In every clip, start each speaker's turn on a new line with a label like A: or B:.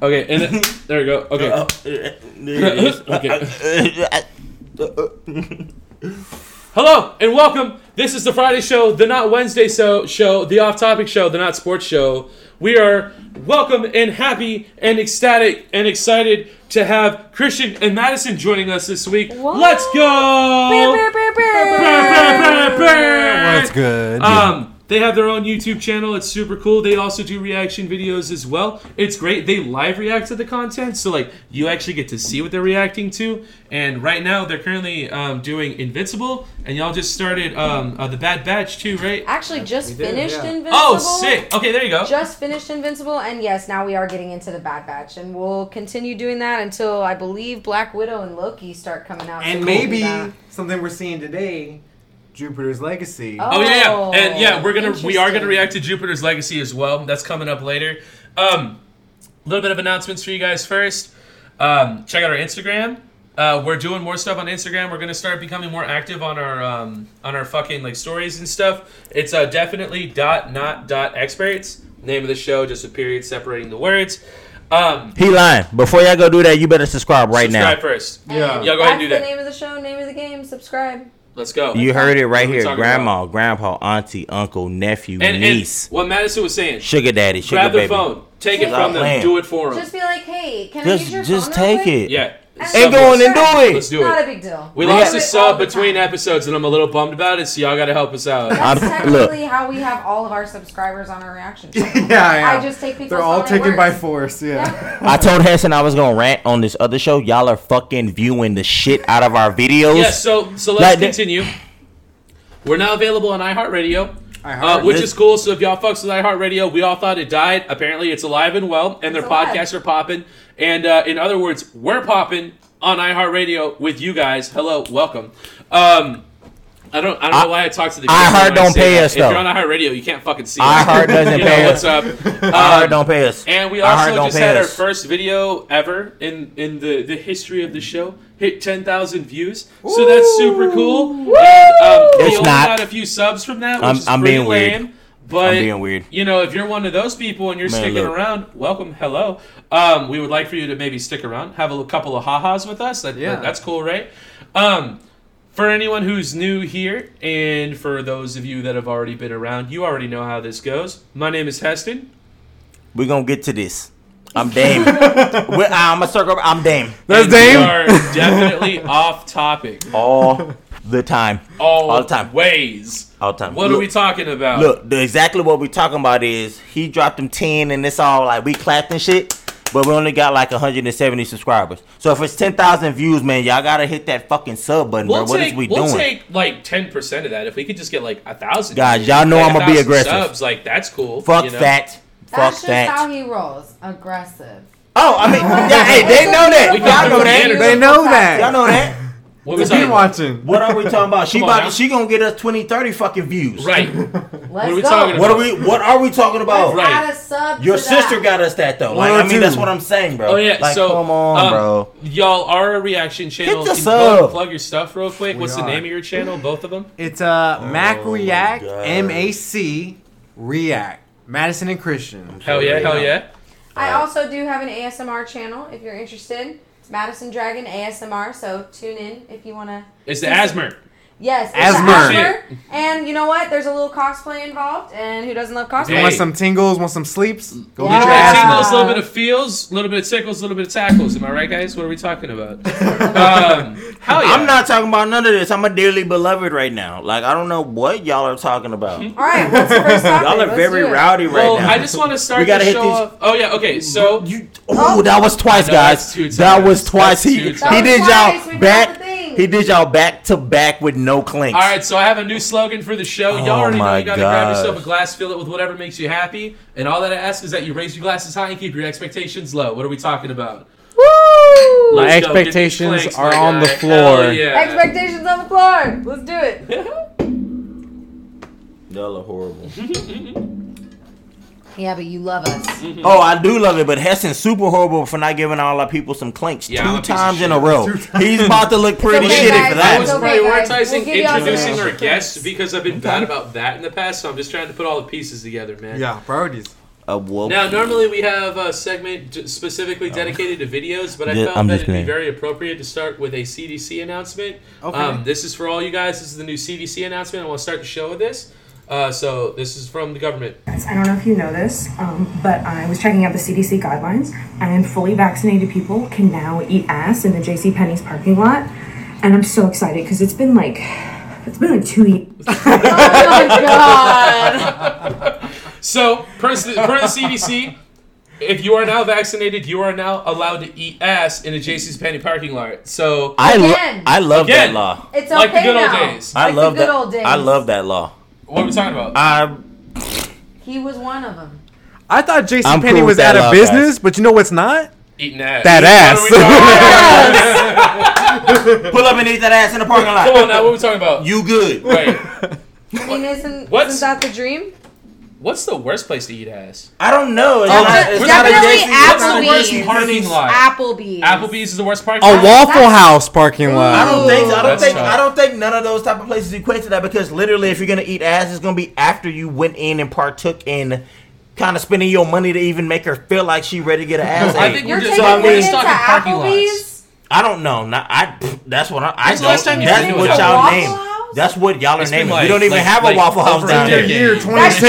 A: Okay, and it, there we go. Okay.
B: okay.
A: Hello and welcome. This is the Friday show, the not Wednesday show, show, the off-topic show, the not sports show. We are welcome and happy and ecstatic and excited to have Christian and Madison joining us this week.
C: Whoa.
A: Let's go.
B: What's good?
A: Um, they have their own YouTube channel. It's super cool. They also do reaction videos as well. It's great. They live react to the content, so like you actually get to see what they're reacting to. And right now, they're currently um, doing Invincible, and y'all just started um, uh, the Bad Batch too, right?
C: Actually, just
D: did,
C: finished
D: yeah.
C: Invincible.
A: Oh, sick. Okay, there you go.
C: Just finished Invincible, and yes, now we are getting into the Bad Batch, and we'll continue doing that until I believe Black Widow and Loki start coming out.
D: And
C: so we'll do
D: maybe
C: that.
D: something we're seeing today, Jupiter's Legacy.
C: Oh.
A: Oh yeah, yeah, and yeah, we're gonna we are gonna
C: Interesting.
A: react to Jupiter's Legacy as well. That's coming up later. Um, a little bit of announcements for you guys first. Um, check out our Instagram. Uh, we're doing more stuff on Instagram. We're gonna start becoming more active on our um, on our fucking like stories and stuff. It's uh, definitely dot not dot experts. Name of the show, just a period separating the words. Um,
B: He lying. Before y'all go do that, you better subscribe right
A: subscribe
B: now.
A: first.
D: Yeah.
A: Yeah, go ahead and
C: That's
A: do that.
C: The name of the show, name of the game. Subscribe.
A: Let's go.
B: You heard it right
A: What are we
B: here.
A: talking
B: Grandma, grandpa, auntie, uncle, nephew,
A: and, and
B: niece,
A: what Madison was saying.
B: sugar daddy, sugar
A: grab their
B: baby.
A: phone. Take it
C: Stop
A: from them.
B: playing.
A: Do it for them.
C: Just be like, hey, can I use your
B: Just, just
C: phone real
B: take
C: quick?
B: it.
A: Yeah.
C: And
B: Ain't
A: Something.
B: going and do
A: Let's
B: it.
A: do
C: Not
A: it.
C: a big deal.
A: We
C: Do
A: lost
C: it
A: a
C: all
A: sub
C: the
A: between
C: time.
A: episodes, and I'm a little bummed about it. So y'all gotta help us out.
C: That's
B: I'd-
C: technically how we have all of our subscribers on our reaction channel.
D: yeah,
C: I
D: yeah.
C: just take people's
D: They're all
C: phone at
D: taken
C: work.
D: by force. Yeah.
B: I told Hanson I was gonna rant on this other show. Y'all are fucking viewing the shit out of our videos.
A: yeah. So so let's
B: Like that-
A: continue. We're now available on iHeartRadio.
D: iHeart.
A: Uh, which
B: This-
A: is cool. So if y'all fucks with iHeartRadio, we all thought it died. Apparently, it's alive and well, and their
C: It's alive.
A: podcasts are popping. And uh, in other words, we're popping on iHeartRadio with you guys. Hello, welcome. Um, I don't, I don't
B: I-
A: know why I talk to the.
B: iHeart
A: camera when
B: don't
A: say
B: pay
A: that.
B: us,
A: If you're
B: though.
A: on iHeartRadio, you can't fucking see.
B: iHeart
A: us.
B: doesn't
A: you
B: pay
A: know, What's
B: us.
A: up?
B: I
A: Um,
B: heard don't pay us.
A: And we
B: I heard
A: also
B: don't
A: just
B: pay
A: had our
B: us.
A: first video ever in in the, the history of the show hit 10,000 views. So that's super cool. And, um, we
B: It's
A: only
B: not.
A: got a few subs from that, which
B: I'm-
A: is
B: I'm
A: pretty
B: being weird.
A: lame. But
B: I'm being weird.
A: you know, if you're one of those people and you're
B: Man,
A: sticking
B: look.
A: around, welcome, hello. Um, we would like for you to maybe stick around, have a little- couple of ha-has with us. That,
D: Yeah.
A: that- that's cool, right? Um, for anyone who's new here, and for those of you that have already been around, you already know how this goes. My name is Heston.
B: We're gonna get to this. I'm Dame. We're- I'm a circle. I'm Dame
D: That's
A: and we
D: Dame.
A: are definitely off topic.
B: all the time.
A: All,
B: All the time.
A: Ways.
B: All the time.
A: What are
B: Look-
A: we talking about?
B: Look, the, exactly what we talking about is he dropped them ten, and it's all like we clapped and shit. But we only got like 170 subscribers. So if it's 10,000 views, man, y'all gotta hit that fucking sub button,
A: We'll
B: bro. What
A: take,
B: is we
A: we'll
B: doing?
A: take like ten percent of that if we could just get like a thousand.
B: Guys, y'all know
A: like,
B: I'ma be
A: 1,000
B: aggressive.
A: Subs, like that's cool.
B: Fuck
A: you know?
B: that.
C: That's
B: Fuck
C: just
B: that.
C: how he rolls. Aggressive.
B: oh, I mean, yeah, hey, they
C: It's a
B: know that.
A: We
C: beautiful-
B: Y'all know that.
A: manners.
D: They know that.
B: Y'all know that.
A: What was
D: They've been
A: I?
D: watching.
B: What are we talking about? She
A: Come on now.
B: about she gonna get us 20, 30 fucking views.
A: Right.
C: Let's
A: are we
C: go.
A: talking about?
B: What are we? What are we talking about?
A: Right.
C: Add a sub.
B: Your
C: to
B: sister
C: that.
B: got us that though. Like,
D: One or
B: I mean, that's
D: two.
B: what I'm saying, bro.
A: Oh yeah.
B: Like,
A: so
B: come on,
A: um,
B: bro.
A: Y'all are a reaction channel.
B: Hit us
A: Can you go and
B: up.
A: Plug your stuff real quick.
D: We
A: What's the
D: are.
A: name of your channel? Both of them.
D: It's uh, Mac
B: Oh my
D: React,
B: God.
D: M A C React, Madison and Christian.
A: Hell yeah. Hell yeah.
C: I also do have an ASMR channel if you're interested. It's Madison Dragon ASMR. So tune in if you want to.
A: It's the asthma.
C: Yes, it's
D: Asthma.
C: asthma. And you know what? There's a little cosplay involved, and who doesn't love cosplay?
A: Hey.
D: Want some tingles? Want some sleeps? Go
C: Yeah.
D: get your
C: Asthma.
A: Tingles,
D: ass.
A: a little bit of feels, a little bit of tickles, a little bit of tackles. Am I right, guys? What are we talking about? um, hell yeah.
B: I'm not talking about none of this. I'm a dearly beloved right now. Like I don't know what y'all are talking about. y'all
C: All right, what's the first topic?
B: are
C: Let's
B: very
C: do it.
B: rowdy right
A: Hmm? Well,
B: now.
A: I just want to start
B: We gotta
A: the
B: hit
A: show
B: these-
A: off. Oh yeah, okay. So
B: you, oh, that was twice,
A: No, that's
B: guys.
A: two
B: That
A: times.
B: was
A: That's
B: twice. He,
A: two
B: he
A: times.
B: did
C: Twice, we
B: y'all
C: got
B: back.
C: the thing.
B: He did y'all back to back with no clinks.
A: all right, so I have a new slogan for the show. Y'all
B: Oh
A: already know
B: my
A: you gotta grab
B: gosh.
A: yourself a glass, fill it with whatever makes you happy, and all that I ask is that you raise your glasses high and keep your expectations low. What are we talking about?
C: Woo!
D: My
A: Let's go get these
D: expectations
A: clinks,
D: are
A: my
D: on the
A: guy.
D: floor.
A: Hell yeah.
C: Expectations on the floor. Let's do it.
B: Y'all are horrible.
C: Yeah, but you love us.
A: Mm.
B: Oh, I do love it, but Hessen's super horrible for not giving all our people some clinks
A: Yeah, I'm a
B: two
A: piece of
B: times in
A: shit.
B: a row. He's about to look pretty
C: okay,
B: shitty
C: guys.
B: for
A: I
B: that.
A: was
C: It's okay, guys.
A: prioritizing
C: We'll give y'all some
A: introducing our
C: extra
A: guests
C: clinks.
A: because I've been bad about that in the past, so I'm just trying to put all the pieces together, man.
D: Yeah, priorities.
B: a whoop.
A: Now, normally we have a segment d- specifically dedicated to videos, but I
B: Yeah,
A: felt
B: I'm
A: that
B: just
A: it'd be
B: kidding.
A: very appropriate to start with a CDC announcement.
D: Okay.
A: Um, this is for all you guys. This is the new CDC announcement. I want to start the show with this. Uh, so, this is from the government.
E: I don't know if you know this, um, but I was checking out the CDC guidelines, and fully vaccinated people can now eat ass in the JC Penney's parking lot. And I'm so excited because it's been like, it's been like two years.
C: Oh my god.
A: So, per, s- per the CDC, if you are now vaccinated, you are now allowed to eat ass in a JC's Penney parking lot. So,
B: I lo-
C: Again.
B: I love
A: Again.
B: that law.
C: It's okay
A: Like the good old
C: now.
A: days.
B: I
C: Like the
B: love
C: good
B: that.
C: old days.
B: I love that law.
A: what are we talking about?
B: I
C: He was one of them.
D: I thought
B: I'm
D: JC
B: cool
D: Penney
B: with
D: was
B: that
D: out of
B: love, guys.
D: business, but you know what's not?
A: Eating ass.
D: That ass.
A: What are we talking about?
B: pull up and eat that ass in the parking
A: Come on
B: lot.
A: now, what are we talking about?
B: You good?
A: Wait,
C: I mean, isn't,
A: What's-
C: isn't that the dream?
A: what's the worst place to eat ass?
B: I don't know. It's
C: Oh,
B: not, it's
C: we're
B: not a
C: definitely
B: JC.
A: What's the worst
C: Applebee's.
A: parking lot?
C: Applebee's.
A: Applebee's is the worst parking
D: A
A: lot.
D: Waffle
C: that's-
D: House parking
B: I
D: lot.
B: don't think. I don't
A: That's
B: think.
A: tough.
B: I don't think none of those type of places equate to that because literally, if you're gonna eat ass, it's gonna be after you went in and partook in, kind of spending your money to even make her feel like she ready to get an ass.
A: I
B: ate.
A: think
C: You're
A: We're just-
C: taking
B: so I
C: me
B: mean-
C: into
A: Talking parking lots.
C: Applebee's?
B: I don't know. Not, I. pff, That's what I. I
A: When's the last
B: don't-
A: time you
B: That's
A: been to a
B: what
A: Waffle
B: y'all
C: House?
B: name. That's what y'all are
A: It's been
B: naming.
A: like-
B: we don't even
A: like-
B: have
A: like
B: a Waffle House
A: over a
B: down
A: decade.
B: here.
D: Year
A: That's-
D: 2010.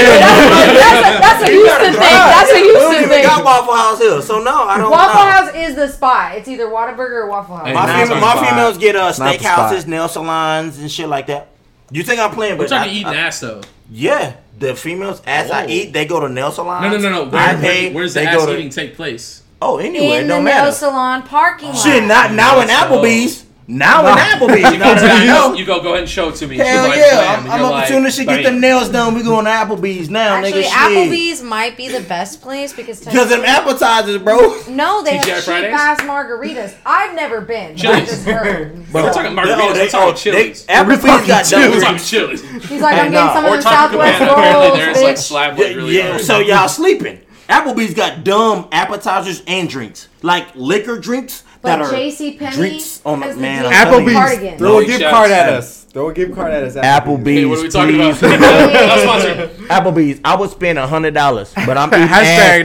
C: That's a, that's a
B: You
C: Houston
B: gotta
C: thing.
B: drive.
C: That's a
B: We
C: Houston
B: don't
C: thing.
B: even got Waffle House here, so no, I don't.
C: Waffle
B: know.
C: House is the spot. It's either Whataburger or Waffle House.
A: Hey,
B: My,
A: Not
B: fem-
A: the
B: my
D: spot.
B: females get uh,
D: Not the spot.
B: steakhouses, nail salons, and shit like that. You think I'm playing?
A: We're
B: But
A: talking
B: I-
A: eating
B: I-
A: ass though.
B: Yeah, the females as I
A: Oh.
B: eat, they go to nail salons.
A: No, no, no, no. Where,
B: I
A: where-
B: pay.
A: where's the
B: they
A: ass
B: go to,
A: eating take place?
B: Oh, anywhere,
C: in
B: it
C: the
B: don't
C: nail
B: matter.
C: salon parking lot.
B: Shit, not now in
A: So-
B: Applebee's. Now in
D: No.
B: Applebee's.
A: You
B: Now
A: go,
B: that I know.
A: back, you go, go ahead and show it to me.
B: Hell
A: She's like,
B: yeah,
A: "Bam,"
B: I'm,
A: and
B: I'm
A: you're
B: up
A: like,
B: as soon as she get the
A: "Bam."
B: nails done. We going to Applebee's now,
C: Actually,
B: nigga. Shit.
C: Applebee's might be the best place because
B: Because them appetizers, bro.
C: no, they have
A: TGI
C: cheap
A: Fridays?
C: ass margaritas. I've never been. but I
A: Chili's.
C: just heard.
B: Bro,
A: We're talking
B: they-
A: margaritas,
B: oh,
A: we're
B: they-
A: talking
B: oh, they-
A: chilies.
B: Applebee's got
D: talking
A: We're
B: double.
A: talking chilies.
C: He's like,
B: Hey,
C: I'm getting
B: nah,
C: some
A: Or
C: of the
A: Taco
C: Southwest
A: Cabana. Apparently,
C: rolls,
A: there's like
C: bitch.
A: slab
B: Yeah,
A: wood really
B: yeah,
A: hard.
B: so y'all sleeping. Applebee's got dumb appetizers and drinks, like liquor drinks
C: But
B: that are
C: JC Penney
B: drinks on the
C: has the
B: man.
C: deal.
B: I'm telling you.
C: Cardigan.
D: Applebee's. Throw a
A: Big
D: gift
A: shout
D: card at
A: out.
D: us. Throw a gift card at us.
B: Applebee's.
A: Hey, what are we talking about?
B: please.
A: Not sponsored.
B: Applebee's. I would spend a hundred dollars, but I'm eating
D: Hashtag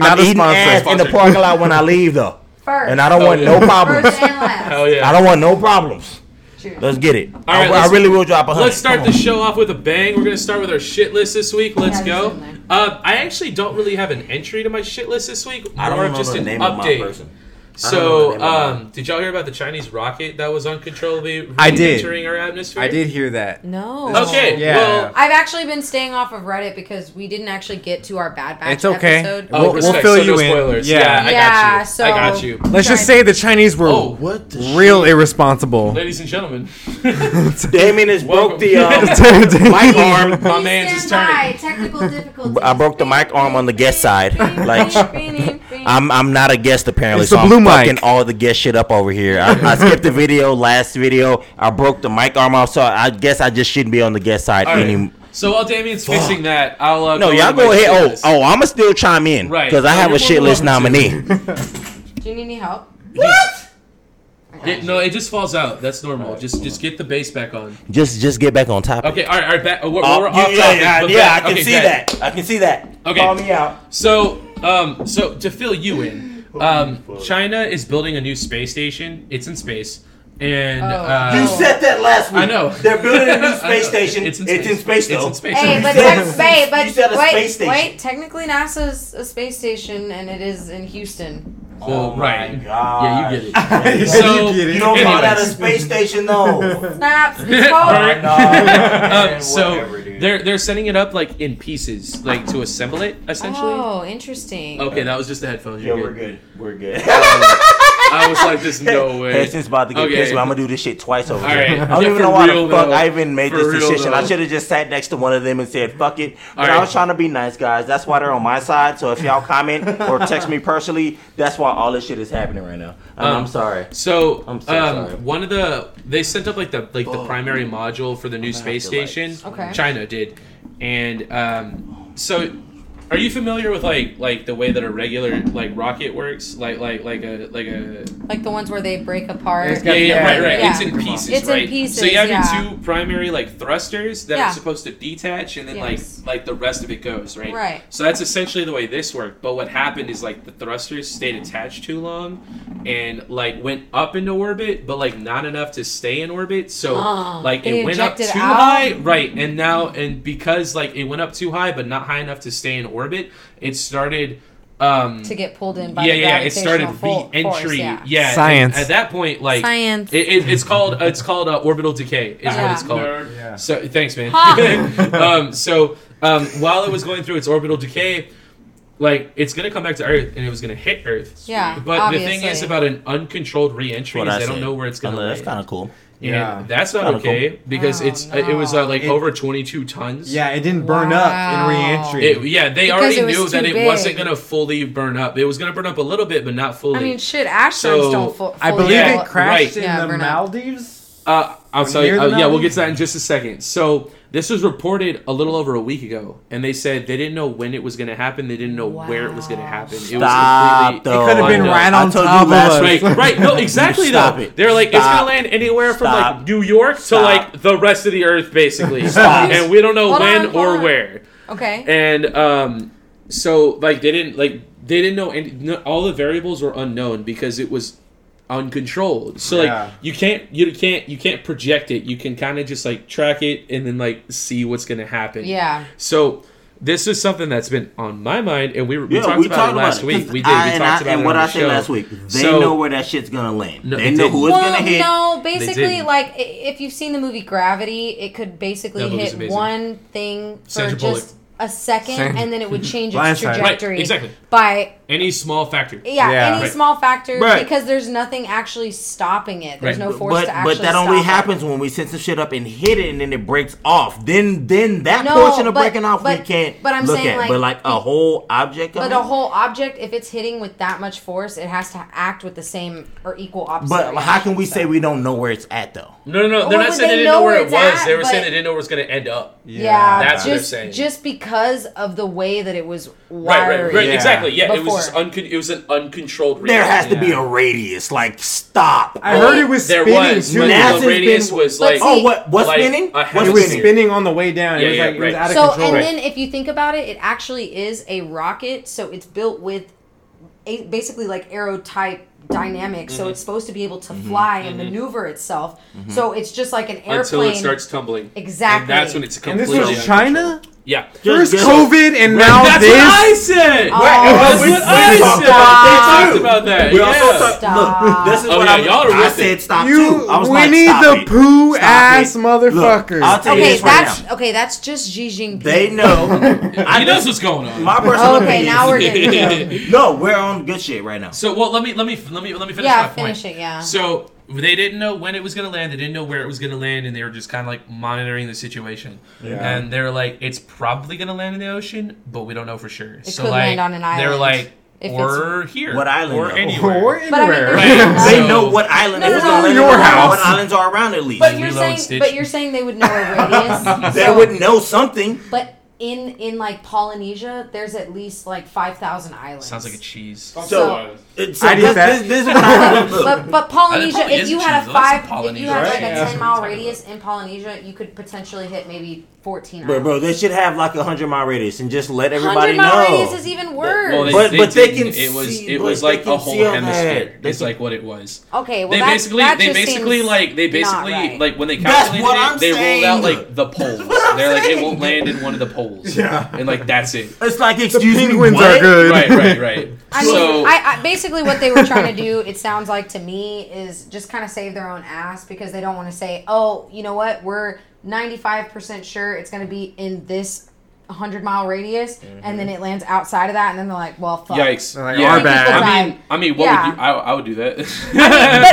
B: ass,
D: not
B: I'm
D: a
B: eating
D: sponsor.
B: ass in the
A: Sponsor.
B: parking lot when I leave though,
C: First.
B: and I don't
A: Oh,
B: want
A: yeah.
B: no
C: First
B: problems.
C: and last.
A: Hell yeah.
B: I don't want no problems.
C: Cheers.
B: Let's get it.
A: All right,
B: I, I
A: let's-
B: really will drop a hundred.
A: Let's start
B: Come
A: the
B: on.
A: show off with a bang. We're gonna start with our shit list this week. Let's
C: Yeah,
A: go.
C: there's something
A: Uh, I actually don't really have an entry to my shit list this week.
B: I don't
A: more of
B: remember
A: just
B: the
A: an
B: name of my
A: update.
B: person. I don't remember the
A: so,
B: name of
A: um, did y'all hear about the Chinese rocket that was uncontrollably
D: I did.
A: entering our atmosphere?
D: I did hear that.
C: No.
A: Okay.
D: Yeah.
A: Well,
C: I've actually been staying off of Reddit because we didn't actually get to our Bad Batch
D: It's okay.
C: episode.
A: oh,
D: We'll- we'll
A: respect.
D: fill
A: so
D: you
A: no
D: in.
A: spoilers.
D: Yeah.
A: Yeah, I got
C: yeah,
A: you.
C: so
A: I got you.
D: Let's just
C: Try-
D: say the Chinese were
A: Oh,
B: What the
D: real irresponsible.
A: ladies and gentlemen,
B: Damien has broke the um,
D: White
B: mic arm.
A: my
C: Please
A: man's is
C: stand by.
A: turning.
C: Technical difficulties.
B: I broke the mic arm on the guest side. Like I'm I'm not a guest apparently.
D: It's the
B: so
D: blue
B: I'm
D: mic.
B: fucking all the guest shit up over here. I, I skipped the video last video. I broke the mic arm off, so I guess I just shouldn't be on the guest side
A: All right.
B: any.
A: So while Damien's fixing that, I'll uh,
B: No, y'all
A: into my
B: go ahead.
A: shit
B: Oh,
A: list.
B: oh, I'ma still chime in
A: Right.
B: because I
A: Oh,
B: have
A: you're
B: a shit
A: more
B: list
A: welcome to.
B: nominee.
C: Do you need any help?
A: It- no, it just falls out. That's normal. Just just get the bass back on.
B: Just just get back on topic.
A: Okay, all right, all right. Back, uh, we're, we're
B: Oh,
A: off
B: yeah,
A: topic,
B: yeah, yeah,
A: but
B: yeah,
A: back-
B: I can
A: okay,
B: see
A: back.
B: that. I can see that.
A: Okay.
B: Call me out.
A: So, um, so to fill you in, um, China is building a new space station. It's in space, and
C: Oh.
B: You
A: uh,
C: Oh.
B: said that last week.
A: I know.
B: They're building a new
A: I know.
B: space station. It's in space,
A: It's
B: though.
A: in space.
C: Hey, but
B: said-
C: tech- wait, but
B: you said a
C: wait,
B: space station.
C: wait. Technically, NASA's a space station, and it is in Houston.
A: Well,
B: Oh my
A: right.
B: gosh.
A: Yeah, you get it.
D: So,
A: You
B: You don't call that a
A: Anyways.
B: space station though.
C: Nah, it's called.
A: Um,
B: no.
A: so they're they're setting it up like in pieces, like to assemble it essentially.
C: Oh, interesting.
A: Okay, that was just the headphones.
B: Yeah,
A: You're
B: we're
A: good.
B: good. We're good.
A: I was like, "There's no way."
B: Patience about to get
A: Okay.
B: pissed, but I'm gonna do this shit twice over.
A: All
B: here.
A: right.
B: I don't
A: Yeah,
B: even
A: for
B: know why
A: real,
B: the fuck
A: though.
B: I even made
A: For
B: this
A: real,
B: decision. I
A: though.
B: should have just sat next to one of them and said fuck it. But
A: right.
B: I was trying to be nice, guys. That's why they're on my side. So if y'all comment or text me personally, that's why all this shit is happening right now. And
A: Um,
B: I'm sorry.
A: So,
B: I'm so
A: um,
B: sorry.
A: one of the they sent up like the like the primary module for the new space
B: have to, like,
A: station.
C: Okay.
A: China did, and um, so Are you familiar with like like the way that a regular like rocket works? Like like like a like a
C: Like the ones where they break apart.
D: It's
A: yeah,
D: got-
A: yeah,
D: yeah,
A: right right.
C: yeah.
A: It's in pieces.
C: It's in
A: right?
C: pieces,
A: So you have
C: yeah.
A: your two primary like thrusters that
C: Yeah.
A: are supposed to detach, and then
C: Yes.
A: like like the rest of it goes right.
C: Right.
A: So that's essentially the way this worked. But what happened is like the thrusters stayed attached too long, and like went up into orbit, but like not enough to stay in orbit. So
C: Ah,
A: like
C: they
A: it went up too
C: ejected out?
A: high, right? And now and because like it went up too high, but not high enough to stay in orbit, it started. Um,
C: to get pulled in by
A: yeah,
C: the
A: yeah, it started
C: gravitational fo-
A: re-entry.
C: force,
A: yeah,
C: yeah.
A: and
D: Science.
A: At that point, like
C: Science.
A: it, it, it's called it's called uh, orbital decay. Is what
C: Yeah.
A: it's called.
D: Yeah.
A: So thanks, man.
C: Ha.
A: um, so um, while it was going through its orbital decay, like it's gonna come back to Earth and it was gonna hit Earth.
C: Yeah,
A: But the
C: obviously.
A: thing is about an uncontrolled re-entry
B: What
A: is
B: I
A: they don't
B: said.
A: know where it's gonna.
B: I'm like, That's
A: land.
B: kind of cool.
D: Yeah.
A: And that's not
B: Kinda
A: okay because
C: Oh,
A: it's uh, it was uh, like
D: It-
A: over twenty two tons.
D: Yeah, it didn't burn up in
C: Wow.
D: re-entry.
A: It, yeah, they
C: Because
A: already
C: it was
A: knew that
C: too
A: it
C: big.
A: wasn't gonna fully burn up. It was gonna burn up a little bit, but not fully.
C: I mean, shit, ashrams
A: So,
C: don't fu- fully
D: I believe
A: Yeah,
D: it crashed
A: right.
D: in
C: Yeah,
D: the
C: burn up.
D: Maldives.
A: Uh, I'm
D: Or
A: sorry.
D: near the
A: Uh, yeah, we'll
D: mountain?
A: get to that in just a second. So this was reported a little over a week ago, and they said they didn't know when it was going to happen. They didn't know where it was going to happen. It
B: Stop,
A: was
B: though.
D: It could have been
A: I know.
D: right
B: I
D: on
B: told
D: top
B: you
D: of
B: last
D: us.
A: Right, right. No, exactly.
B: Stop
A: though
B: it.
A: they're like it's
B: Stop.
A: gonna land anywhere from
B: Stop.
A: like New York
B: Stop.
A: to like the rest of the Earth, basically,
B: Stop.
A: and we don't know
C: Hold
A: when
C: on, hold
A: or
C: on.
A: where.
C: Okay.
A: And um, so like they didn't like they didn't know any, no, all the variables were unknown because it was uncontrolled. So
D: Yeah.
A: like you can't you can't you can't project it. You can kind of just like track it and then like see what's gonna happen.
C: Yeah.
A: So this is something that's been on my mind, and we, we
B: Yeah,
A: talked
B: we
A: about
B: talked
A: it last
B: about it.
A: week.
B: 'Cause
A: We did.
B: I-
A: we
B: and
A: talked
B: I-
A: about
B: and
A: it
B: what
A: on
B: I
A: the
B: said
A: show.
B: last week, they
A: So-
B: know where that shit's gonna land.
A: No,
B: they
A: it
B: know who it's
C: well,
B: gonna hit.
C: no, basically,
A: didn't.
C: like i- if you've seen the movie Gravity, it could basically
A: That movie's
C: hit
A: amazing.
C: one thing for
A: Sandra Bullock.
C: just a second,
D: Sand-
C: and then it would change its
D: Blindside. Right,
C: trajectory
A: exactly.
C: by
A: Any small factor.
C: yeah,
D: Yeah.
C: any
A: Right.
C: small factor
D: Right.
C: because there's nothing actually stopping it. There's
A: Right.
C: no force
B: but
C: to actually
B: but that
C: stop
B: only
C: it.
B: happens when we set some shit up and hit it and then it breaks off. Then then that
C: No,
B: portion of
C: but-
B: breaking off we
C: but-
B: can't
C: but I'm
B: look
C: saying,
B: at.
C: like,
B: but like a
C: be-
B: whole object of
C: But
B: it?
C: a whole object, if it's hitting with that much force, it has to act with the same or equal opposite.
B: But how can we
C: reaction,
B: say
C: so-
B: we don't know where it's at though?
A: No, no, no.
C: Well,
A: They're not
C: but
A: saying
C: they
A: they didn't know
C: know
A: where
C: where
A: it
C: it's
A: was.
C: at,
A: They were saying
C: but-
A: they didn't know where it's going to end up.
C: Yeah,
A: That's what
C: just
A: they're saying.
C: just because of the way that it was
A: Right,
C: wired.
A: right, right.
D: Yeah.
A: Exactly. Yeah, it was
C: Before.
A: just uncon- it was an uncontrolled.
B: There
A: reaction.
B: has to be
D: Yeah.
B: a radius. Like stop.
D: I heard it was
A: There
D: spinning
A: was.
D: too.
A: But
B: NASA's
A: the radius
B: been-
A: was
C: But
A: like.
C: see-
B: Oh what what's
A: Like,
B: spinning?
A: I
B: What's
A: had-
D: It was
B: spinning?
D: spinning on the way down.
A: Yeah,
D: it was
A: yeah,
D: like it was
A: right.
D: out of
C: So
D: control.
C: and then if you think about it, it actually is a rocket, so it's built with a, basically like aero type dynamics.
A: Mm-hmm.
C: So it's supposed to be able to fly and maneuver itself. So it's just like an airplane.
A: Until it starts tumbling.
C: Exactly.
A: And that's when it's
D: and this
A: completely.
D: was
A: uncontrolled.
D: China.
A: Yeah.
B: Just
D: First
B: get-
D: COVID and now
A: that's
D: this.
A: what I said.
C: Oh,
A: That's what I said. They
B: we talked about that
A: talked
B: too.
A: about that.
B: We
A: yeah.
B: also talked.
C: Stop.
B: Look, this is
A: Oh,
B: what
A: yeah,
B: I,
A: y'all are
B: I
A: with
B: said.
A: it.
B: Stop
D: You
B: too. I was like,
D: Winnie
B: stop
D: the
B: it.
D: Pooh
B: Stop
D: ass
B: it.
D: motherfucker.
B: Look, I'll tell you
C: okay,
B: this right
C: that's
B: now.
C: okay. That's just Xi Jinping.
B: They know. I
A: He
B: know.
A: knows what's going on.
B: My personal
C: Okay,
B: opinion.
C: now we're getting.
B: No, we're on good shit right now.
A: So well, let me let me let me let me finish
C: Yeah,
A: my point.
C: finish it, yeah.
A: So they didn't know when it was gonna land. They didn't know where it was gonna land, and they were just kind of like monitoring the situation.
D: Yeah.
A: And they're like, it's probably gonna land in the ocean, but we don't know for sure. It so
C: could
A: like,
C: land on an
A: They're
C: island,
A: like,
C: if
A: or here,
B: What island,
A: or
B: though?
A: anywhere.
D: Or
C: But I mean, there's-
D: anywhere.
A: Right.
B: They
A: So-
B: know what island
C: No,
B: it
C: no,
B: is
C: no,
B: on
C: no,
B: land
C: no,
B: or
D: no.
B: what islands are around at least.
C: But you're
A: Lilo
C: saying,
A: and Stitch.
C: but you're saying they would know a radius.
B: they
C: so-
B: would know something.
C: But in in like Polynesia, there's at least like five thousand islands.
A: Sounds like a cheese.
B: So, it- so
D: I did
B: this,
D: that.
B: this, this is what I look.
C: But but Polynesia,
A: probably
C: if
A: is
C: you
A: a
C: had
A: cheese,
C: a
A: though. That's
C: five,
A: some
C: if you had like
A: Polynesia,
C: a
D: right?
C: ten
A: Yeah.
C: mile radius in Polynesia, you could potentially hit maybe fourteen.
B: Bro,
C: islands.
B: bro, they should have like a hundred mile radius and just let everybody
C: 100 mile
B: know.
C: radius is e- even worse.
A: Well,
B: But- but they
A: didn't.
B: can
A: It was
B: see-
A: it
B: but
A: was
B: they
A: like
B: can
A: a whole
B: see all that.
A: hemisphere.
B: They
A: It's
B: can-
A: like what it was.
C: okay, well
A: they
C: that,
A: basically
C: that
A: they
C: just
A: basically
C: seems
A: like they
C: not
A: basically
C: right.
A: like when they
B: That's
A: calculated
B: what I'm
A: it, they rolled
B: saying.
A: out like the poles.
B: I'm
A: They're like it
B: saying.
A: won't land in one of the poles.
D: Yeah.
A: And like that's it.
B: It's like
D: The
B: excuse me,
D: penguins
B: what?
D: are good.
A: Right, right, right.
C: I mean,
A: so
C: I, I, basically what they were trying to do, it sounds like to me, is just kind of save their own ass because they don't want to say, oh, you know what, we're 95% sure it's going to be in this 100 mile radius, and then it lands outside of that, and then they're like, well, fuck.
A: Mm-hmm. yikes.
D: Like, our bad.
A: I mean I mean what
C: Yeah.
A: would you I, I would do that.
C: But,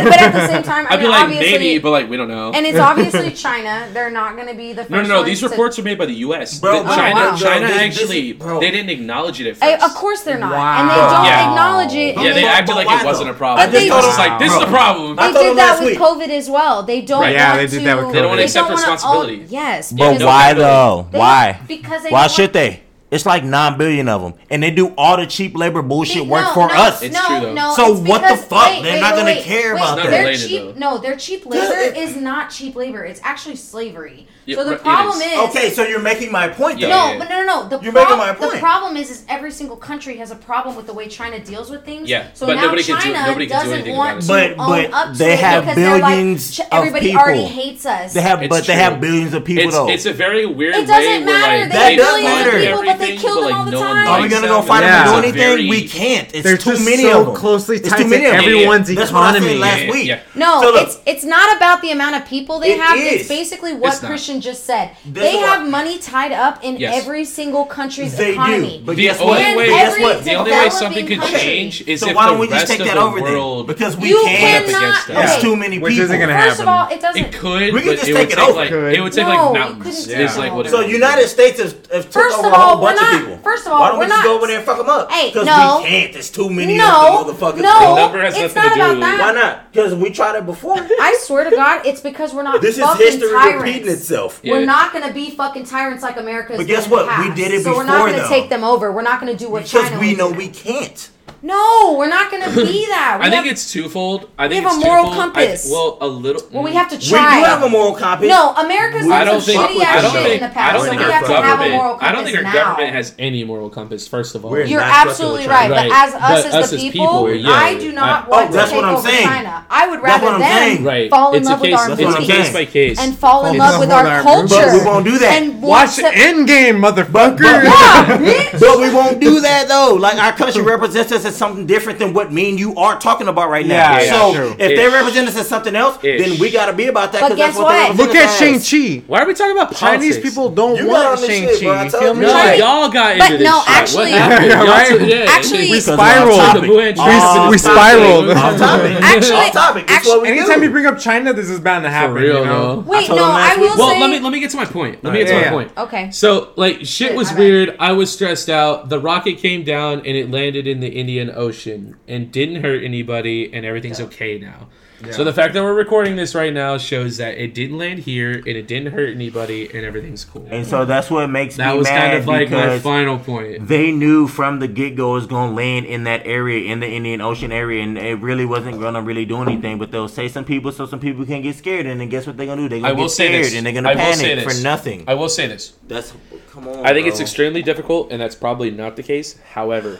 C: but at the same time, I
A: I'd be
C: mean,
A: like
C: obviously.
A: maybe, but like we don't know.
C: and it's obviously China. They're not going to be the first
A: no, no, no.
C: ones
A: These
C: to-
A: reports are made by the U.S.
B: Bro,
A: The
B: oh,
A: China,
C: wow.
A: China
B: Bro, this- this
A: actually,
B: is- bro.
A: they didn't acknowledge it at
C: Eh,
A: first.
C: of course they're not. And they
D: Wow.
C: don't
A: Yeah.
C: acknowledge it.
B: But
C: and
A: Yeah, they
C: they-
B: But-
A: acted
B: but
A: like
B: why
A: it wasn't
B: though?
A: a problem.
B: I just
A: They
C: told
A: was just
B: him-
A: like, this is the
B: Bro.
A: problem.
B: I
C: They
B: told him
C: did that
B: last
C: with
B: week.
C: COVID as well. They don't.
A: Right.
C: Want
D: Yeah, they did
C: to,
D: that with
C: They don't
D: COVID. They
C: want
A: don't
C: to
A: accept responsibility.
C: yes,
B: But
C: because-
B: why though?
C: They-
B: Why?
C: Because they
B: Why
C: don't
B: should
C: want-
B: they? It's like nine billion of them, and they do all the cheap labor bullshit
C: Be-
B: work
C: no,
B: for
C: no,
B: us.
C: No,
A: It's true, though.
C: No,
B: So
C: it's
B: what the
C: because-
B: fuck? They're not gonna
C: wait,
B: care
C: wait,
B: about
C: wait,
B: that.
C: Their
A: It's not
C: cheap,
A: related,
C: no, their cheap labor is not cheap labor. It's actually slavery.
A: Yeah,
C: so the
A: right, it
C: problem
A: is.
C: is,
B: Okay, so you're making my point. though.
A: Yeah,
C: No,
A: yeah,
C: but no, no, no. The,
B: You're
C: prob-
B: making my
C: the
B: point.
C: problem is, is every single country has a problem with the way China deals with things.
A: Yeah,
C: so
A: but
C: now
A: nobody can
C: China
A: do- nobody can do
C: doesn't
A: anything
C: want to
A: about
B: it. But-
C: own
B: but
C: up to
B: they
C: it
B: have
C: because they're
B: billions of
C: like, "Ch- everybody already
B: people."
C: hates us.
B: They have,
A: It's
B: but they
A: true.
B: have billions of people
A: It's,
B: though.
A: it's a very weird
C: It
A: way
C: doesn't
A: where
C: matter.
A: like
B: They
A: they
B: does
A: fund
B: matter.
A: everything,
C: People, but they kill
A: but,
C: them
A: like,
C: all the
A: no one
C: time.
B: Are we
A: likes
B: gonna
A: them.
B: go fight them
D: Yeah.
A: It's
B: and do
A: a
B: anything?
A: very-
B: we can't. It's
D: They're
B: too
D: just
B: many
D: so
B: of them.
D: closely
B: It's
D: tied
B: too
D: to
B: many of 'em.
D: everyone's
B: That's what I said
D: economy.
B: last
A: Yeah,
B: week.
A: yeah.
C: No,
B: So look,
C: it's it's not about the amount of people they
B: It
C: have.
B: is.
C: It's basically what
A: It's not.
C: Christian just said.
B: This
C: they
B: is
C: have
B: what-
C: money tied up in
A: Yes.
C: every single country's
B: They
C: economy.
B: do, but
A: The
B: guess
A: only
B: what?
A: way- Guess
B: But guess
C: every
B: what?
A: The only way
C: developing
A: something could
C: country.
A: change is
B: so
A: if
B: why
A: the
B: don't we just
A: rest
B: take
A: of
B: that
A: the
B: over
A: world
B: then? Because we
C: you
B: can't.
A: can't-
C: cannot.
A: against that.
B: It's
C: okay.
B: too many
D: Which
B: people.
D: isn't gonna
C: First of
D: happen.
C: all, it doesn't.
A: It could,
B: We could
A: but
B: just
A: it
B: take
A: would
B: it
A: take
B: over.
A: like
D: Could.
A: it would take
C: No,
A: like
C: you
A: mountains.
C: couldn't take
A: Is
C: it
A: like
C: over.
A: what it
B: So
A: would be.
B: United States has, have took
C: First
B: over
C: of
B: a whole
C: all, we're
B: bunch
C: not-
B: of people.
C: first of all,
B: why don't
C: we're
B: we just
C: not-
B: go over there and fuck them up?
C: Hey,
B: because
C: no.
B: we can't. There's too many
C: no,
B: of them motherfuckers.
C: no,
B: bro.
A: The number has
C: it's
A: nothing
C: not
A: to do with
C: about
A: it.
C: that.
B: Why not? Because we tried it before.
C: I swear to God, it's because we're not
B: this is
C: fucking
B: history
C: tyrants.
B: repeating itself.
A: Yeah.
C: We're not going to be fucking tyrants like America. has
B: But guess
C: been in
B: what? We
C: the past.
B: did it
C: So we're not
B: before,
C: gonna
B: though.
C: take them over. We're not going to do what
B: Because
C: China
B: we
C: was
B: know
C: doing.
B: we can't.
C: No, we're not going to be that. We
A: I think
C: have-
A: it's twofold. I think
C: have
A: it's
C: a moral
A: twofold. I-
C: compass.
A: well, a little.
C: Well, we have to
B: We do
C: try.
B: have a moral compass.
C: No, America's
B: We
C: done
A: I don't
C: some
A: think.
C: shitty
A: I
C: ass
A: don't
C: shit
A: think.
C: in the
A: I
C: past.
A: don't
C: So
A: think
C: we
A: our
C: have to have a moral
A: government.
C: compass
A: I don't think
C: now.
A: our government has any moral compass. First of all,
B: We're
C: You're
B: not
C: absolutely
B: fucking
C: right,
A: China.
C: but as
A: Right.
C: us
A: But
C: as
A: us
C: the
A: as
C: people,
A: people, yeah,
C: I do not
A: I-
C: want
B: Oh,
C: to
B: that's
C: take
B: what I'm
C: over
B: saying.
C: China. I would
B: That's
C: rather
B: what I'm saying.
C: them
A: Right.
C: fall in
A: it's
C: love
A: a
C: with
A: case,
C: our
B: That's
A: It's
B: what
A: a
B: I'm
C: movies
A: case
B: saying.
A: by case.
C: and fall in
D: It's
C: love
D: not
C: with
D: what
C: our
D: our
C: culture.
D: roots are.
B: But we won't do that.
C: And want
D: Watch
C: to-
D: Endgame, motherfucker.
C: Yeah, bitch.
B: But we won't do that though. Like our country represents us as something different than what me and you are talking about right now.
D: Yeah, yeah,
B: so
D: true.
B: if they
A: Ish.
B: represent us as something else, then
A: Ish.
B: we gotta be about that.
C: But
B: 'cause that's
C: guess
B: what? they
C: what?
B: represent
D: Look at
B: us
D: Shang
B: as.
D: Chi.
A: Why are we talking about
D: Chinese
A: politics?
D: people don't
B: You got
D: want
B: on this
D: Shang
B: shit, bro. I
D: Chi. You
B: told
D: feel
B: you.
D: me?
A: No,
C: Chinese-
A: y'all got
C: But
A: into this
C: no,
A: shit.
C: actually-
A: what happened?
D: Yeah,
A: Y'all
D: right.
A: took- yeah,
C: Actually-
A: we
D: We
B: Because we're on
D: spiraled.
B: topic.
A: We went-
B: On
D: we
B: topic.
D: spiraled.
B: On topic.
C: Actually-
B: on topic. It's
C: actually-
B: what we
D: Anytime
B: do.
D: you bring up China, this is bound to happen.
A: for real,
D: you know?
A: no.
C: Wait,
B: told
C: no,
B: him
C: I
B: last
C: will
B: week.
A: Well,
C: say.
A: let me let me get to my point. Let me get to
D: Yeah,
A: my
D: yeah.
A: point.
C: Okay.
A: So like shit
C: Shit,
A: was
C: my bad.
A: weird. I was stressed out. The rocket came down and it landed in the Indian Ocean and didn't hurt anybody and everything's okay now. So the fact that we're recording this right now shows that it didn't land here and it didn't hurt anybody and everything's cool.
B: And so that's what makes
A: that
B: me
A: was
B: mad
A: kind of like my
B: because
A: final point.
B: they knew from the get go it's gonna land in that area in the Indian Ocean area, and it really wasn't gonna really do anything. But they'll say some people so some people can get scared, and then guess what they're gonna do? They're
F: I
B: gonna
F: will
B: get
F: say
B: scared
F: this.
B: and they're
F: I
B: gonna
F: will say
B: panic
F: this.
B: for nothing.
F: I will say this.
B: That's come on.
A: I think it's
B: bro.
A: extremely difficult and that's probably not the case. However,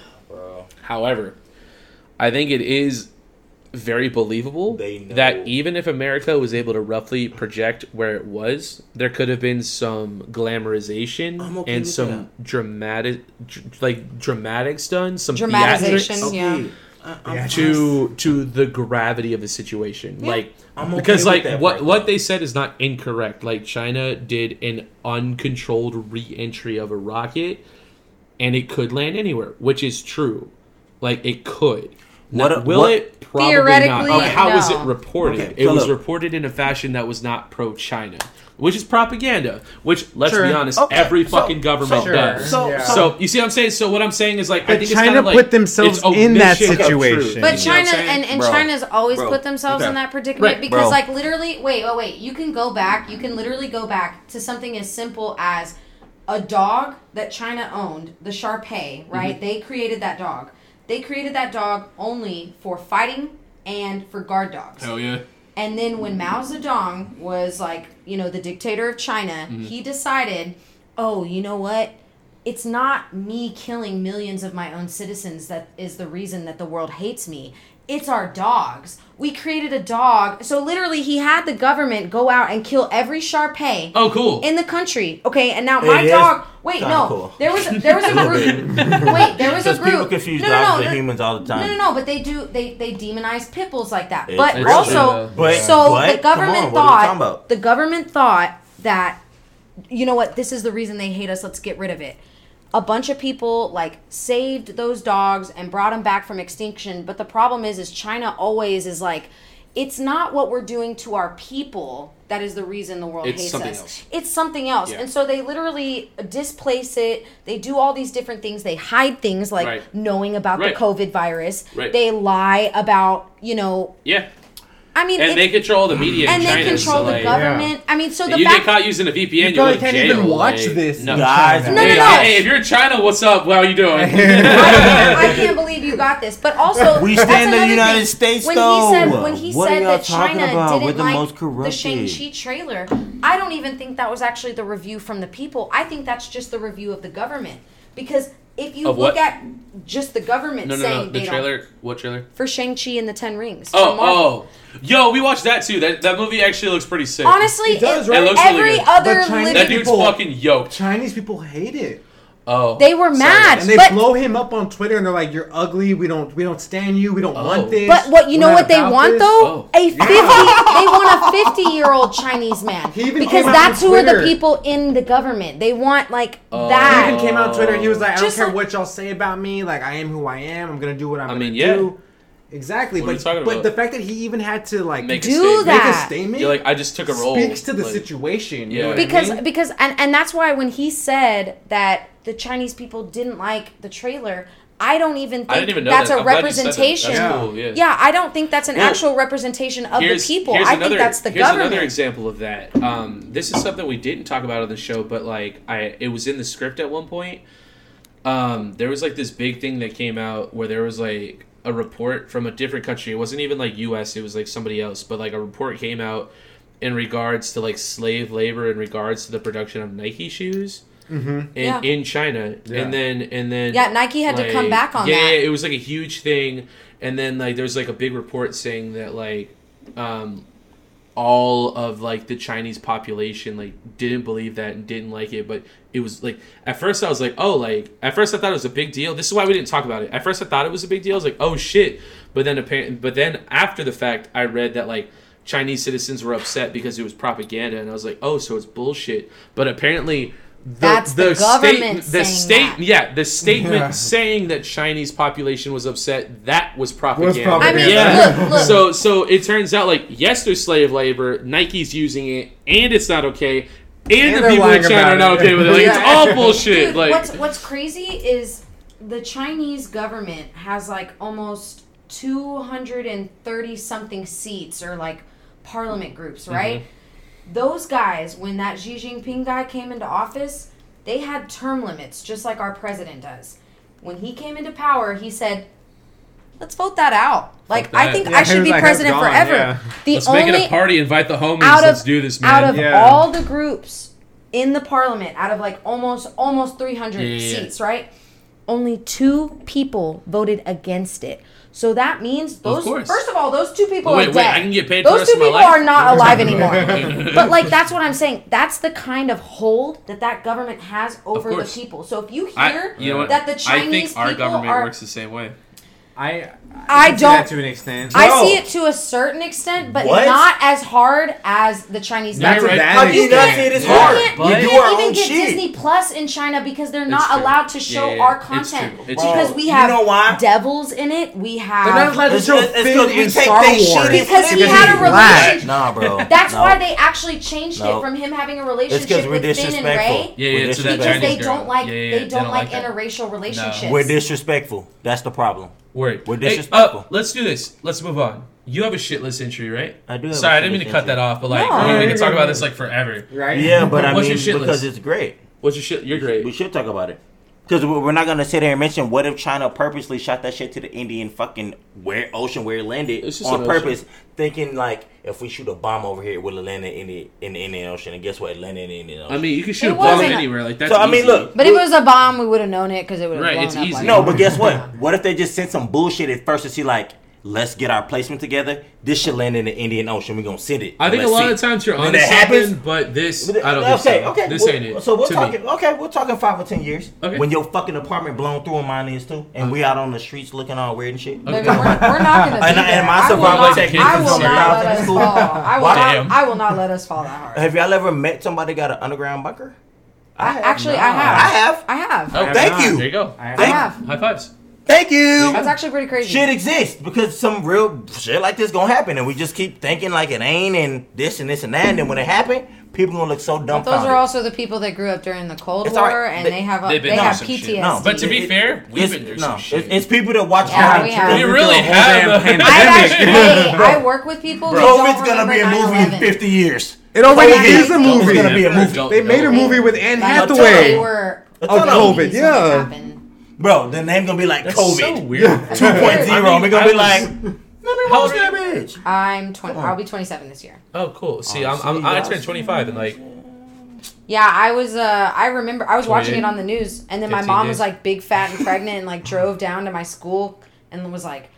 A: however, I think it is very believable
B: They know.
A: that even if America was able to roughly project where it was, there could have been some glamorization
B: I'm okay
A: and
B: with
A: some dramatic, dr- like dramatics done, some
C: Dramatization,
A: theatrics
C: yeah.
B: I- I'm
A: to to the gravity of the situation. Like
B: I'm okay
A: because
B: with
A: like
B: that
A: what
B: right
A: what they said is not incorrect. Like China did an uncontrolled re-entry of a rocket and it could land anywhere, which is true. Like it could.
B: What-
A: Now, will
B: what-
A: it probably
C: Theoretically,
A: not. But how was it
C: no.
A: reported?
B: Okay,
A: it
B: so
A: was
B: look.
A: reported in a fashion that was not pro China, which is propaganda, which let's
D: Sure.
A: be honest,
B: Okay,
A: every
B: so-
A: fucking government
D: Sure.
A: does.
B: So,
D: Yeah.
B: so,
A: So you see what I'm saying? So what I'm saying is like I
D: But
A: think
D: China
A: it's kinda like,
D: put themselves
A: it's
D: in that
A: omission of truth.
D: situation.
C: But
A: You know what I'm
C: China
A: saying?
C: and, and
B: Bro.
C: China's always
B: Bro.
C: put themselves
B: Okay.
C: in that predicament
A: Right.
C: because
B: Bro.
C: like literally wait, wait, wait, you can go back, you can literally go back to something as simple as a dog that China owned, the Shar
A: Mm-hmm.
C: Pei, right? They created that dog. They created that dog only for fighting and for guard dogs.
F: Hell yeah.
C: And then when Mao Zedong was like, you know, the dictator of China,
F: Mm-hmm.
C: he decided, oh, you know what? It's not me killing millions of my own citizens that is the reason that the world hates me. It's our dogs. We created a dog. So literally, he had the government go out and kill every Sharpei
F: Oh, cool.
C: in the country. Okay, and now my
B: is
C: dog. Wait,
B: kinda
C: no.
B: cool.
C: There was there was a group. wait, there was a
B: because
C: group.
B: people confuse
C: no, no,
B: dogs
C: no,
B: with
C: no,
B: humans all the
C: no,
B: time.
C: no, no, but they do. They they demonize pit bulls like that.
B: It's
C: but
B: true.
C: also,
B: But-
C: so
B: but,
C: the
B: come on,
C: government
B: what are we talking
C: thought
B: about?
C: the government thought that you know what this is the reason they hate us. Let's get rid of it. A bunch of people like saved those dogs and brought them back from extinction. But the problem is, is China always is like. It's not what we're doing to our people that is the reason the world
A: It's
C: hates
A: something
C: us.
A: else.
C: It's something else.
A: Yeah.
C: And so they literally displace it. They do all these different things. They hide things like
A: Right.
C: knowing about
A: Right.
C: the COVID virus.
A: Right.
C: They lie about, you know,
A: Yeah.
C: I mean,
A: and
C: it-
A: they control the media
C: and
A: in
C: they
A: China.
C: control
A: so
C: the
A: like,
C: government. I mean, so the
A: you get
C: fact
A: caught using a VPN, you,
D: You
A: go
D: probably
A: to
D: can't
A: jail,
D: even watch
A: like,
D: this.
A: No.
D: in
B: Guys,
D: China.
C: No,
A: Hey,
C: no, no.
A: hey, if you're in China, what's up? How are you doing?
C: I, I can't believe you got this. But also,
B: We
C: that's
B: stand the
C: another
B: United
C: thing.
B: States,
C: when
B: though.
C: He said, when he
B: What are
C: said
B: y'all
C: that
B: talking
C: China
B: about? We're
C: didn't
B: the
C: like
B: most corrupted.
C: the Shang-Chi trailer, I don't even think that was actually the review from the people. I think that's just the review of the government. Because if you
A: Of
C: look
A: what?
C: at just the government
A: no, no,
C: saying
A: no. The
C: they don't.
A: trailer. What trailer?
C: For Shang-Chi and the Ten Rings.
A: Oh,
C: from Marvel.
A: oh. Yo, we watched that too. That that movie actually looks pretty sick.
C: Honestly,
D: It does,
C: it-
D: right?
A: It looks really
C: every
A: good.
C: other
D: But China-
C: living
A: that dude's
D: people-
A: fucking yoked.
D: Chinese people hate it,
A: Oh,
C: They were
A: sorry.
C: mad.
D: and they
C: But-
D: blow him up on Twitter, and they're like, "You're ugly. We don't, we don't stand you. We don't
A: Oh.
D: want this."
C: But what you
D: We're
C: know
D: not
C: what they
D: about
C: want
D: this."
C: though?
A: Oh.
C: A fifty they want a fifty year old Chinese man.
D: He even
C: Because
D: came out
C: that's
D: on
C: who are the
D: Twitter.
C: people in the government. They want like
A: Oh.
D: He
C: that.
D: even came out on Twitter. He was like, "I
C: Just
D: don't care
C: like-
D: what y'all say about me. Like, I am who I am. I'm gonna do what I'm
A: I
D: gonna
A: mean, yeah.
D: do." Exactly,
A: What are you
D: but
A: talking
D: but
A: about?
D: the fact that he even had to like
A: Make
D: make
A: a
C: Do
A: statement.
C: that.
D: a statement
A: You're like, I just took a role.
D: speaks to the
A: Like,
D: situation.
A: Yeah.
D: You know what I
C: because
D: mean?
C: because and, and that's why when he said that the Chinese people didn't like the trailer, I don't even think
A: I didn't even know
C: that's
A: that.
C: a
A: I'm glad you said that.
C: representation.
A: That's
D: Yeah.
A: cool. Yeah.
C: Yeah, I don't think that's an
A: Well,
C: actual representation of the
A: Here's-
C: people.
A: here's
C: I
A: another-
C: think that's the
A: here's
C: government.
A: another example of that. Um, this is something we didn't talk about on the show, but like I, it was in the script at one point. Um, there was like this big thing that came out where there was like a report from a different country. It wasn't even like U.S. It was like somebody else, but like a report came out in regards to like slave labor in regards to the production of Nike shoes. Mm-hmm. In,
C: Yeah.
A: in China,
D: Yeah.
A: and then and then
C: Yeah, Nike had to come back on
A: yeah,
C: that.
A: Yeah, it was like a huge thing, and then like there's like a big report saying that like um, all of like the Chinese population like didn't believe that and didn't like it, but it was like at first I was like, oh, like at first I thought it was a big deal. This is why we didn't talk about it. At first I thought it was a big deal. I was like, oh shit, but then apparently, but then after the fact, I read that like. Chinese citizens were upset because it was propaganda, and I was like, "Oh, so it's bullshit." But apparently, the,
C: That's the government
A: state, the
C: saying
A: state,
C: that.
A: yeah, the statement
D: Yeah.
A: saying that Chinese population was upset that was propaganda.
C: I
D: propaganda.
C: mean,
A: yeah.
C: look, look.
A: So so it turns out like yes, there's slave labor. Nike's using it, and it's not okay. And,
D: And
A: the
D: they're
A: people in
D: lying
A: China
D: about
A: are not
D: it.
A: okay with it. Like it's
D: Yeah.
A: all bullshit.
C: Dude,
A: like
C: what's what's crazy is the Chinese government has like almost 230 something seats or like parliament groups,
A: Mm-hmm.
C: right? Those guys when that Xi Jinping guy came into office, they had term limits just like our president does. When he came into power, he said Let's vote that out. Like I
A: that.
C: think
D: Yeah,
C: I
D: he
C: should
D: was
C: be
D: like, "I'm
C: president
D: gone,"
C: forever.
D: yeah.
C: The
A: let's
C: only
A: make it a party. Invite the homies.
C: out of
A: let's do this, man.
C: out of
D: Yeah.
C: all the groups in the parliament out of like almost almost 300
A: Yeah, yeah, yeah.
C: seats right only two people voted against it so that means those
A: course.
C: first of all those two people
A: Wait,
C: are
A: wait,
C: dead
A: I can get paid for the
C: those
A: rest of
C: two
A: my
C: people
A: life?
C: are not alive anymore but like that's what i'm saying that's the kind of hold that that government has over the
A: course.
C: people so if you
A: I,
C: hear
A: you know what?
C: that the
A: I
C: chinese
A: think our
C: people
A: government
C: are
A: works the same way.
D: I I,
C: I
D: can see that
C: don't-
D: to an extent.
C: I
B: No.
C: see it to a certain extent, but
B: What?
C: not as hard as the Chinese
A: Not
C: government.
A: to that
B: How do you not
C: can't-
B: see it as
C: you
B: hard?
C: can't-
A: but-
C: you
B: do
C: can't
B: our
C: even
B: own
C: get
B: shit.
C: Disney Plus in China because they're not
A: true.
C: allowed to
A: Yeah,
C: show
A: yeah, yeah.
C: our
A: It's
C: content
A: true. It's
C: because
B: true.
C: we
B: You
C: have
B: know why?
C: devils in it. We
D: They're not
C: have
D: allowed to
B: It's-
D: show
B: it's 'cause
D: Finn
B: we
D: in
B: take
D: Star
B: they shit
D: Wars
B: and
C: because he
B: Because
C: had a
B: he's black.
C: relationship.
B: Nah, bro.
C: That's
B: No.
C: why they actually changed
B: No.
C: it from him having a
B: It's because
C: relationship
B: we're
C: with Finn and Ray
B: disrespectful.
A: Yeah, yeah,
B: We're
A: to that
C: because
A: Chinese
C: they
A: girl.
C: don't like
A: Yeah, yeah,
C: they,
A: yeah,
C: don't
A: they don't like
C: like,
A: that.
C: interracial relationships.
B: We're disrespectful. That's the problem.
A: Word.
B: We're
A: Hey,
B: disrespectful.
A: uh, let's do this. Let's move on. You have a shitless entry, right?
B: I do have
A: Sorry,
B: a
A: I didn't mean to
B: shitless
A: cut
B: entry.
A: that off, but like
C: No.
A: I mean, we
D: Yeah,
A: can
D: yeah,
A: talk about
D: yeah.
A: this like forever.
D: right?
B: Yeah, but I
A: What's
B: mean,
A: your shit
B: because
A: list?
B: it's great.
A: What's your shit? You're great.
B: We should talk about it. Because we're not going to sit here and mention what if China purposely shot that shit to the Indian fucking where ocean where it landed
A: It's just
B: on
A: an ocean.
B: purpose, thinking like if we shoot a bomb over here, it will land in the, in the Indian Ocean. And guess what? It landed in the Indian Ocean.
A: I mean, you can shoot a
C: It
A: bomb
C: wasn't-
A: anywhere. Like that's
B: so, I mean,
A: easy.
B: look.
C: But if it was a bomb, we would have known it because it would have
A: Right,
C: blown
A: it's
C: up.
A: easy.
C: Like,
B: No, but guess what? What if they just sent some bullshit at first to see like, let's get our placement together. This should land in the Indian Ocean. We're gonna send it.
A: I think a
B: Let's
A: lot
B: see.
A: of times you're
B: And
A: on
B: then it happens.
A: something, but this I don't think
B: okay,
A: so.
B: okay.
A: This
B: we'll-
A: ain't it.
B: So we're
A: to me.
B: talking. Okay, we're talking five or ten years.
A: Okay.
B: When your fucking apartment blown through and mine is too, and we out on the streets looking all weird and shit.
C: No, no, we're, we're not going to do
B: And-
C: that.
B: and my
C: I will
B: survival
C: not,
B: tech
C: I
B: is
C: will not let us
B: survival.
C: fall. I will,
A: Damn.
C: not, I will not let us fall that hard.
B: Have y'all ever met somebody got an underground bunker?
C: I, actually, I
D: not.
C: have.
B: I have.
C: I have.
A: Oh,
B: Thank
D: not.
B: you.
A: There you go.
D: I
C: I
B: Thank-
C: have.
A: High fives.
B: Thank you.
C: That's actually pretty crazy.
B: Shit exists because some real shit like this gonna happen, and we just keep thinking like it ain't, and this and this and that, and then when it happen, people gonna look so
C: But
B: dumbfounded.
C: those are also the people that grew up during the Cold
B: It's all
C: War,
B: right.
C: and
B: They-
C: they, have a,
F: they've
C: they
F: been through
C: have
F: some
C: PTSD.
F: shit. No, But to be fair, we've
B: It's-
F: been through
B: no,
F: some shit.
B: It's, it's people that watch
C: Yeah,
B: crime
C: we
B: TV.
C: have.
F: We really
D: Through a whole
F: have.
D: damn
F: though.
C: I've actually,
D: pandemic.
C: hey, I work with people. who
B: Bro,
C: don't
B: it's gonna be a
C: remember
B: movie in
C: 9/11.
B: 50 years.
D: It already is a
C: It's
B: It's gonna
D: movie.
B: be a
F: Never
B: movie.
F: don't
D: They made a
F: know.
D: movie with
C: Like,
D: Anne
C: They
D: Hathaway.
C: were
B: It's gonna-
D: Oh,
C: babies
D: COVID,
C: when it
D: yeah.
C: happened.
B: Bro, the name gonna be like
F: That's so
B: COVID
F: weird.
B: 2.0.
F: I mean,
B: We're gonna be
F: I
B: like,
F: was-
B: how old that bitch?
C: I'm 20. I'll be 27 this year.
F: Oh, cool. See,
B: Oh,
F: I'm, I'm,
B: see,
F: I
B: y'all
F: turned
B: see.
F: 25 and like,
C: Yeah, I was. Uh, I remember I was watching
F: 28.
C: it on the news, and then my
F: 15
C: mom was
F: days.
C: like big, fat, and pregnant, and like drove down to my school and was like,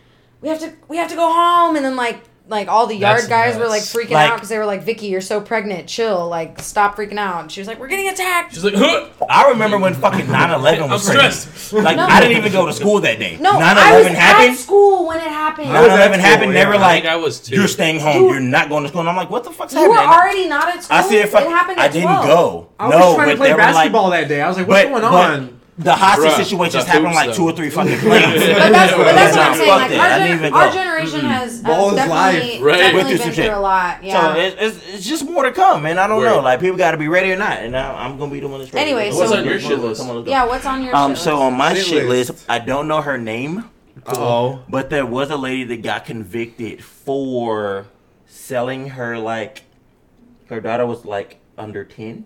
C: "We have to, we have to go home." And then like, like all the yard
F: That's
C: guys were like
F: nuts.
C: freaking
B: Like-
C: out because they were like, "Vicky, you're so pregnant. Chill. Like, stop freaking out." And she was like, "We're getting attacked."
F: she's like, huh!
B: I remember when fucking 9/11
F: I'm
B: was crazy.
F: stressed.
B: Like
C: No.
B: I didn't even go to school that day.
C: No,
B: 9/11
C: I was at
B: happened.
C: school when it happened.
D: I was at
B: 9/11
D: school,
B: happened. They
D: yeah.
B: were
F: I think
B: like,
F: I was too.
B: "You're staying home.
C: Dude.
B: You're not going to school." And I'm like, "What the fuck's
C: you were
B: happening?"
C: already not at school.
B: I said, "Fuck."
C: it happened
B: I
C: at
B: didn't
C: 12.
B: go.
D: I was
B: no,
D: trying to
B: but
D: play
B: they were like,
D: basketball that day. I was like, what's
B: but,
D: going
B: but
D: on?
B: the hostage
A: Bruh,
B: situations
A: the
B: happened
A: hoops,
B: like
A: though.
B: two or three fucking planes.
C: But that's, but that's what I'm
B: Fuck
C: saying. Like,
B: that. I didn't
C: our,
B: even
C: gen- our
B: go.
C: generation has, has
D: Ball is
C: definitely,
D: live.
A: Mm-hmm. Right.
B: Went
C: definitely
B: through some
C: been through
B: shit.
C: a lot.
B: So
C: Yeah.
B: it's, it's, it's just more to come, and I don't
A: Word.
B: know. Like people got to be ready or not, and I, I'm gonna be the one that's ready.
C: Anyway,
B: Come
C: so- What's
B: on,
A: on your
B: come
A: shit
B: on,
A: list?
B: come on, let's go.
C: yeah. What's on your
B: Um,
C: shit
B: so
C: list?
B: on my
D: Shit
B: shit
D: list.
B: list, I don't know her name,
D: Oh.
B: but there was a lady that got convicted for selling her like her daughter was like under ten.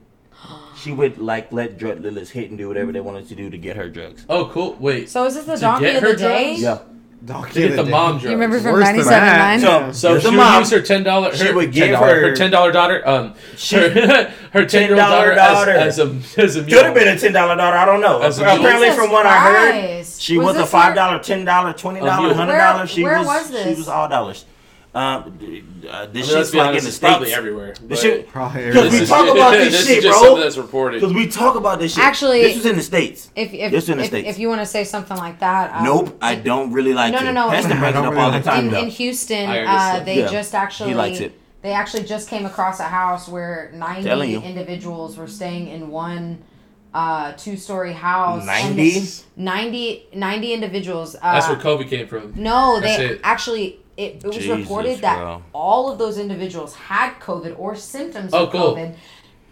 B: She would like let drug dealers hit and do whatever they wanted to do to get her drugs.
A: Oh, cool. Wait.
C: So is this the
A: To
C: donkey
A: get
C: of the
A: her
C: day?
A: drugs?
B: Yeah.
D: Donkey
A: To get
D: of
A: the
D: Day.
A: mom drugs.
C: You remember from
D: Worse than that.
A: So
B: So,
C: 97.9?
B: so
A: she
B: the
A: would
B: mom,
A: use her ten dollar.
B: she
A: Her,
B: would give
A: $10 her
B: her-
A: ten dollar daughter. Um,
B: She-
A: her her ten year old daughter,
B: $10 daughter.
A: as, as a as a mule.
B: could have been a ten dollar daughter. I don't know.
A: That's a
B: Apparently,
C: joke.
B: from what I heard,
C: Jesus
B: she
C: Christ.
B: was,
C: Was
B: a
C: this Uh-huh.
B: five dollar, ten dollar, twenty dollar,
A: Where-
B: hundred dollar. She
C: where
B: was,
C: was
B: she
C: this?
B: was all dollars. Um, d- uh,
A: I
B: this
A: mean, let's
B: shit's
A: be
B: like
A: honest,
B: in the
A: it's probably
B: states.
A: everywhere.
B: The
A: but-
B: shit,
D: Probably
B: because we
D: everywhere.
B: talk about
A: This
B: this
A: is
B: shit,
A: just something
B: bro.
A: that's reported.
B: Because we talk about this shit.
C: Actually-
B: this was in the states.
C: If if
B: This in the
C: if,
B: States.
C: if you want to say something like that, um,
B: Nope, I don't really like
C: No,
B: it.
C: no, no.
B: Pastor
C: I
B: brings it
D: don't
B: up
D: really
B: all the
D: like
B: time
C: in,
B: though.
C: in
A: I
C: Houston,
A: already
C: uh,
A: said-
C: they
B: Yeah.
C: just actually
B: He likes it.
C: they actually just came across a house where
B: Telling
C: ninety
B: you.
C: individuals were staying in one uh, two story house. and
B: 90?
C: 90, 90 individuals. Uh,
A: That's where
B: Ah.
A: COVID came from.
C: No,
A: That's
C: they
A: it.
C: actually it, it was
B: Jesus,
C: reported that
B: bro.
C: all of those individuals had COVID or symptoms
A: Oh,
C: of
A: cool.
C: COVID,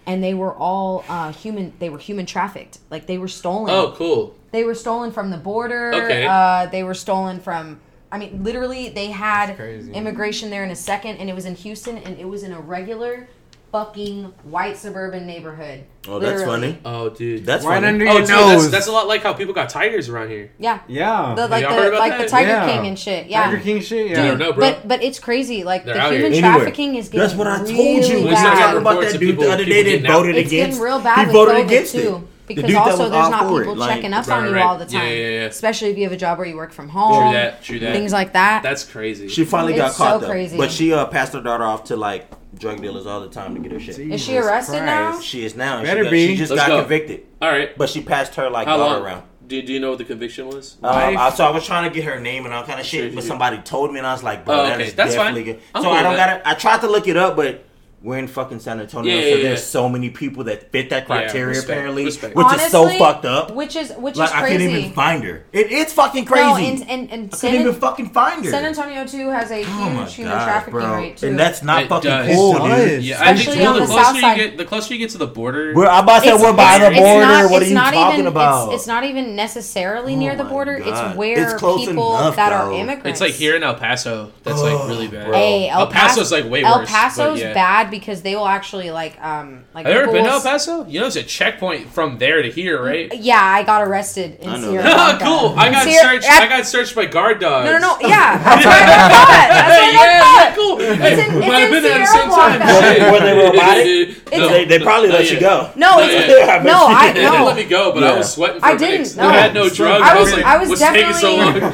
C: and they were all uh, human. They were human trafficked. Like they were stolen.
A: Oh, cool.
C: They were stolen from the border.
A: Okay.
C: Uh, they were stolen from. I mean, literally, they had
D: crazy.
C: immigration there in a second, and it was in Houston, and it was in a regular fucking white suburban neighborhood.
B: Oh, that's
C: Literally.
B: funny.
A: Oh, dude.
B: That's
D: Right
B: funny.
D: under
A: oh,
D: your
A: dude,
D: nose.
A: that's, that's a lot like how people got tigers around here.
C: Yeah.
D: yeah.
C: The, like
A: y'all heard
C: the
A: about
C: like the
A: that?
C: Tiger
D: Yeah.
C: King and shit. Yeah.
D: Tiger King shit.
A: I
D: Yeah.
A: don't know, bro.
C: But but it's crazy. Like
A: They're
C: the
A: out
C: human
A: here.
B: Anywhere.
C: trafficking is getting
B: That's what I told
C: really
B: you. We
A: It's not
C: bad.
A: got
B: talked about
A: reports
B: that
A: of
B: dude
A: people-
B: the other
A: people
B: day that
A: getting out.
B: voted
C: It's
B: against.
C: getting real bad
B: he
C: with
B: voted
C: COVID
B: against
C: too.
B: it.
C: Because
B: dude that
C: also
B: was
C: there's
B: all
C: not
B: for it,
C: people
B: like-
C: checking up
A: Right,
C: on you
A: right.
C: all the
A: Yeah,
C: time.
A: yeah, yeah.
C: Especially if you have a job where you work from home.
A: True that. True that.
C: Things like that.
A: That's crazy.
B: She finally got
C: It's so
B: caught though.
C: crazy.
B: But she uh, passed her daughter off to like drug dealers all the time to get her shit.
C: Is she arrested now?
D: Jesus Christ.
B: She is now. and
D: Better
B: she, got,
D: be.
B: she just
A: Let's
B: got
A: go.
B: convicted,
A: All right.
B: but she passed her like
A: How
B: daughter
A: long?
B: around.
A: Do, do you know what the conviction was?
B: Um,
D: Life.
B: I, so I was trying to get her name and all kind of
A: Sure,
B: shit,
A: you
B: but
A: do.
B: somebody told me, and I was like, "Bro,
A: Oh,
B: that
A: okay.
B: is
A: That's
B: definitely
A: fine.
B: good."
A: I'm
B: so
A: cool
B: I don't
A: with that.
B: got to I tried to look it up, but we're in fucking San Antonio,
A: Yeah,
B: so
A: yeah, yeah.
B: there's so many people that fit that criteria
A: respect,
B: apparently,
A: respect.
B: which is so
C: Honestly,
B: fucked up.
C: Which is which
B: like
C: is
B: I
C: crazy.
B: couldn't even find her. It, it's fucking crazy.
C: No, and and, and
B: I
C: San,
B: couldn't even fucking find her.
C: San Antonio too has a huge
B: oh my
C: human
B: god,
C: trafficking
B: bro!
C: rate too.
B: And that's not
A: It
B: fucking
A: does.
B: cool,
D: It
B: dude.
D: does.
A: yeah, I think
C: Especially
A: well, the,
C: on the south
A: closer you
C: side.
A: get, the closer you get to the border.
B: We're I'm about to say we're by the
C: it's
B: border.
C: not-
B: what are
C: it's
B: you
C: not
B: talking
C: even,
B: about? Oh
C: It's, it's not even necessarily near the
B: my
C: border.
B: God.
C: It's where
B: It's close
C: people
B: enough,
C: that
B: though.
C: are
B: It's
C: immigrants.
A: It's like here in El Paso. That's like really bad.
C: Hey, El,
A: El Paso's, like, way
C: El
A: worse, but
C: Paso's
A: yeah.
C: bad because they will actually like um like.
A: Have you ever
C: people
A: been to
C: will
A: El
C: s-
A: Paso? You know, it's a checkpoint from there to here, right?
C: Yeah, I got arrested in
B: I know
C: Sierra.
A: Ah,
C: Blanca.
A: cool. I
C: In
A: got
C: Sierra-
A: searched.
C: I-
A: I got searched by guard dogs.
C: No, no, no. Yeah, that's what I thought. That's
A: Hey,
C: what I
A: yeah,
C: thought.
A: cool. Hey,
C: in- it's
A: might have
C: in
A: been there at the
C: Sierra
A: same time.
C: Blanca.
B: Were they- were they robotic?
A: No,
B: they, they probably
A: not
B: let you
A: yet.
B: go.
C: No,
A: Oh, Yeah,
C: it's,
B: yeah, I bet
C: no,
B: she
C: I
B: did.
A: They
C: no.
A: let me go, but
B: Yeah.
A: I was sweating for
C: I
A: minutes.
C: didn't, no.
A: I had no drugs.
C: I
A: I was
C: was-
A: like,
C: I was
A: what's taking so
C: definitely-
A: long?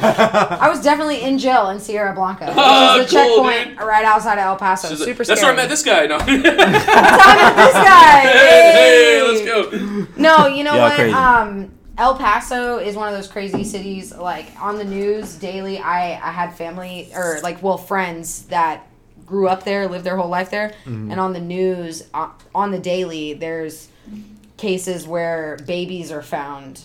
C: I was definitely in jail in Sierra Blanca, which
A: Ah,
C: is the
A: cool,
C: checkpoint
A: dude.
C: right outside of El Paso.
A: She's like,
C: Super
A: That's where
C: scary.
A: I met this guy. No. hey,
C: That's how I met this guy.
A: hey,
C: Hey.
A: let's go.
C: No, you know
B: Y'all
C: what?
B: crazy.
C: Um, El Paso is one of those crazy cities. Like on the news daily, I I had family or like well friends that grew up there, lived their whole life there,
A: Mm-hmm.
C: and on the news on, on the daily, there's cases where babies are found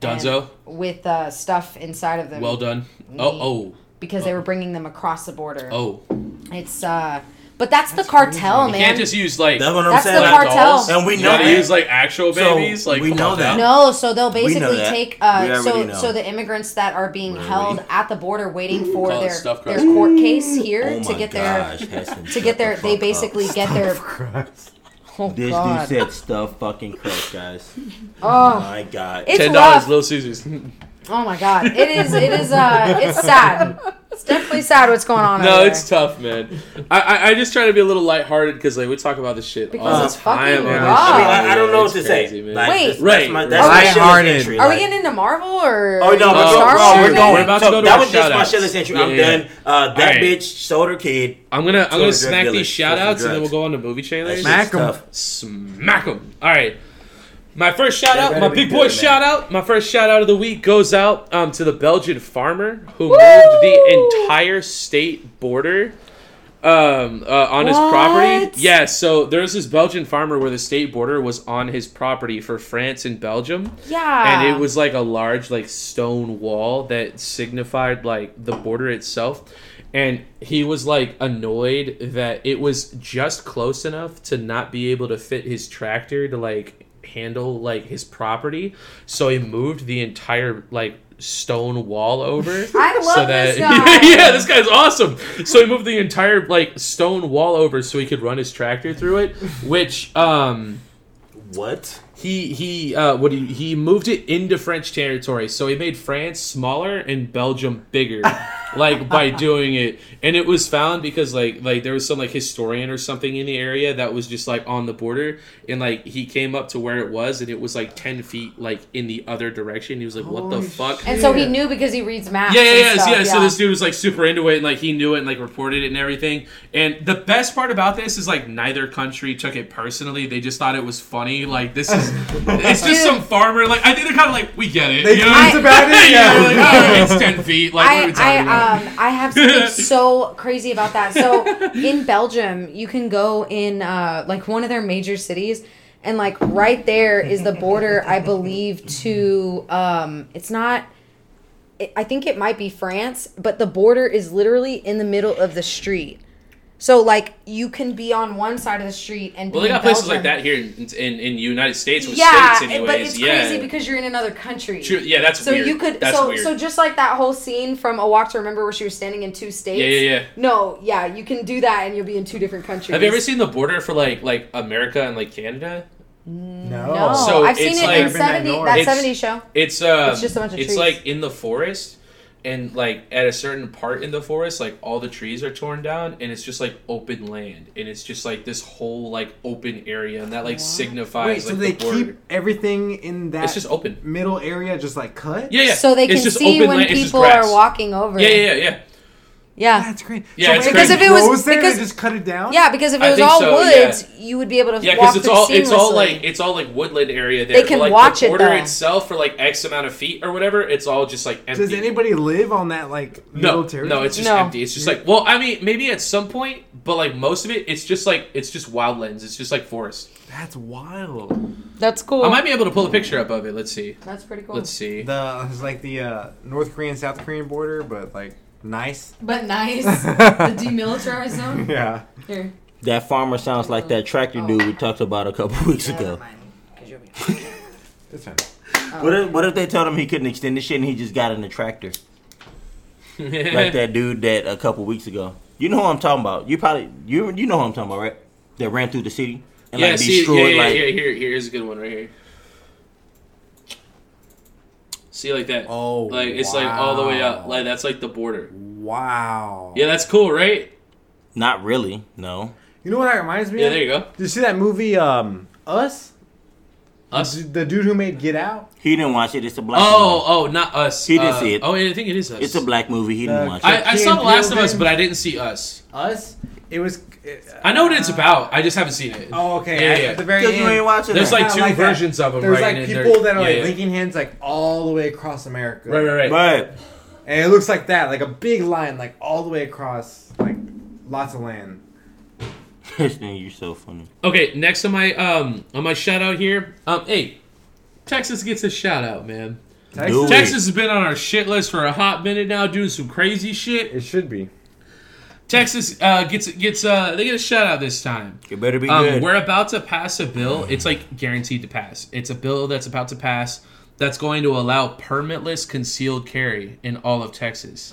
A: Dunzo.
C: and- with uh, stuff inside of them.
A: Well done. Oh,
C: Because they were bringing them across the border.
A: oh, oh.
C: It's uh, but that's, the cartel, man.
A: Can't just use like.
B: That's what I'm
C: That's
B: saying.
C: the
B: like,
C: cartel.
A: dolls.
B: And we
A: You
B: know
A: gotta
B: that.
A: use like actual
B: So,
A: babies. like
B: we
A: come
B: know
A: on
B: that.
A: now.
C: No, so they'll basically
B: that.
C: take
B: We
C: uh,
B: already
C: so
B: know.
C: so the immigrants that are being
B: Really?
C: held at the border waiting for
A: Call it
C: their
A: stuffed
C: their
A: crust.
C: court case here
B: Oh
C: to
B: my
C: get
B: gosh,
C: their
B: Heston,
C: to
B: shut
C: get their
B: the
C: they
B: fuck
C: basically
B: up.
C: get their
D: Christ.
C: oh
B: This
C: god
B: dude said stuff fucking crust, guys.
C: oh
B: My God.
C: It's
A: Ten
C: rough.
A: dollars, Little Caesars.
C: Oh my god. It is it is uh it's sad. It's definitely sad what's going on.
A: No,
C: over
A: it's tough, man. I, I I just try to be a little lighthearted because like we talk about this shit
C: Because
A: all the
C: it's
A: time.
C: fucking
A: on this
C: raw.
A: show.
B: I mean, I, I don't know what
A: It's
B: to
A: crazy,
B: say.
A: man.
B: Like,
C: Wait.
B: that's- that's my, that's my
D: Right. Lighthearted.
B: shitless entry.
C: there. Are we
B: like-
C: getting into Marvel or
B: Oh no,
A: Uh,
B: we're, going,
C: Star
B: oh,
C: Wars?
B: we're going.
A: We're about to
B: so
A: go to
B: that
A: our
B: was just my
A: shout-outs.
B: shitless entry. I'm
A: Yeah, yeah.
B: done. Uh, that
A: Alright.
B: bitch, Soda Kid.
A: I'm gonna I'm
B: Totally
A: gonna
B: drug
A: snack
B: dealers,
A: these shout outs and then we'll
B: drugs.
A: go on to movie trailers.
D: Smack 'em.
A: Smack them. All right. My first shout out, my
B: better be
A: big
B: good,
A: boy
B: man.
A: shout out, my first shout out of the week goes out um, to the Belgian farmer who moved the entire state border um, uh, on his property.
C: What?
A: Yeah, so there's this Belgian farmer where the state border was on his property for France and Belgium.
C: Yeah.
A: And it was like a large like stone wall that signified like the border itself. And he was like annoyed that it was just close enough to not be able to fit his tractor to like handle like his property. So he moved the entire like stone wall over.
C: I love this guy.
A: yeah, this guy's awesome. So he moved the entire like stone wall over so he could run his tractor through it, which um
B: What?
A: he he uh what he he moved it into French territory, so he made France smaller and Belgium bigger, like by doing it. And it was found because like like there was some like historian or something in the area that was just like on the border, and like he came up to where it was, and it was like ten feet like in the other direction. He was like, "What the
D: Holy
A: fuck?"
C: and so he knew because he reads maps.
A: Yeah, yeah,
C: and
A: yeah,
C: stuff,
A: yeah. So this dude was like super into it, and like he knew it, and like reported it and everything. And the best part about this is like neither country took it personally. They just thought it was funny. Like this is, it's just some farmer. Like I think they're kind of like, we get it.
D: They
A: you know?
D: tweet about
A: yeah,
D: it, yeah.
A: they're like, oh, it's ten feet. Like what are
C: I,
A: we talking about?
C: I um I have something so crazy about that. So in Belgium, you can go in uh like one of their major cities and like right there is the border, I believe, to um it's not it, I think it might be France, but the border is literally in the middle of the street. So like you can be on one side of the street and be
A: well, they got
C: in
A: places like that
C: Belgium.
A: here in in, in United States with
C: Yeah,
A: states, anyways.
C: but it's
A: yeah.
C: crazy because you're in another country.
A: True. Yeah, that's
C: So
A: weird.
C: you could
A: That's
C: so
A: weird.
C: so just like that whole scene from A Walk to Remember where she was standing in two states.
A: Yeah, yeah, yeah.
C: No, yeah, you can do that and you'll be in two different countries.
A: have you ever seen the border for like like America and like Canada?
D: No.
C: No,
A: So
C: I've seen
A: it's
C: it
A: like-
C: in
A: Urban
C: seventy
D: Minority.
C: that
A: It's-
C: seventy show.
A: It's um,
C: It's just a bunch of
A: it's
C: trees.
A: like in the forest, and like at a certain part in the forest, like all the trees are torn down, and it's just like open land, and it's just like this whole like open area, and that like signifies
D: Wait, so
A: like
D: they
A: the border.
D: keep everything in that
A: It's just open.
D: middle area just like cut?
A: Yeah, yeah.
C: So they
A: it's
C: can
A: just
C: see
A: open
C: when
A: land, it's just
C: people
A: grass.
C: are walking over.
A: Yeah, yeah, yeah, yeah.
C: Yeah.
D: That's great.
A: Yeah, it's
D: so
A: Because
C: if it was-
D: grows there,
C: because-
D: they just cut it down?
C: Yeah, because if it
A: I
C: was
A: think
C: all
A: so, yeah.
C: woods, you would be able to
A: Yeah,
C: walk
A: because it's
C: through
A: all
C: seamlessly.
A: it's all like it's all like woodland area there.
C: They
A: but,
C: can
A: like,
C: watch
A: the
C: it,
A: border
C: though.
A: itself for like X amount of feet or whatever. It's all just like empty.
D: Does anybody live on that like
A: No,
D: middle territory?
A: no, it's just
C: No.
A: empty. It's just like, well, I mean, maybe at some point, but like most of it, it's just like it's just wildlands. It's just like forest.
D: That's wild.
C: That's cool.
A: I might be able to pull a picture up of it. Let's see.
C: That's pretty cool.
A: Let's see.
D: The it's like the uh, North Korean South Korean border, but like nice.
C: But nice. the demilitarized zone.
D: Yeah.
C: Here.
B: That farmer sounds like that tractor dude we talked about a couple weeks ago.
D: It's fine.
B: What if, what if they told him he couldn't extend the shit and he just got in the tractor?
A: Eh.
B: Like that dude that a couple weeks ago. You know who I'm talking about. You probably you you know who I'm taling about, right? That ran through the city and
A: yeah,
B: like
A: see, yeah,
B: destroyed
A: yeah,
B: like
A: yeah, here, here's a good one right here. See, like that.
D: Oh,
A: like it's like all the way up.
D: wow.
A: Like that's like the border.
D: Wow.
A: Yeah, that's cool, right?
B: not really, no.
D: You know what that reminds me?
A: Yeah,
D: of?
A: there you go.
D: Did you see that movie um Us?
A: Us.
D: The the dude who made Get Out.
B: He didn't watch it, it's a black
A: Oh,
B: movie.
A: oh, not us.
B: He didn't
A: Uh,
B: see it.
A: Oh, yeah, I think it is us.
B: It's a black movie, he
D: Uh,
B: didn't watch it.
A: I, I saw The
D: Key and
A: Last of Us,
D: Peele
A: but I didn't see us.
D: Us. It was. uh,
A: I know what it's
B: Uh,
A: about. I just haven't seen it.
D: Oh, okay.
A: Yeah,
D: At-
A: yeah.
D: At the very
B: Because you ain't
D: end.
B: watching
A: There's
B: it.
A: like
D: Kinda
A: two
D: like that.
A: versions of them.
D: There's
A: right?
D: like
A: and they're-
D: people that are
A: yeah,
D: like
A: yeah.
D: linking hands like all the way across America.
A: Right, right, right.
B: Right.
D: And it looks like that, like a big line, like all the way across, like lots of land.
B: Kristen, you're so funny.
A: Okay, next on my um on my shout out here, um hey, Texas gets a shout out, man.
B: Do it.
A: Texas has been on our shit list for a hot minute now, doing some crazy shit.
D: It should be.
A: Texas uh, gets gets uh, they get a shout out this time.
B: It better be
A: Um,
B: good.
A: we're about to pass a bill. It's like guaranteed to pass. It's a bill that's about to pass that's going to allow permitless concealed carry in all of Texas.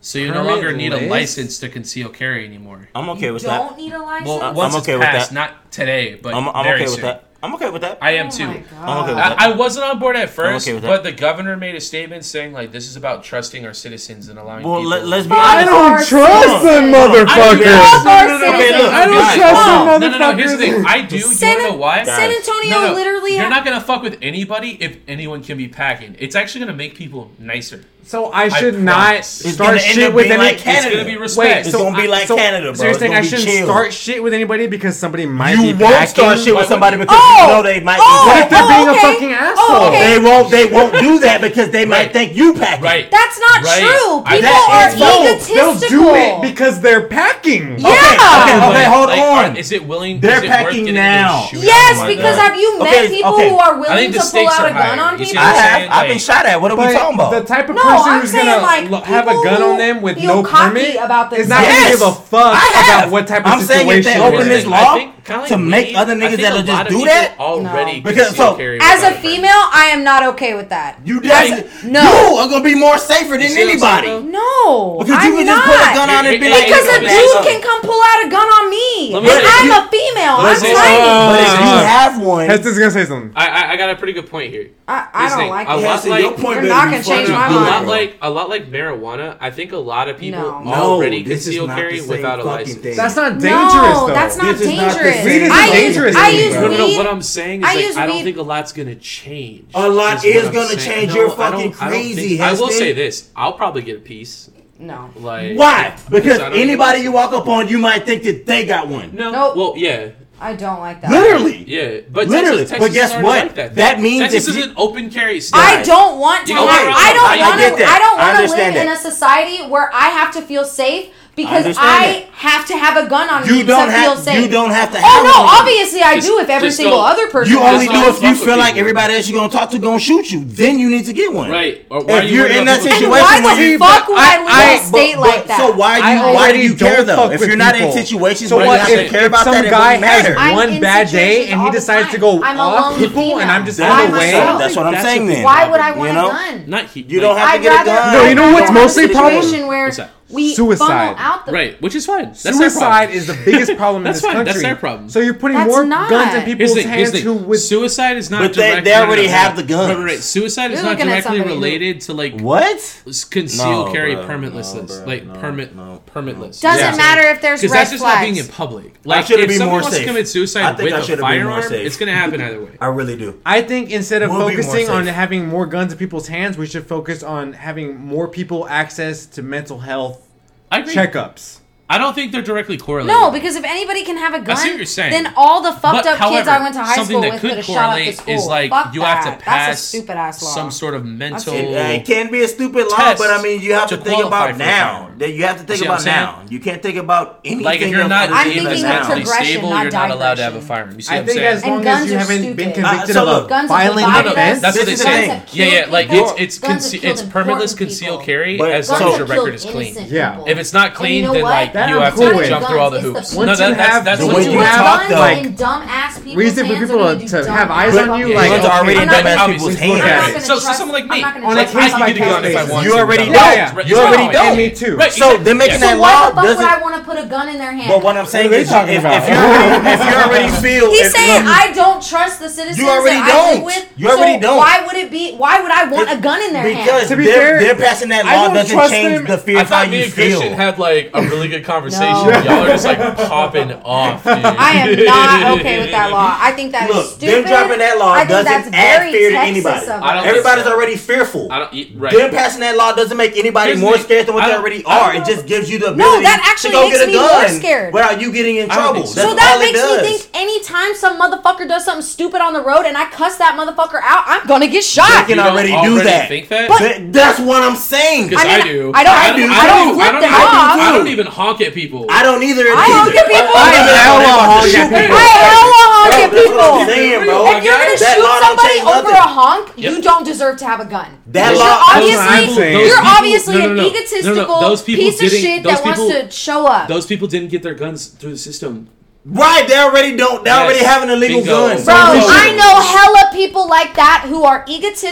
A: So you no longer need a
D: Permitless?
A: license to conceal carry anymore.
B: I'm okay with
C: Don't
B: that.
C: need a license.
A: Well,
B: I'm
A: once it's
B: okay with
A: passed,
B: that.
A: not today, but
B: I'm, I'm
A: very
B: okay with
A: soon.
B: that. I'm okay with that.
A: I am
C: Oh
A: too.
C: my
B: I'm okay with
C: God.
B: that.
A: I, I wasn't on board at first,
B: okay with that.
A: but the governor made a statement saying like this is about trusting our citizens and allowing.
B: Well,
A: people
B: let, let's be
C: Fuck
B: honest.
D: I don't
C: Fuck
D: trust them
C: our
B: I
D: motherfuckers.
B: don't-
C: Fuck
B: no, no,
C: our
B: no, okay, look,
C: citizens.
D: I don't
B: guys,
D: trust
B: wow.
D: them
A: No, no, no. Here's the thing.
D: motherfuckers.
A: I do. You
C: San,
A: want to know why?
C: San
B: Guys.
C: Antonio
A: No, no.
C: literally.
A: You're not gonna fuck with anybody if anyone can be packing. It's actually gonna make people nicer.
D: So I should not
A: promise. It's
D: start
B: gonna end
D: shit
B: up
D: with
B: being
D: any.
B: like Canada.
A: It's gonna be
D: Wait,
A: respect.
B: It's
D: so
B: gonna be
D: I-
B: like
D: so-
B: Canada, bro.
D: So you're
B: It's
D: saying
B: gonna
D: I
B: be
D: shouldn't
B: chill.
D: start shit with anybody because somebody might
B: You
D: be
B: won't start
D: packing?
B: shit with somebody because you know they might.
C: Oh!
D: What if they're
C: Oh,
D: being
C: okay.
D: a fucking asshole?
C: Oh, okay.
B: They won't. They won't do that because they might
A: Right.
B: think you pack. it.
A: right.
C: That's not
A: Right.
C: true.
A: I-
C: People
A: that
C: are
A: is-
D: No,
C: egotistical.
D: they'll do it because they're packing.
C: Yeah.
B: Okay, okay,
A: But,
B: okay, hold
A: like,
B: on.
A: are- is it willing?
B: They're
A: is it worth
B: packing
A: getting
B: now.
A: into a shootout?
C: Yes,
A: Like,
C: because
A: uh,
C: have you met
B: Okay,
C: people
B: okay.
C: who are
A: I think
C: willing
A: the
C: to pull
A: stakes
C: out
A: are
C: a gun
A: higher.
C: on
A: You see
C: people?
A: what I'm
B: I
A: saying?
B: have. I've been
A: Like-
B: shot at. What are
D: But
B: we talking about?
D: the type of
C: No,
D: person
C: I'm
D: who's
C: saying,
D: gonna
C: like,
D: lo- have a
C: people
D: gun
C: who
D: on them with
C: feel
D: no
C: cocky
D: permit
C: about
D: is not
C: themselves.
D: gonna give a fuck
B: I have.
D: about what type of
B: I'm saying if
D: situation.
B: they
D: we're
B: open
D: in.
B: this
A: I
B: law
A: think- kinda like
B: to make
A: weed,
B: other
A: I
B: niggas
A: think
B: that'll
A: a lot
B: just
A: of
B: do
A: people
B: that?
A: already.
B: No. Because-
A: conceal
B: so,
A: carry
C: As a
A: without permit.
C: female, I am not okay with that.
B: You
C: That's-
B: definitely.
C: no.
B: You are gonna be more safer than
A: see what I'm
B: anybody.
A: saying,
C: No,
B: Because
C: I'm
B: you can
C: not.
B: just put a gun on it and be like,
A: Because
C: Because a
A: Let
C: dude
A: me say
C: can come pull out a gun on me,
A: Let
C: and
A: me say-
C: I'm
B: you-
C: a female. I'm
A: Let me say-
C: tiny.
B: But if
D: Uh,
B: you have one,
D: Heston's gonna say something.
A: I, I I got a pretty good point here.
C: I, I
A: Listen,
C: don't like
A: I
C: it.
A: want-
B: Heston, your
A: like-
B: point
C: You're
B: better
C: not
B: be
C: gonna
B: fucking
C: change my
A: a
B: good,
A: lot
C: mind.
B: bro.
A: like a lot like marijuana. I think a lot of people
C: No. No,
A: already
B: this is
A: conceal
B: not the
A: carry
B: same
A: without a
B: fucking
A: license.
B: thing.
D: That's not dangerous
C: No,
D: though.
C: that's not
B: This is not the
C: dangerous.
B: same. Weed is
C: I
D: dangerous
C: use, I
D: thing,
C: use
D: bro.
A: No, no, no.
C: weed.
A: What I'm saying is,
C: I
A: like,
C: use
A: I don't
C: weed-
A: think a lot's gonna change.
B: A lot
A: what
B: is
A: I'm
B: gonna
A: saying.
B: change. You're
A: I don't-
B: fucking
A: I don't think-
B: crazy,
A: I will
B: Heston.
A: say this: I'll probably get a piece.
C: no.
A: Like
B: Why? Because
A: I don't-
B: anybody you walk up on, you might think that they got one.
A: No.
C: Nope.
A: Well, yeah,
C: I don't like that.
B: Literally.
A: yeah, but
B: Literally,
A: Texas, Texas
B: but guess
A: is already
B: what?
A: Like that,
B: That means
A: Texas
B: if
A: is
B: you-
A: an open carry state.
C: I don't want to.
A: You know,
C: have-
A: right,
C: I
A: I- I
C: don't want
B: get
C: to.
B: that.
C: I don't
B: I
C: want to live
B: understand
C: in a
B: that.
C: society where I have to feel safe because
B: understand
C: I have to have a gun on me
B: You don't
C: to feel
B: have.
C: safe.
B: You don't have to.
C: Oh
B: have one.
C: no! Obviously, I
A: Just-
C: do. If every
A: just
C: single
A: don't-
C: other person,
B: You
C: has
B: only
C: one.
B: do if you
A: Fuck with
B: feel like
A: people.
B: everybody else you're gonna talk to gonna shoot you. Then you need to get one.
A: Right? Or why are
B: If
A: you
B: you're
A: worried
B: in
A: about
B: that
A: people-
B: situation,
C: And why would you
B: but-
C: fuck why would
B: I-
C: you state
B: but-
C: like
B: but
C: that?
B: So why
D: I
B: do you why do
D: already
B: you care
D: don't
B: though?
D: fuck
B: If
D: with
B: you're not in
D: people.
B: situations
D: So
B: where
D: what
B: you have to
D: if-
B: care
D: if
B: about
D: some
B: that, it
D: guy
B: won't matter.
D: has-
C: I'm
D: one
C: in
D: bad day
C: situations
D: and he
C: all the
D: decides to
C: time.
D: go
C: I'm a
D: off
C: lonely
D: people and
C: female.
D: I'm just
C: By
D: out of the
B: That's-
D: way.
C: myself.
B: That's what I'm
A: That's
B: saying
A: what-
B: then.
C: Why would I
B: You
C: want
B: know?
C: a gun?
A: Not he.
B: You don't
A: like-
B: have
C: I'd
B: to get a
C: rather.
B: gun.
D: No, you know
C: I'd
D: what's
C: rather have a
D: mostly problem?
C: situation where
A: What's that?
C: we
D: Suicide.
C: funnel out the
A: right, which is fine. That's their
D: Suicide
A: problem.
D: is the biggest problem in
A: That's
D: this
A: fine,
D: country.
A: that's their problem.
D: So you're putting
C: That's
D: more
C: not.
D: guns in
A: Here's
D: people's
A: the thing, here's
D: hands
A: the thing.
D: who would.
A: Suicide is not.
B: But they-
A: direct-
B: they
A: no, no,
B: already
A: no, no.
B: have the guns.
A: Right, right, right. Suicide is
C: You're
A: not
C: looking at
A: directly
C: somebody who-
A: related to like
B: What?
A: s- conceal
B: No,
A: carry
B: bro. No,
A: permitlessness,
B: bro.
A: like
B: No,
A: permit
B: no,
A: permitless.
C: Doesn't
A: Yeah.
C: matter if there's red
A: Because that's just not being in
C: flags.
A: public. Like,
B: should've
A: if
B: been
A: someone
B: more
A: wants to
B: safe.
A: commit
B: I
A: suicide
B: think
A: with
B: I
A: a
B: should've been more
A: firearm,
B: safe.
A: it's going to happen either way.
B: I really do.
D: I think instead of
B: We'll be more
D: focusing on
B: safe.
D: having more guns in people's hands, we should focus on having more people access to mental health
A: I agree.
D: checkups.
A: I don't think they're directly correlated.
C: No, because if anybody can have a gun,
A: see what you're saying.
C: then all the fucked
A: But,
C: up kids
A: however,
C: I went to high
A: something
C: school
A: that
C: with
A: could
C: could have shot up the
A: correlate
C: school.
A: Is like
C: Fuck
A: you have
C: that.
A: to pass
C: That's a stupid ass law.
A: some sort of mental.
C: That's
B: It, uh, it can be a stupid law,
A: Test
B: but I mean you have to,
A: to
B: think
A: qualify
B: about
A: for a
B: now.
A: firearm.
B: That you have to think
A: See what
B: about
A: I'm
B: now.
A: saying?
B: You can't think about anything.
A: like if you're
B: else
A: not
B: other
C: I'm
B: than
A: in
C: thinking
B: now.
C: of
A: mentally
C: progression,
A: stable,
C: not
A: you're not allowed to have a
C: digression.
A: firearm. You see
D: I
A: what I'm
D: think
A: saying?
D: as
C: And
D: long
C: guns
D: as you
C: are
D: haven't
C: stupid.
D: been
C: Uh,
D: convicted
B: so
D: of
B: look,
D: a
C: guns
D: violent
C: divide
D: offense,
A: that's what
B: This
A: they
B: is the
A: say.
B: thing.
A: Yeah, yeah. Like
C: Guns
A: it's
C: have
A: it's
C: killed
A: conce- it's
C: important
A: permitless
C: people.
A: conceal carry
B: But
A: as
B: guns
A: long as
B: have
A: your
C: killed
A: record is clean.
C: innocent
D: Yeah.
C: people.
A: If it's not
C: And you
A: clean,
C: know
A: then
C: what?
A: like
D: That
A: you
D: I'm
A: have
D: cool
A: to
D: with.
A: jump through all the
C: It's the
A: hoops.
C: people.
A: No,
D: Once you
A: that, that's
D: have
A: that's
D: the
A: what
B: way
A: you
B: you
A: want.
B: have- talk,
C: guns
B: though.
C: in dumb ass people's
D: Reason for
C: hands are
D: people
C: gonna
D: to-
C: do
D: to
C: dumb
D: have
C: ass
D: eyes on
C: fucking
D: you,
C: shit.
D: like,
B: Guns
D: okay.
B: already in
C: I'm not
B: dumbass
C: gonna-
B: people's
D: I'm
C: I'm not
D: not Okay.
B: hands.
C: gonna
A: So- so
C: trust-
A: someone like
C: I'm
A: me.
C: not gonna
D: On a
A: I
C: trust
A: can
C: my
A: get a gun
C: parents.
A: if I
D: case-by-case
A: want
B: You
A: to.
B: already
A: Yeah,
B: don't.
D: yeah.
A: right.
D: You
A: No,
D: already
A: I get it.
D: don't. Me too.
A: Right,
B: So they're
A: exactly.
B: making
A: Yeah.
B: that
C: So why
B: law
C: the fuck would I
B: doesn't.
C: want to put a gun in their hand?
B: But what I'm saying
D: What are
B: is,
D: they talking
B: if,
D: about?
B: if you already, if you already feel,
C: He's
B: if,
C: saying
B: look,
C: I don't trust the citizens
B: You already
C: that I live
B: don't.
C: with.
B: You already
C: so
B: don't.
C: Why would it be? Why would I want a gun in their
B: because
C: hand?
D: To be
B: they're,
D: fair,
B: they're passing that
D: I
B: law
D: don't
B: doesn't
D: trust
B: change
D: them.
B: the fear
A: I
B: of how
A: thought me
B: you
A: and Christian
B: feel.
A: had like a really good conversation.
C: No.
A: Y'all are just like popping off. Dude.
C: I am not okay with that law. I think that is
B: Look, them
C: stupid.
B: dropping that law
C: I think
B: doesn't
C: that's
B: add
C: very
B: fear to
C: Texas
A: I
B: anybody.
C: of
A: don't
C: us.
A: think
B: Everybody's
A: so.
B: already fearful.
A: I don't eat right.
B: Them passing that law doesn't make anybody
A: Here's
B: more
A: the-
B: scared than
A: I
B: what they
A: don't-
B: already
A: I
B: are.
A: don't-
B: It just gives you the ability
C: No, that
B: to
C: actually
B: go
C: makes
B: get a
C: me more
B: gun
C: scared.
B: without you getting in
A: I don't
B: trouble.
A: think so.
B: That's
C: So that
B: all it
C: makes
B: does.
C: me think ah. anytime some motherfucker does something stupid on the road and I cuss that motherfucker out, I'm gonna get shot.
B: They
A: You
B: can
A: don't
B: already do that.
A: Think that?
C: But-
B: That- That's what I'm saying.
A: Because
C: I
A: I,
C: mean,
A: do.
C: I don't-
B: I don't
C: flip
A: I
C: them
A: even-
C: off.
A: I don't even honk at people.
B: I don't either.
C: I honk at people.
D: I hella honk at
C: I
D: people.
C: hella honk at at
B: that's
C: people.
B: what I'm saying, bro.
C: If you're gonna
B: That law
C: shoot
B: don't
C: somebody
B: change
C: over
B: nothing.
C: a honk,
F: Yep.
C: you don't deserve to have a gun.
B: That
C: Because
B: law-
D: That's
C: you're
D: what I'm
C: obviously,
D: saying.
C: you're
A: Those people-
C: obviously
A: no, no, no. No,
C: an
A: no,
C: egotistical
A: those people
C: piece of
A: didn't-
C: shit
A: those
C: that wants
A: people-
C: to show up.
A: Those people didn't get their guns through the system.
B: Right, they already don't. They already
A: Yes.
B: have an illegal
A: Bingo.
B: gun.
C: Bro,
A: Bro,
C: I know hella people like that who are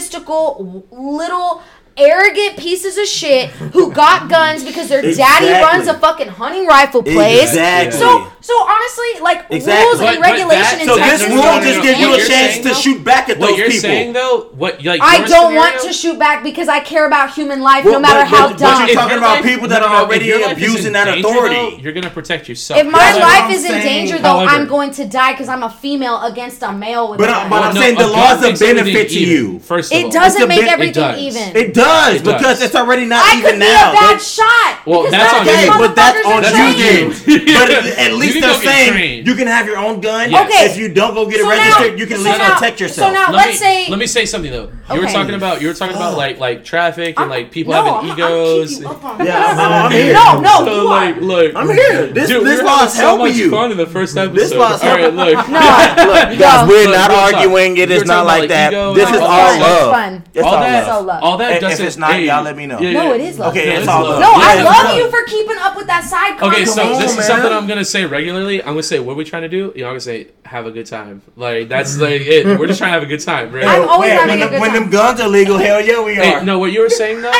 C: egotistical, little arrogant pieces of shit who got guns because their daddy
B: Exactly.
C: runs a fucking hunting rifle place.
B: Exactly.
C: So, so honestly, like
B: Exactly.
C: rules
A: But-
C: and
A: but
C: regulation
A: that-
C: in
B: So
C: Texas
B: this
A: Exactly.
B: rule
A: No, no,
B: just
A: no,
B: gives
A: no.
B: you
A: What
B: a
A: you're
B: chance
A: saying,
B: to
A: though-
B: shoot back at
A: What
B: those
A: you're
B: people.
A: saying though, what like
C: I
A: your
C: don't want
A: scenario-
C: to shoot back because I care about human life, no
B: Well,
C: matter
B: but-
C: how
B: but- but
C: dumb.
B: you're
A: If
B: talking
A: your
B: about
A: life-
B: people
A: no,
B: that
A: no,
B: are
A: no, if
B: already
A: your life is
B: abusing
A: in
B: that
A: danger,
B: authority.
A: though, you're gonna protect yourself.
C: if my
B: That's what
C: life
B: I'm
C: is in
B: saying.
C: danger, though,
A: However-
C: I'm going to die because I'm a female against a male with
B: But
C: a
B: I-
C: gun.
B: but I'm saying the
A: a gun
B: laws that
A: makes everything
B: benefit to
A: even,
B: you.
A: First of all.
C: it doesn't
B: a
C: make
B: bit- it
C: everything
A: does.
C: even.
B: It does
A: It does.
B: because it's already not
C: I
B: even
C: could be
B: now.
C: a bad
B: That's-
C: shot.
A: Well,
C: because
A: that's on
C: none of these
B: okay,
A: you.
B: but that's
C: motherfuckers are
B: on
C: trained.
B: you
A: trained.
B: then. But at least
A: You can
B: they're
A: go get
B: saying
A: trained.
B: you can have your own gun.
A: Yes.
C: Okay.
B: If you don't go get it
C: So
B: registered,
C: now-
B: you can at
C: so
B: least
C: now-
B: protect
C: so
B: yourself.
C: now-
A: Let
C: Let's
A: me,
C: say-
A: let me say something though. You were
C: Okay.
A: talking about you were talking
B: Oh.
A: about like like traffic and like people
C: no,
A: having
C: I'm,
A: egos.
C: I'm keeping you up on
B: Yeah,
C: this.
B: I'm- I'm here.
C: No, no,
A: So,
C: you are.
A: like, look,
B: I'm here. This-
A: Dude,
B: this
A: we were
B: law's
A: having so
B: helping
A: much
B: you.
A: fun in the first episode.
B: This law's
A: All right,
B: helping-
A: look.
C: No,
B: Look, guys, we're
A: Look,
B: not
A: we're talking-
B: arguing. It
A: we're
B: is
A: talking
B: not
A: about,
B: like
A: like,
B: that.
A: ego
B: This
A: and
B: is
A: all
B: all
A: that.
C: It's
B: love.
C: fun.
B: It's all
A: all that,
B: love.
C: So love.
A: all that
B: If- if
A: doesn't.
B: it's not,
A: hey,
B: y'all let me know.
A: yeah,
C: No,
A: yeah.
C: it is love.
B: Okay,
A: Yeah,
B: it's
A: it's
B: all
A: love.
B: love.
C: no, I
B: Yeah, it's
C: love
B: love.
C: you for keeping up with that side.
A: Okay, so
C: convo.
A: this is
D: man.
A: something I'm gonna say regularly. I'm gonna say, "What are we trying to do?" You know, I'm gonna say, "Have a good time." Like that's like it. We're just trying to have a good time, right?
C: I'm always
B: Wait,
C: having
B: when
C: a
B: them-
C: good
B: When
C: time.
B: them guns are legal, hell yeah, we
A: Hey,
B: are.
A: no, what you were saying though,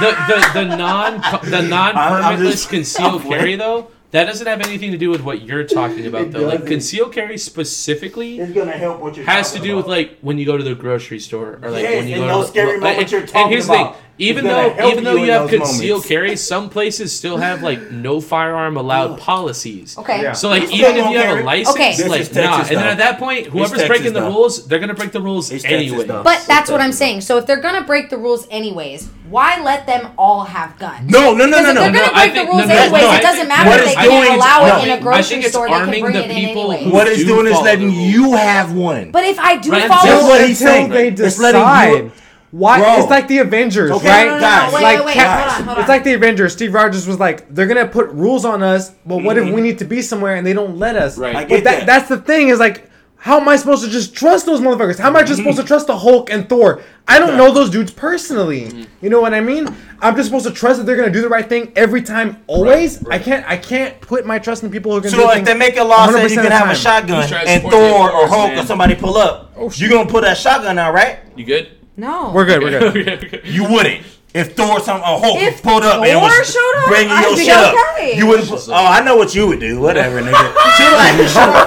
A: the the, the non the non
B: I'm
A: permitless
B: just-
A: concealed
B: I'm wearing-
A: carry though, that doesn't have anything to do with what you're talking about though. Like
B: doesn't.
A: concealed carry specifically
B: It's gonna help what you're
A: has to
B: talking
A: do with
B: about.
A: like when you go to the grocery store or like
B: Yes,
A: when you
B: and
A: go
B: those
A: to
B: scary
A: like,
B: moments
A: and-
B: you're talking
A: and here's
B: about.
A: the thing
B: It's
A: even
B: gonna
A: though
B: help
A: even though
B: you
A: you,
B: in
A: have
B: those
A: concealed
B: moments.
A: carry some places still have like no firearm allowed policies
C: Okay.
D: Yeah.
A: so like
B: Still
A: even if
B: don't
A: you have
B: carry.
A: a license
C: Okay. This
B: is
A: like
B: Texas
A: nah and then
B: stuff.
A: at that point whoever's
B: Texas
A: breaking the
B: stuff.
A: rules they're gonna break the rules
B: It's Texas
A: anyway
B: stuff.
C: But that's what I'm saying. So if they're gonna break the rules anyways, why let them all have guns?
B: No, no, no,
C: Because
B: no, no.
C: if they're gonna
A: no, I
C: break
A: think-
C: the
A: no,
C: rules
A: no,
C: anyways,
A: no, I
C: it doesn't
A: think-
C: matter
B: what
C: if they
B: it's
C: can't
B: doing-
C: allow
B: no,
C: it
B: I
C: in a
B: think
C: grocery
A: it's
C: store. They can
A: arming
C: bring
A: the
C: it in
A: people
C: anyways.
A: who-
B: What it's
A: Do
B: doing is
A: follow
B: letting
A: the rules.
B: you have one.
C: But if I do
A: Right,
C: follow,
B: that's what he's
D: until
B: saying.
D: they
B: It's letting you-
D: decide. Why?
B: Bro.
D: It's like the Avengers,
B: Okay,
D: right?
C: no, no, no,
B: guys,
C: wait,
D: like
C: wait, wait,
D: Cap-
C: hold on, hold on.
D: It's like the Avengers. Steve Rogers was like, they're gonna put rules on us, but what
C: Mm-hmm.
D: if we need to be somewhere and they don't let us?
A: Right. I
D: But
B: get
D: that,
B: that.
D: that's the thing is like, how am I supposed to just trust those motherfuckers? How am I just supposed
C: Mm-hmm.
D: to trust the Hulk and Thor? I don't know those dudes personally.
C: Mm-hmm.
D: You know what I mean? I'm just supposed to trust that they're gonna do the right thing every time, always. I can't. I can't put my trust in people who are gonna. do
B: So
D: the
B: if
D: thing
B: they make a law saying you
D: 100%
B: can
D: of
B: have a
D: the time.
B: shotgun
A: He's trying to
B: and
A: support the
B: Thor or
A: force,
B: Hulk
A: man.
B: or somebody pull up,
C: Oh,
B: you gonna pull that shotgun out, right?
A: you good
C: no,
D: we're good. We're good.
B: You wouldn't. If Thor or some or Hulk
C: If
B: pulled up and
C: Thor
B: was
C: showed up,
B: bringing
C: I'd
B: your
C: be
B: shit up,
C: okay.
B: you wouldn't. Put, oh, I know what you would do. Whatever, nigga. She's like,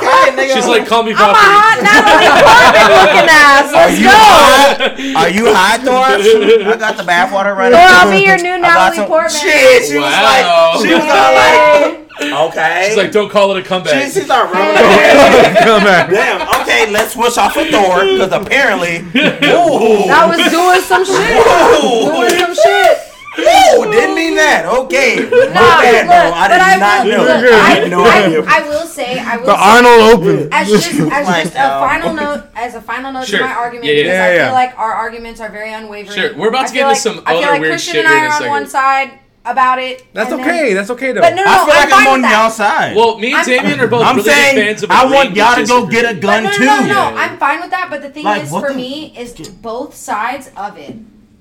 B: okay, nigga.
A: she's like call me
C: I'm a hot
A: Valkyrie
C: Natalie
B: Are you
C: Portman looking ass. Let's go.
B: high? Are you high, Thor? I got the bathwater right
C: Thor,
B: up.
C: I'll be your new
B: I got
C: Natalie
B: some-
C: Portman.
B: Shit, she
A: Wow.
B: was like, she was all like, okay.
A: she's like don't call it a comeback
B: She's, she's all right.
D: Come back.
B: Damn. Okay, let's switch off with Thor because apparently, ooh,
C: That was doing some shit.
B: ooh,
C: Doing some shit.
B: ooh, didn't mean that. Okay, my
C: No,
B: bad, bro.
C: look,
B: I
C: but I
B: did not
C: will-
B: know.
C: look,
B: I
C: I-
B: had no
C: I-
B: idea.
C: I will say, I will
D: The
C: say,
D: Arnold Open.
C: as just, as
B: Like,
C: just a
B: um,
C: final note, as a final note
A: Sure.
C: to my argument,
A: Yeah, yeah,
D: yeah.
C: because
D: Yeah,
C: I
D: yeah.
C: feel like our arguments are very unwavering.
A: Sure, we're about
C: I
A: to
C: feel
A: get into some
C: like- I feel
A: other
C: like
A: weird
C: Christian
A: shit
C: and
A: here in
C: I
A: a
C: are on
A: second.
C: one side about it.
D: That's
C: and then-
D: okay. That's okay though.
C: But no, no,
B: I
C: no,
B: feel like I'm
C: fine
B: on
C: with
B: y'all
C: that.
B: side.
A: well me and
C: I'm-
A: Damien are both
B: I'm
A: really big
B: saying
A: fans of
B: I
A: agreeing
B: want
A: to
B: y'all to go
A: disagree.
B: get a
C: But
B: gun
C: no,
B: too.
C: no, no, no,
A: Yeah, yeah.
C: I'm fine with that. But the thing
B: Like,
C: is,
B: what
C: for
B: the-
C: me, is both sides of it.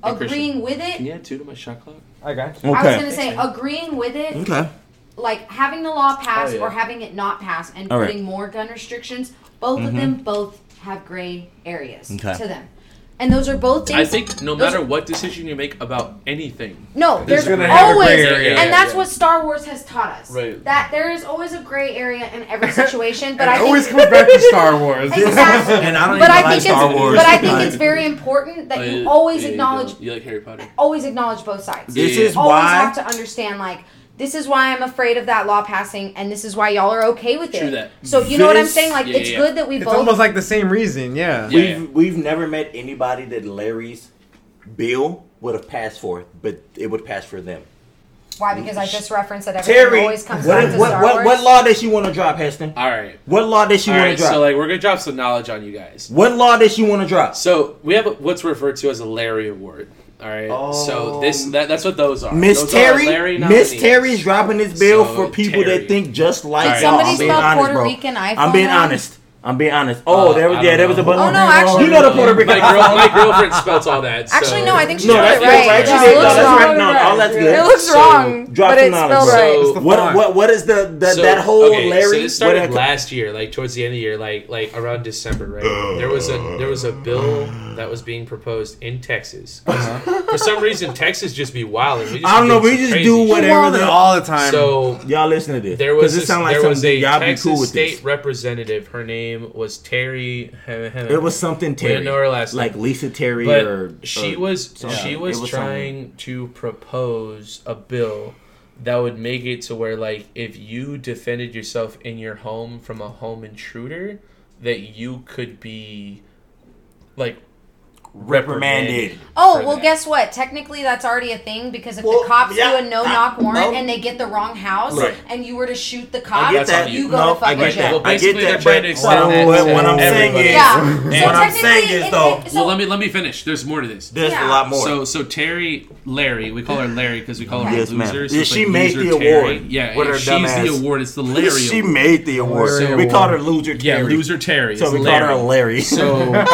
C: Agreeing with
A: Can
C: it,
A: you add two to my shot clock?
D: I got you.
C: I was gonna say agreeing with it,
B: Okay.
C: like having the law pass
A: Oh, yeah.
C: or having it not pass, and
B: All right. Mm-hmm.
C: putting more gun restrictions. Both of them both have gray areas
B: Okay.
C: to them, and those are both things.
A: I think no
C: Those
A: matter what decision you make about anything,
C: No, there's,
D: gonna have a
C: always,
D: gray area.
C: and that's
A: Yeah.
C: what Star Wars has taught us.
A: Right.
C: That there is always a gray area in every situation, but
D: It
C: I think,
D: always comes back to Star Wars.
C: Exactly.
B: And I don't even
C: but I
B: like
C: think
B: Star
C: it's,
B: Wars.
C: but I think it's very important that you always
A: Yeah, uh, you
C: acknowledge,
A: don't. You, like Harry Potter.
C: always acknowledge both sides.
B: This
A: Yeah.
B: is
C: always
B: why.
C: have Oh, to understand like. This is why I'm afraid of that law passing, and this is why y'all are okay with
A: True
C: it.
A: that.
C: So you know what I'm
B: This-
C: saying? Like
A: Yeah,
C: it's
A: yeah,
C: good that we
D: It's
C: both.
D: almost like the same reason, yeah.
A: Yeah.
B: We've we've never met anybody that Larry's bill would have passed for, but it would pass for them.
C: why? Because I just referenced that everything
B: Terry,
C: always comes
B: what,
C: back to
B: what,
C: Star
B: what,
C: Wars.
B: what law did she want to drop, Heston?
A: All right.
B: What law did she
A: All
B: want
A: right.
B: to drop?
A: So like we're gonna drop some knowledge on you guys.
B: what law did she want to drop?
A: So we have what's referred to as a Larry Award. All right. so this that, that's what those are.
B: Um, Miss
A: Those are our
B: Terry,
A: Larry
B: Miss
A: nominees.
B: Terry's dropping this bill
A: So,
B: for people
A: Terry.
B: that think just like
A: Did
B: y'all.
A: somebody
B: I'm being
C: spell
B: honest,
C: Puerto
B: bro.
C: Rican iPhone
B: I'm being
C: wrong?
B: honest. I'm being honest. Oh,
A: Uh,
B: there was
A: I
B: yeah,
A: don't
B: there was a
A: know.
B: bunch.
C: Oh, no, actually-
B: you know the Puerto Rican.
A: My, girl, my girlfriend spells all that. so-
C: Actually, no, I think she
B: No, that's
C: spelled it
B: good,
C: right.
B: right?
C: It
B: She
C: just
B: did. No,
C: looks
B: that's
C: wrong.
B: right. No, all that's good.
C: It looks
A: So,
C: wrong,
B: drop
C: but
B: some
C: it's
B: knowledge,
C: spelled
B: bro.
C: right.
D: It's the
B: What
D: font.
B: what what is the, the
A: So-
B: that whole
A: okay, So
B: Larry?
A: this started
B: what-
A: last year, like towards the end of the year, like like around December, right? There was a there was a bill that was being proposed in Texas. For some reason, Texas just be wild. and We just
B: Uh-huh. I don't know.
A: did
B: We
A: some
B: just
A: crazy
B: do
A: shit.
B: whatever.
D: Wild it
B: The,
D: all the time.
A: So
B: y'all listen to this.
A: there was
B: this
A: this,
B: sound like
A: there was
B: something
A: a
B: y'all be
A: Texas
B: cool with
A: state
B: this.
A: representative. Her name was Terry.
B: It was something Terry.
A: know her last
B: like
A: name.
B: Lisa Terry
A: but
B: or
A: she
B: or
A: was
B: something.
A: she
B: It
A: was,
B: something.
A: trying to propose a bill that would make it to where like if you defended yourself in your home from a home intruder that you could be like
B: reprimanded.
C: Oh
A: for
C: well,
A: that.
C: guess what? Technically, that's already a thing because if
B: Well,
C: the cops
B: yeah,
C: do a no-knock
B: I-
C: warrant
B: Ah, no.
C: and they get the wrong house,
B: Right.
C: and you were to shoot the
B: I
C: cop,
B: get
A: That's
B: that.
A: on
C: you go
B: no,
C: to
B: I
C: fucking
B: get
C: jail.
B: that.
A: Well,
B: I get
A: basically, they're
B: that.
A: trying
B: But
A: to extend that
B: what,
A: to
B: what I'm saying
A: everybody.
B: is,
C: Yeah. so
B: what I'm saying
C: technically,
B: is
C: it-
B: though,
C: it- so-
A: well let me let me finish there's more to this
B: there's a
C: Yeah.
B: lot more.
A: so so Terry Larry we call her Larry because we call her
B: Yes,
A: a
B: ma'am.
A: loser
B: Yeah,
A: it's
B: she
A: like
B: made
A: loser
B: the
A: Terry.
B: award
A: yeah
B: with her
A: if she's
B: dumbass.
A: the award it's the Larry
B: she
A: award.
B: made the award.
D: So-
B: we called her Loser
A: yeah
B: Terry.
A: loser Terry
B: So
A: It's
B: we
A: Larry.
B: called her Larry.
A: So,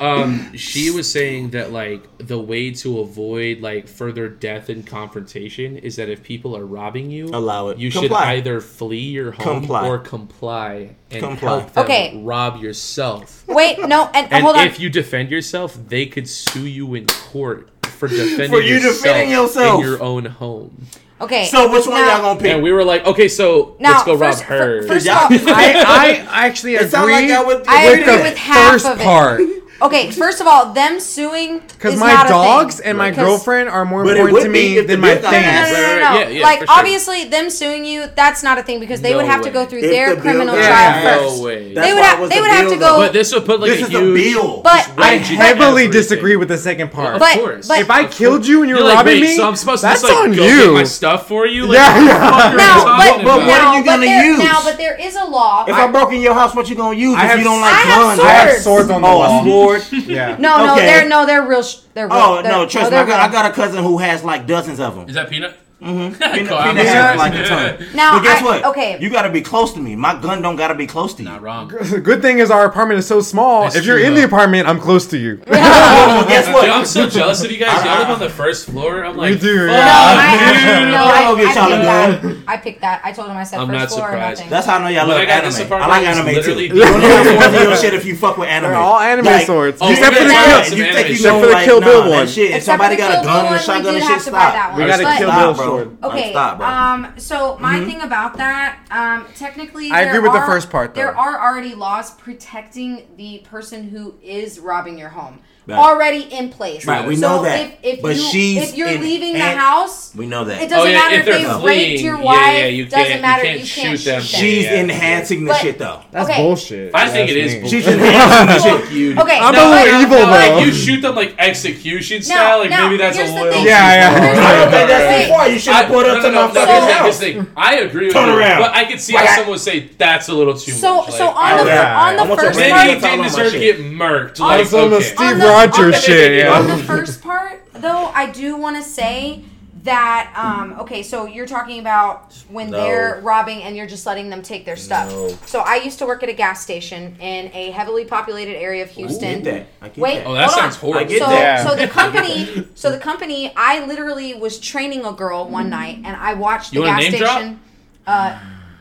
A: um, she was saying that like the way to avoid like further death and confrontation is that if people are robbing you,
B: Allow it.
A: You
B: Comply.
A: should either flee your home
B: Comply.
A: or comply and
B: Comply.
A: help them
C: Okay.
A: rob yourself.
C: Wait, no, and,
A: And
C: hold on.
A: if you defend yourself, they could sue you in court for defending
B: For you
A: yourself
B: defending yourself.
A: in your own home.
C: okay,
B: So which one
C: now-
B: y'all gonna pick?
A: And we were like, okay, so
C: Now,
A: let's go
C: first,
A: rob her.
C: fir- first
B: Y'all-
C: off, I,
D: I, I actually
B: It
D: agree.
B: sound like I would.
C: I
B: with
C: agree
B: the-
C: with half
D: first
C: of it.
D: part.
C: Okay, first of all, them suing
D: Because
C: is
D: my
C: not
D: dogs
C: a thing.
D: and my
C: 'Cause-
D: girlfriend are more
B: But it
D: important
B: would
D: to
B: be
D: me
B: if the
D: than my
B: bill got
C: No, no,
D: things.
B: passed.
C: no, no,
A: Right,
C: no.
A: yeah, yeah,
C: like
A: for sure.
C: obviously, them suing you, that's not a thing because they
A: No
C: would have to
A: way.
C: go through
B: If
C: their
B: the bill
C: criminal
B: got
C: trial
B: passed.
C: first.
A: No way.
B: That's
C: They would
B: why it
C: have-
B: was
C: they
B: the
C: would have
B: bill,
C: to go-
B: though.
A: but this would put like
B: This
A: a
B: is a
A: huge.
B: bill.
C: But
D: I
A: Right,
D: heavily
A: everything.
D: disagree with the second part.
C: But-
A: of course.
C: but-
D: if I killed you and you were
A: You're like,
D: robbing
A: wait,
D: me,
A: so I'm supposed to
D: that's
A: just like
D: on
A: go
D: you.
A: get my stuff for you? Like,
D: Yeah, yeah.
A: what the fuck are you
C: No,
A: talking
C: but,
B: but
A: about?
B: what are
C: no,
B: you
C: but
B: gonna
C: there,
B: use?
C: Now, but there is a law.
B: If I, broke in your house, what you gonna use?
D: I
B: if
D: have-
B: you don't
D: I
B: like
C: have
B: guns,
D: I have
C: Swords.
D: swords on the
B: Oh, a
D: wall.
B: sword.
D: Yeah.
C: No, no,
B: Okay.
C: they're no, they're real. sh- They're real.
B: Oh
C: they're,
B: no, trust me.
C: they're
B: I got, I
C: real.
B: got a cousin who has like dozens of them.
F: Is that peanut?
B: Peanut,
F: Cool, I'm
B: peanut
F: sorry.
B: has, like a ton.
C: Now,
B: but guess
C: I-
B: what?
C: okay.
B: you gotta be close to me. My gun don't gotta be close to you.
F: Not wrong.
D: The good thing is our apartment is so small.
F: That's
D: if you're
F: true,
D: in
F: though.
D: the apartment, I'm close to you.
B: Well, guess
F: Dude, I'm
B: what?
F: so jealous of you guys. Y'all live on the first floor. I'm like,
D: You do,
F: fuck,
D: yeah.
C: No, I,
F: dude.
C: no,
B: Y'all
C: I,
B: gonna get y'all
C: I,
B: a
C: picked that. I picked that. I told him I said
A: I'm
C: first
A: not
C: floor or
A: surprised.
C: nothing.
B: That's how I know y'all
F: When
B: love
F: I got this
B: anime. I
F: apartment,
B: like
F: it was
B: anime too.
F: literally-
B: You don't have one of your shit if you fuck with anime.
D: They're all anime swords.
A: oh,
D: except
A: yeah,
D: for the
A: yeah, yeah.
D: kill.
B: You
A: Anime.
B: think you
D: Except
B: know,
D: for the
B: like,
D: Kill
B: nah,
D: Bill
B: that
D: one.
B: Shit. If
C: Except for
B: somebody
C: the
B: got a
C: Kill Bill
B: gun and a
C: one, we
B: shotgun
C: did
B: and
C: have
B: shit,
C: to buy that
B: stop.
C: one. We gotta
B: Stop,
C: Kill
D: Bill
B: bro.
D: sword.
B: Like,
C: Okay.
B: stop, bro. Mm-hmm.
C: um. So my thing about that, um, technically,
D: I
C: there
D: agree with the
C: are-
D: first part, though.
C: There are already laws protecting the person who is robbing your home,
B: Right.
C: already in place.
B: Right, we
C: So
B: know that.
C: If, if
B: But
C: you,
B: she's
C: if you're
B: in
C: leaving the
B: an-
C: house,
B: We know that.
C: It doesn't
A: Oh, yeah,
C: matter
A: if
C: if,
A: they're
C: they raped
A: fleeing,
C: your
A: yeah,
C: wife.
A: yeah, you
C: doesn't
A: can't- you
C: matter.
A: can't
C: You
A: shoot
C: can't shoot
A: them.
C: them.
B: She's
A: Yeah.
B: enhancing the
C: But-
B: shit though.
D: That's
C: Okay.
D: bullshit.
A: I
D: if
A: think
D: you
A: it
D: ask
A: is
D: me.
A: bull-
B: She's enhancing the shit.
A: Fuck you.
C: Okay,
D: I'm
C: no,
D: a little
C: no,
D: evil
C: no,
D: though.
A: Like you shoot them like execution style, like
C: no,
A: maybe that's a
C: here's the
A: loyal.
C: thing.
D: Yeah, yeah.
B: I don't
C: Right,
B: think that's
C: right.
B: before. You should have pulled up to my
C: no,
B: fucking
C: no,
B: house.
A: thing. I agree with
B: Turn
A: you,
B: around.
A: but I could see how
B: Whack.
A: someone would say that's a little too
C: So,
A: much.
C: so
A: like,
C: on the
B: yeah.
C: on
B: I'm
C: the
B: with
C: first
B: you.
A: maybe
B: Randy,
A: he
B: that's all
C: part,
A: didn't
B: on my
A: deserve to
B: shit.
A: get murked. Like,
D: That's on
A: okay.
D: the
A: Oh,
D: Steve
C: the-
D: Rogers shit.
A: Yeah.
D: Yeah.
C: Oh, on the first part, though, I do want to say that um, okay, so you're talking about when
B: No.
C: they're robbing and you're just letting them take their stuff.
B: No.
C: So I used to work at a gas station in a heavily populated area of Houston.
B: get that. I get
C: Wait,
B: that.
A: Oh, that
C: hold
A: sounds
C: on.
A: horrible.
B: I get
C: so,
B: that.
C: so the company, so the company, I literally was training a girl one night, and I watched the
A: You wanna
C: gas
A: name drop?
C: station. Uh,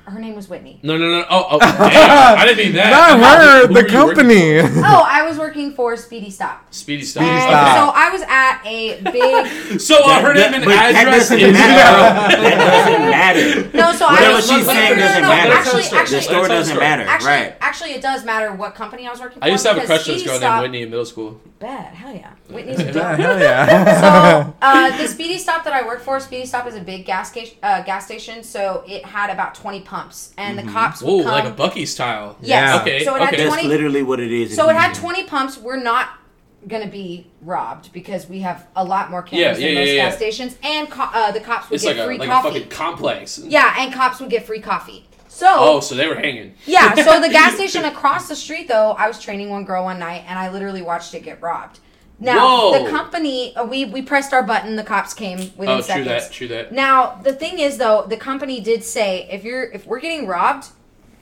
C: her name was Whitney.
A: No, no, no. Oh, oh damn, I didn't mean that.
D: Not
A: Who
D: her,
A: were
D: the
A: you working
D: company.
C: Oh, I was working for Speedy Stop.
A: Speedy stop.
C: And so
D: Stop.
C: I was at a big
A: So uh, her name and
B: but that
A: address
B: doesn't
A: is.
B: matter. that doesn't matter.
C: no. So I
B: Whatever
C: was
B: she's
C: no, no,
B: saying
C: no, no,
B: doesn't
C: no,
B: matter.
C: Actually,
A: That's how it
C: actually,
B: The story
A: That's how
B: doesn't
A: it's
B: matter.
C: Actually,
B: Right.
C: actually, it does matter what company I was working for.
A: I used to have a
C: because
A: crush on this
C: Speedy
A: girl named
C: Stop-
A: Whitney in middle school.
C: Bet. Hell yeah. Whitney's a
D: Yeah,
C: dope.
D: Hell yeah.
C: so uh, the speedy stop that i work for speedy stop is a big gas, ca- uh, gas station so it had about 20 pumps and
B: Mm-hmm.
C: the cops would
A: Whoa,
C: come
A: like a Bucky's style.
C: yes
D: Yeah.
A: Okay,
C: so it had
A: okay. That's
C: 20
B: That's literally what it is.
C: so it had 20 pumps we're not gonna be robbed because we have a lot more cameras
A: Yeah, yeah,
C: than most
A: yeah, yeah.
C: gas stations and co- uh, the cops would
A: It's
C: get
A: like a
C: free
A: like a
C: coffee
A: fucking complex.
C: yeah and cops would get free coffee so
A: Oh, so they were hanging.
C: yeah, so the gas station across the street, though, I was training one girl one night, and I literally watched it get robbed. Now
A: Whoa.
C: the company, uh, we we pressed our button, the cops came within
A: Oh, true
C: seconds.
A: that. True that.
C: Now the thing is, though, the company did say if you're if we're getting robbed,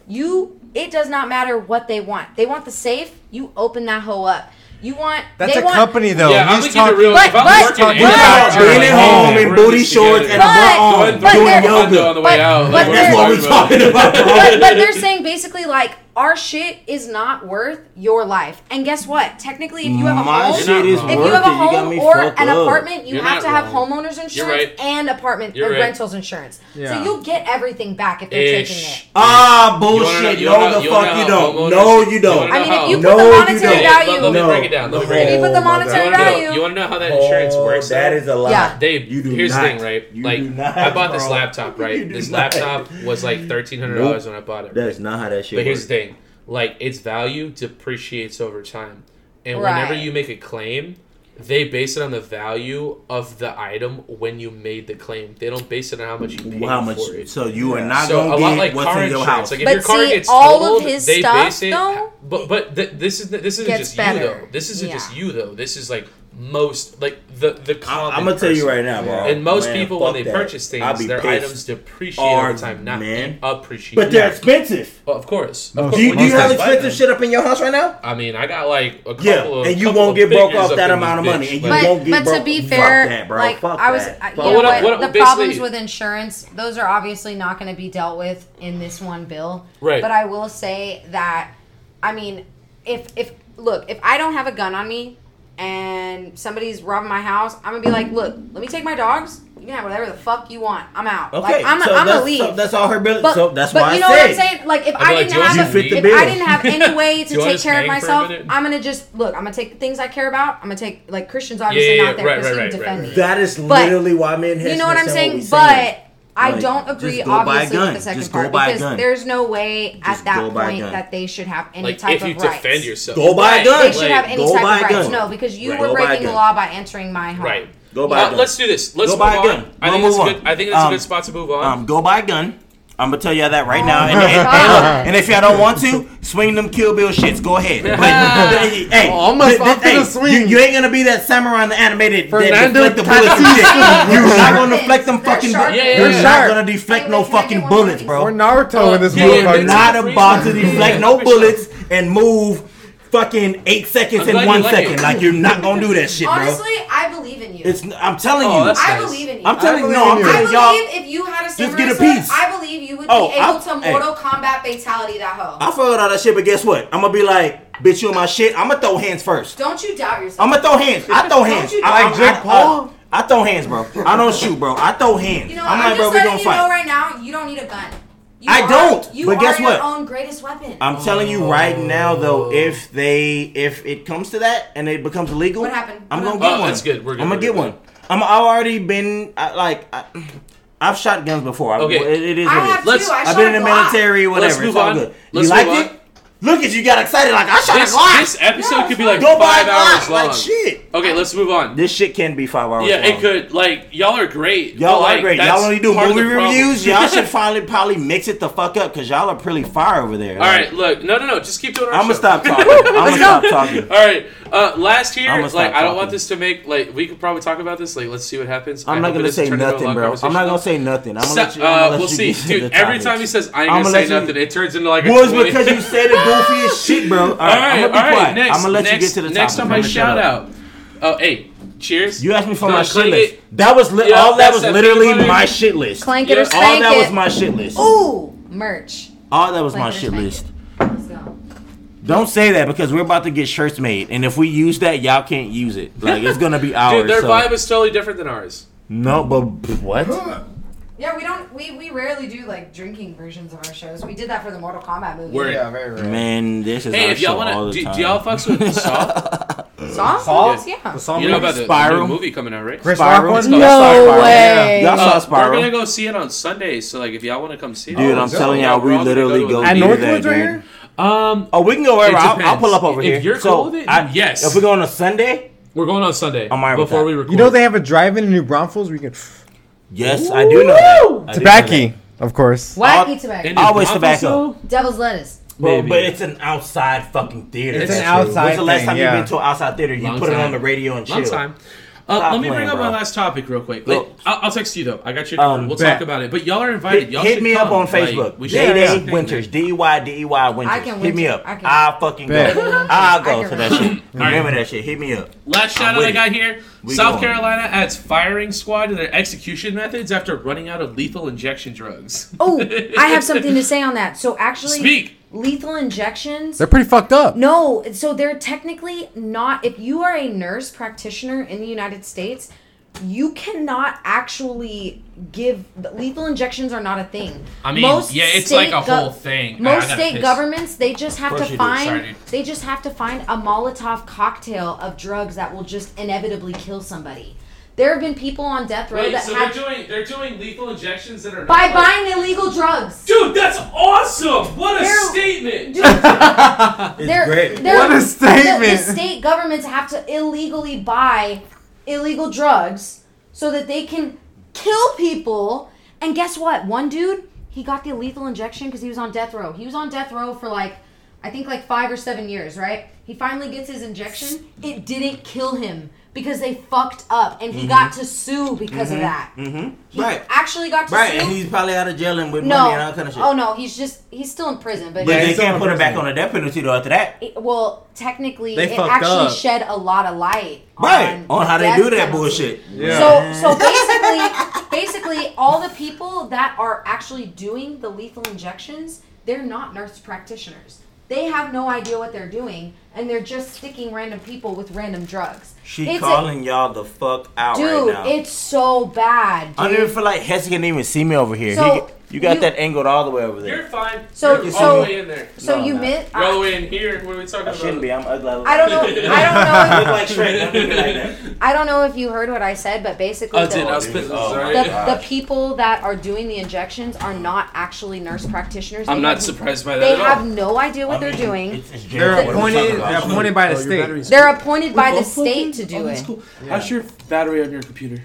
C: you it does not matter what they want. They want the safe, you open that hoe up. You want
G: That's
C: they
G: a
C: want,
G: company though.
A: yeah, I'm
G: He's
A: looking at
G: talking-
A: real.
C: But-
A: if I'm
C: but-
A: working
C: but-
A: in house,
B: Being at home in
A: we're
B: booty
A: just
B: shorts and
A: together.
B: a
C: But-
B: bra on,
A: Going
C: but
B: doing
C: they're-
A: Hondo
B: yoga.
A: on the way
C: But-
A: out.
C: but
A: we're
C: they're-
B: That's what we're
A: talking about.
B: talking about.
C: but, but they're saying basically like our shit is not worth your life. And guess what? Technically, if you have a
B: My
C: home,
B: shit is
F: If
C: if
B: worth
C: you have
B: it.
C: a
B: You got
C: home
B: me
C: or
B: fucked
C: an
B: up.
C: apartment, you
A: You're
C: have to
A: not
C: have
A: wrong.
C: homeowners insurance
A: right.
C: and apartment
A: You're
C: or
A: right.
C: rentals insurance.
D: Yeah.
C: So you'll get everything back if they're taking it.
A: Ish.
B: Ah,
A: know-
B: bullshit.
A: you wanna
B: No,
A: know-
B: the
A: you
B: fuck
A: wanna know
B: you don't.
A: homeowners-
B: No, you
A: you
B: don't.
A: wanna
C: I mean,
A: how-
C: if you put
B: No,
C: the
B: you
C: monetary
B: don't.
A: Yeah, let-
C: value,
A: let me
D: No.
A: break it down. Let me
D: The
A: break it
C: if
A: down.
C: you put the
D: Oh my
A: You
C: monetary
A: wanna know-
C: value,
A: You want to know how that insurance works?
B: Oh, That
A: though?
B: is a lie.
C: Yeah.
A: They
B: You do
A: here's the
B: not.
A: thing, right?
B: You
A: like
B: do not,
A: I bought this
B: bro.
A: laptop,
B: You
A: right?
B: do
A: This
B: not.
A: laptop was like thirteen hundred dollars when I bought it.
B: That is not how that shit
A: But here's
B: works.
A: the thing, like its value depreciates over time, and whenever
C: Right.
A: you make a claim, they base it on the value of the item when you made the claim. They don't base it on how much you paid
B: How much?
A: for it.
B: So you are not
A: so a
B: gonna
A: lot
B: get
A: like
B: what's
A: car
B: in your
A: insurance.
B: house.
A: Like if
C: But
A: your car
C: see,
A: gets
C: all of
A: totaled,
C: his
A: they
C: stuff,
A: base it.
C: though,
A: but but th- this is this isn't
C: gets
A: just
C: better.
A: you though. This isn't just
C: Yeah.
A: you though. This is like most like the the common.
B: I'm gonna tell you
A: person.
B: right now, bro.
A: And most
B: Man,
A: people, when
B: fuck
A: they
B: that.
A: purchase
B: I'd
A: things,
B: be
A: their
B: pissed.
A: items depreciate
B: Are,
A: over time, not
B: man.
A: appreciate.
B: But they're expensive.
A: Well, of course. Of
G: No,
A: course.
B: Do you,
A: When
B: do you
A: start
B: have
A: buying
B: expensive
A: them-
B: shit up in your house right now?
A: I mean, I got like a couple
B: Yeah,
A: of.
B: and you
A: couple
B: won't get broke
A: figures
B: off
A: up
B: that
A: in
B: amount of
A: this
B: money,
A: bitch,
B: and you
A: but-
B: won't
C: But,
B: be
C: but
B: broke.
C: to be
B: Fuck
C: fair,
B: that, bro.
C: like
B: Fuck
C: I was,
B: that.
C: I- you
B: Fuck
C: know
A: But
B: that.
A: what I-
C: what,
A: what I-
C: the
A: basically-
C: problems with insurance, those are obviously not going to be dealt with in this one bill.
A: Right.
C: But I will say that, I mean, if if look, if I don't have a gun on me and somebody's robbing my house, I'm gonna be like, look, let me take my dogs. You can have whatever the fuck you want. I'm out.
B: Okay,
C: like, I'm,
B: so
C: I'm
B: that's,
C: gonna leave.
B: So that's all her bill.
C: But,
B: so that's
C: but
B: why
C: you know
B: I
C: what I'm
B: said.
C: saying? Like if
A: I'd be
C: I
A: like,
C: didn't
A: do you want
C: have
B: to
C: a,
B: fit the
C: if
B: bill?
C: I didn't have any way
A: Do
C: to
A: you want
C: take
A: us
C: care of
A: hang for a
C: myself,
A: minute?
C: I'm gonna just look. I'm gonna take the things I care about. I'm gonna take like Christian's obviously
A: yeah,
C: not there
A: right, right,
C: because he
A: right,
C: can
A: right,
C: defend
A: right.
C: me.
B: That is
C: But-
B: literally why men.
C: You know what I'm saying? but I
B: Like,
C: don't agree,
B: just go buy a
C: obviously,
B: gun.
C: with the second
B: Just go
C: part
B: buy a
C: because
B: gun.
C: there's no way
B: Just
C: at
B: go
C: that
B: buy a
C: point
B: gun.
C: that they should have any
A: Like
C: type
A: if you
C: of rights.
A: defend yourself,
B: Go buy a
A: Right,
B: gun.
C: they should have any
B: Go buy a
C: type of rights.
B: gun.
C: No, because you
A: Right.
C: were
B: Go buy a
C: breaking the
B: gun.
C: law by entering my home.
A: Right.
B: Go buy a
A: Uh,
B: gun.
A: Let's do this. Let's
B: Go
A: move
B: buy a
A: on. I
B: gun. We'll
A: think that's a
B: move
A: good.
B: on.
A: I think that's a
B: Um,
A: good spot to move on.
B: Um, go buy a gun. I'm gonna tell y'all that right
C: Oh
B: now.
C: my
B: And, and, and
C: God.
B: look, and if y'all don't want to, swing them Kill Bill shits. Go ahead. But, hey, hey,
D: Oh, I'm gonna-
B: th- th-
D: I'm gonna
B: hey,
D: swing.
B: You, you ain't gonna be that samurai in the animated that
D: Fernando
B: deflect the bullets.
D: Tatsuya.
B: either. You're not gonna
C: Sharpens.
B: deflect them
C: They're
B: fucking bullets.
C: sharpened.
A: Yeah, yeah,
B: You're
D: yeah.
B: not
D: Sure.
B: gonna deflect
C: Wait,
B: no
C: wait, can I
B: fucking
C: do one more
B: bullets,
C: piece?
B: bro.
D: We're Naruto in this
A: yeah, yeah,
D: movie.
B: You are
A: Vincent
B: not
A: Freeman.
B: about to
A: Yeah,
B: deflect no
A: for
B: bullets and move fucking eight seconds
A: I'm
B: in
A: glad
B: one
A: you like it.
B: second. Like you're not gonna do that shit, bro.
C: Honestly, I believe in you.
B: It's I'm telling
A: Oh,
B: you.
A: that's
C: I
A: nice.
C: believe in you.
B: I'm telling you.
D: believe
B: No, I'm
D: in you.
C: I
B: telling y'all.
C: believe if you had a
B: just
C: samurai
B: get a
C: sword,
B: piece.
C: I believe you would
B: Oh,
C: be able
B: I'll-
C: to
B: hey.
C: Mortal Kombat fatality that hoe.
B: I forgot all that shit, but guess what? I'm gonna be like, bitch, you in my shit. I'm gonna throw hands first.
C: Don't you doubt yourself.
B: I'm gonna throw hands. I throw hands.
C: you
B: I,
C: do
B: I-
D: that. Like
B: I-
D: Jake Paul?
B: I, I throw hands, bro. I don't shoot, bro. I throw hands.
C: You know,
B: I'm
C: I'm,
B: like,
C: just
B: bro, we
C: letting
B: gonna
C: you
B: fight.
C: know right now, you don't need a gun. You
B: I
C: are-
B: don't,
C: You
B: but
C: are
B: guess
C: your
B: what?
C: own greatest weapon.
B: I'm telling you right now, though, if they if it comes to that and it becomes illegal,
C: What happened?
B: I'm
C: What
B: gonna
C: happened?
B: get
A: Oh,
B: one.
A: that's good. We're good.
B: I'm gonna
A: We're
B: get
A: good.
B: one. I'm. I've already been I, like, I, I've shot guns before.
A: Okay.
B: Okay, it, it is. What
C: I
B: it
C: have
B: is.
C: two.
A: Let's-
C: I
B: I've
C: shot
B: been in the
C: a Glock.
B: military, whatever.
A: Let's move
B: it's all
A: on.
B: good.
A: Let's
B: you liked
A: move on.
B: it? Look at you got excited like I shot
A: this,
B: a Glock.
A: this episode
C: No,
A: could be like
B: Go buy
A: five
B: a
A: hours
B: Glock.
A: long.
B: Like shit.
A: Okay, let's move on.
B: This shit can be five hours.
A: Yeah,
B: long.
A: it could. Like y'all are great.
B: Y'all
A: but, like,
B: are great.
A: that's
B: Y'all only do
A: part of
B: movie
A: the problem.
B: reviews. Y'all should finally probably mix it the fuck up because y'all are pretty fire over there.
A: All right, look. No, no, no. Just keep doing our
B: I'm gonna
A: show.
B: stop talking. I'm gonna stop talking.
A: All right. Uh, last year,
B: I'ma
A: like
B: stop
A: I don't
B: talking.
A: want this to make like we could probably talk about this. Like let's see what happens. I
B: I'm not
A: hope it
B: gonna
A: doesn't
B: say
A: turn into a
B: nothing,
A: long
B: bro. I'm
A: conversation.
B: not gonna say nothing. I'm gonna let
A: So-
B: you. I'm gonna
A: uh,
B: let
A: we'll
B: you
A: see,
B: get to
A: dude.
B: the
A: Every
B: topics.
A: time he says "I ain't gonna
B: I'ma let
A: say
B: you-
A: nothing," it turns into like a
B: was
A: 20
B: because you said the goofiest shit, bro. All
A: All right,
B: right, I'm
A: all
B: gonna be
A: right.
B: quiet.
A: Next,
B: I'm gonna let you
A: next-
B: get to the
A: next
B: topics.
A: on
B: I'ma
A: my
B: shut
A: shout
B: up.
A: out. Oh, hey, cheers.
B: You asked me for
A: No,
B: my
A: clean
B: shit list.
A: it.
B: That was li-
A: Yeah,
B: all. That
A: that's
B: was
A: that
B: literally
A: peanut butter.
B: my shit list. All
C: Clank it
A: Yeah,
C: or
A: all
C: spank
B: that was
C: it.
B: my shit list.
C: Ooh, merch.
B: All that was my
C: Clank it or
B: shit
C: spank
B: list.
C: it. Let's go.
B: Don't say that because we're about to get shirts made, and if we use that, y'all can't use it. Like it's gonna be ours.
A: Dude, their
B: so-
A: vibe is totally different than ours.
B: No, but what?
C: Yeah, we don't. We, we rarely do like drinking versions of our shows. We did that for the Mortal Kombat movie.
A: Word.
D: Yeah, very right.
B: Man, this is
A: Hey,
B: our
A: if y'all
B: show all
A: want to,
B: the
A: do,
B: time.
A: do y'all fucks with Saw?
C: Songs?
D: Songs?
C: Yeah.
D: The song
A: You know about the, the
B: Spiral.
A: new movie coming out, right?
D: Chris
B: Spiral?
D: Rock one?
B: No
D: Spiral.
C: way.
B: Y'all saw
A: Uh,
B: Spiral,
A: We're gonna go see it on Sunday, so like if y'all want to come see it,
B: dude. I'm
D: dope.
B: telling
A: Yeah,
B: y'all,
A: we're
B: we
A: all gonna
B: literally
A: go to
B: go
A: a-
D: At
B: do
D: Northwoods
B: that,
D: right
B: dude.
D: here?
A: Um,
B: Oh, we can go wherever.
A: It
B: I'll, I'll
A: depends.
B: pull up over
A: If
B: here.
A: you're
B: so,
A: cool with it,
B: I-
A: yes.
B: If we go on a Sunday,
A: we're going on Sunday
B: I'm all right with
A: before
B: that.
A: we record.
D: You know they have a drive-in in New Brunswick. We can
B: yes, I do know that. I do know
D: Tabacky, of course.
C: Wacky
A: And
C: tobacco.
A: in
B: Always
A: Broncos,
B: tobacco.
A: though?
C: Devil's lettuce.
B: that. Bro,
A: Maybe.
B: but it's an outside fucking theater.
D: It's
A: an
B: That's true.
D: outside
B: When's the last
D: thing,
B: time
D: yeah.
B: you've been to an outside theater? You
A: Long
B: put it
A: time.
B: on the radio and chill.
A: Long time. Uh,
B: Stop
A: let me bring
B: playing,
A: up my
B: bro.
A: last topic real quick.
B: Go.
A: I'll, I'll text you though. I got your
B: Um,
A: number. we'll
D: bet.
A: talk about it. But y'all are invited.
B: Hit,
A: Y'all
B: hit
A: should
B: me up
A: come.
B: on Facebook.
A: Like, we should
B: Day
A: have
B: Day
A: something.
B: Winters. D Y D E Y Winters.
C: I can
B: Hit me
C: winter-
B: up.
C: I can-
B: I'll fucking
D: Bet.
B: go. I'll
C: I
B: go
C: can
B: to that
C: winter.
B: shit. Remember that shit. Hit me up.
A: Last shout
B: I'm
A: out
B: with
A: I
B: it.
A: got here.
B: We
A: South
B: going.
A: Carolina adds firing squad to their execution methods after running out of lethal injection drugs.
C: Oh, I have something to say on that. So actually,
A: Speak.
C: lethal injections.
D: They're pretty fucked up.
C: No, so they're technically not. If you are a nurse practitioner in the United States, you cannot actually give lethal injections are not a thing.
A: I mean, yeah, it's like
C: state
A: a
C: gov-
A: whole thing. I- I
C: Most
A: gotta
C: state
A: piss.
C: governments they just have
B: course
C: to
B: you do.
C: find
A: Sorry, dude.
C: they just have to find a Molotov cocktail of drugs that will just inevitably kill somebody. There have been people on death row
A: Wait,
C: that
A: so
C: have
A: they're doing they're doing lethal injections that are
C: by
A: not like-
C: buying illegal drugs.
A: Dude, that's awesome! What a
C: They're-
A: statement!
C: They're-
B: great.
C: they're-
D: What a
C: the-
D: statement.
C: The, state governments have to illegally buy illegal drugs so that they can kill people. And guess what? One dude, he got the lethal injection because he was on death row. He was on death row for like, I think like five or seven years, right? He finally gets his injection. It didn't kill him because they fucked up, and he got to sue because of that. He
B: Mm-hmm. Right.
C: actually got to
B: Right,
C: sue.
B: and he's probably out of jail and with
C: no.
B: money and all kind of shit.
C: Oh no, he's just he's still in prison, but
B: But
D: Yeah,
B: they
D: he's
B: can't
D: on
B: put him back
D: prison.
B: on the death penalty though after that.
C: It- well, technically,
D: They
C: it
D: fucked
C: actually
D: up.
C: shed a lot of light.
B: Right. On,
C: the
B: how they
C: death
B: do that
C: penalty.
B: bullshit.
D: Yeah.
C: So, so basically, basically, all the people that are actually doing the lethal injections, they're not nurse practitioners. They have no idea what they're doing, and they're just sticking random people with random drugs.
B: She
C: It's a-
B: calling y'all the fuck out right
C: dude,
B: now.
C: it's so bad, dude.
B: I don't even feel like Hesse can even see me over here.
C: So,
B: he, you got
C: you-
B: that angled all the way over
A: You're
B: there.
A: fine.
C: So-
A: You're all
C: so-
A: the way in there.
C: so
B: No,
C: you
B: no.
C: miss.
A: You're all the
C: I,
A: way in here. What are we talking
B: I shouldn't be.
A: about?
B: I'm ugly.
C: I don't know. I
B: Look
C: don't know.
B: like Shrek. Don't look like that.
C: If, I don't know if you heard what I said, but basically,
A: Oh,
C: the-
A: dude, I was
B: Oh,
A: pissed.
B: my
A: Sorry.
C: the,
B: God.
C: the people that are doing the injections are not actually nurse practitioners.
A: I'm
C: They
A: not
C: have-
A: surprised by that
C: They
A: at all.
C: have no idea what
B: I
C: they're
B: mean,
C: doing.
B: it's- it's
D: They're
B: Jared. What are you
D: appointed.
B: talking about?
D: They're appointed by the
H: Oh, your
D: state.
H: battery's-
C: They're appointed by the
A: Oh,
C: state to
A: fucking-
C: do
A: oh, that's
C: it.
A: cool. How's your battery on your computer?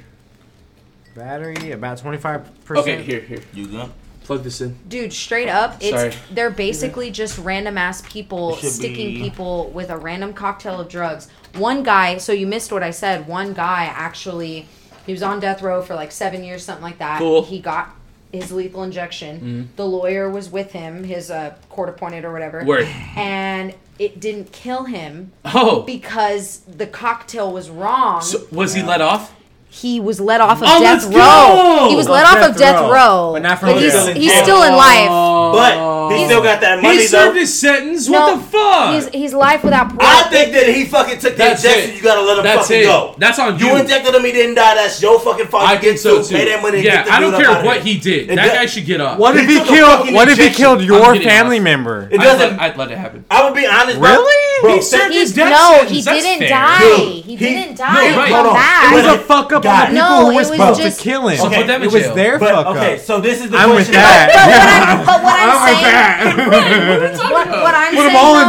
D: Battery about twenty five percent.
A: Okay, here, here.
B: You good?
A: Plug this in.
C: Dude, straight up, it's
A: Sorry.
C: they're basically just random ass people
B: It should
C: sticking
B: be-
C: people with a random cocktail of drugs. One guy, so you missed what I said. One guy actually, he was on death row for like seven years, something like that.
A: Cool. Mm-hmm.
C: He got his lethal injection. The lawyer was with him, his uh, court appointed or whatever.
A: Word.
C: And it didn't kill him
A: Oh.
C: because the cocktail was wrong.
A: So, was he let off?
C: he was let off of
A: Oh, let's
C: death row.
A: go!
C: He was
D: Oh,
C: let off of death row,
D: But not for
C: he's,
B: jail.
C: he's
B: Yeah.
C: still in life.
B: But he still got that money
A: Oh. He
B: though.
A: served his sentence.
C: No,
A: what the fuck?
C: He's he's life without parole.
B: I think that he fucking took the
A: That's
B: injection.
A: it.
B: You gotta let him
A: That's
B: fucking
A: it.
B: go.
A: That's on you.
B: You injected him. He didn't die. That's your fucking fault.
A: I
B: You
A: think
B: get
A: so
B: sued,
A: too.
B: Pay that money. and
A: yeah,
B: get the
A: I don't
B: dude up
A: care
B: outta
A: what
B: here.
A: he did.
B: It
A: That
B: does-
A: guy should get off.
D: What if he
B: took a
D: killed?
B: fucking
D: What if he
B: injection.
D: killed
A: I'm
D: your
A: getting
D: family
A: off.
D: member?
B: It
A: I'd let-
B: doesn't.
A: I'd let it happen.
B: I would be honest. bro.
D: Really?
B: Bro,
A: He served
C: He's-
A: his death
C: no,
A: sentence.
C: he
A: That's
C: didn't
A: fair.
C: die. He didn't die.
A: He
B: Right.
A: come
B: Hold on.
C: back.
B: It
D: It was a
B: wasn't-
D: fuck up
B: God.
D: on the people
C: No,
D: who were
C: it was
D: supposed
C: just-
D: to kill him.
A: So put them in
D: it was
A: jail.
D: their
B: But
D: fuck
B: okay,
D: up.
B: so this is the
D: I'm with
B: question.
D: that.
C: But, but what I'm
D: I'm with
C: saying,
D: that.
C: what, what I'm
D: Put
C: saying
D: them all in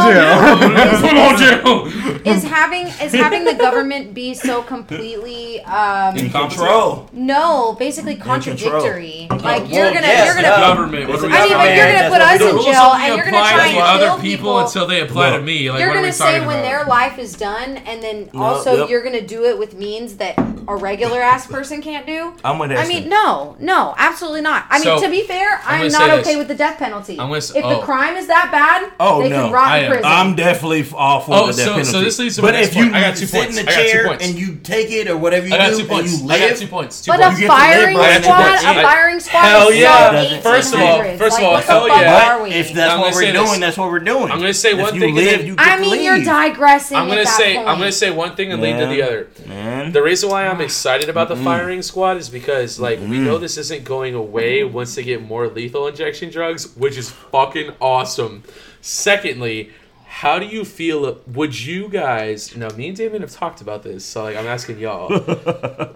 C: though,
D: jail.
A: Put him on jail.
C: is having is having the government be so completely um,
B: Control.
C: no, basically
B: control. Uh,
C: contradictory. Like
B: Well,
C: you're gonna
B: yes,
C: you're
B: no.
C: gonna.
A: Government, what
B: It's
A: are
B: a
A: we talking
C: I
B: government.
C: mean, you're gonna
B: That's
C: put
B: what
C: us
B: we
C: in
B: do.
A: rules
C: jail,
A: only
C: and you're gonna
A: apply
C: try
A: to
C: and
A: other
C: kill
A: people,
C: people.
A: until they apply to
B: No.
A: me. Like,
C: you're
A: what are we
C: gonna say
A: talking
C: when
A: about?
C: their life is done, and then also
B: yep.
C: you're gonna do it with means that a regular ass person can't do.
B: I'm with
C: I
B: Esther.
C: mean, no, no, absolutely not. I mean,
A: So,
C: to be fair,
A: gonna
C: I'm,
A: say
C: not
A: this.
C: okay with the death penalty.
A: I'm gonna s-
C: if
A: oh.
C: the crime is that bad,
B: Oh,
C: they
B: no,
C: can rot
A: I
C: in
A: am.
C: prison.
B: I'm definitely all for
A: Oh,
B: the death
A: so- so
B: penalty.
A: this leads to my
B: but
A: next
B: if you
A: point. I got two
B: sit
A: points.
B: in
A: I
B: the
A: got two
B: chair
A: points.
B: and you take it or whatever you
A: I got
B: do
A: two points.
B: and you
A: I
B: live,
A: got two points. Two
C: but
A: points.
C: a
B: You get to
C: firing
B: labor and
C: squad,
B: that's
C: a
B: it.
C: firing squad
B: Hell
C: is
B: yeah.
C: still
B: Doesn't-
A: First of all-
C: 1800s.
A: first of
C: Like,
A: all,
C: what the
A: hell
C: fuck
A: yeah.
C: are
B: But
C: we?
B: if that's
A: I'm
B: what
A: gonna
B: we're
A: say
B: doing,
A: this.
B: that's what we're doing.
A: I'm gonna say
B: If
A: one
B: you
A: thing and
B: live,
A: then-
B: you get
C: I
B: to
C: mean, you're
B: leave.
C: digressing.
A: I'm gonna
C: at that
A: say
C: point.
A: I'm gonna say one thing and lead to the
B: Yeah.
A: other.
B: Man.
A: The reason why I'm excited about the firing squad is because like we know this isn't going away once they get more lethal injection drugs, which is fucking awesome. Secondly, how do you feel? Would you guys? Now, me and Damon have talked about this, so like I'm asking y'all.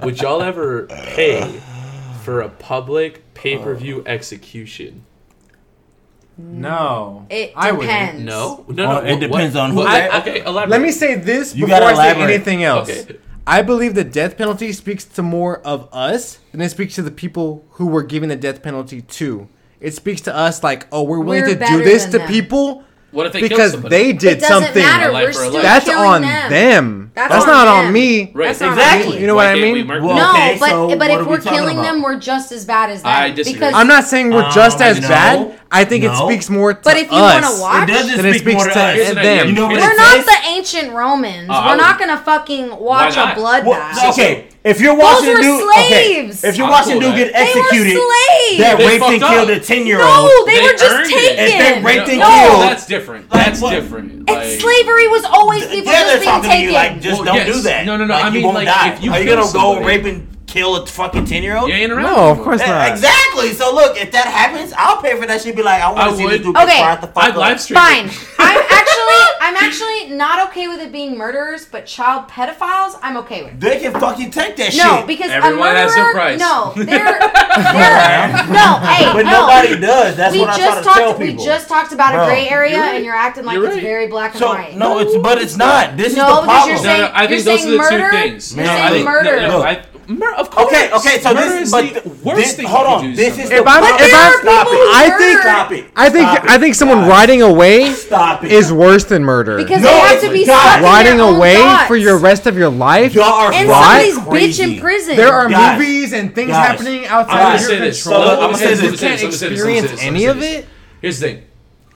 A: would y'all ever pay for a public pay per view
B: Uh.
A: execution?
D: No,
C: It
D: I wouldn't.
C: depends.
A: No, no,
B: Well,
A: no.
B: it
A: what-
B: depends on who-
A: what-
B: I-
A: okay, elaborate.
D: Let me say this
B: You
D: before
B: gotta
D: I say
B: elaborate.
D: anything else.
A: Okay.
D: I believe the death penalty speaks to more of us than it speaks to the people who were giving the death penalty to. It speaks to us like, oh, we're willing
C: We're
D: to
C: better
D: do this
C: than
D: to
C: them.
D: people
A: What if they kill
D: because
A: somebody?
D: they did
C: it doesn't
D: something.
C: matter.
A: Life
C: We're
A: for a
C: still
A: life.
D: That's
C: killing
D: on them.
C: them.
D: That's, not on me.
A: Right,
C: That's not on
B: exactly.
C: me.
D: You know
A: Why
D: what I
A: can't
D: mean?
A: we murder
B: Well,
A: them?
C: No,
B: Okay,
C: but
B: so
C: but
B: what are
C: if
B: we
C: we're
B: talking
C: killing
B: about?
C: them, we're just as bad as them.
A: I disagree.
C: Because,
D: I'm not saying we're just
B: Um,
D: as
B: no.
D: bad. I think it
B: No.
D: speaks more to
C: But if you
D: us.
C: wanna watch-
B: It doesn't
D: Then it
B: speak
D: speaks
B: more
D: to
B: to us.
F: an
D: them.
F: idea.
B: You know what
F: But
C: we're
B: it
C: not
B: says?
C: the ancient Romans.
A: I
B: Uh,
C: we're
A: would-
C: not gonna fucking watch a
A: not?
C: bloodbath.
B: Well, okay, if you're
C: Those
B: watching
C: were
B: dude,
C: slaves.
B: okay, if you're
A: I'm
B: watching
A: cool
B: dude
A: with
B: get
C: They were
B: executed,
C: slaves.
B: that
A: They
B: raped and
A: fucked up.
B: killed a ten year old.
C: no, they,
A: They
C: were just
A: earned it.
C: taken.
B: If they raped and
C: No.
B: killed-
A: that's different.
B: Like,
A: that's
B: what-
A: different.
C: And
A: Like-
C: slavery was always people
B: yeah, they're
C: just being
B: talking to
C: taken.
B: you like, just
A: Well,
B: don't
A: yes.
B: do that.
A: No, no, no,
B: Like,
A: I
B: you
A: mean,
B: won't
A: like,
B: die.
A: if you
B: Are you
A: kill
B: gonna
A: somebody-
B: go rape and kill a fucking ten year old?
A: You ain't around.
D: No, of
A: anymore.
D: course not.
B: Exactly. So look, if that happens, I'll pay for that shit. Be like, I
A: I
B: want to see this
A: would.
B: dude
C: Okay.
B: get fired the fuck
A: I'd
B: up.
A: live stream.
C: Fine.
A: it.
C: I'm actually I'm actually not okay with it being murderers, but child pedophiles, I'm okay with.
B: They can fucking take that
C: No,
B: shit.
C: because a
A: Everyone
C: murderer.
A: has their price.
C: No, they're, they're no. Hey,
B: but
C: no.
B: nobody does. That's
C: we
B: what I try to
C: just
B: tell
C: talked. We
B: people.
C: just talked about
B: Bro,
C: a gray area,
A: you're right.
C: and you're acting like
A: You're
C: it's
A: right.
C: very black and
B: so
C: white.
B: no, it's but it's not. This
C: No,
B: is the
C: because
A: No,
B: problem.
C: you're
A: no,
C: saying-
A: I think
C: you're
A: those are the
C: saying murder?
A: two things.
C: You're
A: No,
B: saying
A: I think,
C: murder?
A: No, no,
B: Look.
A: I, mur- of course.
B: Okay, okay, so
A: Murder
B: this
A: is
B: but
A: the
B: th-
A: worst
B: this,
A: thing you
B: Hold
A: could
B: on,
A: do to
B: this is
A: somebody.
B: the
D: If I'm-
C: but
B: problem.
D: if
C: there
D: I-
C: are people
B: Stop
C: who
B: it.
D: I think-
C: murder
B: Stop it.
D: I think
B: Stop it.
D: I think someone
B: Stop it.
D: riding away
B: Stop it.
D: is worse than murder.
C: because
B: No,
C: they have
B: it's
C: to be
B: not.
C: stuck in their
D: riding
C: own
D: away
C: thoughts.
D: for your rest of your life.
B: y'all are
C: and
B: right
C: somebody's
B: crazy.
C: bitch in prison.
D: There are
B: Guys,
D: movies and things
B: guys,
D: happening
B: I'm
D: outside
B: gonna
D: of
B: say
D: your
A: this.
D: control.
B: I'm gonna say this, I'm
D: You
B: gonna
D: can't
A: say this, I'm gonna say this, I'm gonna
D: experience
A: say this, I'm
D: any
A: gonna
D: of
A: say this.
D: it.
A: Here's the thing.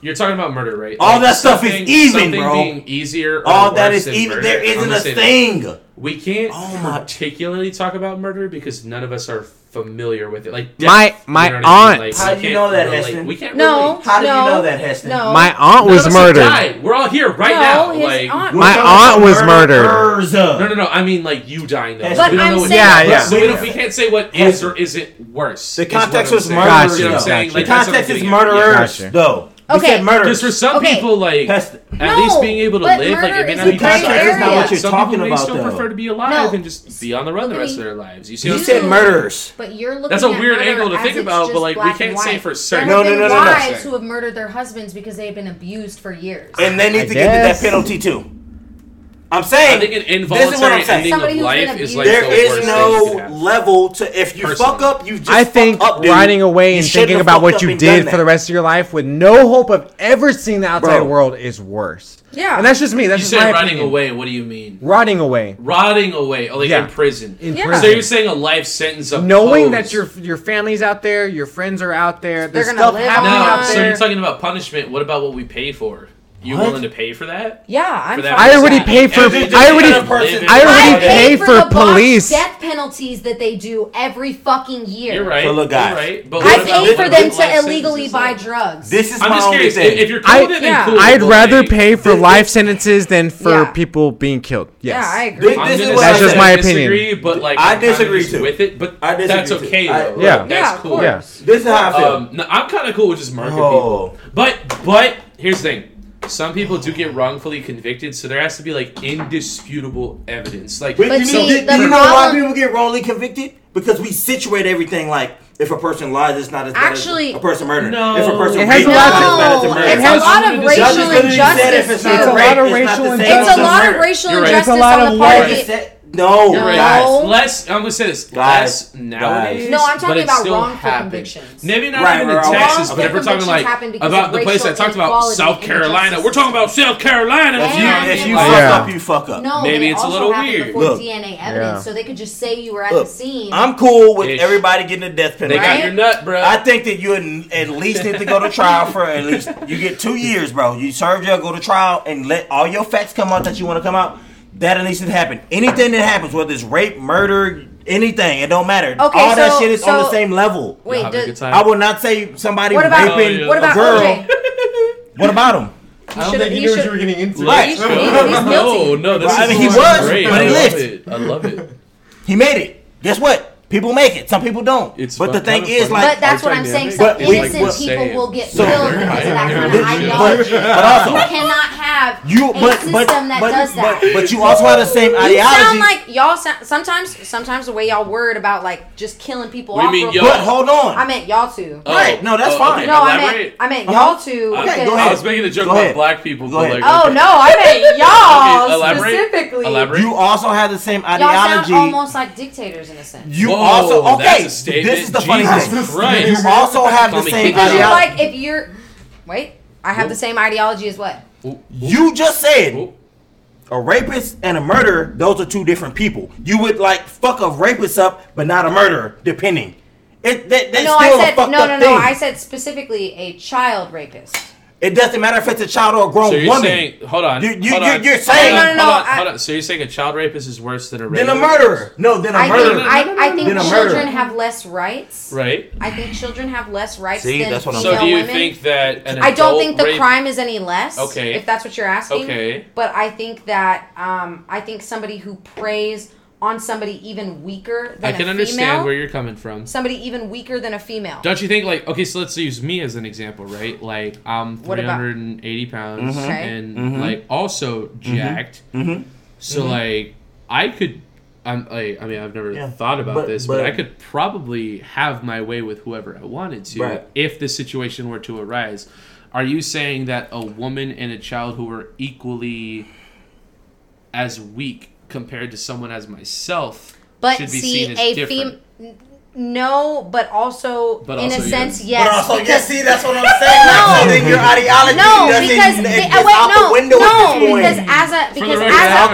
A: You're talking about murder, right?
B: All that stuff is
A: something-
B: even,
A: something
B: bro.
A: being easier. Or
B: All that
A: worse
B: is
A: than
B: even.
A: murder.
B: There
A: I'm
B: isn't
A: gonna
B: a
A: say that.
B: thing.
A: We can't
B: Oh my-
A: particularly talk about murder because none of us are familiar with it. Like
D: My-
A: death,
D: my
A: you know what I mean?
D: aunt.
A: Like,
B: How
A: we
B: do you
A: can't
B: know that,
A: relate.
B: Heston?
A: We can't
C: no.
A: relate.
B: How did you
C: no,
B: know that, Heston?
C: No.
D: My
A: None
D: aunt was
A: of us have
D: murdered.
A: died. We're all here right
C: no,
A: now.
C: his
A: like
C: aunt.
D: My aunt was murdered.
A: no, no, no. I mean like you dying though.
B: But
A: we don't
C: I'm
A: know what,
C: saying-
D: Yeah, yeah.
A: So we, don't, we can't say what is or isn't worse.
B: The
A: is what
B: context
A: I'm
B: was
A: saying.
B: murder,
D: Gotcha,
A: You know what I'm
D: gotcha.
A: saying?
B: The
A: Like, that's what
B: context
A: I'm
B: is
A: getting at. Yeah.
B: murderers,
D: Gotcha.
B: though. We
C: Okay.
B: said
A: Because
B: murderers.
A: for some
C: Okay.
A: people, like
B: That's-
A: at
C: No,
A: least being able to
C: but
A: live, like
C: murder
A: it may
C: is
A: not
C: a
A: be
C: gray
A: possible.
C: area. That's not what
B: you're
A: some
B: talking
A: people may
B: about,
A: still
B: though.
A: prefer to be alive
C: No.
A: and just be on the run the
C: Look at
A: rest
C: me.
A: of their lives. You see,
B: You
A: what I'm
B: said
A: saying?
B: murderers.
C: But you're looking.
A: That's a
C: at
A: weird
C: murder
A: angle to
C: as
A: think
C: it's
A: about,
C: just
A: but, like, we
C: black
A: can't
C: and
A: say
C: white.
A: for certain.
C: There have
B: No, no,
C: been
B: no, no, no.
C: wives who have murdered their husbands because they have been abused for years.
B: and they need
D: I
B: to get to
D: guess.
B: that penalty too. I'm saying.
A: I think an
B: this is
A: involuntary
B: what I'm saying.
A: ending
C: Somebody
A: of
C: who's been
A: life is
C: abused.
A: like
B: There
A: the
B: is
A: worst thing that
B: no
A: could happen.
B: level to if you fuck
A: Personally.
B: up, you just
D: I think
B: fuck up, dude.
D: riding away
B: You
D: and
B: shouldn't
D: thinking
B: have
D: about
B: fucked
D: what
B: up
D: you
B: and done
D: did
B: that.
D: for the rest of your life with no hope of ever seeing the outside
B: Bro.
D: world is worse.
C: Yeah.
D: and that's just me. That's
A: You
D: just my
A: say running
D: opinion.
A: away. What do you mean?
D: Rotting away.
A: Rotting away, or, like
D: Yeah.
A: in prison.
D: In
C: Yeah.
D: prison.
A: So you're saying a life sentence of
D: knowing that your your family's out there, your friends are out there, there's
C: gonna
D: stuff
C: live
D: happening
C: on-
A: no.
D: out
C: No,
A: So
D: there.
A: you're talking about punishment. What about what we pay for? You
B: What?
A: willing to pay for that?
C: yeah, I'm.
A: For that
C: fine
D: I
C: with
D: already
C: that.
D: pay for.
B: Dude, dude,
D: I
B: dude,
D: already.
B: you're the person-
D: I already
C: I
D: pay
C: pay
D: for
C: for the
D: police.
C: police death penalties that they do every fucking year.
A: You're right.
B: So look,
A: you're
B: guys,
A: right. But
C: I
A: what about
C: pay
A: what
B: this-
C: for them
A: about life
C: to
A: sentences,
C: illegally
A: though?
C: buy drugs.
B: This is
A: I'm
B: my
A: just
B: only
A: curious.
B: thing.
A: If, if you're cool
D: I-
A: with it, then
C: yeah.
A: cool.
D: I'd
A: but,
D: rather
A: like,
D: pay for
B: this-
D: life sentences than for
C: Yeah.
D: people being killed. Yes.
C: Yeah, I agree.
B: This-
A: I'm
B: this
A: gonna
B: is what
D: That's
B: I
D: just
A: say
B: said.
D: my
A: I
D: opinion.
A: disagree, But like,
B: I
A: I'm kinda
B: disagree,
A: just
B: too.
A: with it, but
B: I
A: that's
B: disagree,
A: okay
B: too. I-
A: though. Like,
D: Yeah.
C: Yeah,
A: that's
C: of
A: cool.
C: course.
D: Yeah.
B: This is how I feel.
A: Um, no, I'm kind of cool with just murder
B: Oh.
A: people, but but here's the thing: some people do get wrongfully convicted, so there has to be like indisputable evidence. Like,
B: But
C: But
B: you,
C: see,
B: know, do-
C: the
B: do you know why
C: problem-
B: people get wrongly convicted? Because we situate everything like if a person lies, it's not as bad
C: Actually-
B: as a person murdered.
A: No.
B: if a person
D: It has
B: raped,
D: a
B: it's
D: lot
B: not as bad as
C: No,
B: murder.
C: it's
D: a
C: lot of
A: Judges
B: Judges
C: racial
B: literally said if
C: injustice.
B: it's
C: too.
B: not
D: It's a
B: rape,
D: lot of
B: it's not
D: racial
B: the same
C: It's
B: as
C: a
D: injustice.
C: lot
B: murder.
C: of racial
A: You're right.
C: injustice
D: It's a lot
C: on
D: of
C: the
B: I
C: part
D: white-
C: of
B: just
C: the.
B: said no,
C: No.
B: guys.
A: less. I'm gonna say this.
B: Guys,
A: less nowadays.
B: guys.
C: No, I'm talking
A: but it
C: about
A: still
C: wrongful
A: happens.
C: convictions.
A: Maybe not
B: Right,
A: even
B: right,
A: in
B: right.
A: Texas, but if
B: Wrongful
A: we're talking like
C: convictions happen because
A: about
C: of
A: the place I
C: racial
A: talked about,
C: inequality
A: South
C: and
A: Carolina.
C: injustice.
A: We're talking about South Carolina.
B: If you,
C: Yeah.
B: if you
A: Like,
B: fuck
D: Yeah.
B: up, you fuck up.
C: No,
A: Maybe
C: they
A: it's a
C: also
A: little
C: happened
A: weird.
C: Before
B: Look.
C: DNA evidence,
D: Yeah.
C: so they could just say you were at
B: Look,
C: the scene.
B: I'm cool with
A: Ish.
B: everybody getting a death
A: They
B: penalty.
A: got
C: Right?
A: your nut, bro.
B: I think that you at at least need to go to trial for at least you get two years, bro. You serve jail, go to trial, and let all your facts come out that you want to come out. That at least it happen. Anything that happens, whether it's rape, murder, anything, it don't matter.
C: Okay,
B: all that
C: so-
B: shit is on the
C: so-
B: same level.
A: Y'all
C: Wait,
A: having a
C: does-
A: good time?
B: I will not say somebody
C: what about
B: raping
A: Oh, yeah.
C: what
B: a
C: about
B: girl.
C: OJ?
B: What about him?
A: I don't
C: should've-
A: think
C: he
A: you
C: should-
D: getting into.
B: Right.
C: He's- he's- he's
A: No,
C: guilty.
A: no, this
B: Well, I
A: is
B: mean, he was,
A: great.
B: but he
A: I love
B: lived.
A: it. I love it.
B: He made it. Guess what? People make it. Some people don't.
A: It's
B: but the
A: fun-
B: thing
A: kind of
B: is,
A: funny.
B: like,
C: But that's what I'm saying. Some
B: But we-
C: innocent
B: we're
C: people
A: saying-
C: will get
B: So-
C: killed because of that kind of
B: but,
C: ideology.
B: but also,
C: You cannot have
B: You
C: a
B: but
C: system
B: but
C: that
B: but,
C: does that.
B: but but you also have the same ideology.
C: you sound like y'all. Sound, sometimes, sometimes the way y'all word about like just killing people.
A: What do
C: off
A: you mean,
C: real
A: y'all?
C: quick.
B: but hold on.
C: I meant y'all two.
A: Oh,
B: Right, no, that's
A: oh,
B: fine.
A: okay,
C: no, I meant
A: elaborate.
C: I meant
B: Uh-huh.
C: y'all two.
A: Okay,
C: because-
B: go ahead.
A: I was making a joke
B: Go
A: about
B: ahead.
A: black people.
B: Go
A: but
B: ahead.
A: Like,
C: Oh
A: okay.
C: no, I meant y'all
A: Okay, elaborate.
C: specifically.
A: Elaborate.
B: you also have the same
C: Oh. Y'all
B: ideology.
C: sound almost like dictators in a sense.
B: you
A: Whoa,
B: also okay.
A: that's a statement.
B: This is the funny
A: Jesus
B: thing.
A: Christ.
B: You also have
A: Call
B: the
A: me
B: same
A: King
C: Because
B: ideology.
C: you're like, if you're, wait, I have the same ideology as what?
B: You just said
A: Oop.
B: a rapist and a murderer, those are two different people. You would like fuck a rapist up, but not a murderer, depending. It that, that's
C: No, I
B: still a
C: said no,
B: fucked
C: no,
B: up
C: no.
B: thing.
C: I said specifically a child rapist.
B: it doesn't matter if it's a child or a grown
A: So you're
B: woman.
A: saying, hold on,
B: You- you-
A: hold
B: you-
A: on,
B: you're
A: hold
B: saying-
A: on,
C: No, no, no,
A: hold on,
C: I-
A: hold on. So you're saying a child rapist is worse than a rapist?
B: then a murderer. No, then a
C: I
B: murderer.
C: think, I, I think
B: Then a
C: children
B: murderer.
C: have less rights.
A: right?
C: I think children have less rights
B: See,
C: than
B: that's what I'm
C: female
A: So do you
C: women.
A: think that an
C: I don't
A: adult
C: think the
A: rape-
C: crime is any less.
A: Okay.
C: If that's what you're asking.
A: Okay.
C: But I think that um, I think somebody who preys on somebody even weaker than
A: I can
C: a
A: understand
C: female,
A: where you're coming from.
C: somebody even weaker than a female.
A: Don't you think like okay, so let's use me as an example, right? Like I'm
C: What about-
A: 380 pounds
C: Mhm. Okay.
A: and
B: Mm-hmm.
A: like also jacked. So like I could I'm like I mean I've never
B: Yeah.
A: thought about
B: But-
A: this, but,
B: but-
A: I could probably have my way with whoever I wanted to
B: Right.
A: if the situation were to arise. Are you saying that a woman and a child who are equally as weak compared to someone as myself
C: But
A: should be
C: see,
A: seen as
C: a
A: different?
C: female. No, but also
A: But
C: in
A: also
C: a sense, yes.
B: But also, yeah,
C: because-
B: see, that's what I'm saying.
C: No.
B: so then your ideology
C: no,
B: doesn't
C: because
B: it
C: they-
B: gets
C: uh, wait,
B: out
C: no,
B: the window at
C: no,
B: this point.
C: because as a
A: For
C: because
A: the record, I
C: as
A: have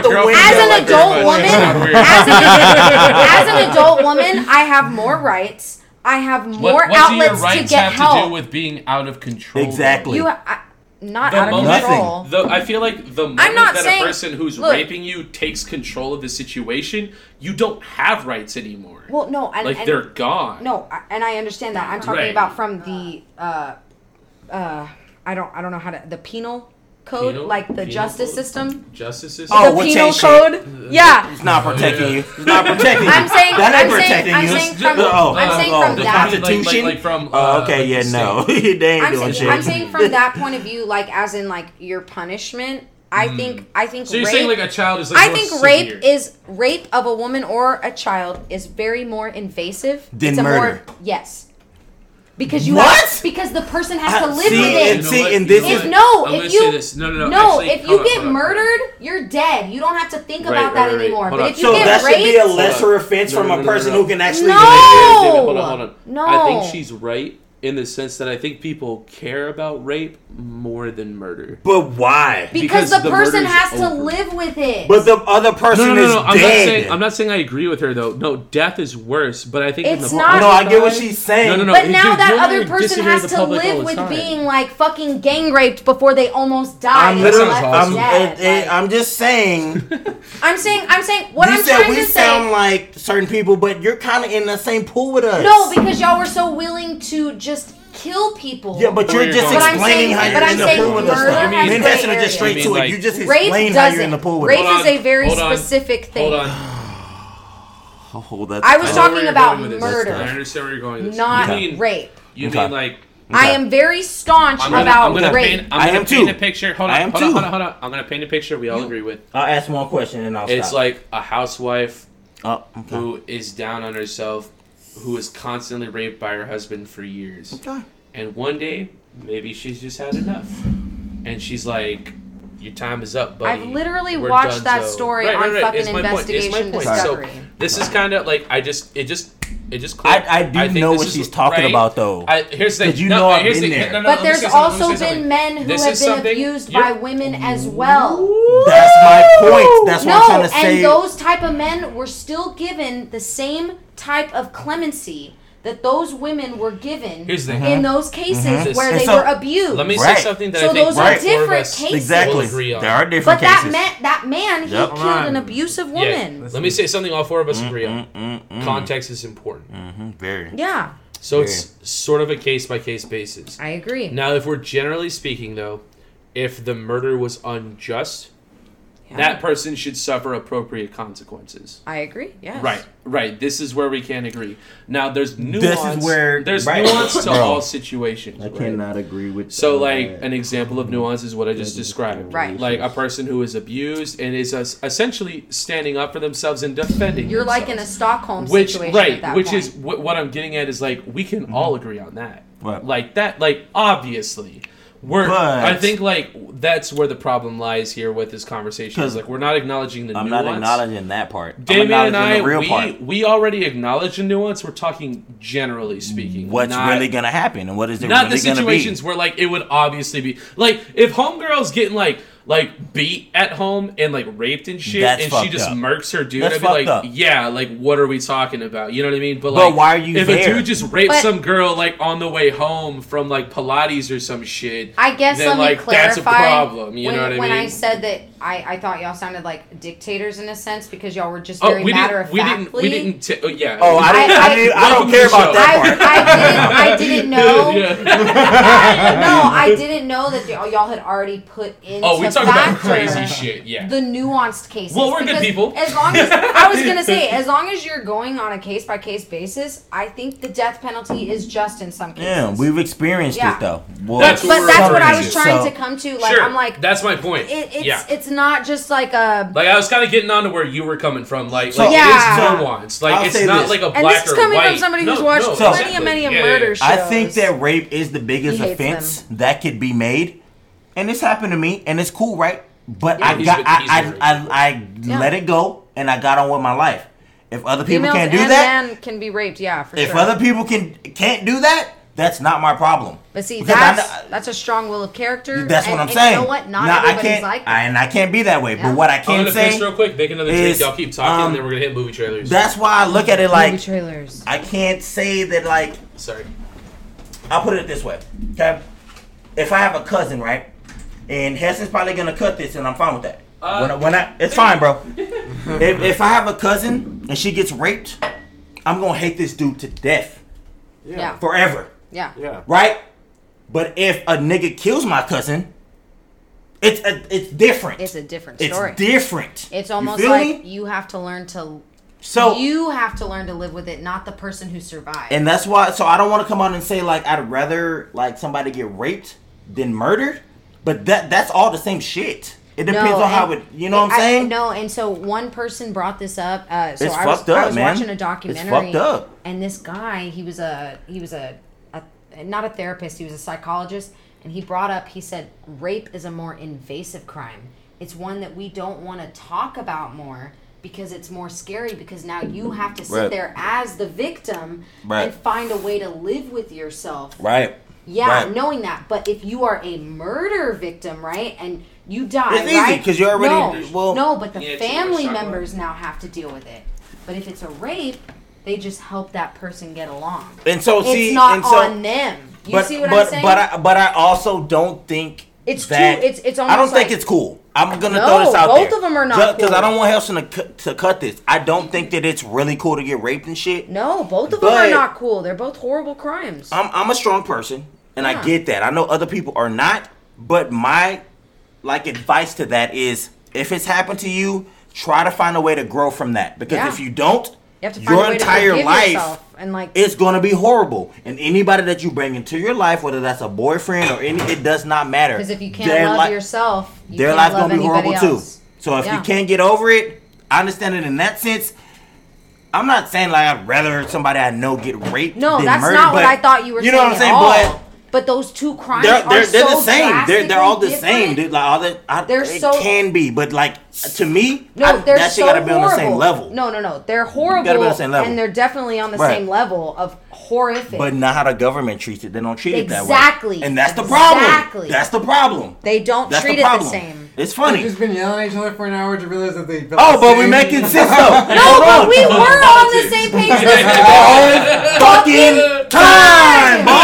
C: a
A: a girlfriend I love very
B: as
C: as an adult
A: much.
C: woman-
A: It's not weird.
C: as, an, as an adult woman, I have more rights. I have more
A: what, what do
C: outlets
A: your rights
C: to
A: have
C: get help.
A: to do with being out of control?
B: Exactly.
C: you, I, not
A: The
C: out of
A: moment,
C: control.
A: the, I feel like the moment
C: not
A: that
C: saying-
A: a person who's
C: look.
A: raping you takes control of the situation, you don't have rights anymore.
C: Well, no, and,
A: like
C: and-
A: they're gone.
C: no, I- and I understand that. I'm talking
A: Right.
C: about from the uh, uh, I don't, I don't know how to the penal code,
A: Penal-
C: like the
A: penal
C: justice
A: code?
C: system,
A: justice system.
B: Oh,
C: the
B: we'll
C: penal
B: change
C: code. Yeah,
B: It's not protecting
A: yeah.
B: you. It's not protecting you.
C: I'm saying-
B: that ain't
C: I'm saying-
B: protecting
C: I'm
B: you.
C: saying from-
B: oh,
C: I'm saying
B: oh,
C: from
B: the
C: that-
B: Constitution.
A: Like- like from,
B: Oh,
A: uh,
B: okay,
A: like
B: yeah,
A: the
B: no,
A: state.
B: they ain't
C: I'm
B: doing
C: saying,
B: shit.
C: I'm saying from that point of view, like as in like your punishment. I think, I think.
A: Hmm. so you're
C: rape,
A: saying like a child is like
C: I
A: more
C: think
A: severe.
C: rape is rape of a woman or a child is very more invasive
B: Than
C: It's a
B: murder.
C: More, yes, because you
B: What?
C: have- because the person has to live
B: see,
A: You
C: with
A: know
C: it.
B: See,
A: what?
B: and
A: You
B: this
A: know
B: is-
C: If
A: what? I'm
C: no, if
A: gonna
C: you-
A: say this. no, no, no.
C: No,
A: actually,
C: if you
A: hold on,
C: get
A: hold on.
C: murdered, you're dead. You don't have to think
A: Right, right,
C: about that
A: right.
C: anymore.
A: Hold
C: but
A: on.
C: if you
B: so
C: get
B: that should
C: raped,
B: be a lesser offense
A: No,
B: from
A: no,
B: a
A: no, no,
B: person
A: no.
B: who can actually.
C: No!
B: relate
A: David, Hold on, hold on.
C: No.
A: I think she's right in the sense that I think people care about rape more than murder.
B: But why?
A: because
C: because, the,
A: the
C: person
A: murder's
C: has to
A: over.
C: live with it.
B: But the other person
A: No, no, no, no.
B: is
A: I'm not
B: dead.
A: saying I'm not saying I agree with her though. No, death is worse, but I think in
C: It's
A: the
C: not-
B: no, I get what she's saying.
A: No, no, no.
C: But
A: dude,
C: now
A: you
C: that
A: and I
C: other
A: are
C: person
A: disagreeing
C: has
A: with the
C: to
A: public all
C: live
A: the
C: with
A: time.
C: being like fucking gang raped before they almost died.
B: I'm
C: and
B: literally.
C: left
B: I'm,
C: dead.
B: it- it- I'm just saying.
C: I'm saying, I'm saying, what
B: you
C: I'm
B: said
C: trying
B: we
C: to
B: sound
C: say.
B: like certain people, but you're kind of in the same pool with us.
C: No, because y'all were so willing to just kill people.
B: Yeah, but
A: Where
B: you're
A: you're
B: just
A: going. But I'm
B: explaining
C: saying-
B: how
C: but
B: you're
C: I'm
B: in the
C: saying
B: pool with us.
C: murder
B: now.
C: has
B: Men
C: gray
B: have to
C: area.
B: just straight
A: You
B: to
A: mean
B: it.
A: like-
B: You just
C: rape
B: explain how
C: doesn't.
B: you're in the pool with
C: rape
B: us.
A: Hold
C: is a
A: on,
C: very
A: hold on,
C: specific thing.
A: Hold on.
B: Oh, that's
C: I was
A: I know where
B: kinda-
C: talking
A: you're
C: about
A: going with this.
C: murder.
A: I understand where you're going with this.
C: Not
A: you mean,
C: rape.
A: You
B: Okay.
A: mean like
C: I am very staunch
A: I'm gonna,
C: about
A: I'm gonna
C: rape.
A: paint,
B: I
A: I'm gonna
B: am
A: paint
B: too.
A: a picture. Hold on,
B: I am
A: hold on,
B: too.
A: hold on, hold on. I'm gonna paint a picture we all agree with.
B: I'll ask one question and I'll
A: It's
B: stop.
A: like a housewife
B: Oh, okay.
A: who is down on herself, who is constantly raped by her husband for years.
B: Okay.
A: And one day, maybe she's just had enough. And she's like, Your time is up, buddy.
C: I've literally watched that story on fucking
A: It's my point. It's my
C: Investigation
A: point.
C: Discovery.
A: So, this is kind of like, I just, it just, it just clicked.
B: I, I do
A: think
B: know
A: this
B: what
A: is-
B: she's talking
A: right?
B: about though.
A: I, here's the
B: Did you
A: no,
B: know I've
A: here's
B: been
A: the-
B: there?
A: no, no,
C: but
A: let me
C: there's
A: say something,
C: also
A: let me say
C: been
A: something.
C: men who
A: This
C: have
A: is
C: been
A: something-
C: abused
A: you're-
C: by women as well.
B: That's my point. That's what I'm
C: No,
B: trying
C: and
B: to say.
C: those type of men were still given the same type of clemency that those women were given
A: Here's the
C: in
A: thing. Mm-hmm.
C: those cases where
B: And
C: they
B: so-
C: were abused.
A: Let me
B: Right.
A: say something that
C: So
A: I think
C: those
A: all
C: are
A: four of
C: different
A: us-
C: cases.
B: exactly.
A: We'll agree on.
B: There are different
C: but that
B: cases.
C: man, that man,
B: Yep.
C: he killed an abusive woman.
A: Yeah, let me say something all four of us agree
B: Mm,
A: on. Context is important.
B: Very.
C: Yeah,
A: So it's sort of a case by case basis.
C: I agree.
A: Now, if we're generally speaking, though, if the murder was unjust,
C: Yeah.
A: that person should suffer appropriate consequences.
C: I agree. Yes.
A: Right, right. This is where we can agree. Now, there's nuance.
B: is where-
A: there's
B: right.
A: nuance to
B: Bro.
A: all situations.
B: I
A: right?
B: cannot agree with.
A: So,
B: that.
A: like, an example of nuance is what I just described.
C: Right.
A: Like, a person who is abused and is es- essentially standing up for themselves and defending
C: You're like in a
A: themselves.
C: Stockholm
A: which
C: situation
A: right
C: at that
A: which
C: point.
A: is
B: Mm-hmm.
A: what, what i'm getting at is like we can all agree on that
B: Right.
A: like that like obviously We're,
B: But-
A: I think like that's where the problem lies here with this conversation. Is
B: 'Cause
A: like we're not acknowledging the
B: I'm
A: nuance.
B: not acknowledging that part.
A: Damien
B: I'm
A: and I,
B: acknowledging the real
A: we,
B: part.
A: we already acknowledge the nuance. We're talking generally speaking.
B: What's
A: not-
B: really gonna happen, and what is it
A: not
B: really
A: the
B: gonna be?
A: situations where like it would obviously be like if homegirl's getting like like beat at home and like raped and shit
B: That's
A: and she
B: fucked
A: just
B: up.
A: murks her dude
B: That's
A: i'd be like
B: fucked up.
A: yeah like what are we talking about you know what i mean but
B: But
A: like
B: why are you
A: if a
B: there?
A: dude just raped
C: But-
A: some girl like on the way home from like pilates or some shit
C: I guess
A: then
C: let me
A: like
C: clarify.
A: that's a problem you
C: when,
A: know what i
C: when
A: mean
C: I said that, I, I thought y'all sounded like dictators in a sense because y'all were just
A: oh
C: very
A: we
C: matter
A: didn't,
C: of
A: we didn't
C: factly.
A: we didn't t- oh, yeah
B: Oh, I, didn't, I,
C: I-
B: didn't, I
A: welcome
B: don't
A: to
B: care
A: the show.
B: about that part.
C: I, I didn't. I didn't know.
A: Yeah.
C: No, I didn't know that y'all y'all had already put in.
A: oh we talk about crazy shit yeah
C: The nuanced cases.
A: Well, we're good
C: because
A: people.
C: As long as I was gonna say, as long as you're going on a case by case basis, I think the death penalty is just in some cases.
B: Yeah, we've experienced
C: Yeah.
B: it though. Well,
A: That's
C: but
A: we're
C: that's what I
A: referring
C: was
A: to.
C: trying
B: So-
C: to come to. Like
A: sure
C: I'm like,
A: that's my point
C: it, it's
A: yeah
C: it's not just like a
A: Like I was kind of getting on to where you were coming from, like
B: So-
A: like
C: Yeah.
A: it is nuanced. Like
B: I'll
A: it's
B: say
A: not
B: this.
A: like a black
C: And this is
A: or
C: coming
A: white.
C: from somebody who's
A: No,
C: watched
A: no,
C: plenty
A: exactly.
C: of many of
A: Yeah, yeah,
C: murder
A: yeah.
C: shows.
B: I think that rape is the biggest
C: He hates
B: offense that could be made, and this happened to me, and it's cool, right? But I
A: he's
B: got,
A: been- he's
B: I,
A: been
B: I,
A: raped.
B: I, I
C: Yeah.
B: let it go, and I got on with my life. If other people
C: females
B: can't do
C: and
B: that,
C: men can be raped. Yeah, for
B: if
C: sure.
B: other people can can't do that, that's not my problem.
C: but see,
B: Because I
C: that's
B: know-
C: that's a strong will of character.
B: that's
C: and,
B: what I'm
C: and
B: saying.
C: You know what? Not
B: Nah, I
C: everybody's
B: can't,
C: like
B: I,
C: that.
B: and I can't be that way.
C: Yeah.
B: But what I
A: I'm
B: can
A: gonna piss real
B: say,
A: quick, make another drink.
B: is,
A: Y'all keep talking,
B: um,
A: and then we're gonna hit movie trailers.
B: that's why I look at it like
C: Movie trailers.
B: I can't say that like
A: Sorry.
B: I'll put it this way, okay? If I have a cousin, right, and Heston's probably gonna cut this, and I'm fine with that. when, I, when I, it's fine, bro. if, if I have a cousin and she gets raped, I'm gonna hate this dude to death
C: yeah,
B: forever,
C: yeah,
G: Yeah.
B: right? But if a nigga kills my cousin, it's a, it's different.
C: It's a different
B: It's
C: story.
B: different.
C: it's
B: You
C: almost
B: feel
C: like
B: me?
C: you have to learn to.
B: so.
C: you have to learn to live with it, not the person who survived.
B: and that's why. So I don't want to come out and say like I'd rather like somebody get raped than murdered, but that that's all the same shit. It depends on how it.
C: and-
B: You know what I'm
C: I-
B: saying?
C: No, and so one person brought this up. Uh, so
B: It's
C: I
B: fucked
C: was,
B: up,
C: I was
B: man.
C: watching a
B: It's
C: documentary.
B: fucked up.
C: And this guy, he was a he was a, a not a therapist. He was a psychologist, and he brought up. He said rape is a more invasive crime. It's one that we don't want to talk about more because it's more scary because now you have to sit
B: Right.
C: there as the victim
B: Right.
C: and find a way to live with yourself
B: Right.
C: yeah,
B: Right.
C: knowing that. But if you are a murder victim, right, and you die,
B: It's easy,
C: right?
B: 'cause you're already-
C: no,
B: well-
C: no, but the
A: Yeah, it's a
C: family
A: suicide.
C: members now have to deal with it. But if it's a rape, they just help that person get along.
B: And so
C: It's
B: see,
C: not
B: and so,
C: on them. You
B: but
C: see what
B: but
C: I'm saying?
B: but I but I also don't think
C: It's
B: that,
C: too- it's- it's
B: I don't
C: almost
B: think
C: like-
B: it's cool. I'm gonna
C: No,
B: throw this out
C: both
B: there.
C: of 'em are not
B: because
C: cool.
B: I don't want Helson to cut, to cut this. I don't think that it's really cool to get raped and shit.
C: no, both of them
B: But-
C: are not cool. They're both horrible crimes.
B: I'm I'm a strong person, and
C: Yeah.
B: I get that. I know other people are not, but my like advice to that is if it's happened to you, try to find a way to grow from that. Because
C: Yeah.
B: if you don't,
C: you have to find
B: your
C: a way
B: entire
C: to forgive
B: life
C: yourself and like
B: it's gonna be horrible. And anybody that you bring into your life, whether that's a boyfriend or any, it does not matter.
C: because if you can't
B: Their
C: love
B: li-
C: yourself, you
B: their
C: can't
B: life's
C: love
B: gonna be horrible
C: anybody else.
B: too. So if
C: Yeah.
B: you can't get over it, I understand it in that sense. I'm not saying like I'd rather somebody I know get raped.
C: No,
B: than
C: that's
B: murdered,
C: not what
B: but
C: I thought you were.
B: You know what I'm saying? But
C: But but those two crimes
B: they're
C: are
B: they're, they're
C: so
B: the same. They're they're all the
C: drastically
B: same.
C: different.
B: Dude. Like all that, I,
C: They're
B: it
C: so-
B: can be, but like to me,
C: No,
B: I,
C: they're
B: that shit
C: so
B: gotta be on the same
C: horrible.
B: level.
C: No, no, no. They're horrible.
B: be on the same level.
C: And they're definitely on the
B: Right.
C: same level of horrific.
B: but not how the government treats it. They don't treat it that way.
C: Exactly.
B: and that's the problem.
C: Exactly.
B: that's the problem.
C: they don't
B: That's
C: treat
B: the
C: it the
B: problem.
C: same.
B: It's
D: They've
B: funny.
D: just been yelling at each other for an hour to realize that they. felt
B: Oh,
D: the
B: but we
D: same.
B: making sense though.
C: No,
B: Hold
C: but
B: on.
C: we were on the same page this
B: All fucking time, bro.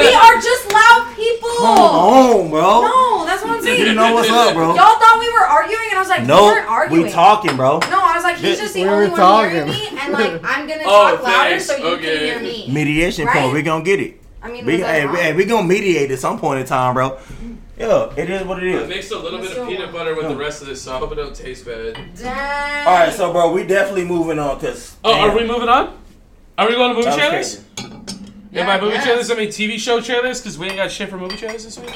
C: We are just loud people.
B: Come on, bro.
C: Oh, No, that's what I'm saying.
B: You know what's up, bro.
C: Y'all thought we were arguing, and I was like, we weren't
B: No,
C: arguing.
B: we talking, bro.
C: No, I was like, he's just the
D: We were
C: only one hearing me,
D: talking.
C: and like, I'm gonna
A: Oh,
C: talk louder
A: thanks.
C: so you
A: Okay.
C: can hear me.
B: Mediation, come on,
C: Right?
B: we gonna get it.
C: I mean,
B: We,
C: was oh. "Ah, I
B: hey, we,
C: wrong?
B: hey, we gonna mediate at some point in time, bro. Yeah, it is what it
A: I
B: is.
A: mixed a little
C: Let's
A: bit of
C: do
A: peanut
C: one.
A: butter with the rest of this, so I hope it don't taste bad.
C: Dang.
B: All right, so bro, we definitely moving on because.
A: Oh, are we moving on? Are we going to movie trailers?
F: and by movie
C: yeah.
F: trailers, I mean TV show trailers, because we ain't got shit for movie trailers this week.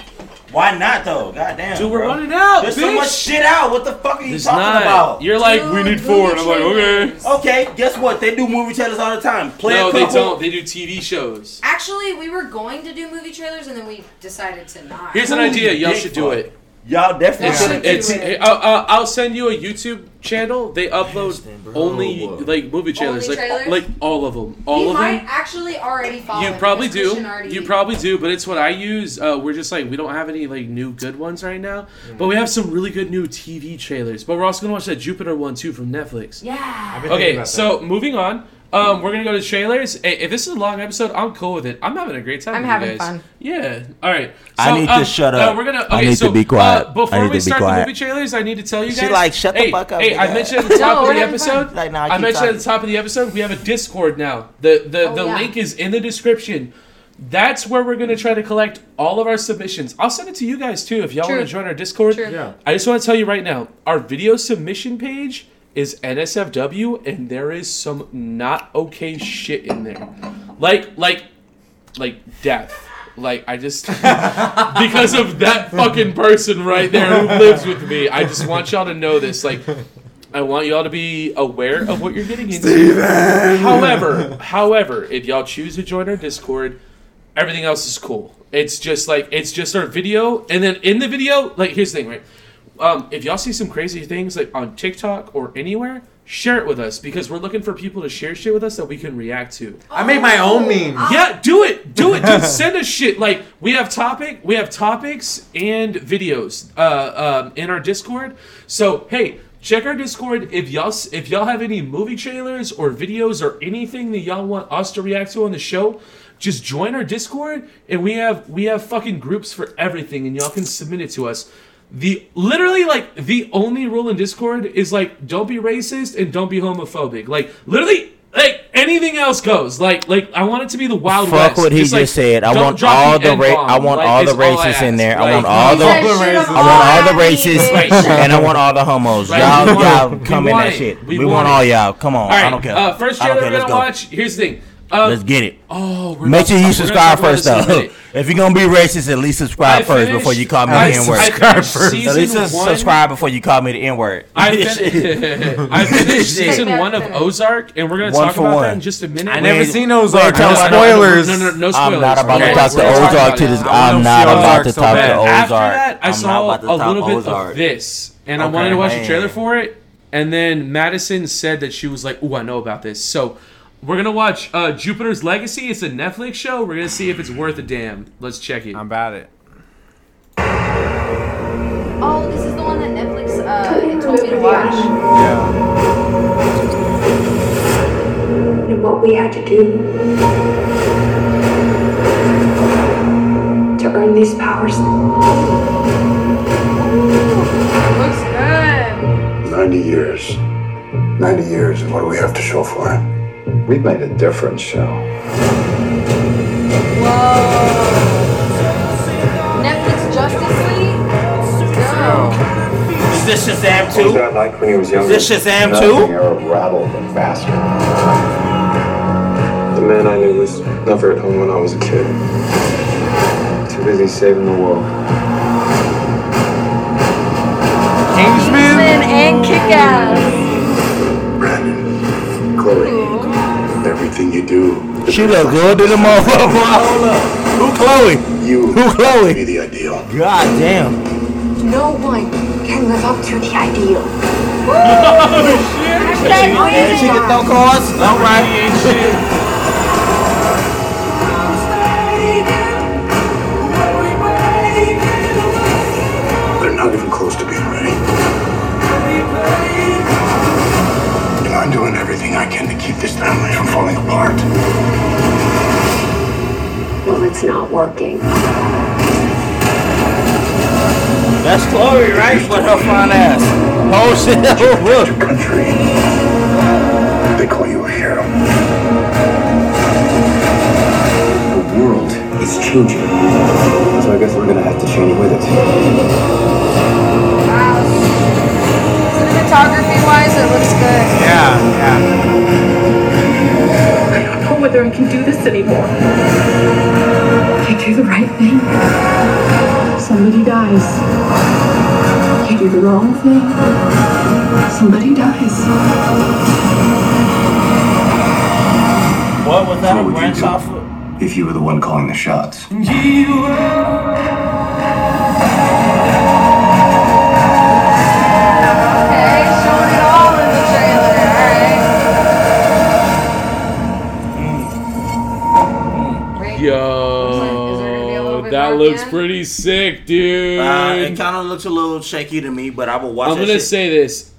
B: Why not though? Goddamn.
A: Dude, we're
B: bro.
A: running out,
B: There's
A: bitch.
B: so much shit out. What the fuck are you
A: It's
B: talking
A: not.
B: about?
A: You're like,
C: Dude,
A: we need
C: movie
A: four, and I'm like, okay.
C: trailers.
B: okay, guess what? They do movie trailers all the time. Play
A: No,
B: a
A: they
B: couple.
A: don't. They do TV shows.
C: Actually, we were going to do movie trailers and then we decided to not.
A: Here's an
B: Holy
A: idea. Y'all
B: dick
A: should do
B: fuck.
A: it.
B: Y'all definitely
C: Yeah.
B: should
C: Shouldn't do
A: It's.
C: it.
A: uh, uh, I'll send you a YouTube channel. They upload
B: Interesting, bro.
A: only like movie trailers,
C: Only
A: like
C: trailers?
A: like all of them, all
C: he
A: of
C: might
A: them.
C: actually already follow.
A: You
C: it,
A: probably
C: because
A: do.
C: Christian already-
A: You probably do, but it's what I use. Uh, we're just like we don't have any like new good ones right now, but
C: Mm.
A: we have some really good new TV trailers. But we're also gonna watch that Jupiter one too from Netflix.
C: Yeah.
D: been thinking
A: Okay,
D: about
A: so moving on. Um, we're gonna go to trailers. Hey, if this is a long episode, I'm cool with it. I'm having a great time.
C: I'm
A: with you
C: having
A: guys.
C: fun.
A: Yeah. All right.
B: I need to
A: um,
B: shut up.
A: uh, we're gonna. Okay,
B: I need to
A: so,
B: be quiet.
A: uh, before
B: I need
A: we
B: to be
A: start the
B: quiet.
A: movie trailers, I need to tell you
B: She
A: guys.
B: like, shut the
A: hey,
B: fuck up,
A: Hey, I
B: nigga.
A: mentioned at the top
C: we're
A: of the
C: having fun.
A: episode.
B: Like, nah,
A: I
B: keep
A: mentioned at
B: talking.
A: the top of the episode we have a Discord now. The the
C: Oh,
A: the
C: yeah.
A: link is in the description. That's where we're gonna try to collect all of our submissions. I'll send it to you guys too if y'all
C: True.
A: want to join our Discord.
C: True. Yeah.
A: I just want to tell you right now, our video submission page is NSFW, and there is some not okay shit in there, like like like death. Like I just because of that fucking person right there who lives with me. I just want y'all to know this. Like I want y'all to be aware of what you're getting into. However, however, if y'all choose to join our Discord, everything else is cool. It's just like it's just our video, and then in the video, like here's the thing, right? Um, if y'all see some crazy things like on TikTok or anywhere, share it with us because we're looking for people to share shit with us that we can react to.
D: I made my own meme.
A: Yeah, do it, do it, dude. Send us shit. Like we have topic, we have topics and videos uh, um, in our Discord. So hey, check our Discord if y'all s- if y'all have any movie trailers or videos or anything that y'all want us to react to on the show. Just join our Discord, and we have we have fucking groups for everything, and y'all can submit it to us. The literally like the only rule in Discord is like don't be racist and don't be homophobic. Like literally like anything else goes. Like like I want it to be the wild
B: Fuck
A: west.
B: what he
A: like,
B: just said. I
A: don't
B: want
A: drop
B: all the
A: N-bomb.
B: ra- I want
A: Like,
B: all
A: is
B: the racists
A: I
B: in
A: ask.
B: there. I
A: Like,
B: want all
C: He
B: the
C: said
B: I
C: shit
D: All racists.
C: on
B: want all the
C: I need,
B: racists
C: bitch.
A: Right.
B: and I want all the homos.
A: Right, we
B: Y'all,
A: want it.
B: y'all come
A: We
B: in
A: want
B: that
A: it.
B: shit.
A: We
B: We,
A: want
B: want
A: it.
B: all y'all. Come on.
A: All right.
B: I don't care.
A: Uh, first
B: I don't
A: trailer we're
B: care. Let's
A: gonna
B: go.
A: watch. Here's the thing. Um,
B: Let's get it.
A: oh, we're about
B: Make sure
A: to-
B: you
A: we're gonna
B: subscribe
A: talk about
B: first,
A: this in a
B: though.
A: minute.
B: If you're gonna be racist, at least subscribe
A: I
B: first
A: finished-
B: before you call me
A: I-
B: the N
A: I
B: word.
A: finished
B: At least
A: season one-
B: subscribe before you call me the N word.
A: I finished, I finished season
C: Shit.
A: one of Ozark, and we're gonna
B: One
A: talk
B: for
A: about that
B: one.
A: in just a minute.
D: I never
B: Wait,
D: seen Ozark.
B: wait,
D: No
B: tell-
D: spoilers.
A: No, no, no, no spoilers.
B: I'm not about
A: Okay,
B: to talk to
A: we're gonna
D: talking
B: Ozark
D: about
B: to
D: it.
B: this.
D: I wanna
B: I'm not
D: see
B: about
D: Ozark
B: to
D: so
B: talk to
D: bad.
B: Ozark.
A: After that, I
B: I'm not
A: saw
B: about to
A: a
B: talk
A: little bit of
B: Ozark.
A: this, and I
B: Okay,
A: wanted to watch the
B: man.
A: trailer for it. And then Madison said that she was like, "Ooh, I know about this." So we're gonna watch uh, Jupiter's Legacy. It's a Netflix show. We're gonna see if it's worth a damn. Let's check it.
D: I'm about it.
C: Oh, this is the one that Netflix uh, it told me to watch.
D: Yeah.
G: and what we had to do to earn these powers.
C: Looks good.
I: 90 years. 90 years, and what do we have to show for it? We've made a difference, so.
C: Whoa. Netflix Justice League. Let's go.
B: Is this Shazam too?
I: that like when he was younger?
B: Is this Shazam too?
I: Arab rattled and faster. The man I knew was never at home when I was a kid. Too busy saving the world.
D: Kingsman.
C: and Kick-Ass.
I: Brandon, Chloe, everything you do,
B: She look good to the motherfucker. Who Chloe?
I: you
B: Who
I: be
B: Chloe?
I: the ideal.
B: God damn.
G: No one can live up to the ideal.
B: She can throw cards. All right.
I: They're not even close to being ready. And I'm doing everything I can to keep this family from falling apart.
G: Well, it's not working.
B: That's Chloe, right? With her fine ass. Oh shit.
I: Your country. They call you a hero. The world is changing. So I guess we're gonna have to change with it.
C: Wow. Cinematography-wise, it looks good.
D: Yeah, yeah.
J: I don't know whether I can do this anymore.
G: You do the right thing. Somebody dies. You do the wrong thing. Somebody dies.
B: What was that
I: What
B: a
I: would you
B: branch
I: do?
B: off of?
I: If you were the one calling the shots.
C: Okay, showing it all in the trailer. All right. Right?
A: Yo,
C: Is there gonna be a little bit
A: that
C: more at
A: looks
C: the end?
A: pretty sick, dude.
B: Uh, it kind of looks a little shaky to me, but I will watch
A: I'm
B: that
A: gonna
B: shit.
A: say this: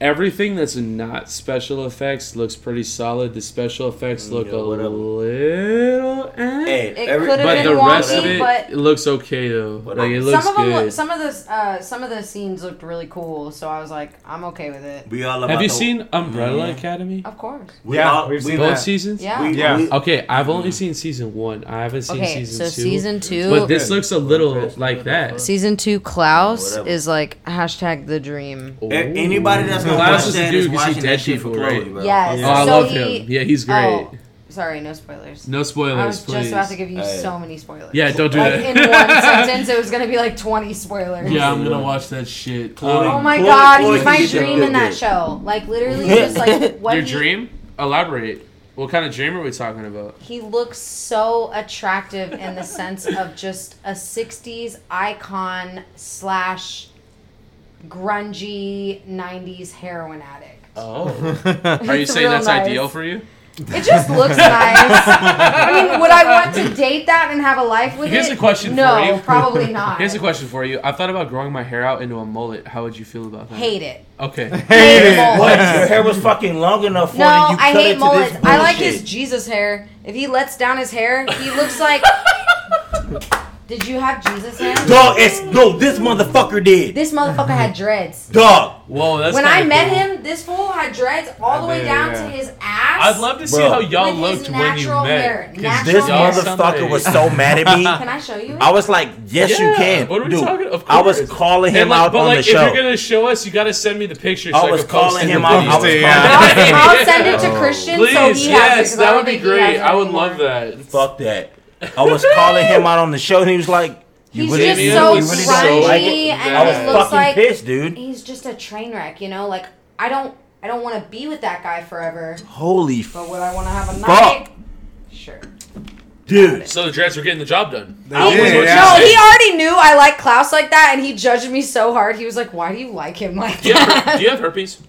A: everything that's not special effects looks pretty solid. The special effects look
B: yeah,
A: a
B: whatever.
A: little, eh.
B: Hey,
C: It
B: every-
C: could've
A: but
C: been
A: the rest
C: wonky,
A: of it
C: but-
A: looks okay though. Like it looks
C: some of them,
A: good.
C: look- some of the uh, some of the scenes looked really cool, so I was like, I'm okay with it.
B: We all about
A: Have you
B: the-
A: seen Umbrella Academy?
C: Of course.
B: We
D: Yeah,
B: all,
D: we've
B: we
D: seen
B: all-
A: Both
D: that.
A: seasons?
C: Yeah.
B: We,
D: Yeah.
B: we-
A: Okay, I've only seen season one. I haven't seen
C: Okay,
A: season
C: so
A: two.
C: season two.
A: But this looks a little like that.
C: Season two, Klaus
B: Whatever.
C: is like hashtag the dream.
B: a- anybody that's
A: Well,
B: not
A: that's
B: watching
A: just
B: that
A: a dude
B: is
A: who can see
B: watching
A: dead
B: that shit for Uh,
A: people, right?
B: Chloe, bro.
C: Yes.
A: Oh, I
C: so
A: love
C: he-
A: him. Yeah, he's great.
C: Oh, sorry, no spoilers.
A: No spoilers,
C: I was
A: please.
C: just about to give you
B: Hey.
C: so many spoilers.
A: yeah, don't do
C: Like
A: that.
C: in one sentence, it was gonna be like 20 spoilers.
A: yeah, I'm gonna watch that shit.
C: Oh
A: Um,
C: my
B: Chloe-
C: god,
B: Chloe
C: he's my
B: can get
C: dream
B: that
C: in that
B: dick.
C: show. Like literally, just like what
A: Your
C: he,
A: dream? Elaborate. What kind of dream are we talking about?
C: he looks so attractive in the sense of just a 60s icon slash grungy 90s heroin addict.
A: Oh. Are you
C: It's
A: saying
C: real
A: that's
C: nice.
A: ideal for you?
C: It just looks nice. I mean, would I want to date that and have a life with
A: Here's
C: it?
A: a question
C: no,
A: for you.
C: probably not.
A: Here's a question for you. I thought about growing my hair out into a mullet. How would you feel about that?
C: Hate it.
A: Okay.
C: Hate it.
B: What? Your hair was fucking long enough for
C: No,
B: you.
C: I
B: cut it
C: hate
B: to
C: mullets.
B: this
C: I like his
B: bullshit.
C: Jesus hair. If he lets down his hair, he looks like. Did you have Jesus hair?
B: Dog, it's no. This motherfucker did.
C: This motherfucker had dreads.
B: Dog,
A: Whoa, that's
C: when I
A: kinda
C: met
A: cool.
C: him, this fool had dreads all the way
D: did,
C: down
D: yeah.
C: to his ass.
A: I'd love to see
B: Bro.
A: how y'all
C: With his
A: looked when you
C: natural
A: met.
C: hair.
A: 'Cause
C: Natural
B: this
C: Y'all
B: motherfucker
A: somebody-
B: was so mad at me.
C: Can I show you?
B: I was like, yes, you
A: Yeah,
B: can.
A: What are we
B: Dude,
A: talking? Of course.
B: I was calling him
A: And, like,
B: out
A: but
B: on
A: like,
B: the
A: if
B: show.
A: you're gonna show us, you gotta send me the picture.
B: I
A: so
B: was
A: I can post it
B: calling him
A: in the
B: out. I was
A: video.
B: calling
D: Yeah.
B: him out.
C: I'll send it to Christian so
A: Please,
C: he has it.
A: yes,
C: 'cause I
A: that
C: don't
A: would be
C: think he has
A: great.
C: it
A: I would
C: anymore.
A: love that.
B: Fuck that. I was calling him out on the show, and he was like, you
C: He's
B: really,
C: just
B: you
C: so
B: really don't like
C: grungy
B: it?
C: and
B: I
C: he
B: was
C: looks
B: fucking
C: like-
B: pissed, dude.
C: He's just a train wreck, you know. Like I don't, I don't want to be with that guy forever.
B: Holy f-
C: But would I want to have a
B: Fuck.
C: night? Sure.
B: dude.
A: So the dreads were getting the job done.
D: I
B: was
D: yeah.
B: with
C: No, he already knew I like Klaus like that, and he judged me so hard. He was like, "Why do you like him like
A: Do you have, her-
C: that?"
A: do you have herpes?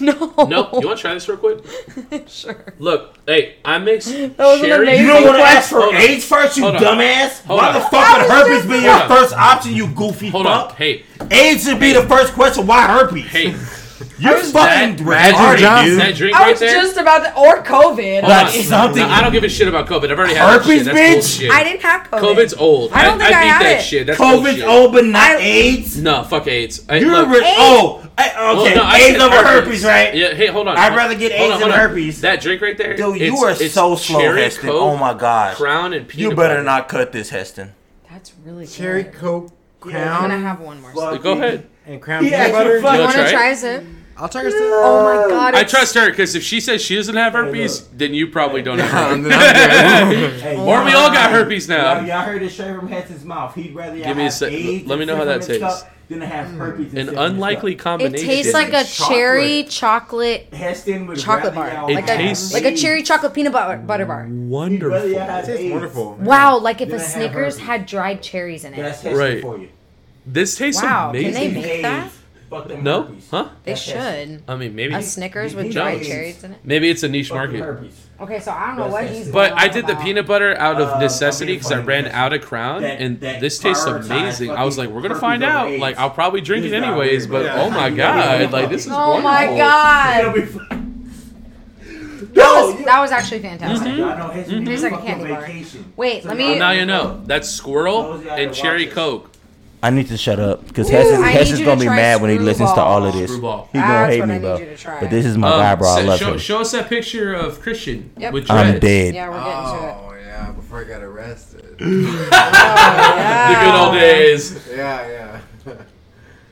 C: No.
A: No. You want to try this real quick?
C: sure.
A: Look, hey, I mix
C: was an
A: cherry.
B: You
C: amazing-
B: don't want to ask for
A: Hold on.
B: age first, you
A: Hold on.
B: dumbass.
A: Hold
B: Why
A: on.
B: the fuck would
C: was
B: herpes
C: just-
B: be your
A: Hold on.
B: first option, you goofy
A: Hold on.
B: fuck?
A: Hey,
B: Age should be the first question. Why herpes?
A: hey,
B: You're fucking
D: Magic
B: retarded,
D: Johnson.
A: that
B: dude.
A: drink
C: I
A: right
C: was
A: there.
C: just about to, or COVID.
A: Hold
B: Like
A: on.
B: something-
A: No, I don't give a shit about COVID. I've already had that
B: Herpes,
A: shit. That's
B: bitch?
A: bullshit.
C: I didn't have COVID.
A: COVID's old.
C: I don't think I
A: beat
C: had
A: that
C: it.
A: shit. That's
B: COVID's
A: bullshit.
B: old, but not
C: I-
B: AIDS.
A: No, fuck AIDS. Hey,
B: You're
A: look.
B: a rich. Oh, I,
A: Well,
B: okay.
A: no, I
B: AIDS
A: said
B: over herpes, right?
A: Yeah. Hey, hold on.
B: I'd
A: Hold-
B: rather get
A: hold
B: AIDS
A: on,
B: than
A: hold on.
B: herpes.
A: That drink right there,
B: Dude, you
A: it's-
B: are
A: it's
B: so slow,
A: cherry
B: Heston.
A: Coke,
B: Oh my gosh.
A: Crown and peanut.
B: You better
A: butter.
B: not cut this, Heston.
C: That's really
D: Cherry
C: good.
D: Coke
C: I'm gonna
D: crown
C: have one more.
A: Go ahead.
D: and crown
B: Yeah,
D: peanut
B: you
D: butter.
B: fuck-
C: You
A: You
C: want
A: wanna
C: to
A: try
C: try
A: it?
C: a sip?
D: I'll try to
C: Oh my god!
A: I
C: it's-
A: trust her because if she says she doesn't have
B: Oh,
A: herpes, then you probably don't have herpes. Or we all got herpes now.
B: Y'all heard it straight from Heston's mouth. He'd rather y'all
A: Give me a
B: have
A: sec-
B: AIDS
A: let me
B: and
A: know how
B: sit
A: that
B: from his
A: tastes.
B: cup than to have herpes. and
A: An
B: sit from his
A: unlikely
B: cup.
C: It
A: combination.
C: tastes like a
B: Chocolate.
C: cherry chocolate
B: Heston would rather
C: chocolate bar,
B: y'all
A: It
C: like
B: have
C: a
A: tastes-
C: like a
B: AIDS.
C: cherry chocolate peanut butter, butter bar.
B: He'd rather
A: wonderful.
B: y'all have
D: It's
B: AIDS.
D: wonderful.
C: Wow, like if a
B: I have
C: Snickers
B: herpes.
C: had dried cherries in it.
B: That's Heston
A: Right.
B: for you.
A: This tastes
C: Wow, can
A: amazing.
C: they make that?
B: Fuck them
A: no?
B: herpes.
A: Huh?
C: They
B: That's Heston.
C: should.
A: I mean, maybe.
C: A Snickers
B: Who
C: with dried
B: knows?
C: cherries in it.
A: Maybe it's a niche
B: Fuck them
A: market.
B: herpes.
C: Okay, so I don't know
B: That's
C: what
B: Heston.
C: he's.
A: But
C: going
A: I
C: on
A: did the
C: about.
A: peanut butter out
B: Uh,
A: of necessity
B: I'll be
A: because I
B: fine.
A: ran out of Crown,
B: That-
A: and
B: that
A: this tastes
B: prioritize
A: amazing. I was like, we're gonna
B: fucking
A: find
B: herpes
A: out.
B: over AIDS.
A: Like, I'll probably drink it
B: This guy
A: anyways.
B: here,
A: But
B: yeah.
A: oh my
B: Yeah.
A: god, like this is
C: Oh my
A: wonderful.
C: god!
B: No,
C: That was,
B: you- Mm-hmm.
C: that was actually fantastic.
B: Y'all know Heston needs
C: Tastes like a
B: fucking
C: candy bar.
B: vacation.
C: Wait, let me.
A: Now you know that's squirrel
B: Those
A: and
B: guys
A: cherry
B: watch us.
A: coke.
B: I need to shut up because
C: Ooh,
B: Heston,
C: I need
B: Heston's
C: you
B: gonna
C: to
B: be
C: try
B: mad when he listens to all of this.
A: Screwball.
C: screwball. Ah,
B: He gonna
C: That's
B: hate
C: what
B: me,
C: I
B: bro.
C: need you to try.
B: But this is my
A: Um,
B: guy, bro. I
A: se-
B: love
A: show,
B: him.
A: show us that picture of Christian
C: Yep.
A: with dreads.
B: I'm dead.
C: Yeah, we're getting to it.
K: Oh yeah, before I got arrested.
A: The good old days.
K: yeah, yeah.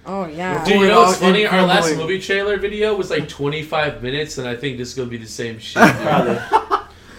C: Oh yeah.
A: Dude, you
K: Pulling
A: know what's
K: out
A: funny? Our last
K: incoming.
A: movie trailer video was like 25 minutes, and I think this is gonna be the same shit. dude.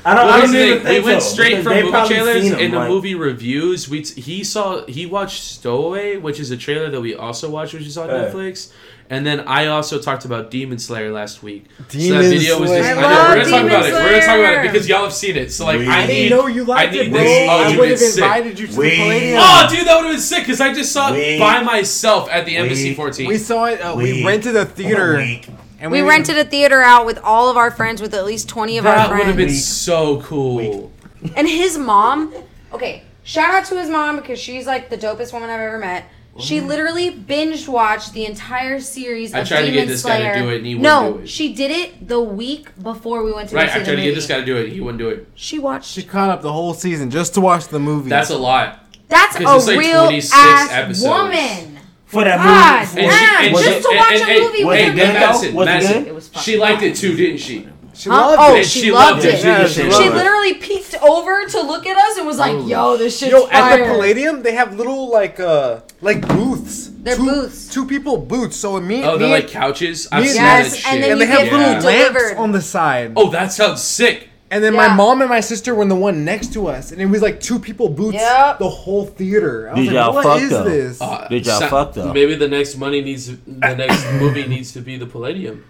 B: I don't.
A: Well,
B: I
A: here's
B: don't
A: the
B: even
A: thing.
B: think
A: We went
B: so,
A: straight
B: because
A: from
B: they've
A: movie
B: probably
A: trailers
B: seen 'em,
A: into
B: like-
A: movie reviews. We t- he saw he watched Stowaway, which is a trailer that we also watched, which is on
B: Yeah.
A: Netflix. And then I also talked about Demon Slayer last week.
D: Demon Slayer.
A: I
D: I
A: know,
C: love
A: we're gonna talk
C: Demon
A: about it. We're gonna talk about
C: Slayer.
A: it because y'all have seen it. So like,
B: We-
A: I
B: I
A: need,
B: didn't
D: know you liked
A: I need
D: it,
A: this.
D: bro.
A: Oh,
D: I
A: dude,
D: would've
A: it's sick.
K: invited you to
B: We-
K: the Palladium.
A: Oh, dude, that would have been sick because I just saw it
B: We-
A: by myself at the Embassy 14.
K: We saw it. Uh, we,
B: We-
K: rented a theater.
B: We-
K: And
C: We rented a theater out with all of our friends, with at least 20 of our
A: that would
C: friends.
A: have been so cool.
C: And his mom, okay, shout out to his mom because she's like the dopest woman I've ever met. She literally binge watched the entire series.
A: I
C: of
A: tried to get
C: Demon
A: this guy to
C: Slayer.
A: do it and he
C: no,
A: wouldn't do it.
C: she did it the week before we went to
A: Right,
C: go see
A: I tried
C: the
A: to
C: movie.
A: get this guy to do it. He wouldn't do it.
C: She watched.
K: She caught up the whole season just to watch the movie.
A: That's a lot.
C: That's a
A: Because it's like
C: real
A: 26
C: ass
A: episodes.
C: woman.
B: for that
C: God,
B: movie.
A: And
C: Yeah,
A: she, and
B: was
A: she,
B: it-
C: just to
A: and-
C: watch
A: and-
C: a
A: and-
C: movie
A: Hey,
C: with
B: it good,
A: hey,
B: though?
A: Madison,
B: Was it
A: Madison,
B: good? It
C: was
A: she liked it too, didn't she?
K: she
C: Huh?
K: loved
C: Oh,
K: it.
C: she,
A: She
C: loved,
A: loved
C: it.
A: it.
K: Yeah,
B: did
K: she
B: shit.
K: loved
C: She
K: it.
C: literally peeked over to look at us and was like, "Yo, this shit's
D: Yo, at
C: fire."
D: the Palladium, they have little like uh like booths.
C: They're
K: two,
C: booths.
K: Two people booths. So me,
A: Oh,
K: me
A: they're like couches. I've
D: me-
A: seen
D: Yes,
A: that shit.
C: and then
D: and they
C: you
D: have
C: get
D: little
C: food delivered.
D: lamps on the side.
A: oh, that sounds sick.
D: And then
C: Yeah.
D: my mom and my sister were in the one next to us, and it was like two people boots
C: Yep.
D: the whole theater. I was
B: Did
D: like,
B: y'all
D: what
B: fuck,
D: is
B: though?
D: this?
A: Uh,
B: Did y'all
A: so-
B: fuck, though?
L: Maybe the next money needs the next movie needs to be the Palladium.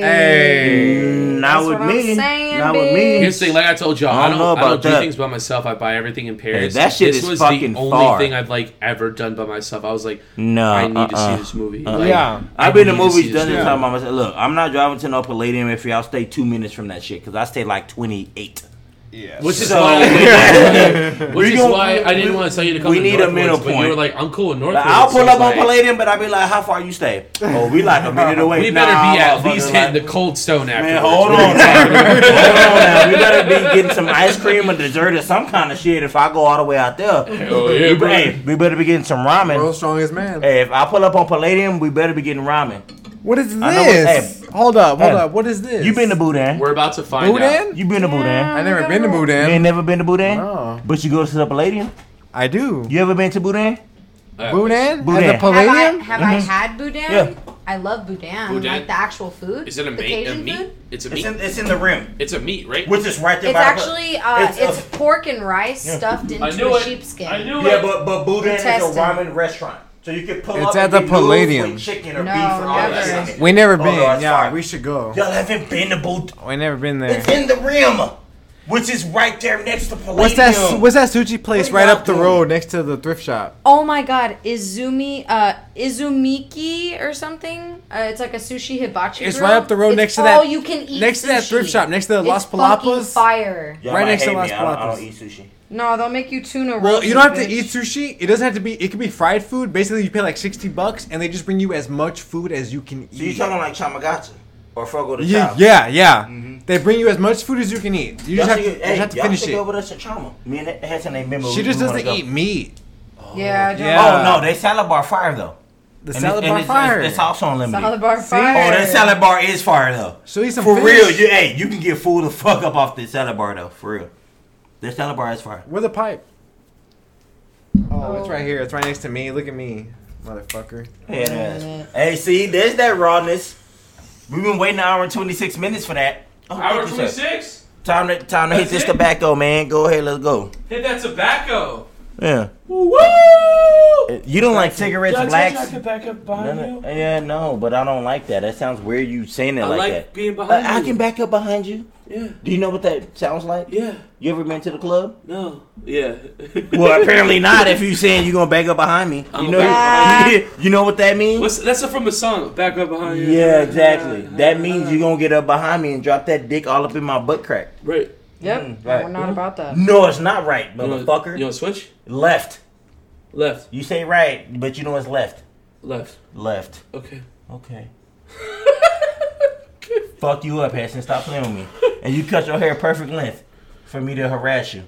B: Mm, Not
C: That's
B: with
C: what I'm
B: me.
C: saying,
B: Not with
C: bitch.
B: me.
A: Here's the thing, like I told y'all, I don't, I don't,
B: know about
A: do
B: that.
A: things by myself. I buy everything in Paris.
B: that shit
A: this
B: is
A: was
B: fucking
A: the only
B: far.
A: thing I've like ever done by myself. I was like,
B: No,
A: I need to see
B: uh-uh.
A: this movie.
B: Uh-uh.
A: Like,
D: Yeah.
B: I've been to
A: need to see
B: movies
A: this
B: dozens
A: shit.
B: of times. I myself. Look, I'm not driving to no Palladium if y'all stay two minutes from that shit because I stay like 28.
A: Which is
B: So-
A: why, I didn't- which
B: We
A: is
B: gonna-
A: why I didn't want to tell you to come.
B: we
A: to
B: need a
A: Northwoods,
B: middle
A: but You
B: point.
A: were like, I'm cool with Northwoods.
B: Like, I'll
A: I
B: pull
A: was
B: up on
A: like,
B: Palladium, but I'll be like, how far you stay? Oh, we like a minute away.
A: We better
B: Nah,
A: be at least
B: motherfucker,
A: hitting
B: like-
A: the cold stone after.
B: Man, hold on, now. hold on now. We better be getting some ice cream or dessert or some kind of shit if I go all the way out there.
A: Hell yeah,
B: we,
A: bro.
B: hey, we better be getting some
K: world's
B: ramen.
K: strongest man.
B: Hey, if I pull up on Palladium, we better be getting ramen.
D: What is
B: I know what-
D: this? hold up, hold
B: Hey.
D: up. What is this?
B: You been to Boudin?
A: We're about to find out.
D: Boudin?
B: You been to
K: I
B: Boudin?
K: never been to
B: You
K: Budan.
B: ain't never been to Boudin?
D: No.
B: But you go to the Palladium?
D: I do.
B: You ever been to Boudin?
A: Uh,
D: Boudin?
B: Boudin.
D: At the
C: Have I,
D: Palladium?
C: have I had boudin?
B: Yeah.
C: I love boudin.
A: Mm-hmm. Boudin?
C: Like the actual food.
A: Is it a,
C: The
A: meat? a
C: Cajun
A: meat?
C: food?
A: It's a
B: It's
A: meat.
B: in, it's in the rim,
A: It's a meat, right?
B: which is right there
C: It's
B: by
C: actually uh, it's,
B: It's a-
C: pork and rice stuffed
A: I
C: into
A: knew
C: a
A: it.
C: sheepskin.
A: I knew
B: the
A: it.
B: Yeah, but, but Boudin is a
C: Intestine.
B: ramen restaurant. So you can pull
K: It's
B: up
K: at
B: and
K: the
B: get noodles
K: Palladium.
B: with chicken or
C: No,
B: beef or all
C: never.
B: that shit.
K: We never
B: Oh,
K: been.
B: no, it's
K: yeah,
B: far.
K: we should go.
B: Y'all haven't been to Boudin.
D: Oh,
K: We never been there.
B: It's in the rim, which is right there next to Palladium.
K: What's that? su- What's that sushi place
B: What
K: right
B: y'all
K: up the
B: doing?
K: road next to the thrift shop?
C: Oh my god, Izumi uh Izumiki or something? Uh, it's like a sushi hibachi.
K: It's
C: grill.
K: right up the road
C: It's
K: next to that-
C: all you can eat.
K: next to that thrift
C: sushi.
K: shop, next to the
C: It's
K: Las
C: fucking
K: Palapas.
C: Fire.
B: Y'all
K: Right
B: might
K: next to
B: hate
K: Las
B: me. I don't, I
K: Palapas.
B: don't eat sushi.
C: No, they'll make you tuna rolls.
D: Well, you don't have to
C: bitch.
D: eat sushi. It doesn't have to be. It can be fried food. Basically, you pay like sixty bucks, and they just bring you as much food as you can eat.
B: So you talking like Chamagata or Fogo de
D: yeah,
B: Chao?
D: yeah, yeah. They bring you as much food as you can eat. You
B: Mm-hmm. Y'all should,
D: just have to, you
B: hey,
D: just have to
B: y'all
D: finish
B: should go
D: it.
B: with us to Chama. Me and Hanson ain't member.
D: She just doesn't eat meat.
C: Yeah, I don't.
D: Yeah.
B: Oh no, they salad bar fire though.
D: The
B: And
D: salad
B: it's-
D: bar
B: and it's-
D: fire.
B: It's, it's also unlimited.
C: Salad bar
B: Oh,
C: fire.
B: that salad bar is fire though.
D: So eat some
B: For
D: fish.
B: real, you hey, you can get fooled the fuck up off this salad bar though. For real, this salad bar is fire.
D: Where the pipe? Oh,
C: Oh.
D: it's right here. It's right next to me. Look at me, motherfucker.
B: Head ass. Hey, see, there's that rawness. We've been waiting an hour and twenty six minutes for that. Oh,
A: Hour
B: thank you, sir.
A: twenty six.
B: Time to time to hit
A: That's
B: this
A: it?
B: tobacco, man. Go ahead, let's go.
A: Hit that tobacco.
B: Yeah.
A: Woo!
B: You don't like cigarettes, blacks.
A: back up
B: No, no, yeah, no, but I don't like that. That sounds weird. You saying it
L: I
B: like,
L: like
B: that?
L: being behind
B: Uh, I
L: you.
B: can back up behind you.
L: Yeah,
B: Do you know what that sounds like?
L: yeah,
B: You ever been to the club?
L: no, yeah.
B: Well, apparently not. If you saying you gonna back up behind me,
L: I'm
B: you know,
L: back
B: you know what that means.
L: What's that's from a song? Back up behind you.
B: Yeah, exactly. That means you gonna get up behind me and drop that dick all up in my butt crack.
L: Right.
C: Yep.
B: right.
C: We're not about that.
B: No, it's not right,
L: You wanna-
B: motherfucker.
L: You want to switch?
B: Left.
L: Left,
B: You say right, but you know it's left.
L: left.
B: Left.
L: Okay.
B: Okay. Fuck you up, Hanson. Stop playing with me. And you cut your hair perfect length for me to harass you.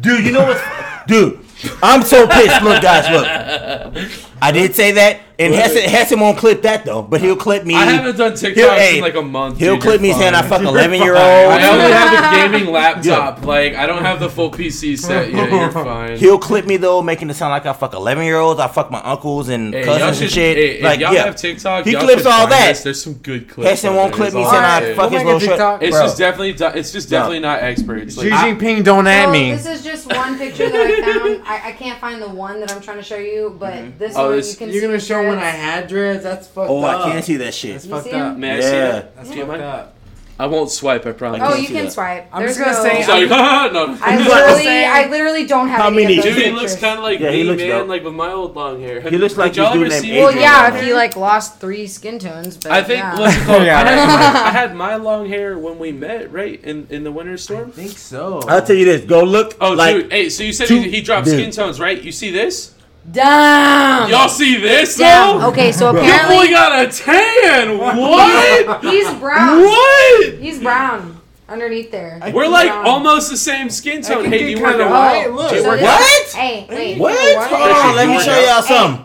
B: Dude, you know what? Dude, I'm so pissed. Look, guys, look. I did say that. And Hessen, Hessen won't clip that though, but he'll clip me.
A: I haven't done
B: He'll-
A: TikToks
B: hey,
A: in like a month.
B: He'll
A: dude,
B: clip me
A: you're
B: saying I
A: fine.
B: fuck
D: You're
B: eleven year
D: fine.
B: old.
A: I only have a gaming laptop. Like I don't have the full PC set yet. You're fine.
B: He'll clip me though, making it sound like I fuck eleven year olds. I fuck my uncles and
A: Hey, y'all
B: cousins
A: should,
B: and shit.
A: hey, if
B: like
A: y'all
B: yeah,
A: have TikTok.
B: He
A: y'all
B: clips
A: should
B: all
A: find
B: that.
A: this. There's some good clips.
B: Hessen
A: out
B: won't
A: there.
B: clip me
A: It's
B: saying
A: all
B: I
A: good.
B: fuck his
D: make a
B: little shit.
D: TikTok,
A: It's
B: Bro.
A: just definitely. do- It's just definitely not experts.
D: Xi
A: Like, I-
D: Jinping, don't at
C: So
D: me.
C: this is just one picture that I found. I, I can't find the one that I'm trying to show you, but this
A: Oh,
C: one
A: this-
C: you can
M: You're
C: see
M: gonna
C: the
M: show when I
C: dreads.
M: had dreads? That's fucked
B: Oh,
M: up.
B: I can't see that shit.
M: That's
C: You
M: fucked
C: see 'em?
M: up.
A: May I see
B: Yeah,
A: it?
M: That's
A: Do you
M: fucked
A: mind?
M: up.
A: I won't swipe. I promise.
C: Oh,
B: can't
C: you
B: see
C: can
B: that.
C: swipe.
M: I'm
C: There's
M: just gonna
C: no-
M: say-
A: So, no.
C: I
B: I'm
C: literally,
M: saying-
C: I literally don't have
B: How
C: any
B: many?
C: of those
B: Dude,
A: Dude, he
C: pictures.
A: looks kind of like
B: Yeah,
A: me,
B: he looks
A: man.
B: dope.
A: Like with my old long hair.
B: He looks like
A: Did y'all
B: this dude
A: ever
B: named
A: see-
C: Well,
B: Adrian.
C: yeah, if he like lost three skin tones, but
A: I think
C: yeah.
A: what's it called?
K: Yeah,
A: I, had
K: right.
A: my, I had my long hair when we met, right in in the winter storm.
M: I think so.
B: I'll tell you this. Go look.
A: Oh,
B: like,
A: dude! Hey, so you said
B: two-
A: he, he dropped
B: dude.
A: skin tones, right? You see this?
C: Damn.
A: Y'all see this?
C: Damn.
A: though?
C: Okay, so
A: You only
C: apparently
A: got a tan. What?
C: he's brown.
A: what?
C: He's brown underneath there.
A: We're
C: He's
A: like
C: brown.
A: almost the same skin tone.
M: can
A: Hey,
M: get
A: do you want
M: kinda
A: to know
M: white.
A: why?
M: Hey, look.
C: So this-
B: What?
C: Hey, wait.
B: What?
C: what?
B: Hold on, let me
A: Hey,
B: show y'all something.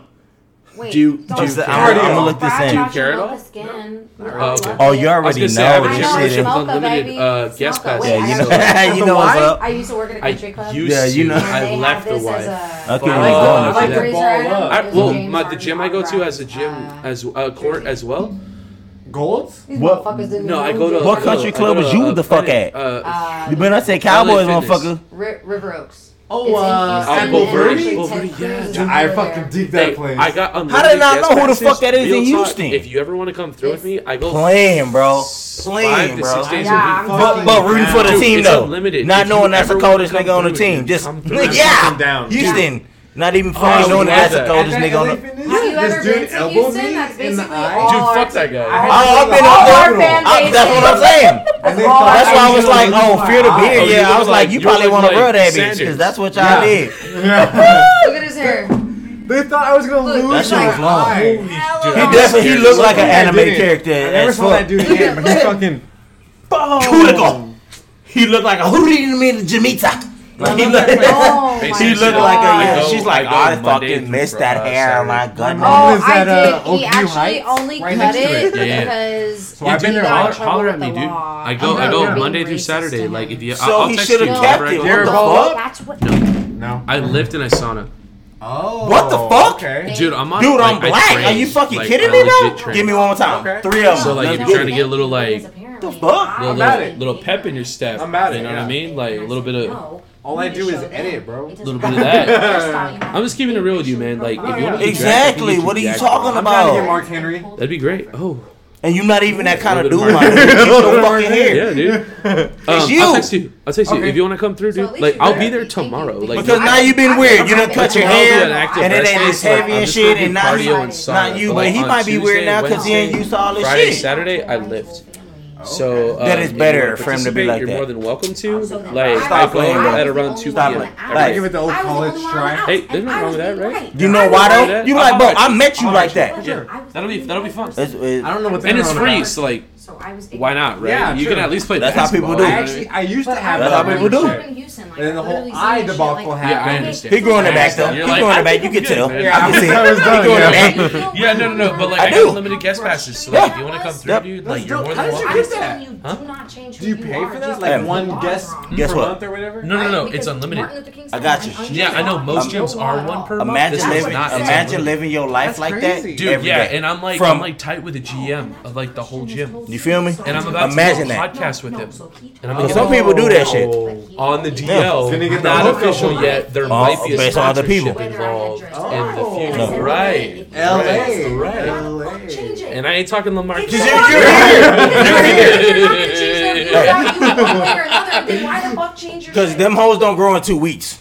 C: Wait.
B: Do you-
C: don't-
B: do you
C: don't-
B: care? I'm gonna look
C: don't
B: this
C: fry
B: in.
C: Josh
A: Do you care at
C: Smoke
A: all?
C: the skin.
A: Oh, okay.
B: Oh, you
A: I was
B: already
A: gonna
B: know.
A: say I would
C: I
A: just
C: know,
A: say
B: shit.
A: that
C: Smoke a
A: unlimited
C: baby.
A: uh, guest
C: Smoke a-
A: passes.
C: wait,
B: Yeah, you
C: I
B: know,
C: gotta
B: you know what's up.
C: I used to work at a
A: I
C: country club.
A: used
B: Yeah, you
A: to.
B: know.
C: and
A: I
C: they
A: left
C: had
A: the
C: this
A: wife.
C: as a-
B: Okay,
A: Wow.
B: we're going
A: I
B: after
A: like
B: that.
A: the
M: ball
C: Razor
M: up.
C: item.
A: I,
C: It was
A: well,
C: James
A: my, the
C: Harden
A: gym I go to
C: autograph.
A: has a gym
C: Uh,
A: as uh, court as well.
M: Golds?
C: These
B: What-
C: motherfuckers didn't
A: No, I
C: know
A: go to
C: James
B: What
A: I go to-
C: Harden.
B: country
A: I go
B: club
A: to,
B: was you
A: uh,
B: the fuck
A: Planet- Uh,
B: at? You
C: Uh,
B: better not say Cowboys,
A: Fitness.
B: motherfucker.
C: Ri- River Oaks.
M: Oh, uh,
A: Houston.
M: Apple
A: Apple Verde?
M: Verde?
A: Apple Verde, yeah.
C: Yeah,
M: Dude, I fucking dig that
A: hey,
M: place.
A: I got unlimited.
B: did I
A: guest
B: know who the
A: passes.
B: fuck that is
A: Real
B: in
A: talk,
B: Houston?
A: if you ever want to come through with me, I go
B: Playing, bro.
A: five
B: Playing,
A: to six
B: bro.
A: days
C: Yeah,
A: a
C: I'm
A: week.
B: But, but rooting for the
A: Dude,
B: team
A: it's
B: though,
A: unlimited.
B: not
A: If you
B: knowing that's the
A: ever wanna
B: coldest
A: come
B: nigga on the
A: through,
B: team.
A: dude,
B: Just
A: come through. Oh,
B: yeah,
D: down.
B: Houston. Not even funny
A: I love
B: knowing that's the
A: that.
B: coldest nigga on
M: LA
B: the.
M: Fitness?
C: Have you
M: This
C: ever
M: dude
C: been to
M: elbowed
C: Houston?
M: me
C: That's
M: in the
C: basically
M: eye.
C: all
A: Dude,
C: our
A: fuck that guy.
M: I-
B: Oh, I've been
C: All
B: up
C: our
B: there.
C: fan
B: I-
C: base
B: That's what I'm
C: is-
B: saying.
M: And they
C: all
M: thought
B: That's why I was
M: gonna
B: like,
M: lose
B: oh,
M: my
B: fear the
M: eye.
A: Oh,
B: beard.
A: you
B: Yeah, I
A: look
B: was like,
A: like-
B: you
A: you
B: probably
A: look
B: want to
A: like
B: rub that bitch
A: Sanders.
B: because that's what y'all did.
C: Look at his hair.
K: They thought I was gonna
C: Look,
K: lose
B: That shit
K: my
B: was long.
K: eye.
B: He
C: Hello.
A: I'm
B: definitely he
A: scared.
B: looked like an
K: Look at that
B: anime
K: dude.
B: character.
K: I never
B: as
K: saw
B: fuck.
K: that dude again, but he fucking.
B: Kuliko. He looked like a Hurin Jamita. Like he looked.
C: Oh my
B: She
A: Basically,
B: looked
C: God.
B: like a
A: I
B: yeah.
A: go-
B: she's like,
A: I go
B: I,
A: Monday
B: fucking
A: through
B: missed
A: Fri-
B: that
A: uh,
B: hair.
A: Saturday.
B: My
M: My
B: goodness.
M: mom
C: Oh,
M: lives
C: I
M: at, uh,
C: did. He
M: Oakview
C: actually
M: Heights,
C: only
M: right
C: cut
M: next to
C: it
M: it.
A: Yeah, yeah.
C: because
A: I've been
C: he
A: there.
C: got in
A: Holler,
C: trouble
A: holler
C: with
A: at me,
C: the
A: dude.
C: law.
A: I go.
C: I'm
A: I
C: not
A: go
C: being
A: Monday through
C: racist
A: Saturday.
C: to him.
A: Like if you,
B: So
A: I'll
B: he
A: text
B: should
A: you
B: have kept
A: whenever I go.
B: it. What the
M: Hall?
B: fuck?
C: That's what.
K: No.
A: I lived in a sauna,
M: Oh.
B: What the fuck?
M: Okay.
A: dude. I'm on.
B: Dude, I'm
A: like, I
B: black.
A: trained.
B: Are you fucking
A: Like,
B: kidding
A: I
B: me,
A: legit
B: bro?
A: trained.
B: Give me one more time.
M: Okay.
B: Three of them.
A: So, like, if
B: Let's
A: you're
B: get
A: trying to
B: it.
A: get a little, like-
C: the
B: fuck?
A: little,
M: I'm at
A: little,
M: it.
A: little pep in your step.
M: I'm at it,
A: You know what
M: yeah.
A: I mean? Like a little bit of.
M: All I do is edit, bro.
A: Little bit of that. I'm just keeping it real with you, man. Like, if you want to be
B: Oh, Exactly. What are you talking
M: I'm trying to get
B: about?
M: Mark Henry.
A: That'd be great. Oh,
B: And you're not even that kind of
A: Little
B: dude,
A: bit of
B: my nigga. You don't fucking hair.
A: yeah, dude. Um,
B: you.
A: I'll text you. I'll text you
M: Okay.
A: if you want to come through,
C: So at
A: dude.
C: least
A: Like,
C: you
A: I'll
C: better
A: be there
C: be thinking
A: tomorrow.
C: deep.
A: Like,
B: Because now you've been weird. You done cut your
A: I'll do
B: hair,
A: an active
B: and it ain't
A: breakfast,
B: as
A: like,
B: heavy
A: I'm
B: and
A: just
B: shit.
A: gonna do
B: And now
A: cardio
B: you,
A: and
B: not
A: sauna,
B: you,
A: but,
B: but
A: like,
B: he
A: on
B: might be weird
A: Tuesday,
B: now because he
A: Wednesday,
B: ain't used to all this
A: Friday,
B: shit.
A: Saturday, I lift. So um,
B: That is
A: if you
B: better
A: wanna
B: for him to be
A: participate,
B: like
A: You're
B: that.
A: more than welcome to.
C: so then-
A: Like
B: Stop
A: I go
B: playing, bro.
A: at around two
B: Stop
A: p.m.
B: it.
C: I
M: I gotta
B: Like,
M: give it the old college try.
A: Hey, there's nothing wrong with that, right?
B: you know why though? You like, bro? I met you like that.
A: Yeah, that'll be that'll be fun.
B: It's- it-
M: I don't know what's
A: And
M: in
A: it's
M: on
A: free,
M: about.
A: so like,
C: So I was.
A: why not, right?
M: Yeah,
A: you
M: true.
A: can at least play.
B: That's how
A: basketball,
B: people do it.
M: I
A: you know what
M: actually, I used to have
B: That's how
M: that.
B: people do.
M: And then the whole eye debacle
A: I mean? Yeah, I
M: happened.
A: understand.
B: He growing it back though.
A: You're
B: He
A: like,
B: growing
A: I
B: it back. You
A: think
B: can
A: I'm good,
B: tell.
A: man.
B: I can see
K: I was
B: it.
K: done.
B: He growing
K: yeah.
B: it back.
A: Yeah, no, no, no. But like,
B: I
A: I,
B: do.
A: got limited guest passes, so like, if you want to come through,
B: Yeah.
A: dude, like, you're
M: dope.
A: more
M: How
A: than
M: did you
A: welcome.
M: get
A: to.
M: that?
A: Huh?
C: Do not change who
M: Do you
C: you
M: pay
C: are,
M: for that?
C: just
M: Like
C: who
M: one
C: you are
M: guest
C: wrong.
B: Guess
M: per
B: what?
M: month or whatever?
A: No, no, no.
C: Right?
A: It's
C: Because
A: unlimited.
C: Martin Luther King
B: I got you.
C: said,
A: Yeah, I know most
C: No
A: gyms
C: law
A: are
C: at
A: one
C: all.
A: per month.
B: Imagine
A: This is
B: living,
A: not. It's
B: imagine
A: unlimited.
B: living your life
M: That's
B: like
M: crazy.
B: that.
A: Dude,
B: every
A: yeah,
B: day.
A: and I'm like,
B: From-
A: I'm like tight with the GM of like the whole gym,
B: you feel me?
A: and I'm about
B: Imagine
A: to do a
B: that.
A: podcast with him. And I'm
B: But
A: gonna
B: Uh, some people do that shit.
A: on the
M: Can they
A: DL,
M: get
A: not
M: the logo?
A: official yet. There
C: Oh,
A: might be a
B: based on other people.
A: sponsorship involved in
M: Oh.
A: the
B: No.
A: future, right?
M: LA.
A: Right.
M: LA.
C: Change it.
A: And I ain't talking Lamar.
B: Cause you're, you're here. You're here.
C: You're not gonna change them. You got- you got one way or another. Then why the fuck change your
B: Cause
C: shit?
B: them hoes don't grow in two weeks.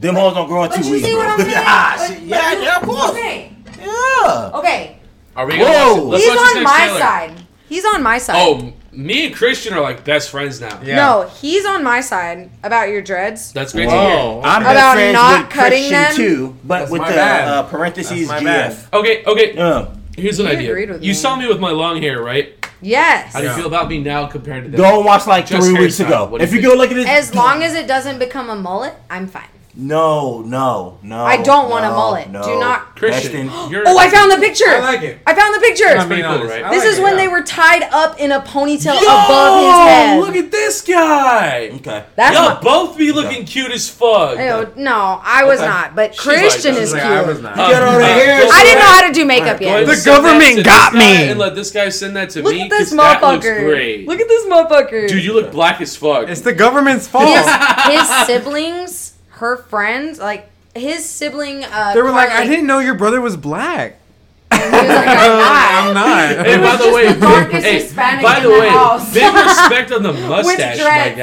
B: Them hoes don't grow in
C: But
B: two
C: you
B: weeks.
C: see what
B: bro.
C: I'm saying?
B: Ah,
C: But-
B: shit.
C: but
B: Yeah,
C: you-
B: yeah, of course.
C: Okay,
B: Yeah.
C: okay.
A: Are we gonna?
B: Whoa.
A: watch it? Let's
C: He's
A: watch this
C: on
A: next
C: my
A: trailer.
C: side. He's on my side.
A: Oh, m- me and Christian are like best friends now.
K: Yeah.
C: No, he's on my side about your dreads.
A: That's great
K: Whoa.
B: I'm
C: About
B: best friends
C: not
B: with
C: cutting
B: Christian
C: them?
B: too, but
M: That's
B: with
M: my
B: the
M: bad.
B: uh, parentheses
M: That's my bad.
A: to hear.
B: GF.
A: Uh, Okay, okay.
B: Yeah.
A: Here's an
C: You
A: idea.
C: agreed with
A: you
C: me.
A: saw me with my long hair, right?
C: Yes.
A: How do you feel about me now compared to that?
B: Go and watch like
A: Just
B: three weeks
A: hairstyle.
B: ago.
A: What do
B: If
A: you
B: you
A: think?
B: go look at this,
C: As long as it doesn't become a mullet, I'm fine.
B: No, no, no.
K: I don't want a
B: no,
K: mullet.
B: no.
K: Do not-
C: Christian,
B: Destin,
C: you're-
K: Oh, I found the picture.
C: I like it.
K: I found the picture.
C: That's pretty cool, right?
K: This is when they were tied up in a ponytail
C: Yo,
K: above his head.
C: Look at this guy.
B: Okay.
K: That's
C: Y'all
K: my-
C: both be looking cute as fuck.
K: Ew, no, I was not. But
C: She's
K: oh, Christian
C: like,
K: is
C: she's
K: cute.
C: like, I was not.
B: You get over
C: Uh,
B: here.
C: go
K: I didn't know
C: ahead.
K: how to do makeup
C: Go ahead
K: yet.
C: and
K: Look
C: send that
D: government
C: to
D: got
C: this guy
D: me.
C: And let this guy send that to me.
K: at this
C: 'cause that looks
K: motherfucker.
C: great.
K: Look at this motherfucker.
C: Dude, you look black as fuck.
D: It's the government's fault.
K: his, his siblings, her friends, like his sibling. Uh,
D: They were like,
K: Carly,
D: I didn't know your brother was black.
K: he was like, I'm not.
D: I'm not.
C: Hey, by the way,
K: the darkest
C: hey,
K: Hispanic
C: by
K: in
C: the
K: the
C: way,
K: house.
C: big respect on the mustache, my
K: dreads.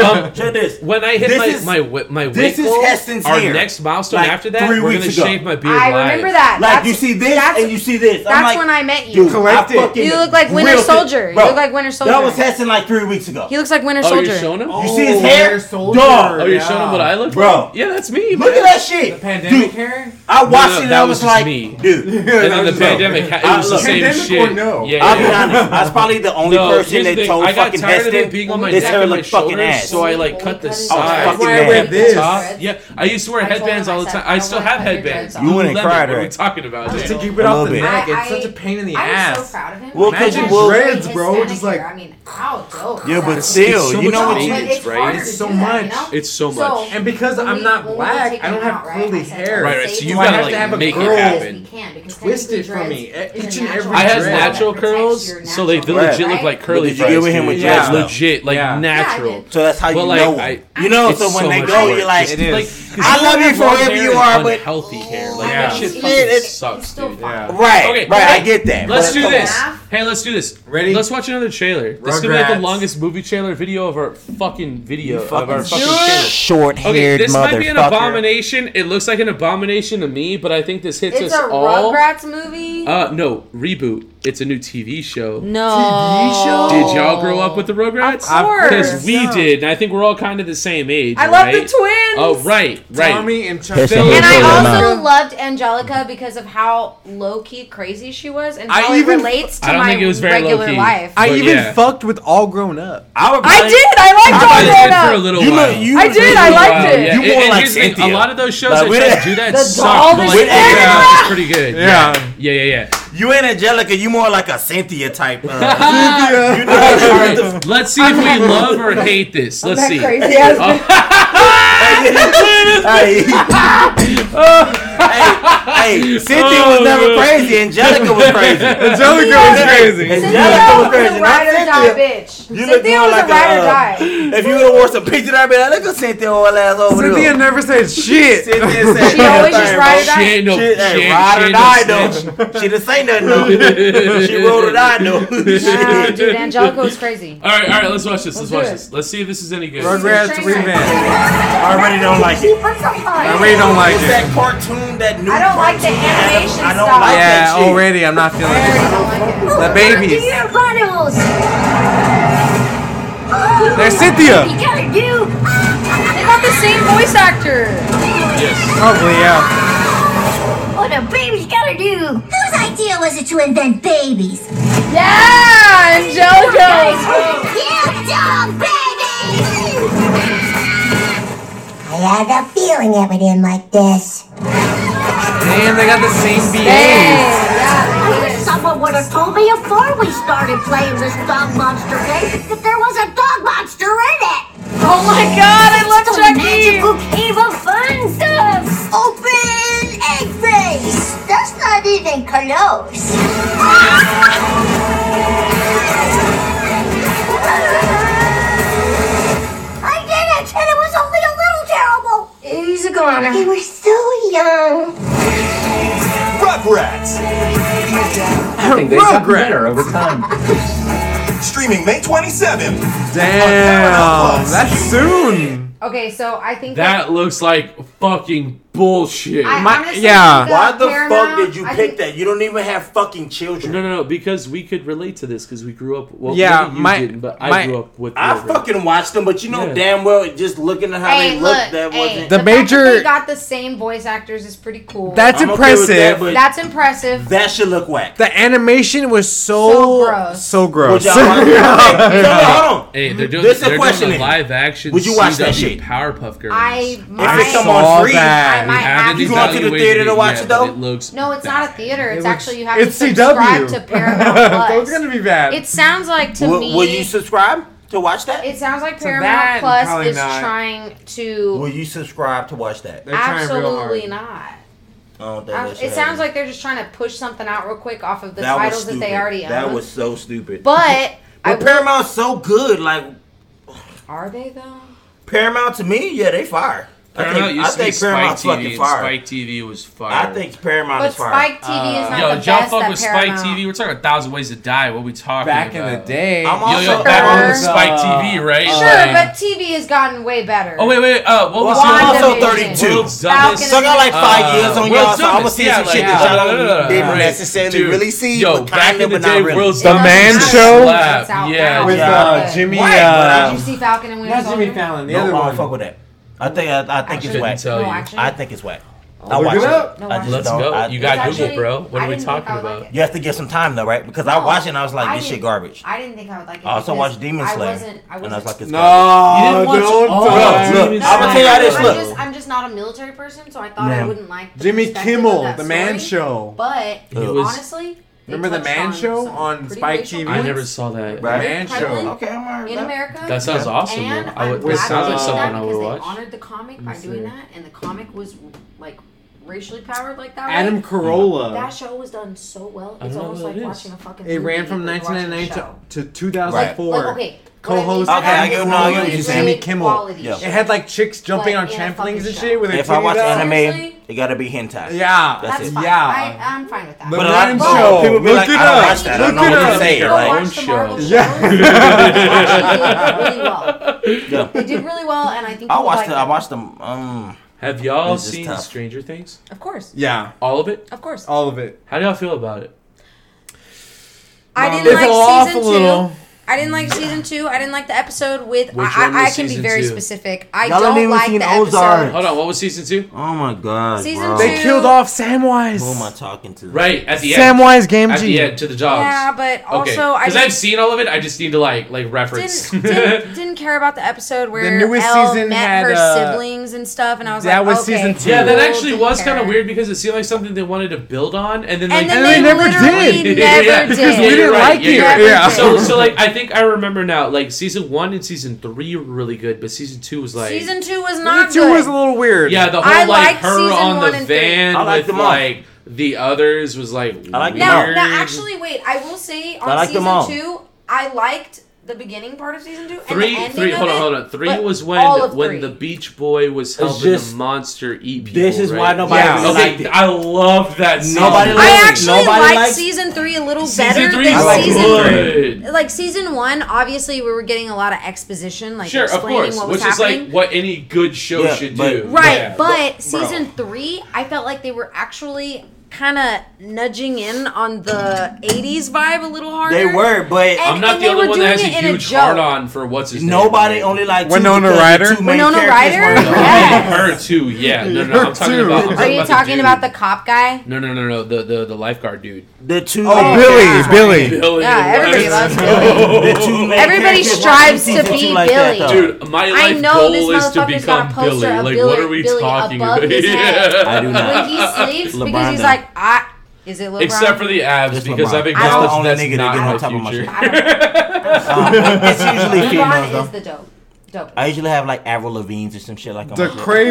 C: guy. Um,
B: Check this.
A: When I hit
B: This
A: my
B: is-
A: my wi- my
B: this
A: wig
B: is
A: goal,
B: Heston's
A: our
B: hair.
A: next milestone
B: Like,
A: after that,
B: three
A: we're
B: weeks
A: gonna
B: ago.
A: shave my beard.
K: I
A: live.
K: remember that.
B: Like
K: That's-
B: you see this
K: that's-
B: and you see this. I'm
K: that's
B: like,
K: when I met you.
B: dude,
D: Collect
B: I
D: it.
B: fucking
K: You look like Winter
B: grilled it.
K: Soldier. You
B: Bro,
K: look like Winter Soldier.
B: That was Heston like three weeks ago.
K: He looks like Winter
A: Oh,
K: Soldier.
A: you're showing him.
B: you see his
N: Oh,
B: hair,
N: Winter Soldier.
B: Dog.
A: Oh, you're
N: Yeah.
A: showing him what I look
B: Bro.
A: like? Yeah, that's me.
B: Look
A: man.
B: at that shit.
N: The pandemic
B: dude,
N: hair?
B: I watched
A: No, no,
B: it. and
A: that
B: I
A: was
B: was
A: just
B: like,
A: me.
B: dude.
A: And then the
B: Bro.
A: pandemic, ha-
B: I
A: it was the
B: look-
A: same
O: Pandemic
A: shit.
O: or no?
A: Yeah,
B: I'll
A: yeah.
B: be honest. I was probably the only
A: No,
B: person
A: here's the
B: that
A: thing.
B: told
A: I got
B: fucking
A: tired of
B: Heston
A: it being on my
B: this
A: neck
B: hair
A: and my
B: looked fucking
A: shoulders,
B: ass.
A: so I like cut the
K: That's
B: why
A: sides.
B: I wear
A: and the
D: this.
A: top. Yeah, I used to wear
K: I told
A: headbands
K: him I
A: all the
K: said,
A: time. I
K: I
A: still
K: wanna
A: have
K: cut your
A: headbands.
K: dreads
B: You wouldn't
A: Love
B: cry,
A: it. What are we
B: right?
A: talking about?
D: Just to
A: dude?
D: keep it
B: A
D: off
B: little
D: the
B: bit.
D: neck.
K: I-
D: It's such a pain in the
K: I
D: ass.
K: was so proud of him.
B: Well, 'cause
K: Imagine
B: you will-
D: Dreads, bro,
K: Hispanic
D: just like-
K: hair. I mean, how dope.
B: Yeah,
K: is
B: but
K: that?
B: still,
A: so
B: you
A: much
B: know
K: But
B: what's
A: maintenance.
K: it's
A: right?
K: harder
A: It's
K: to
D: so
K: do that, you
D: much.
K: know?
A: It's so much.
D: And because
K: when
D: I'm
K: we-
D: not
K: when we
D: black,
K: take
D: I don't
K: them
D: have
K: out, right,
D: curly
K: I said,
D: hair.
A: Right, right, so
K: save
A: you
K: them
A: gotta,
K: as
A: like,
K: we can
A: make it
K: because
A: happen.
K: we can, because
D: Twist
K: technically
D: it for
K: dreads
D: me, e-
K: is a
D: each and
K: natural
D: every
A: I had
K: hair
D: dread.
K: that
A: natural
K: protects
A: curls, so
K: your
A: like they
K: natural
A: legit
K: hair,
A: look like
K: right?
A: curly
B: did you get
A: fries,
B: with him
A: dude.
B: with
A: Like,
B: dreads, though?
A: legit, like
O: Yeah.
K: Yeah, I
A: natural.
K: did.
B: So that's how you
A: But, like,
B: know.
A: I-
B: you know,
A: it's
B: Oh, so when
A: so
B: they
A: much
B: go,
A: work.
B: you're like,
O: It is.
A: Like,
B: I love you for whoever you are, but-
A: healthy hair. Like
K: Yeah.
A: that shit
K: Shit,
A: fucking
B: it's-
A: sucks,
K: still
A: dude.
K: fine.
O: Yeah.
B: right,
A: Okay,
B: right.
A: okay.
B: I get that.
A: Let's
B: but
A: do
B: come
A: this.
B: on.
K: Laugh.
A: Hey, let's do this.
O: Ready?
A: Let's watch another trailer. This is gonna be like the
O: Rugrats.
A: longest movie trailer video of our fucking video of our
B: Fucking
A: fucking trailer.
B: short-haired
A: Okay, this might be an
B: motherfucker.
A: abomination. It looks like an abomination to me, but I think this hits
K: It's a
A: us all.
K: Rugrats movie.
A: Uh, no, reboot. It's a new TV show.
K: no.
A: Did y'all grow up with the Rugrats?
K: Of course.
A: Because we did, and I think we're all kind of the same age.
K: I love the
A: right?
K: twins.
A: Oh, right, right.
O: Tommy and Chuck.
B: Yes,
O: Taylor.
K: And
B: Totally
K: I also
B: not.
K: loved Angelica because of how low key crazy she was and
D: I
K: how
D: even-
K: it relates to
A: I don't
K: my
A: think it was very
K: regular
A: low-key.
K: life.
D: I
A: But
D: even
A: yeah.
D: fucked with all grown up.
B: I would
K: I
B: probably-
K: did. I liked
A: I
K: all
A: did
K: grown
A: for a
K: up.
A: little
B: You
A: while.
B: know, you
K: I
B: were
K: did,
B: really
K: I liked
B: wild.
K: it.
A: uh, yeah,
B: You
A: and-
B: more
A: and
B: like
A: here's the thing, A
B: Cynthia.
A: lot of those shows
B: Like,
A: that try
B: with-
A: to do that
K: The
A: suck.
K: doll
A: but,
K: that
A: like,
B: she
A: Angelica
B: had.
A: is pretty good.
D: Yeah.
A: yeah, yeah, yeah.
B: You ain't Angelica. You more like a Cynthia type. Uh, you know,
A: All right, let's see if we love or hate this. Let's see.
K: Crazy ass
A: Oh,
B: hey, hey, hey, Cynthia was never crazy. Angelica was crazy.
D: Angelica was crazy.
B: Angelica was
K: Cynthia was
B: crazy.
K: a
B: Not
K: ride or
B: Cynthia.
K: die Ah, bitch.
B: You look
K: Cynthia
B: more
K: was
B: like
K: a ride or
B: a,
K: die.
B: uh, If you would have wore some pink, I'd be like, look at Cynthia all ass over
D: Cynthia
B: there.
D: never said shit.
B: Cynthia said,
K: She always just
B: "Hey,
K: ride or
A: she
K: die.
A: ain't no
B: She, hey,
A: she ain't-
B: ride
A: she
B: or
A: ain't
B: die
A: no snitch.
B: though. She just ain't nothing though. she rolled or die though.
K: Wow, dude, Angelica was crazy.
A: All right, all right. Let's watch this. Let's
K: do
A: watch
K: it.
A: this. Let's see if this is any good.
D: Rugrats
K: Train wreck.
D: revamp.
B: I already don't like it.
D: I really don't like
B: What's
D: it.
B: that cartoon? That new
K: I don't like the
B: cartoon?
K: animation
B: I don't
K: style.
B: like
D: Yeah,
B: that shit.
D: already I'm not feeling
K: I
D: it.
K: don't like it.
D: The babies.
E: Runnels!
D: They're Cynthia.
E: gotta do!
K: They got the same voice actor.
A: Yes.
D: Probably, yeah.
E: What a baby's gotta do! Whose idea was it to invent babies?
K: Yeah, Angelica.
E: You dumb babies! I had a feeling it would end like this.
D: Damn, they got the same BA.
K: Hey,
E: I wish someone would have told me before we started playing this dog monster game that there was a dog monster in it!
K: Oh my God, I love E.
E: It's the
K: Chucky.
E: magical cave of fun stuff! Open egg face! That's not even close! I did it! And it was only a little terrible! He's a goner. They were so young!
I: Rugrats!
N: I think they've gotten
D: Rugrats.
N: better over time.
I: Streaming May 27th.
D: Damn, that's soon.
K: Okay, so I think
A: That looks like fucking bullshit.
K: I
D: My-
K: honestly
D: yeah.
K: think that
B: Why the fuck
K: Paramount-
B: did you
K: I
B: pick
K: think-
B: that? You don't even have fucking children.
A: No, no, no. Because we could relate to this because we grew up. Well,
D: Yeah,
A: maybe you
D: my-
A: didn't, but I
D: my-
A: grew up with.
B: I
A: Rugrats.
B: fucking watched them, but you know
A: Yeah.
B: damn well just looking at how
K: Hey,
B: they
K: look,
B: looked, that
K: hey,
B: wasn't.
D: The
K: the major
D: major-
K: they got the same voice actors is pretty cool.
D: That's
B: I'm okay with that,
D: impressive.
B: but-
K: that's impressive.
B: that should look whack.
D: the animation was so
K: So gross.
D: so
B: Would
D: gross.
B: y'all watch it? Hey, no, no, hold on.
A: Hey, they're doing.
B: This is the
A: they're
B: question
A: doing
B: then.
A: a live action.
B: Would you watch that
A: CW
B: shit?
F: great.
A: Powerpuff Girls.
C: I
A: I
C: might.
A: saw that.
C: I might
A: We haven't
C: actually-
A: You go to the theater to watch it, though? It looks
C: No, it's not a theater. It's
A: It looks-
C: actually you have
A: It's
C: to
A: CW.
C: subscribe to Paramount Plus.
A: So it's gonna be bad.
C: It sounds like to
B: Will-
C: me.
B: will you subscribe to watch that?
C: It sounds like
B: To
C: Paramount
B: that,
C: Plus
B: probably
C: is
B: not.
C: trying to.
B: Will you subscribe to watch that?
C: absolutely not.
B: Oh,
C: I-
B: that
C: it sounds like they're just trying to push something out real quick off of the
B: That was
C: titles that they
B: stupid.
C: already own.
B: That was so stupid.
C: But I
B: But Paramount's so good, like
C: are they though?
B: Paramount to me, yeah, they fire.
F: Paramount
B: I think,
F: used
B: I
F: to be
B: think Paramount's
F: Spike TV.
B: fucking
F: and
B: fire.
F: Spike TV was fire.
B: I think Paramount
C: But
B: is fire.
C: Spike TV
B: Uh,
C: is not
F: Yo,
C: the
F: y'all
C: best
F: fuck
C: at
F: with Spike
C: Paramount.
F: TV. We're talking a thousand ways to die. What we talking
A: Back in
F: about?
A: the day. I'm
F: yo, yo,
A: also
F: back
A: sure-
F: on with Spike
A: Uh,
F: TV, right?
C: Sure, but TV has gotten way better.
F: oh wait, wait. Uh, what was
B: Well, I'm
F: the-
B: also 32.
F: World's
B: So I got
F: Dumbest.
B: like five years on y'all, so I'ma
F: Dumbest,
B: see some shit that
F: yeah,
B: y'all
F: no, no, no, no,
B: didn't
F: right.
B: necessarily
F: Dude,
B: really see,
F: Yo,
B: but
F: back
B: kinda,
F: in the
B: but not
F: day,
B: really.
F: World's
B: The
F: Dumbest
B: Man
F: slap.
B: Show?
F: Yeah,
B: With,
F: yeah.
B: uh, Jimmy,
F: What?
B: uh,
C: Did you see Falcon and Winter
K: Not Jimmy
C: Soldier?
K: Fallon, the
B: no,
K: other
B: I
K: one.
B: don't fuck with that. I think I, I think
C: Actually,
B: it's whack.
F: couldn't tell
C: No,
F: you.
C: actually.
B: I think it's whack.
K: I'll
B: I watch
K: look it Oh, up.
C: No,
B: I
C: actually.
B: just
F: Let's
B: don't-
F: go.
B: I-
F: You got
C: It's
F: Google,
C: actually-
F: bro. What
C: I
F: are we
C: didn't think I
F: talking
C: would like
F: about?
C: it.
B: You have to give some time though, right? Because I
C: No,
B: watched it and I was like, this
C: didn't-
B: shit garbage.
C: I didn't think I would like it.
B: I also
C: because
B: watched Demon
C: I
B: Slayer,
C: wasn't. I
B: and
C: wasn't.
B: I was like, it's
K: No,
B: garbage.
K: You didn't watch don't all
B: Look,
K: tell
B: look,
K: me.
B: I'm gonna tell y'all this.
C: I'm
B: Look,
C: Just, I'm just not a military person, so I thought I
K: Ma'am.
C: wouldn't like the
K: Jimmy
C: perspective
K: Kimmel,
C: of that
K: The Man
C: story,
K: Show.
C: But
B: It was-
C: honestly, they
K: Remember The
C: touched
K: Man Show
C: some
K: on
C: pretty
K: Spike
C: racial
K: TV?
A: I
C: points
A: never saw that.
K: Right? Man
C: prevalent
K: Show.
B: Okay, I'm alright with
C: in
B: that.
C: America.
A: That sounds awesome. though.
C: And
A: I
C: I'm
A: would,
C: glad
A: that sounds
C: they
A: like
C: did
A: something
C: that
A: I
C: because
A: would watch.
C: They honored the comic by doing that, and the comic was like racially powered like that.
K: Adam
C: right?
K: Carolla.
C: That show was done so well.
A: I
C: It's
A: don't know
C: almost
A: what
C: like
A: it is.
C: watching a fucking.
K: It ran
C: movie
K: from
C: or watching a
K: 1999
C: show.
K: to, to
B: Right.
K: 2004.
C: Like, okay,
K: Co-host
B: Okay, I
C: Adam
B: get- no, I get what
K: Jimmy
B: you're saying.
K: Kimmel.
B: Yeah.
K: It had like chicks jumping
C: But
K: on
C: in a
K: trampolines
C: fucking
K: and
C: show.
K: shit with their
B: If I
K: titties
B: watch
K: out.
B: anime,
C: Seriously?
B: it gotta be hentai.
K: yeah,
B: That's
C: That's
B: it.
C: fine.
K: Yeah.
C: I, I'm fine with that.
K: The
B: But a lot
K: Man
B: of
K: Show.
B: people be
K: Look
B: like,
K: it
B: I don't
K: up.
B: watch that. I don't know
K: Look it
B: what
K: up.
B: to say.
C: Go
B: Like,
C: watch the
A: Own
C: Marvel
A: shows.
C: shows.
K: Yeah.
C: Yeah. they did really well.
B: yeah.
C: They did really well, and I think
B: I
C: people
B: watched
C: like
B: it. I
C: them.
B: watched them. Um,
A: Have y'all
B: This is
A: seen
B: tough.
A: Stranger Things?
C: Of course,
K: Yeah,
A: All of it?
C: of course.
K: all of it.
A: How do y'all feel about it?
C: I
K: Mom,
C: didn't
K: it's an
C: like
K: awful
C: season
K: little-
C: two. I didn't like season two. I didn't like the episode with.
A: Which
C: I,
A: one
C: I,
A: was
C: I can be
A: season
C: very
A: two?
C: specific. I
B: Y'all haven't
C: don't
B: even
C: like
B: seen
C: the
B: Ozark.
C: episode.
A: Hold on, what was season two?
B: oh my god,
C: Season
B: bro.
C: two.
K: They killed off Samwise.
B: Who am I talking to?
A: Right, at the end.
K: Samwise
A: At the
K: Gamgee.
A: end, to the dogs.
C: Yeah, but also
A: okay.
C: I
A: Because I've
C: just
A: seen all of it, I just need to like like reference.
C: didn't, didn't didn't care about the episode where
K: newest
C: Elle
K: season
C: met
K: had,
C: her
K: uh,
C: siblings and stuff, and I was
K: that
C: like,
K: was
C: okay,
K: season two.
A: yeah, that
C: cool,
A: actually
C: didn't
A: was kind
C: care.
A: of weird because it seemed like something they wanted to build on, and then like
C: And then
K: And they
C: they,
K: never
C: literally
K: did.
C: never
A: Yeah,
C: did.
K: because we
A: Yeah,
K: didn't
A: you're right.
K: like
A: Yeah,
K: it.
A: you're right.
K: Yeah.
A: so so like I think I remember now like season one and season three were really good, but season two was like
C: season two was
K: Season
C: not
K: two
C: good.
K: was a little weird.
A: yeah the whole
C: I
A: like
C: liked
A: her
C: season
A: on
C: one
A: the
C: and three.
A: van
B: I
A: with
B: liked them all.
A: like the others was like
B: I liked them all.
C: Now,
A: weird.
C: now, actually, wait. I will say on
B: I like them all.
C: season two, I liked the beginning part of season two.
A: Three,
C: and the ending
A: three.
C: Of
A: Hold
C: it,
A: on, hold on. Three
C: but
A: was when
C: all of
A: when
C: three.
A: the Beach Boy was helping
B: just-
A: the monster eat people.
B: This is
A: right?
B: why nobody
K: Yeah.
B: really
A: Okay,
B: liked it.
A: I love that. Season.
B: Nobody liked
C: I
B: Nobody
C: actually
B: likes-
C: liked season three a little
A: Season
C: better
A: three
C: than
B: I like
A: was
C: season.
A: good.
C: Like season one, obviously we were getting a lot of exposition, like
A: Sure, of
C: explaining
A: course,
C: what
A: which
C: was
A: is
C: happening.
A: like what any good show
B: Yeah,
A: should
B: but-
A: do.
C: Right,
A: Yeah.
C: but
B: Bro.
C: season three, I felt like they were actually kind of nudging in on the '80s vibe a little harder.
B: They were, but
A: I'm
C: And-
A: not
C: and
A: the
C: they
A: only
C: were
A: one that has
C: doing
A: a
C: it in a
A: huge
C: joke.
A: hard on for what's his
B: nobody
A: name.
B: only liked two
K: Winona
B: because the
K: Ryder?
B: Two main
C: Winona
B: characters
C: Ryder?
B: were-
C: Yeah.
A: Her too, yeah. No, no, no.
K: Her
A: I'm talking
K: too.
A: about. I'm
C: Are
K: Are
A: talking
C: you
A: about
C: talking
A: the
C: about the
A: dude.
C: cop guy?
A: No, no, no, no. The the, the lifeguard dude.
B: The two.
K: Oh,
B: main
K: Billy,
B: characters-
K: Billy.
A: Billy.
C: Yeah, everybody loves Billy.
B: The two main
C: Everybody
B: characters
C: strives
B: weren't in
C: to
B: season
C: be
B: two like
C: Billy.
B: that, though.
A: Dude, my
C: I
A: life
C: know
A: goal
C: this
A: is to
C: motherfucker's got
A: become
C: a poster
A: Billy.
C: of
A: Like,
C: Billy,
A: what are we
C: Billy
A: talking
C: above
A: about?
C: his head.
B: I do not.
C: when he sleeps because
B: LeBron
C: he's
B: does.
C: like, I is it LeBron?
A: "Ah, Except for the abs,
B: Just
A: because
B: LeBron.
A: I've
B: That's
C: the
A: acknowledged
B: only
A: that's
B: nigga that
A: not
B: get on
A: my
B: top of my
A: future.
B: shit.
C: I don't,
B: Um, it's usually females
C: LeBron is
B: though.
C: the dope. Dope.
B: I usually have like Avril Lavigne's or some shit like. on
K: The
B: my shit.
K: Cray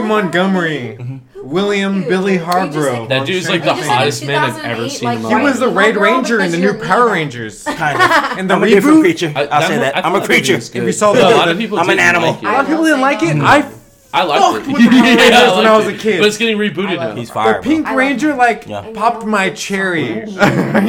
K: Montgomery. William
C: you?
K: Billy
C: You Mm-hmm. just
K: Harborough.
C: like-
A: That dude's like
C: You
A: the
C: just said
A: hottest
C: in
A: man I've ever
C: 2008,
A: seen in my
C: like,
K: He
A: life.
C: Right.
K: was the
C: Homegirl
K: Red Ranger in
C: because
K: the
C: you're
K: new
C: leaving.
K: Power Rangers.
B: Kind of.
K: And the
B: I'm a different
K: reboot.
B: creature.
A: I-
B: I'll say that.
A: I feel
B: I'm a
A: like that movie
B: creature.
A: was good.
K: If you saw
A: a
K: the-
A: lot of people
B: I'm an
A: didn't
B: animal.
A: like it.
K: A lot of people didn't like it.
C: Mm-hmm.
K: I
A: I liked
K: fucked
A: it.
K: with the Power Rangers
A: Yeah, I
K: when I
A: liked
K: was a
A: it.
K: kid.
A: But it's getting rebooted
C: I
A: now.
C: love
B: He's
K: The
B: fire. bro.
K: Pink
C: I like
K: Ranger like
B: Yeah.
K: popped my cherry. yeah,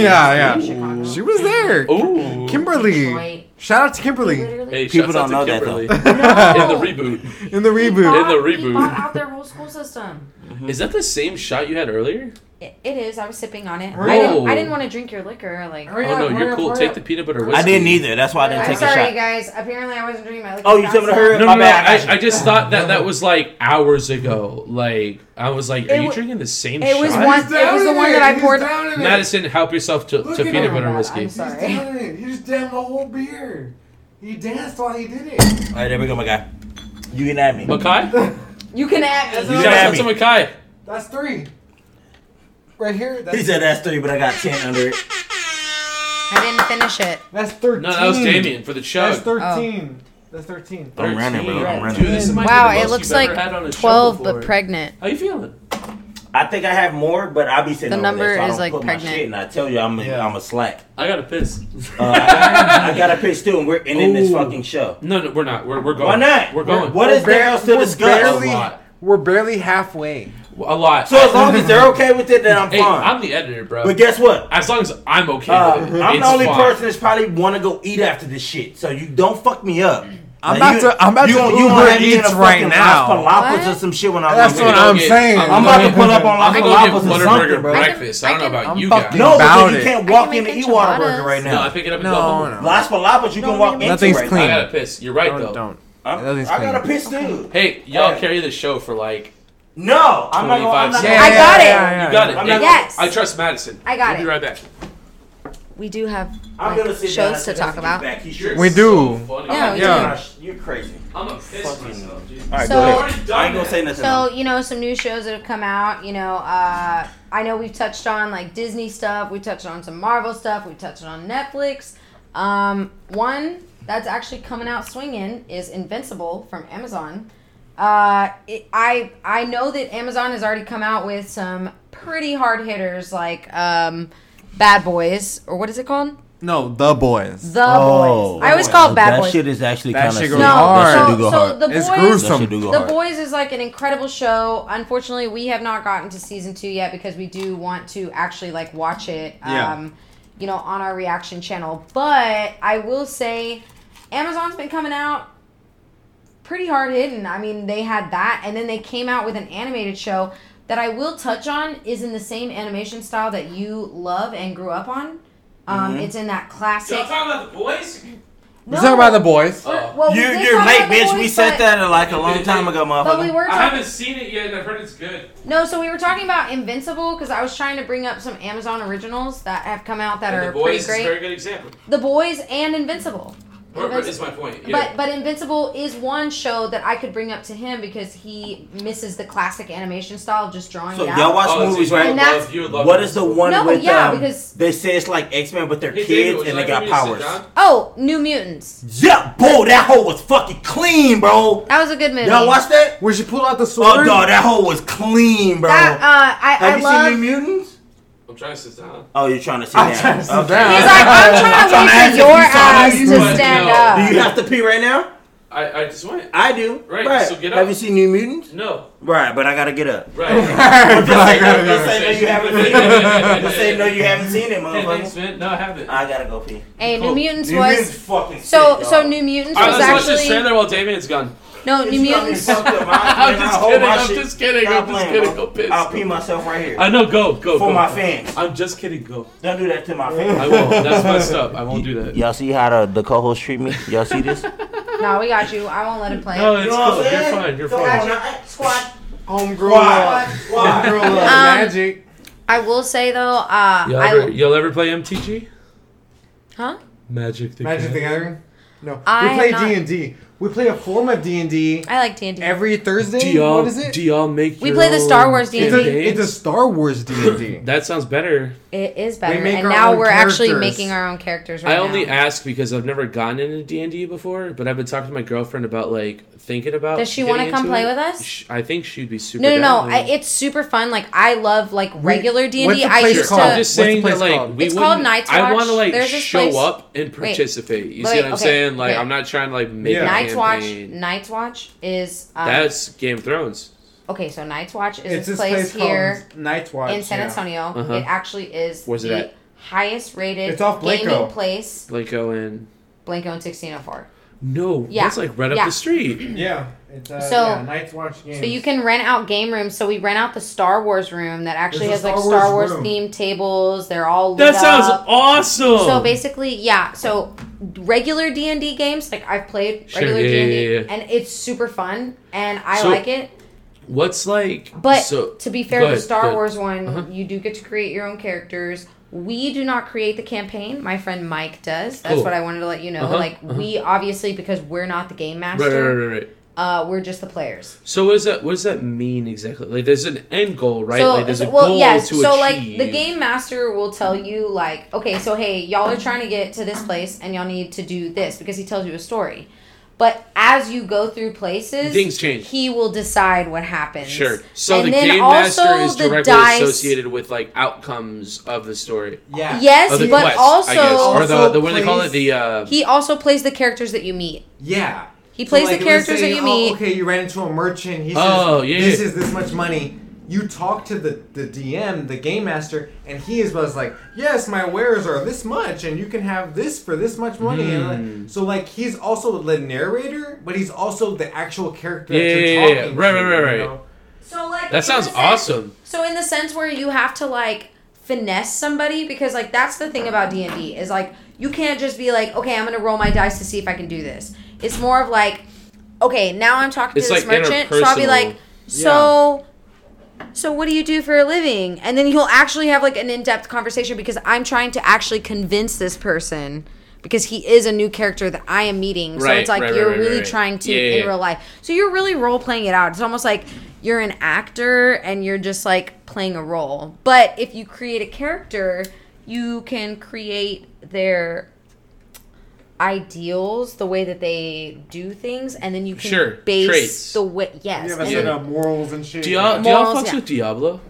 K: yeah. She was there.
A: Oh. Ooh.
K: Kimberly.
C: Detroit.
K: Shout out to Kimberly
C: Literally.
A: Hey,
B: People
A: shouts out
B: don't
A: to
B: know
A: Kimberly.
B: that,
C: No.
A: In the reboot.
K: in the
C: He
K: reboot.
A: In the
C: bought- he
A: reboot.
C: bought out their whole school system.
A: Is that the same shot you had earlier?
C: It, it is. I was sipping on it. I
K: Really?
C: didn't, I didn't want to drink your liquor. Like,
K: Hurry
A: oh
K: up,
A: no,
K: hurry
A: you're
K: up,
A: cool.
K: hurry
A: Take
K: up.
A: the peanut butter whiskey.
B: I didn't either. That's why I didn't
C: I'm
B: take
C: sorry,
B: a shot.
C: guys. Apparently, I wasn't drinking my liquor.
B: Oh, you told me to hurry up.
A: No, no,
B: My
A: no.
B: bad.
A: I, I just thought that that was like hours ago. Like I was like, are
C: It
A: you
C: wa-
A: drinking the same
C: it was
A: shot?
C: one- it was the one that I poured-
A: Madison, help yourself to, to
K: at
A: peanut
K: him.
A: butter
C: I'm
A: whiskey.
C: sorry.
K: He just damned the whole beer. He danced while he did it.
B: All right, there we go, my guy. You can add me.
A: Makai?
C: You can add me.
B: You can add me.
A: Makai.
K: That's three. Right here. That's
B: He said that's three, but I got ten under it.
C: I didn't finish it.
K: That's thirteen.
A: No, that was Damien for the chug.
K: That's thirteen. That's thirteen.
B: I'm running, bro. I'm running.
A: Dude, this might be
C: Wow,
A: the most
C: it looks
A: you've ever
C: like
A: had on a show
C: 12
A: before.
C: but pregnant.
A: How you feeling?
B: I think I have more, but I'll be sitting
C: The
B: over
C: number
B: there, so I
C: is,
B: don't
C: like,
B: put My
C: pregnant.
B: shit, and I tell you, I'm a, I'm a slack.
A: I gotta piss.
B: Uh, I, got, I got a pitch too, and we're ending this fucking show.
A: No, no, we're not. We're, we're going.
B: Why not?
A: We're going.
B: What is there else to
D: we're
B: discuss?
D: barely-
A: A lot.
D: We're barely halfway.
A: A lot.
B: So as long as they're okay with it, then I'm
A: hey,
B: fine.
A: I'm the editor, bro.
B: but guess what?
A: as long as I'm okay
B: Uh,
A: with it,
B: I'm
A: it's
B: the only
A: fine.
B: person that's probably want to go eat after this shit. So you don't fuck me up.
D: I'm
B: Like,
D: about to- I'm about to
B: gonna-
D: Uber
B: gonna have me in
D: Eats
B: a
D: right
B: fucking
D: now.
B: Lollapalooza or
C: What?
B: some shit when I
D: That's
B: leave.
D: what
A: gonna
D: I'm
A: get-
D: saying.
B: I'm about to pull up
A: I'm
B: on
A: gonna go
B: Lollapalooza
A: get
B: or
A: Whataburger
B: something, bro.
A: breakfast. I,
C: I
A: don't
C: can-
A: know about
D: I'm
A: you
D: fucking-
A: guys.
B: No,
D: About
B: because you
D: it.
B: can't
C: I
B: walk
C: can
B: into
C: make
B: Ewater
C: enchiladas.
B: Burger right
A: No, I
B: now.
A: pick it up. in
D: No,
A: Buffalo.
D: no.
B: Lollapalooza, you can walk into
D: Nothing's
B: right
D: clean.
B: now.
A: I gotta piss. You're right
D: Don't,
A: though.
D: don't.
B: I'm-
D: Nothing's
B: I got a
D: clean.
B: piss too.
A: Hey, y'all
B: Yeah.
A: carry the show for like.
B: No, I'm not. gonna- I'm
A: 25
B: not
A: cents.
C: I got it.
A: You got it.
B: I'm
A: Hey,
B: not-
C: Yes.
A: I trust Madison.
C: I got
A: we'll
C: it.
A: Be right back.
C: We do have
B: I'm gonna
C: like,
B: sit down.
C: shows to
B: and
C: talk
B: get
C: about.
B: back. He's
A: You're
B: your-
D: We do.
A: So funny.
C: Yeah, we
D: Yeah.
C: do.
B: Gosh, You're crazy.
A: I'm gonna piss
B: Fucking-
A: myself, dude.
B: All right,
C: So-
B: go ahead. I ain't gonna say nothing.
C: So you know, some new shows that have come out. You know, uh, I know we've touched on like Disney stuff. We touched on some Marvel stuff. We touched on Netflix. Um, one that's actually coming out swinging is Invincible from Amazon. Uh, it, I I know that Amazon has already come out with some pretty hard hitters like um, Bad Boys or what is it called?
D: No, the boys.
C: The Boys. I always call it Bad Boys.
B: is actually
D: Oh. That kinda shit goes
C: No,
D: sick. hard.
C: so,
D: do
C: so the boys,
D: It's gruesome.
C: the Boys is like an incredible show. Unfortunately, we have not gotten to season two yet because we do want to actually like watch it. Um,
D: Yeah.
C: You know, on our reaction channel. But I will say, Amazon's been coming out pretty hard hitting. I mean, they had that, and then they came out with an animated show that I will touch on is in the same animation style that you love and grew up on. Um,
B: Mm-hmm.
C: It's in that classic.
A: Y'all talking about the boys?
D: Let's talk about the boys.
A: Oh.
C: Well, we
B: You,
C: did
B: you're
C: talk
B: late,
C: about the
B: bitch. We
C: boys,
B: said
C: but-
B: that like a long time ago, motherfucker.
C: But we were
A: I
C: talking.
A: haven't seen it yet, and I've heard it's good.
C: No, so we were talking about Invincible because I was trying to bring up some Amazon originals that have come out that
A: And
C: are
A: the boys
C: pretty
A: is a
C: great.
A: very good example.
C: the boys and Invincible.
A: Or- or
C: Invinci-
A: Is my point. Yeah.
C: But but Invincible is one show that I could bring up to him because he misses the classic animation style of just drawing
B: so
C: it out.
B: y'all watch
A: Oh, dude,
B: movies,
A: you
B: right?
C: And
A: would
C: that's-
A: love- you would love
B: What
A: it.
B: is the one
C: No,
B: with
C: yeah,
B: um,
C: because-
B: they say it's like X Men, but they're
A: Hey, David,
B: kids
A: would you
B: and
A: like
B: they got
A: me to sit
B: powers.
A: down?
C: oh, New Mutants.
B: Yeah, boy, that hole was fucking clean, bro.
C: That was a good movie.
B: Y'all watch that?
D: Where she pulled out the sword.
B: Oh, dog, that hole was clean, bro.
C: That uh, I
B: Have
C: I
B: you
C: love.
B: seen New Mutants?
A: I'm trying to sit down.
B: Oh, you're trying to sit
D: I'm
B: down.
D: trying to sit
B: Okay.
D: down.
C: He's like, I'm trying
B: I'm trying to
C: to wait
B: ask if
C: for your
B: you saw that
C: ass
B: you
C: to
A: would
C: stand
A: know.
C: up.
B: Do you have to pee right now?
A: I, I just went.
B: I do.
A: Right, so get up.
B: Have you seen New Mutants?
A: No.
B: Right, but I gotta get up.
A: Right.
B: Just say no, just say no, you haven't seen it. Just say
A: Hey,
B: no, you haven't seen it,
A: thanks,
B: motherfucker.
A: man. No, I haven't.
B: I gotta go pee.
C: Hey,
A: Cool.
C: New Mutants
B: New Mutants
C: was
B: fucking
C: so
B: sick,
C: so.
B: dog.
C: New Mutants
A: All right,
C: was
A: let's watch this
C: actually
A: trailer while Damien's gone.
C: no New
B: You got me
C: Mutants.
B: fucked up, man.
A: I'm just
B: I hold
A: kidding,
B: my
A: I'm
B: shit.
A: just kidding, I'm
B: Stop
A: just
B: playing,
A: kidding,
B: bro.
A: go piss.
B: I'll pee myself right here.
A: I know. Go, go,
B: For
A: go.
B: my fans.
A: I'm just kidding. Go.
B: Don't do that to my
A: I
B: fans.
A: won't. That's messed up. I won't do that.
B: Y'all see how the, the co-host treat me? Y'all see this?
C: No, we got you. I won't let him play.
A: No,
C: it.
A: it's cool. You're fine. You're fine.
B: Squad.
D: Homegirl.
B: Squad.
D: love.
B: Squad.
D: Homegirl
C: Um,
D: love. Magic.
C: I will say though, uh,
A: Y'all
C: I
A: ever, y'all ever play MTG?
C: huh?
A: Magic the
D: Magic the
A: Gathering.
D: Gathering. No,
C: I
D: we play
C: am not-
D: D and D. We play a form of D and D
C: I like D and D.
D: every Thursday.
A: Do y'all,
D: what is it?
A: do y'all make
C: We
A: your
C: play the Star
A: own
C: Wars D&D.
D: it's,
A: campaigns?
D: a, it's a Star Wars D and D.
A: That sounds better.
C: It is better,
D: make
C: and
D: our
C: now
D: own
C: we're actually
D: characters.
C: making our own characters.
A: I
C: Right
A: only
C: now.
A: ask because I've never gotten into D and D before, but I've been talking to my girlfriend about like thinking about.
C: Does she
A: getting
C: wanna come
A: into
C: play
A: it.
C: with us?
A: Sh- I think she'd be super.
C: No, no,
A: down.
C: no. I, it's super fun. Like I love like regular D and
D: what's
C: D.
D: the
C: I
D: place
C: used
D: called?
A: I'm
C: to.
A: just
D: What's the
A: saying
D: place
A: that like
D: called?
A: we
C: It's called
A: wouldn't-
C: Night's
A: I
C: Watch.
A: want to like
C: There's this
A: show
C: place-
A: up and participate. you see
C: wait,
A: what I'm
C: okay,
A: saying? Like
C: okay.
A: I'm not trying to like make
D: Yeah.
A: a
C: Night's Watch.
A: campaign.
C: Night's Watch is um,
A: That's Game of Thrones.
C: okay. So Night's Watch is
D: it's
C: this
D: this
C: place,
D: called
C: here
D: Night Watch
C: in San
D: yeah.
C: Antonio.
A: Uh-huh.
C: It actually is
A: Where's it
C: the
A: at?
C: highest rated
D: It's off Blanco.
C: gaming place.
A: Blanco and
C: Blanco and sixteen oh four.
A: no,
C: Yeah.
A: that's like right up
C: Yeah.
A: the street.
D: Yeah, it's uh,
C: So-
D: yeah, Night Watch games.
C: So you can rent out game rooms. So we rent out the Star Wars room that actually
D: There's
C: has
D: a
C: like
D: Star
C: Star Wars
D: Wars
C: themed tables. They're all lit
A: That sounds
C: up.
A: awesome.
C: So basically, yeah. So regular D and D games, like I've played
A: Sure,
C: regular
A: yeah,
C: D and D,
A: yeah, yeah.
C: and it's super fun, and I
A: So-
C: like it.
A: what's like?
C: But
A: so,
C: to be fair,
A: go
C: the
A: ahead,
C: Star
A: go ahead.
C: Wars one,
A: Uh-huh.
C: you do get to create your own characters. We do not create the campaign. My friend Mike does. That's
A: Cool.
C: what I wanted to let you know.
A: Uh-huh,
C: Like we obviously because we're not the game master.
A: Right, right, right, right, right.
C: Uh, we're just the players.
A: So what does that what does that mean exactly? Like there's an end goal, right?
C: So,
A: like there's a
C: well,
A: goal
C: yes.
A: to
C: so
A: achieve.
C: like the game master will tell you like, okay, so hey, y'all are trying to get to this place and y'all need to do this because he tells you a story. But as you go through places,
A: Things change.
C: He will decide what happens.
A: Sure. So
C: And
A: the
C: then
A: game
C: also
A: master is
C: the
A: directly
C: dice-
A: associated with like outcomes of the story.
C: Yeah. Yes,
K: Oh,
A: Of the
C: but
A: quest,
C: also-
A: I guess. or the,
C: Also
A: the what do they call it?
C: plays-
A: The uh,
C: He also plays the characters that you meet.
K: Yeah.
C: He
K: So,
C: plays
K: like,
C: the
K: let's
C: characters
K: say,
C: that you
K: oh,
C: meet.
K: Okay, you ran into a merchant. He says,
A: Oh, yeah,
K: "This
A: yeah.
K: is this much money." You talk to the, the DM, the game master, and he is was like, "Yes, my wares are this much, and you can have this for this much money." And, like,
A: Hmm.
K: so like he's also the narrator, but he's also the actual character.
A: yeah,
K: that you're
A: yeah, yeah, yeah.
K: talking
A: Right,
K: to,
A: right, right,
K: you
A: right.
K: know?
C: So like in
A: That sounds
C: the sense-
A: awesome.
C: So in the sense where you have to like finesse somebody because like that's the thing about D and D is like you can't just be like okay I'm gonna roll my dice to see if I can do this. It's more of like okay now I'm talking
A: It's,
C: to this
A: like,
C: merchant so I'll be
A: interpersonal.
C: like so. So what do you do for a living? And then you'll actually have like an in-depth conversation because I'm trying to actually convince this person because he is a new character that I am meeting. so
A: Right,
C: it's like
A: right, right,
C: you're
A: right,
C: really
A: right.
C: trying to
A: Yeah, yeah,
C: in
A: yeah.
C: real life. So you're really role playing it out. It's almost like you're an actor and you're just like playing a role. But if you create a character, you can create their ideals, the way that they do things, and then you can
A: Sure,
C: base
A: traits.
C: the way. Yes.
K: Yeah,
C: and
K: that's
C: then-
K: like uh, morals and shit.
A: do y'all do y'all
C: Morals,
A: fucks
C: yeah.
A: with Diablo?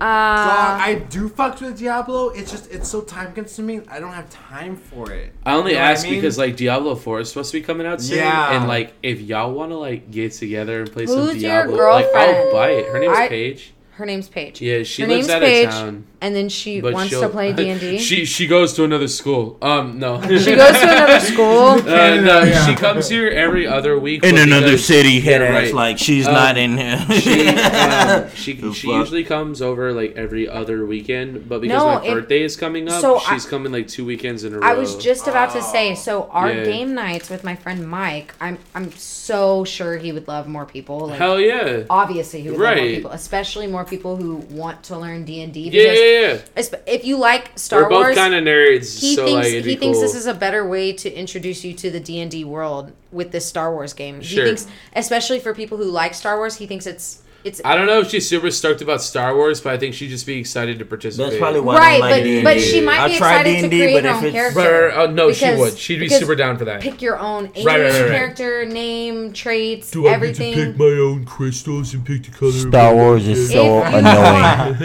C: uh,
K: Dog, I do fucks with Diablo. It's just it's so time consuming. I don't have time for it.
A: I only
K: You know what I
A: ask
K: mean?
A: because like Diablo Four is supposed to be coming out soon,
K: Yeah.
A: and like if y'all want to like get together and play some
C: Who's your
A: Diablo, like I'll
C: girlfriend?
A: buy it. Her name's
C: I-
A: Paige.
C: her name's Paige.
A: Yeah, she
C: her
A: lives
C: name's
A: out
C: Paige,
A: of town,
C: and then she
A: but
C: wants to
A: she'll-
C: play D and D.
A: She she goes to another school. Um, no,
C: She goes to another school.
A: Uh, no, she comes here every other week
B: In
A: but
B: another
A: because-
B: city, head
A: Yeah,
B: ass
A: right.
B: like she's
A: Um,
B: not in here.
A: she um, she,
B: The
A: she
B: fuck?
A: usually comes over like every other weekend, but because
C: No,
A: my
C: it-
A: birthday is coming up,
C: so I-
A: she's coming like two weekends in a row.
C: I was just about to say, so our
A: Yeah.
C: game nights with my friend Mike, I'm I'm so sure he would love more people. Like,
A: hell yeah,
C: Obviously, he would love
A: Right.
C: more people, especially more people who want to learn D and D.
A: yeah, yeah, yeah.
C: If you like Star
A: We're both
C: Wars,
A: kind of nerds,
C: he
A: so
C: thinks
A: like it'd
C: he
A: be
C: thinks
A: cool.
C: this is a better way to introduce you to the D and D world with this Star Wars game.
A: Sure.
C: He thinks, especially for people who like Star Wars, he thinks it's it's
A: I don't know if she's super stoked about Star Wars, but I think she'd just be excited to participate.
B: That's probably why I
C: right,
B: don't like
C: but
B: D&D.
C: but she might
B: I
C: be
B: tried
C: excited to
B: D&D,
C: create
B: but
C: her
B: if
C: own
B: it's-
C: character.
A: Right, right, right. Oh, no, she
C: Because-
A: would. She'd be
C: because
A: super down for that.
C: Pick your own age,
A: Right, right, right, right.
C: character, name, traits,
P: Do I
C: everything.
P: need to pick my own crystals and pick the color? of
B: Star
P: my
B: Wars is
P: hair?
B: so
C: If you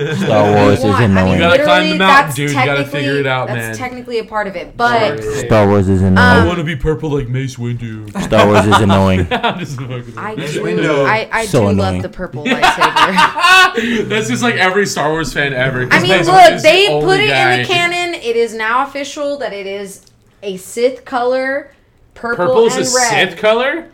B: annoying. Star Wars is
C: want. I mean,
A: gotta climb
B: annoying.
C: literally,
A: the mountain,
C: that's
A: dude. You gotta
C: technically-
A: figure it out, man.
C: that's technically a part of it, but
B: Star Wars is annoying.
P: I want to be purple like Mace Windu.
B: Star Wars is annoying.
A: I'm just fucking-
C: I
P: Nice
C: do,
P: window.
C: I, I
B: So
C: do
B: annoying.
C: love the purple lightsaber.
A: That's just like every Star Wars fan ever. 'cause
C: I mean,
A: Mace
C: look,
A: Windu's the
C: they
A: only
C: put it in
A: guy.
C: the canon. It is now official that it is a Sith color, purple,
A: Purple's
C: and
A: a
C: red.
A: Sith color?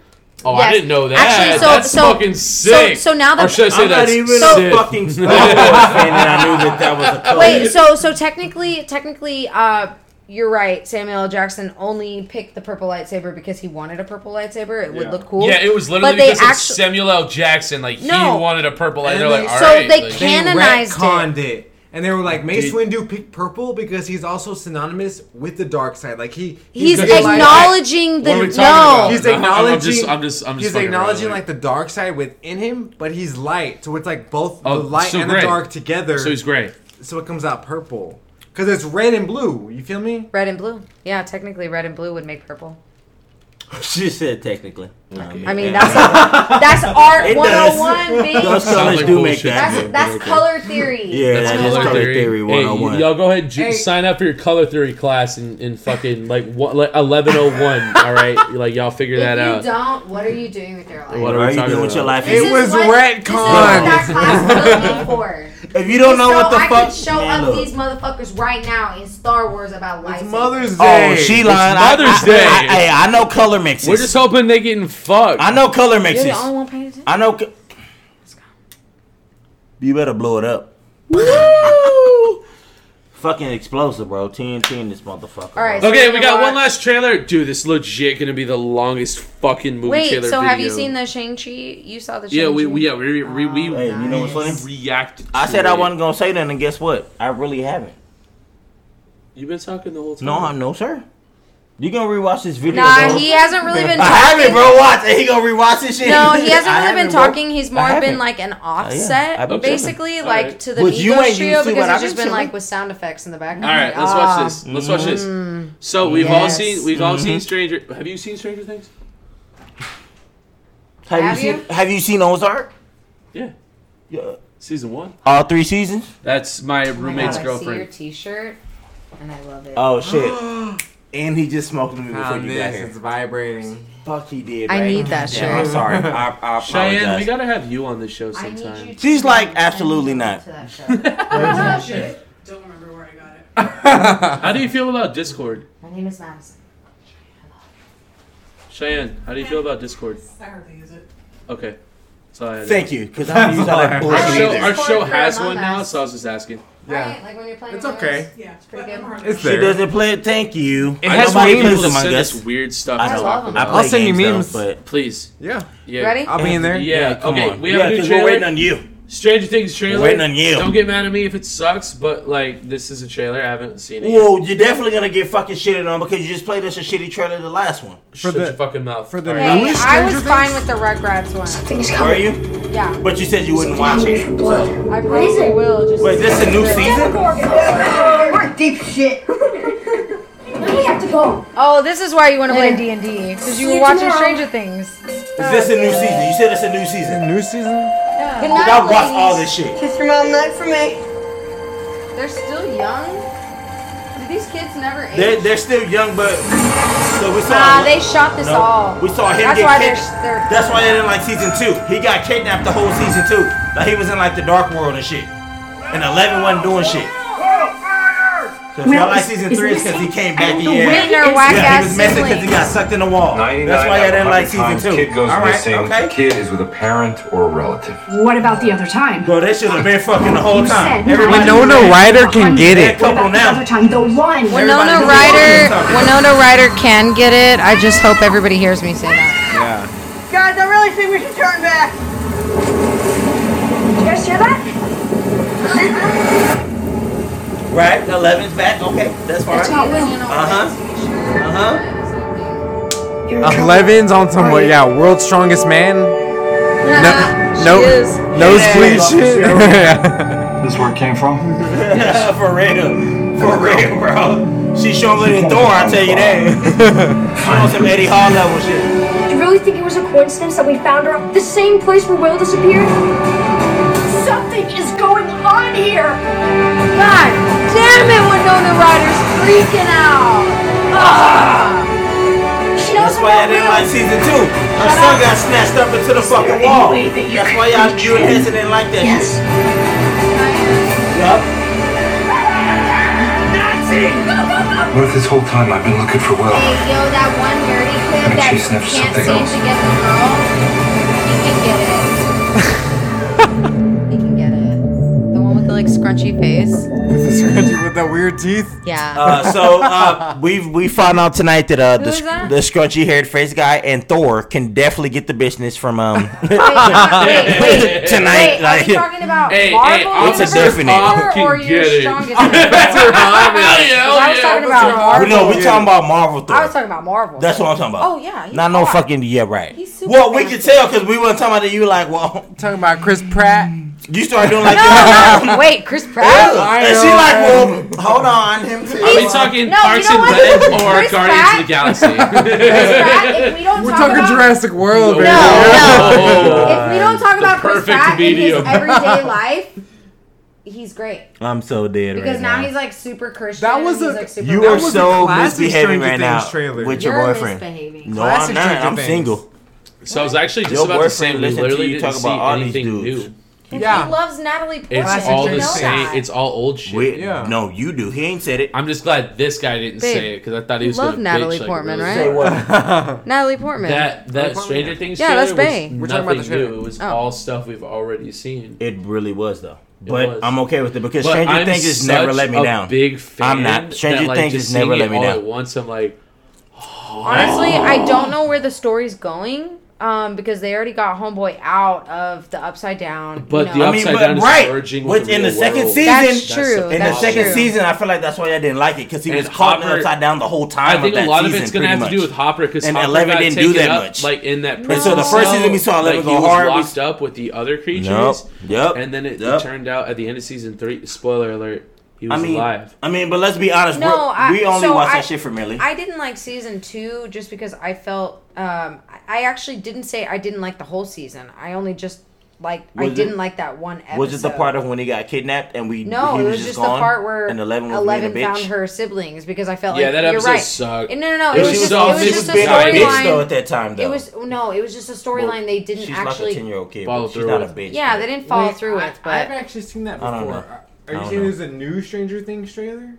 A: Oh, I
C: Yes.
A: didn't know that.
C: Actually, so-
A: that's
C: so-
A: fucking
C: so-
A: sick.
C: so now that-
A: or should I say
B: I'm
A: that's
B: not even a
A: Sith?
B: fucking Star Wars fan, and I knew that that was a color.
C: Wait, so so technically, technically, uh, you're right. Samuel L. Jackson only picked the purple lightsaber because he wanted a purple lightsaber. It would look cool.
A: Yeah, it was literally
C: But they
A: because of
C: actu-
A: Samuel L. Jackson. Like
C: No.
A: he wanted a purple, and,
K: And
A: they're
K: they-
A: like,
K: So
A: all right.
C: they
A: like,
C: can't- Canonized it.
K: retconned it. And they were like, Mace
A: Dude.
K: Windu picked purple because he's also synonymous with the dark side. Like he,
C: He's
K: utilized-
C: acknowledging
A: What are
C: the
A: we talking
C: no.
A: about?
K: He's
A: No, I'm- I'm
K: acknowledging.
A: just- I'm just- I'm just
K: he's
A: fucking around,
K: acknowledging
A: like-
K: like the dark side within him, but he's light, so it's like both
A: Oh,
K: the light
A: so
K: and
A: gray.
K: the dark together.
A: so he's great.
K: so it comes out purple because it's red and blue. You feel me?
C: Red and blue. Yeah, technically, red and blue would make purple.
B: She said technically.
C: I mean, that's that's art
B: It does.
C: 101,
B: Those
C: bitch.
B: colors
A: like
B: do make
A: bullshit.
B: that.
C: That's that's color theory.
B: Yeah, that is color theory
A: Hey,
B: 101.
A: y'all go ahead and ju-
C: oh Hey.
A: sign up for your color theory class in, in fucking like one, like eleven oh one. All right, like y'all figure
C: If
A: that
C: you
A: out.
C: don't, what are you doing with your life?
B: What
A: are
B: are
A: we
B: you
A: talking
B: doing with your
A: about?
B: life?
C: This
K: It
C: is
K: was
C: what-
K: retcon.
C: This is what that class was made for.
B: If you don't know
C: so
B: what the
C: I
B: fuck,
C: could show
B: Man,
C: up
B: look.
C: these motherfuckers right now in Star Wars about life.
K: Mother's
B: Oh,
K: Day.
B: she
A: It's
B: lying. I-
A: Mother's
B: I-
A: Day.
B: I- Hey, I know color mixes.
A: We're just hoping they getting fucked.
B: I know color
C: You're
B: mixes.
C: the only one paying attention.
B: I know. Co- you better blow it up. Fucking explosive, bro. TNT in this motherfucker.
C: All right,
B: bro.
C: so-
A: Okay,
C: we're
A: we
C: gonna
A: got one
C: watch-
A: last trailer. Dude, this is legit gonna be the longest fucking movie
C: Wait, so
A: trailer
C: have you
A: video.
C: seen the Shang Chi? You saw the Shang Chi?
A: Yeah, we, we yeah we we, we,
B: Hey, you know what's funny?
A: reacted.
B: I
A: to
B: said I
A: it.
B: wasn't gonna say nothing, and guess what? I really haven't.
A: You've been talking the whole time.
B: No, I'm no, sir. You gonna rewatch this video?
K: Nah,
B: bro?
K: he hasn't really been
B: I
K: talking.
B: haven't, bro. Watch, and he gonna rewatch this shit.
K: No, he hasn't
B: I
K: really been
B: haven't, bro.
K: talking. He's
B: I
K: more been
B: haven't. Oh,
K: like an
B: yeah.
K: offset,
B: I've been
K: basically,
B: chilling.
K: like
B: Alright.
K: to the
B: But you
K: Migos
B: ain't
K: trio
B: used to
K: because
B: what I've
K: it's just
B: been
K: been like
B: chilling.
K: with sound effects in the
A: All
K: background.
A: right, let's watch this. Let's watch
C: Mm.
A: this. So we've all
K: Yes.
A: seen we've all seen
B: Mhm.
A: Stranger. Have you seen Stranger Things?
B: Have,
A: Have
B: you seen?
A: you?
B: Have you seen Ozark?
A: Yeah.
B: Yeah.
A: Season one.
B: All three seasons.
A: That's my
K: Oh my
A: roommate's
K: God, I see your
A: girlfriend.
K: T-shirt, and I love it.
B: Oh shit. and he just smoked me before
Q: Found
B: you got
Q: this.
B: here.
Q: It's vibrating.
B: Fuck, he did.
K: I
B: right?
K: need that
B: Yeah,
K: shit.
B: I'm sorry. I, I
A: Cheyenne, we
B: apologize.
A: gotta have you on the show sometime.
B: She's like absolutely not.
C: Don't remember where I got it.
A: how do you feel about Discord?
K: My name is Madison.
A: Cheyenne, how do you feel about Discord?
C: I hardly use it.
A: Okay. So I
B: Thank you, because I don't use all that
A: Our
B: bullshit
A: show,
B: either.
A: our show
K: Discord for
A: has
K: Among
A: one now,
K: Us.
A: so I was just asking.
Q: Yeah.
K: Like when you're playing.
Q: It's
K: Among Us,
Q: okay.
C: Yeah,
K: it's pretty good.
B: She
Q: there.
B: doesn't play it. Thank you.
A: It
B: I
A: has
B: know my
A: people
B: kids
A: that
B: Among
A: send
B: Us.
A: us weird stuff.
B: I
A: to
B: know.
A: talk
B: I
A: about.
B: play I'll send you memes.
A: please.
Q: Yeah.
A: Yeah.
K: Ready?
Q: I'll be in there.
A: Yeah.
B: come
A: okay.
B: on.
A: We have
B: Yeah,
A: a new
B: 'cause we're
A: trailer.
B: waiting on you.
A: Stranger Things trailer.
B: We're waiting on you.
A: Don't get mad at me if it sucks, but like this is a trailer. I haven't seen it. yet.
B: Whoa, you're definitely gonna get fucking shitted on because you just played us a shitty trailer the last one.
A: Shut your fucking mouth. For
B: the
K: Hey, I was fine with the Rugrats one. Something's
B: Were you?
K: Yeah,
B: But you said you wouldn't watch it. So.
K: I probably will. Just
B: Wait, this a new season?
K: We're deep shit. we have to go. Oh, this is why you want to play D and D because you
C: See
K: were
C: you
K: watching
C: tomorrow.
K: Stranger Things.
B: Is this a new season? You said it's a new season.
D: new season?
K: Good
B: But I watched all this shit.
K: Kiss your mom, not for me. They're still young. Do these kids never age?
B: They're, they're still young, but so we saw.
K: Nah, they shot this
B: No,
K: all.
B: We saw him
K: That's
B: get
K: why they're,
B: kidnapped.
K: they're.
B: That's why they didn't like season two. He got kidnapped the whole season two. Like he was in like the dark world and shit. And Eleven wasn't doing shit. So if y'all like season three, it's because he came back in.
K: know
B: Yeah,
K: when their whack
B: yeah, he
K: ass
B: was messing because he got sucked in the wall. That's why y'all didn't like season two.
I: Kid goes
B: All right,
I: missing.
B: okay.
I: The kid is with a parent or a relative.
E: What about the other time?
B: Bro, they should have been fucking the whole
E: You
B: time.
E: said
B: Everybody
E: nine.
B: knew that.
D: Ryder can get
B: That
D: it.
B: couple
E: The
B: now.
E: other time, the one.
K: Winona Ryder. Winona Ryder can get it. I just hope everybody hears me say that.
D: Yeah.
C: Guys, I really think we should turn back. You guys hear that?
B: Right? Eleven's back. Okay, that's fine.
C: That's how it will.
B: Uh huh. Uh huh.
D: Eleven's on some what? Yeah, world's strongest man. No, no, nosebleed
I: Yeah.
D: shit. yeah.
I: This is where it came from.
B: For real. For real, bro. She showing little than Thor. I tell you that. Showing some Eddie Hall level shit.
G: Do you really think it was a coincidence that we found her the same place where Will disappeared? Something is going on here!
K: God damn it, Winona Ryder's freaking out. Ah.
G: She
B: That's why I didn't like season two. Her son got snatched up into the fucking wall. That's why y'all you and Henson didn't like that shit. Yup.
I: What if this whole time I've been looking for Will?
K: Hey, yo, that one nerdy kid
I: And
K: that
I: she
K: can't
I: sniffed
K: seem
I: something else.
K: to get the girl, he can get it. he can get it. The one with the like scrunchy face.
D: With the weird teeth.
K: Yeah.
B: Uh, so uh, we we found out tonight that uh, the,
K: is that?
B: the scrunchy haired face guy and Thor can definitely get the business from um
K: wait, wait,
B: tonight.
K: wait, are we
B: like,
K: talking about
B: Hey, hey,
K: Marvel
B: I'm
K: Universe
B: definite.
K: Thor
B: Fucking
K: or your
B: get it.
K: strongest? I was talking about Marvel.
B: no, we talking about Marvel Thor.
K: I was talking about Marvel.
B: That's what I'm talking about.
K: Oh yeah. he's
B: Not no
K: hot.
B: fucking yeah, right.
K: He's super
B: Well, we could tell because we weren't talking about it. You like, well,
D: talking about Chris Pratt.
B: You started doing like
K: No, no, wait, Chris Pratt.
B: and she like, well, hold on, him too.
A: Are we talking
K: No, you
A: Parks
K: know
A: and
K: what?
A: Rec or Guardians
K: Chris Pratt-
A: of the Galaxy?
K: Pratt, if we don't
D: We're
K: talk
D: talking
K: about,
D: Jurassic World, baby.
A: Oh.
K: if we don't talk about Chris
B: perfect
K: Pratt in
B: medium.
K: his everyday life, he's great
B: I'm so dead
K: because
B: right
K: now,
B: now.
K: he's like super Christian.
D: That was
K: and
D: a-
K: he's, like, super
B: you
D: That
B: are
D: was a
B: so
D: classic
B: misbehaving
D: Stranger
B: right
D: Things
B: now
D: trailer.
B: with your
K: You're
B: boyfriend.
K: misbehaving.
B: No,
D: Classic
B: I'm not.
D: Stranger
B: I'm
D: Things.
B: single.
A: So I was actually just
B: Your
A: about to say
B: boyfriend
A: we
B: listen to
A: literally
B: you
A: didn't
B: talk
A: see
B: about all these
A: anything
B: dudes.
A: new.
K: He loves Natalie Portman.
A: It's all
K: you
A: the
K: know
A: same.
K: that.
A: It's all old shit.
B: Wait, No, you do. He ain't said it.
A: I'm just glad this guy didn't
K: Babe,
A: say it because I thought he
K: you
A: was going
K: love
A: to
K: Natalie
A: bitch, like,
K: Portman,
A: really.
K: right?
B: Say what?
K: Natalie Portman.
A: That that Stranger Things
K: Yeah, that's
A: trailer
K: Bay.
A: was
K: We're
A: nothing
K: talking about the trailer.
A: new. It was
K: Oh.
A: all stuff we've already seen.
B: It really was though. But
A: was.
B: I'm okay with it because
A: But
B: Stranger
A: I'm
B: Things has never
A: such
B: let me
A: a
B: down.
A: Big fan.
B: I'm not. Stranger
A: that, like,
B: Things
A: just
B: has never
A: seeing
B: let
A: it
B: me
A: all
B: down.
A: At once, I'm like, oh.
K: Honestly, I don't know where the story's going. um, because they already got Homeboy out of the Upside Down.
A: But
K: you
A: the
K: know.
A: upside down is
B: right.
A: merging
B: Which
A: with
B: in the
A: real
B: second
A: world.
B: season,
K: That's true,
B: in the
K: that's
B: second
K: true.
B: season, I feel like that's why I didn't like it because he was caught in the
A: Hopper-
B: upside down the whole time.
A: I think
B: of that
A: a lot
B: season,
A: of it's gonna
B: pretty
A: have
B: much.
A: to do with Hopper because
B: and
A: Hopper
B: Eleven
A: got
B: didn't
A: taken
B: do that
A: up,
B: much.
A: Like in that
B: And
A: prison,
B: so the first
A: cell,
B: season we saw Eleven
A: like,
B: go
A: he
B: hard, we-
A: was locked up with the other creatures.
B: Yep.
A: And then it,
B: Yep.
A: it turned out at the end of season three. Spoiler alert: he was
B: I mean,
A: alive.
B: I mean, but let's be honest.
K: No,
B: we're-
K: I-
B: we only
K: so
B: watch
K: I-
B: that shit for Millie.
K: I didn't like season two just because I felt um, I- I actually didn't say I didn't like the whole season. I only just like I
B: Was it-
K: didn't like that one episode.
B: Was it the part of when he got kidnapped and we?
K: No,
B: he
K: it was just, the
B: gone
K: part where
B: and Eleven was
K: Eleven
B: being a bitch.
K: found her siblings because I felt
B: Yeah,
K: like
B: that
K: you're
B: episode
K: right.
B: sucked.
K: And no, no, no.
B: It
K: It was
B: was
K: just,
B: so-
K: it was
B: she
K: just
B: was
K: a
B: being a bitch,
K: storyline.
B: though, at that time,
K: it
B: though.
K: was no, it was just a storyline they didn't
B: She's
K: actually
B: like a ten-year-old kid.
A: follow
B: but She's
A: through
B: not a
A: with
B: bitch.
K: Yeah, they didn't follow
D: Wait,
K: through
D: I-
K: with, but
D: I've actually seen that
A: I don't
D: before.
A: know.
D: Are-
A: I
D: Are you
A: don't
D: saying
A: know.
D: there's a new Stranger Things trailer?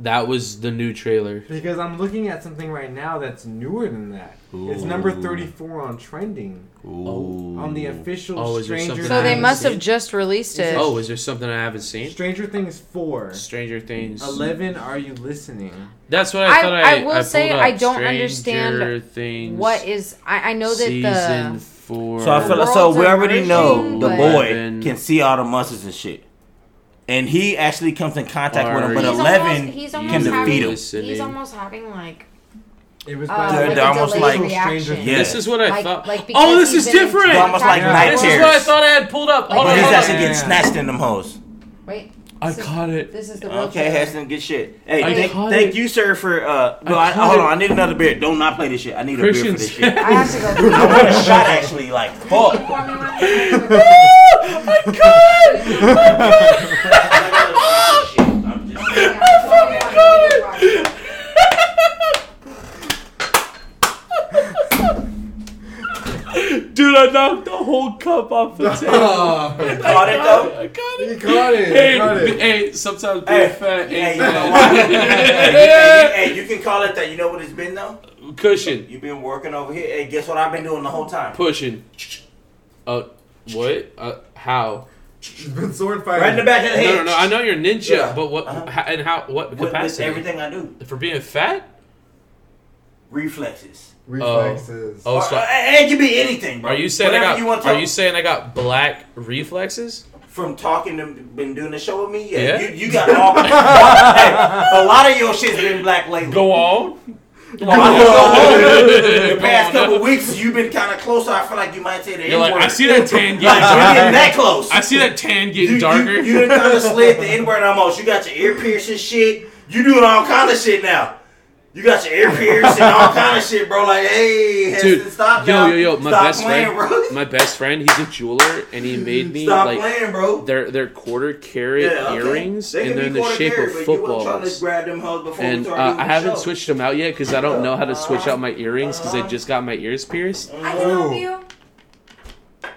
A: That was the new trailer.
D: Because I'm looking at something right now that's newer than that. It's number
A: Ooh.
D: 34 on trending.
A: Ooh.
D: On the official
A: Oh, is there
D: Stranger
A: something
D: Things.
K: so they must have
A: It-
K: just released it.
A: Oh, is there something I haven't seen?
D: Stranger Things 4.
A: Stranger Things.
D: 11, Are You Listening?
A: That's what I,
K: I,
A: thought. I,
K: I, will
A: pulled
K: say
A: up.
K: I don't
A: Stranger
K: understand
A: Things.
K: what is. I, I know that
A: season
K: the
A: four.
B: So I feel like, so
K: Worlds
B: we
K: are
B: already know
K: merging,
B: the
K: but-
B: boy can see all the monsters and shit, and he actually comes in contact with him. But Eleven can defeat him.
K: having, He's almost having like.
D: It was
B: bad. They're almost like- Yeah.
A: This is what I
K: Like-
A: thought.
K: like,
A: oh,
K: because
A: this is
K: he's been in
A: different.
B: It's almost like night
A: This is
B: terrors.
A: what I thought I had pulled up. Hold
B: but
A: on,
B: he's
A: hold on.
B: actually getting snatched in them hoes.
K: Wait.
A: I caught it.
K: This is the real
B: Okay,
K: trailer.
B: has some good shit. Hey,
A: I
B: thank,
A: caught
B: thank
A: it.
B: you, sir, for uh. No, I,
A: I caught
B: hold
A: it.
B: on, I need another beer. Don't not play this shit. I need a beer for
A: Christian's-
B: this shit.
A: I have to go.
B: Dude, I want a shot. Actually, like fuck.
A: Dude, I knocked the whole cup off the table.
B: Oh. Caught it, though?
A: I caught it.
B: You caught it, you
A: Hey,
B: caught it.
A: hey sometimes being
B: Hey,
A: fat.
B: hey,
A: ain't
B: you know what?
A: bad.
B: hey, you- hey, you can call it that. You know what it's been though?
A: Cushion.
B: You've been working over here. Hey, guess what I've been doing the whole time?
A: Pushing. Uh, what? Uh, how?
D: been sword
B: Right in the back of the
A: No,
B: head.
A: no, no. I know you're ninja,
B: Yeah. Uh-huh.
A: but what? How, and how? What
B: with
A: capacity?
B: everything I do.
A: For being fat?
B: Reflexes.
A: Reflexes. Oh, so-
B: Or- uh, it could be anything, bro.
A: Are you saying
B: Whatever
A: I got?
B: you want to
A: are you saying I got black reflexes?
B: from talking to been doing the show with me?
A: Yeah.
B: Yeah. You, you got all. hey, a lot of your shit's been black lately.
A: Go on.
B: Go on.
A: Go
B: the past
A: on.
B: couple weeks, you've been kind of close. So I feel like you might say the
A: You're like,
B: N-word.
A: I see that tan getting
B: Like,
A: darker.
B: you're getting that close.
A: I see that tan getting darker.
B: You done kind of slid the N word almost. You got your ear piercing shit. You doing all kind of shit now. You got your ear piercing, all kind of shit, bro. Like, hey, Heston,
A: Dude,
B: stop
A: yo,
B: now.
A: yo, yo, my
B: stop
A: best
B: playing,
A: friend,
B: bro.
A: my best friend, he's a jeweler, and he made me
B: Stop
A: like
B: playing, bro.
A: their their quarter carat
B: Yeah, okay.
A: earrings,
B: They can
A: and
B: be
A: they're in the
B: quarter
A: shape
B: carat,
A: of
B: but you wasn't trying to
A: footballs.
B: grab them hoes before we
A: And
B: started
A: uh,
B: doing
A: I
B: the
A: haven't
B: show.
A: switched them out yet because I don't know how to switch out my earrings because I just got my ears pierced.
K: I can help you. Oh.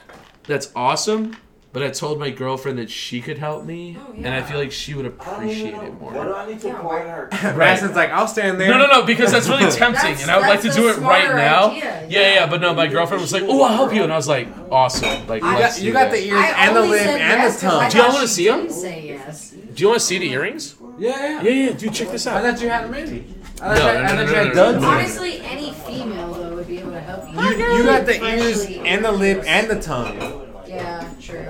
A: That's awesome, but I told my girlfriend that she could help me, and I feel like she would appreciate it more.
B: What do I need to point her?
D: Rasmus like, I'll stand there.
A: Oh, No, no, no, because that's really tempting, and I would like to
D: that's
A: do
D: the
A: it right
D: smarter
A: now.
D: idea,
A: yeah. yeah, but no, my girlfriend was like, "Oh, I'll help you," and I was like, "Awesome!" Like,
D: You got-
A: let's
D: you
A: do that.
D: got the ears I and the only lip said and the yes 'cause I tongue.
A: Do y'all
D: thought
A: want to
D: she
A: see them?
K: Say yes.
A: Do you want to see the earrings?
D: Yeah, yeah.
A: Yeah, yeah, dude, check this out.
D: I thought you had them in.
A: No,
D: I thought you
A: no,
D: I
A: no,
D: thought
A: no,
D: you
A: no,
D: had
A: no,
D: done
A: no.
D: them.
K: Honestly, any female though would be able to help you.
D: You got the ears and the lip and the tongue.
K: Yeah, true.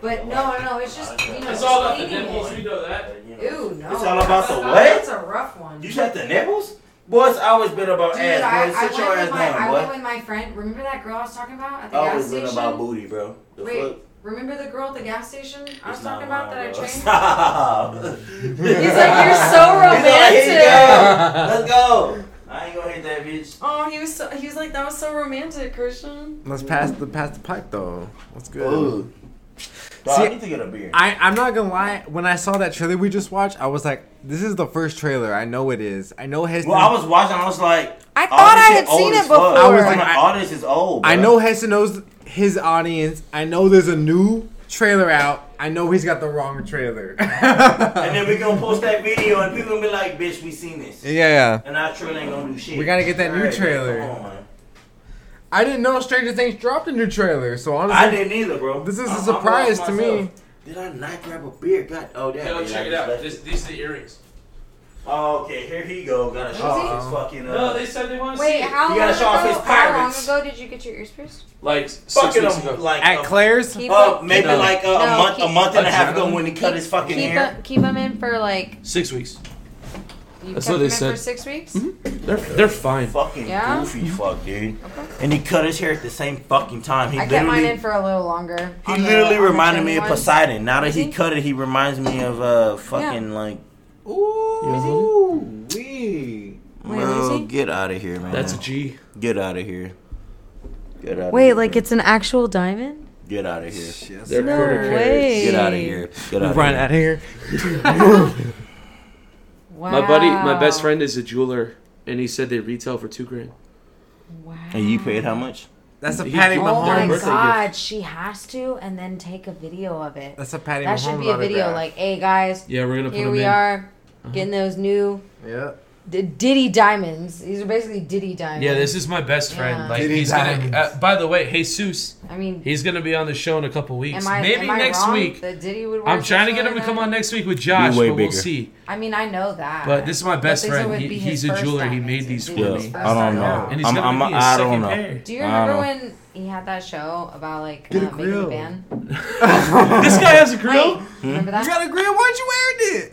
K: But no, no, it's just you know.
A: It's all about
K: just
A: the
K: eating
A: nipples.
K: it.
A: You know that.
K: Ew, no.
B: It's all about the
K: That's-
B: what?
K: That's a rough one.
B: You shut the nipples? Boy, it's always been about
K: Dude, I,
B: ass, boy.
K: I,
B: Sit your
K: went
B: ass
K: with my, I went
B: down,
K: with my friend. Remember that girl I was talking about at
B: boy.
K: the gas
B: Always been
K: station?
B: about booty, bro. The
K: Wait,
B: fuck?
K: remember the girl at the gas station I was
B: It's
K: talking
B: not
K: about
B: mine,
K: that I
B: bro.
K: trained?
B: Stop. He's like,
K: "You're so
B: "Here you go.
K: romantic."
B: Let's go. I ain't gonna hit that bitch.
K: Oh, he was so, he was like that was so romantic, Christian.
D: Let's pass the pass the pipe though. What's good?
B: Ooh. Dog, I need to get a beer.
D: I, I'm not gonna lie. When I saw that trailer we just watched, I was like, "This is the first trailer. I know it is. I know Heston.
B: Well, I was watching. I was like,
K: I
B: all
K: thought
B: this
K: I
B: shit
K: had
B: old
K: seen
B: as
K: it
B: fuck.
K: before.
B: I
K: I
B: was
K: was
B: like,
K: like,
B: all this is old. Bro.
D: I know Heston knows his audience. I know there's a new trailer out. I know he's got the wrong trailer.
B: And then we gonna post that video, and people gonna be like, "Bitch, we seen this."
D: Yeah.
B: And our trailer ain't gonna do shit.
D: We gotta get that new
B: Alright,
D: trailer.
B: Come on, man.
D: I didn't know Stranger Things dropped a new trailer. So honestly,
B: I didn't either, bro.
D: This is
B: I-
D: a
B: I
D: surprise
B: lost
D: to me.
B: myself. Did I not grab a beer? God, oh yeah.
A: Yo,
B: yeah,
A: check
B: I
A: it
B: just
A: out.
B: left
A: This, these are the earrings.
B: Oh, okay, here he go. Got a shot off his fucking. Uh,
R: No, they said they want to
K: Wait,
R: see it.
K: how
B: He
K: long,
B: got
K: ago,
B: a shot off his
K: how long
B: pirates.
K: ago did you get your ears pierced?
R: Like six
B: fucking
R: weeks
B: a-
R: ago.
B: like
D: At
B: a-
D: Claire's?
K: Keep
B: Uh,
K: it-
B: maybe
R: No.
B: like a, a
K: No,
B: month, a
K: keep-
B: month and a half ago
R: Adrenaline?
B: when he cut his fucking
K: Keep
B: hair.
K: them, keep them in for like.
A: Six weeks.
K: You
A: That's
K: kept
A: what they
K: them in for
A: said.
K: six weeks.
B: Mm-hmm.
A: They're they're fine.
B: Fucking
K: Yeah?
B: goofy fuck, dude. And he cut his hair at the same fucking time. He
K: I kept mine
B: literally,
K: in for a little longer.
B: he
K: on the-
B: literally
K: on the
B: reminded
K: thin
B: me of
K: ones.
B: Poseidon. Now that
K: Is
B: he
K: he?
B: cut it, he reminds me of uh fucking like.
S: Ooh, wee.
K: Wait, is
B: Bro,
K: he?
B: get out of here, man.
A: That's a G.
B: Get out of here. Get out.
K: Wait,
B: here,
K: like
B: bro.
K: it's an actual diamond?
B: Get out of here.
A: They're
K: No
A: quarter carats.
K: way.
B: Get out of here. Get out of
D: Run
B: here.
D: out of here.
K: Wow.
A: My buddy, my best friend is a jeweler, and he said they retail for two grand.
B: And you paid how much?
D: That's a
A: He-
D: Patty
A: he-
K: Oh
A: Birthday
K: my
D: Mahomes.
A: gift.
K: god, she has to, and then take a video of it.
D: That's a Patty
K: That
D: Mahomes
K: should be a video
D: autograph.
K: like, hey guys,
A: Yeah, we're gonna put
K: here
A: them
K: we
A: in.
K: are, getting those new
D: Yeah.
K: D- Diddy diamonds. These are basically Diddy diamonds.
A: Yeah, this is my best friend.
K: Yeah.
A: Like
D: Diddy
A: he's
D: Diamonds.
A: gonna. Uh, by the way, Jesus,
K: I mean,
A: he's gonna be on the show in a couple weeks.
K: am I
A: Maybe
K: am I
A: next
K: wrong
A: week.
K: that Diddy would. wear
A: I'm trying to get
K: something
A: him to
K: like
A: come
K: that?
A: on next week with Josh,
B: way
A: but
B: bigger.
A: we'll see.
K: I mean, I know that.
A: But this is my best
K: these
A: friend.
K: would
A: He-
K: be
A: he's
K: his
A: a
K: first
A: jeweler. He
K: diamonds.
A: made
K: It's
A: these
K: gonna
A: for
K: be
B: Yeah,
K: his first
B: I don't
K: diamond.
B: know.
A: And he's
B: I'm,
A: gonna
B: I'm,
A: be his
B: I don't
A: second
B: know.
A: pair.
K: Do you
B: I don't
K: remember
B: know.
K: when he had that show about like
D: Get a
K: uh, making a
D: grill.
K: band?
A: this guy has a grill.
K: Wait, remember that?
S: You got a grill? Why'd you wear it?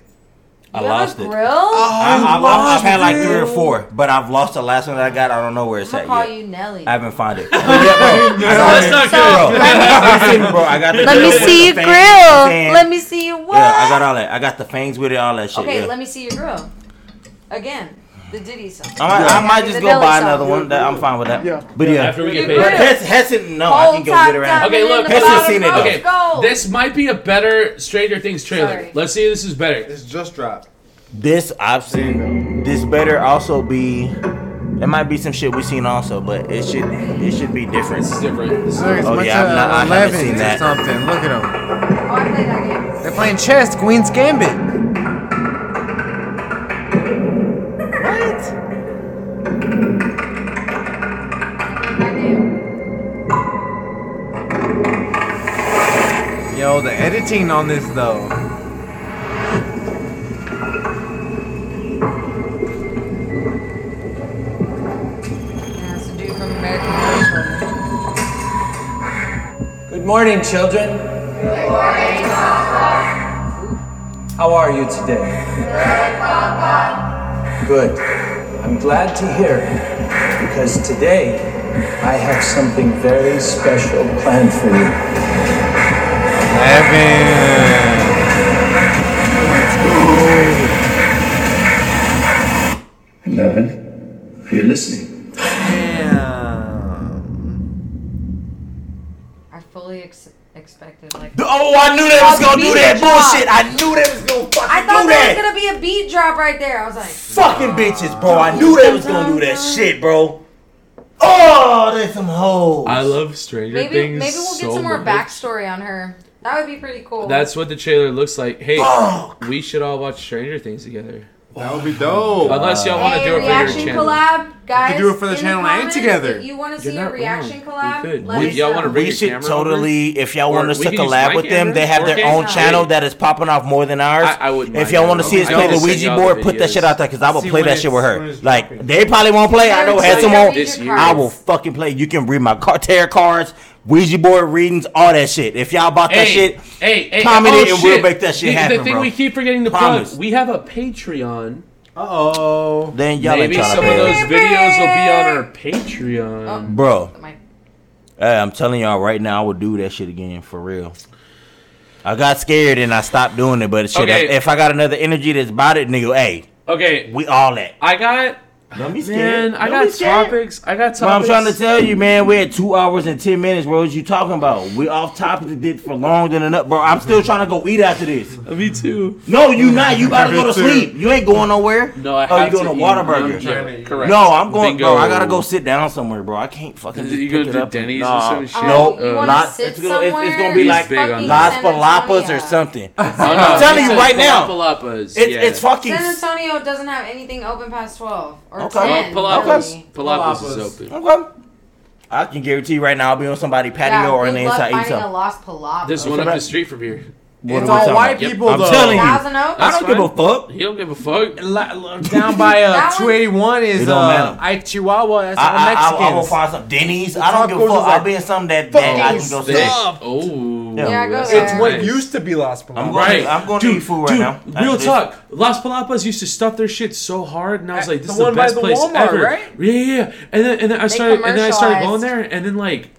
B: I
K: You have
B: lost
K: a
B: it.
K: grill?
B: I, I, I've, I've
D: lost
B: had like
D: it.
B: three or four, but I've lost the last one that I got. I don't know where
K: I'm
B: it's
K: gonna
B: at
K: call
B: yet.
K: you Nelly.
B: I haven't found it. But yeah, bro,
A: That's not
B: bro,
A: good.
B: listen, bro, I got the
K: Let
B: grill
K: me
B: with
K: see
B: the
K: your
B: fangs,
K: grill.
B: the fan.
K: Let me see your what?
B: Yeah, I got all that. I got the fangs with it, all that shit.
K: okay,
B: yeah.
K: let me see your grill. Again, the Diddy song.
B: I might, I might just
K: The
B: go
K: Nelly
B: buy
K: song.
B: another one. That I'm fine with that.
D: Yeah.
B: But yeah,
A: After we get
K: You're
A: paid.
K: good.
B: but Hess, Hessen, no, I can go
K: Whole
B: get around.
K: top
A: Okay, look,
K: diamond in the
B: Hessen's
K: bottom
B: seen it,
K: row.
B: though.
A: Okay,
K: Gold.
A: this might be a better Stranger Things trailer.
K: Sorry.
A: Let's see if this is better.
S: It's just dropped.
B: This I've seen. This better also be. It might be some shit we seen also, but it should it should be different.
A: This is different. This is
D: Look, it's
B: Oh,
D: much
B: yeah, I'm
D: uh,
B: not- I haven't
D: 11
B: seen
D: or
B: that.
D: something. Look at them.
K: Oh, I played that game.
D: They're playing chess, Queen's Gambit. What?
K: I played that game.
D: Yo, the editing on this though.
K: Yeah, it's a dude from American Horror
T: Good morning, children. Good morning, Papa. How are you today? Good, Papa. Good. I'm glad to hear it because today I have something very special planned for you.
D: Evan.
I: Eleven, if you're listening.
D: Damn.
K: I fully ex- expected like.
B: Oh, I knew they was gonna do that
K: Beat
B: bullshit.
K: drop.
B: I knew they was gonna fucking
K: I thought
B: do
K: there was
B: that.
K: gonna be a beat drop right there. I was like,
B: Fucking bitches, bro. I knew they was gonna do that shit, bro. Oh, there's some hoes.
A: I love Stranger
K: maybe
A: Things.
K: maybe we'll get
A: so
K: some more
A: much.
K: backstory on her. That would be pretty cool.
A: That's what the trailer looks like. Hey,
B: Fuck.
A: we should all watch Stranger Things together.
S: That would be dope.
A: Unless y'all want to
K: Hey,
A: do it for your
K: reaction
A: channel.
K: collab, guys.
S: could do it for the
K: in
S: channel and
K: comments,
S: together.
K: If you want to
A: You're
K: see
A: not
K: a
A: wrong.
K: reaction collab,
A: We could.
K: let
A: We-
K: us
A: y'all
K: know.
A: wanna bring
B: We
A: your
B: should
A: camera
B: totally, if y'all
A: Or
B: want us
A: we
B: to
A: can use my
B: collab with them,
A: camera
B: they have
A: or
B: their
A: his
B: own
A: camera.
B: channel that is popping off more than ours.
A: I- I wouldn't
B: if
A: mind
B: y'all
A: that.
B: want to see us
A: I
B: play
A: can
B: the
A: send
B: Ouija
A: y'all the
B: board, put that
A: videos.
B: shit out there because I will
D: See
B: play
D: when
B: that shit with
D: it's- when
B: her.
D: it's
B: Like
D: dropping.
B: they probably won't play. I know
K: They're
B: Hanson
K: excited.
B: won't.
K: This year.
B: I will fucking play. You can read my car- tarot cards, Ouija board readings, all that shit. If y'all bought that
A: hey,
B: shit,
A: hey, hey,
B: comment
A: oh,
B: it and we'll
A: shit.
B: make that shit
A: the,
B: happen,
A: The thing
B: bro.
A: we keep forgetting to
B: Promise.
A: plug, we have a Patreon.
D: Uh oh.
B: then y'all ain't
A: Maybe
B: trying
A: some
B: to
A: of
B: pay.
A: those
B: us.
A: videos will be on our Patreon.
B: Bro,
K: My-
B: hey, I'm telling y'all right now, I would do that shit again for real. I got scared and I stopped doing it, but shit,
A: Okay.
B: if I got another energy that's about it, nigga, hey,
A: Okay,
B: we all that.
A: I got
B: Don't be
A: man,
B: scared.
A: I
B: Don't
A: got
B: be scared.
A: topics. I got topics.
B: Bro, I'm trying to tell you, man, we're at two hours and ten minutes, bro. What you talking about? We off topic and did for longer than enough, bro. I'm still trying to go eat after this.
A: Me too.
B: No, you not. You gotta go to sleep. You ain't going nowhere.
A: Mm-hmm. No, I
B: Oh,
A: have
B: you going
A: to
B: to
A: eat.
B: Whataburger?
A: I'm trying- Correct.
B: No, I'm going,
A: Bingo.
B: bro. I gotta go sit down somewhere, bro. I can't fucking. Just
A: You
B: pick
A: gonna
B: it
A: do
B: up and-
A: Denny's or
B: nah.
A: some shit?
B: Nope. Uh,
K: You wanna
B: Not-
K: sit
B: it's gonna- it's- it's gonna
K: somewhere?
B: be like
A: big on
K: Fucking
B: Las
K: San
B: Palapas or
K: Antonio.
B: something.
A: Oh, no,
B: I'm telling
A: he
B: you
A: said
B: right now.
A: Palapas.
B: It's
A: yeah.
B: it's fucking.
K: San Antonio doesn't have anything open past 12 or
B: Okay.
A: Well,
K: 10.
A: Palapas.
K: really.
A: Palapas Oh, is
S: Palapas.
A: open.
B: Okay. I can guarantee you right now, I'll be on somebody patio
K: Yeah,
B: or on
K: good
B: the
K: luck
B: inside eating
K: finding
B: something.
K: a lost Palapas.
A: There's one up the street from here.
B: What
D: it's
B: are we
D: all
B: talking
D: white
B: about? Yep.
D: people
B: I'm
D: though.
B: telling you. Thousand Oaks?
K: oh?
B: I don't give a fuck.
A: He don't give a fuck.
D: Down by
A: That
D: uh,
A: one-
D: two eighty one
B: It
D: is
B: don't
D: uh,
B: matter.
D: I Chihuahua. That's all
B: I, I, I, I will
D: Mexicans.
B: find some Denny's.
D: The
B: I don't give a
D: tacos
B: fuck.
D: is
B: I'll
D: like,
B: be in something that,
D: fuck
B: that I
D: these
B: can go
D: things.
B: to.
A: Oh,
B: Yeah,
D: go
B: that's
D: there.
B: nice.
D: It's what used to be Las Palmas.
B: I'm going to- I'm going to
A: dude,
B: eat food right
A: dude,
B: now.
A: Real
B: After this.
A: talk, Las Palapas used to stuff their shit so hard, and I was like, "This
D: the
A: is the
D: one by
A: best
D: the
A: place
D: Walmart,
A: ever."
D: right?
A: Yeah, yeah, yeah. And then, and then I
D: They
A: started, and then I started going
D: commercialized.
A: there, and then like,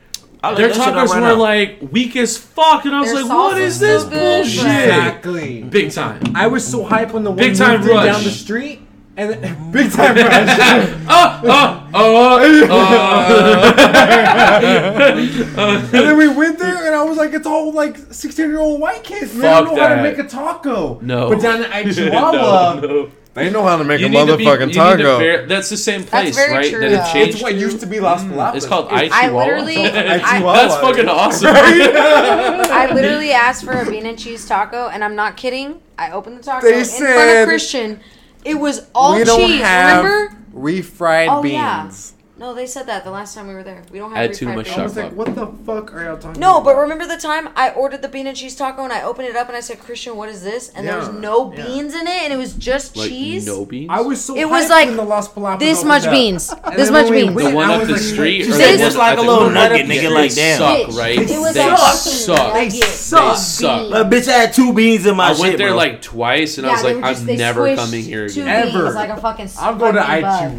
D: like
A: their
D: that shit up
A: tacos
D: right
A: were
D: now.
A: like weak as fuck, and I was
D: Their
A: like, "What
D: sauce
A: is
D: is
A: this
D: so good,
A: bullshit?"
D: but- Exactly.
A: Big time.
D: I was so hyped when the one
A: Big time
D: moved in
A: rush.
D: down the street and big time rush.
A: Oh, oh, ah.
D: and then we went there, and I was like, it's all like 16 year old white kids. and They
U: Fuck
D: don't know how
U: that.
D: to make a taco.
U: No.
D: But down at Chihuahua,
U: They know how to make
A: You
U: a
A: need to be- you
U: motherfucking
A: need to
U: taco.
A: ver- that's the same place,
K: very
A: right?
K: true,
A: That
K: though.
A: it changed.
D: it's what used to be Las Palmas.
A: Mm. It's called
D: It's-
K: I
A: I Chihuahua.
K: literally- I-
A: That's fucking awesome.
K: I literally asked for a bean and cheese taco, and I'm not kidding. I opened the taco
D: They
K: in front
D: said-
K: of Christian. It was all
D: we
K: cheese.
D: don't have
K: remember?
D: refried
K: Oh
D: beans.
K: yeah. No, they said that the last time we were there. We don't have.
A: I had too
K: refried
A: much
K: beans.
A: shock
D: Like, what the fuck are y'all talking
K: No,
D: about?
K: but remember the time I ordered the bean and cheese taco and I opened it up and I said, Christian, what is this? And there was
D: Yeah,
K: no
D: yeah.
K: beans in it and it was just cheese.
A: beans.
D: I was so
K: It was
D: hyped
K: like
D: when the Las Palmas
K: this
D: opened
K: much
D: up.
K: beans.
D: And
K: This
D: then
K: much
D: when we
K: beans.
D: went,
A: The one
D: I
A: up
D: was
A: the
D: like,
A: street,
D: "Jesus."
A: or the
K: It's
A: one
K: just
A: at
B: like
A: the-
B: a little
A: the one
B: nugget,
A: up-
B: nigga,
A: they
B: like, damn.
A: suck, right?
K: It was
A: they
K: like
A: suck.
K: fucking nugget.
A: suck. They suck.
B: But bitch, I had two beans in my
A: I
B: shit.
A: went there
B: bro.
A: like twice, and I
K: Yeah,
A: was
K: they
A: like,
K: were just-
A: I'm
K: they
A: never
K: squished
A: coming here
K: Two
A: again.
K: beans
D: Ever.
K: like a fucking.
D: I'm going to
K: fucking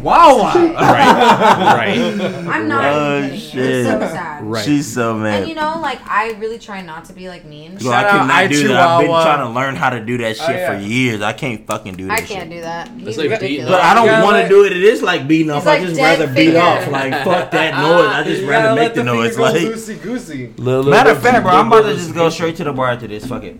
K: bug.
D: Ichiwawa.
A: right,
K: I'm not
B: Oh
K: even kidding.
B: shit.
K: It's so sad.
B: Right. She's so mad.
K: And you know, like I really try not to be like mean.
B: Yo, I cannot
D: out
B: do that. I've been
D: Ichiwawa.
B: trying to learn how to do that shit
K: Oh, yeah.
B: for years. I can't fucking do that
K: I
B: shit.
K: can't do that. He's
A: like beating
K: ridiculous.
B: But I
D: You
B: don't
D: gotta
B: want to
D: let-
B: do it. It is like beating off.
K: It's
B: I
K: like
B: just
K: dead
B: rather beat
K: finger.
B: off. Like fuck that noise. I just
D: You
B: rather
D: gotta
B: make
D: let
B: the
D: finger
B: noise.
D: go
B: Like
D: loosey goosey.
B: matter of fact, bro, I'm about to just go straight to the bar after this. Fuck it.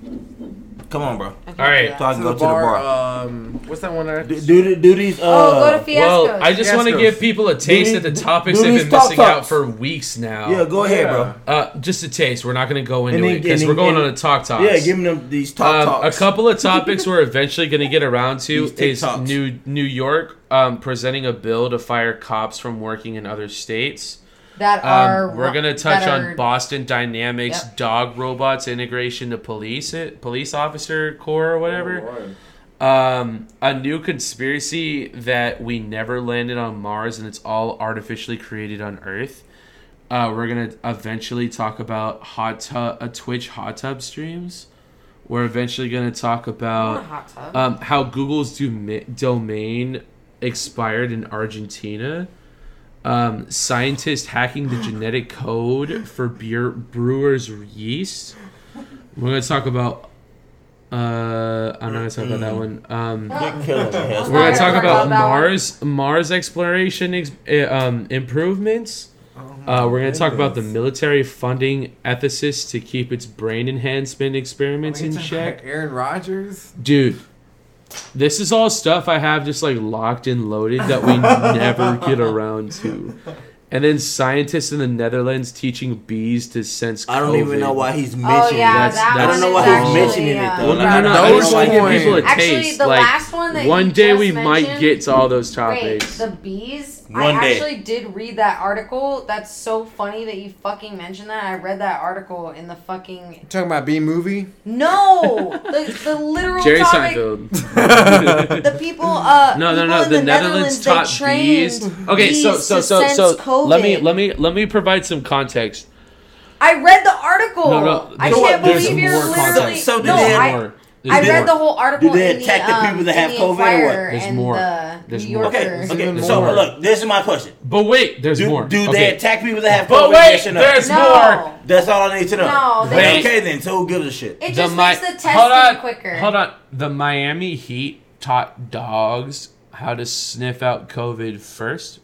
B: Come on, bro.
K: All
A: right.
B: So I
D: To
B: can
D: the
B: go to the bar.
D: Um, what's that one?
B: Do do, do these. Uh,
K: Oh, go to Fiascos.
A: Well, I just want to
D: Fiascos.
A: give people a taste
B: Do
A: of the
B: these-
A: topics
B: do
A: they've
B: these
A: been
B: thought
A: missing out
B: talks.
A: for weeks now.
B: yeah, go ahead, bro.
A: Uh, just a taste. We're not going to go into
B: And then-
A: it because
B: and
A: we're going
B: then-
A: on a talk talk.
B: Yeah, give me them these talk
A: Um, a
B: talks.
A: couple of topics we're eventually going to get around to
B: These
A: is
B: TikToks.
A: New New York um, presenting a bill to fire cops from working in other states.
K: that
A: Um,
K: are.
A: we're going to touch
K: that
A: on
K: are-
A: Boston Dynamics
K: Yep.
A: dog robots integration to police it, police officer corps or whatever. um, a new conspiracy that we never landed on Mars and it's all artificially created on Earth. Uh, we're gonna eventually talk about hot tub, uh, Twitch hot tub streams. We're eventually gonna talk
K: I
A: about
K: want a hot tub.
A: um, how Google's dom- domain expired in Argentina. Um, scientist hacking the genetic code for beer brewers yeast. We're gonna talk about. Uh, I'm not gonna talk about that one. Um,
B: Kill 'em, Hess.
A: we're gonna talk about
K: that one.
A: Mars Mars exploration ex- uh, um, improvements. Uh, we're gonna talk about the military funding ethicists to keep its brain enhancement experiments in check.
D: Aaron Rodgers.
A: Dude, this is all stuff I have just like locked and loaded that we never get around to. And then scientists in the Netherlands teaching bees to sense.
B: I don't even
A: COVID.
B: know why he's mentioning.
K: Oh yeah,
A: That's-
K: that
B: I don't
K: one
B: know
K: is
B: why
K: actually, uh,
B: he's mentioning
K: yeah.
B: it though.
A: No, no, no. I
B: I
A: just
B: don't
A: want to give
B: like
A: people a
B: it.
K: Actually,
A: taste.
K: the
A: like,
K: last one that
A: one
K: you
A: day
K: just
A: we might
K: mentioned-
A: get to all those
K: Wait,
A: topics.
K: the bees?
B: One
K: I
B: day.
K: actually did read that article. That's so funny that you fucking mentioned that. I read that article in the fucking
D: talking about B movie.
K: no, the, the literal
A: Jerry
K: topic.
A: Seinfeld.
K: The people, uh,
A: no, no,
K: people
A: no.
K: in
A: The, Netherlands,
K: taught
A: top
K: they trained
A: bees. Okay, so
K: bees
A: so
K: to
A: so
K: sense
A: so let me
K: COVID.
A: let me let me provide some context.
K: I read the article.
A: No, no,
K: I
A: there's-
K: can't
A: there's
K: believe
A: more
K: you're
A: context.
K: literally.
B: So
K: no,
B: did-
K: I,
A: More.
K: I
A: There's
K: read
A: more.
K: the whole article.
B: Did they
K: in
B: attack the
K: um,
B: people that
K: in
B: have
K: the
B: COVID or what?
K: Inquirer
A: There's
K: and
A: more.
K: The
A: There's
K: New
A: more.
B: Okay,
K: Yorker.
B: okay.
A: even
B: So
A: more.
B: look, this is my question.
A: But wait, there's
B: Do,
A: more.
B: do
A: Okay.
B: they attack people that have
A: But
B: COVID?
A: wait,
B: yes or no?
A: there's
K: No. more.
B: That's all I need to know.
K: No, they
A: Wait. just-
B: okay then. So who gives a shit?
K: It just
A: Mi-
K: makes the testing
A: hold on,
K: quicker.
A: Hold on. The Miami Heat taught dogs how to sniff out COVID first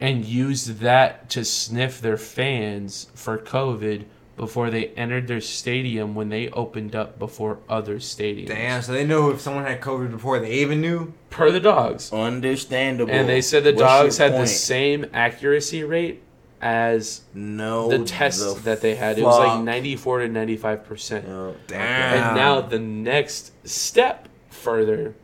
A: and used that to sniff their fans for COVID before they entered their stadium when they opened up before other stadiums.
D: Damn, so they know if someone had COVID before they even knew.
A: Per the dogs.
B: Understandable.
A: And they said the
B: What's
A: dogs
B: your
A: had the
B: point?
A: same accuracy rate as
B: No.
A: the tests that they had. It was like
B: fuck.
A: 94 to 95%.
B: No.
D: Damn.
B: Um,
A: And now the next step further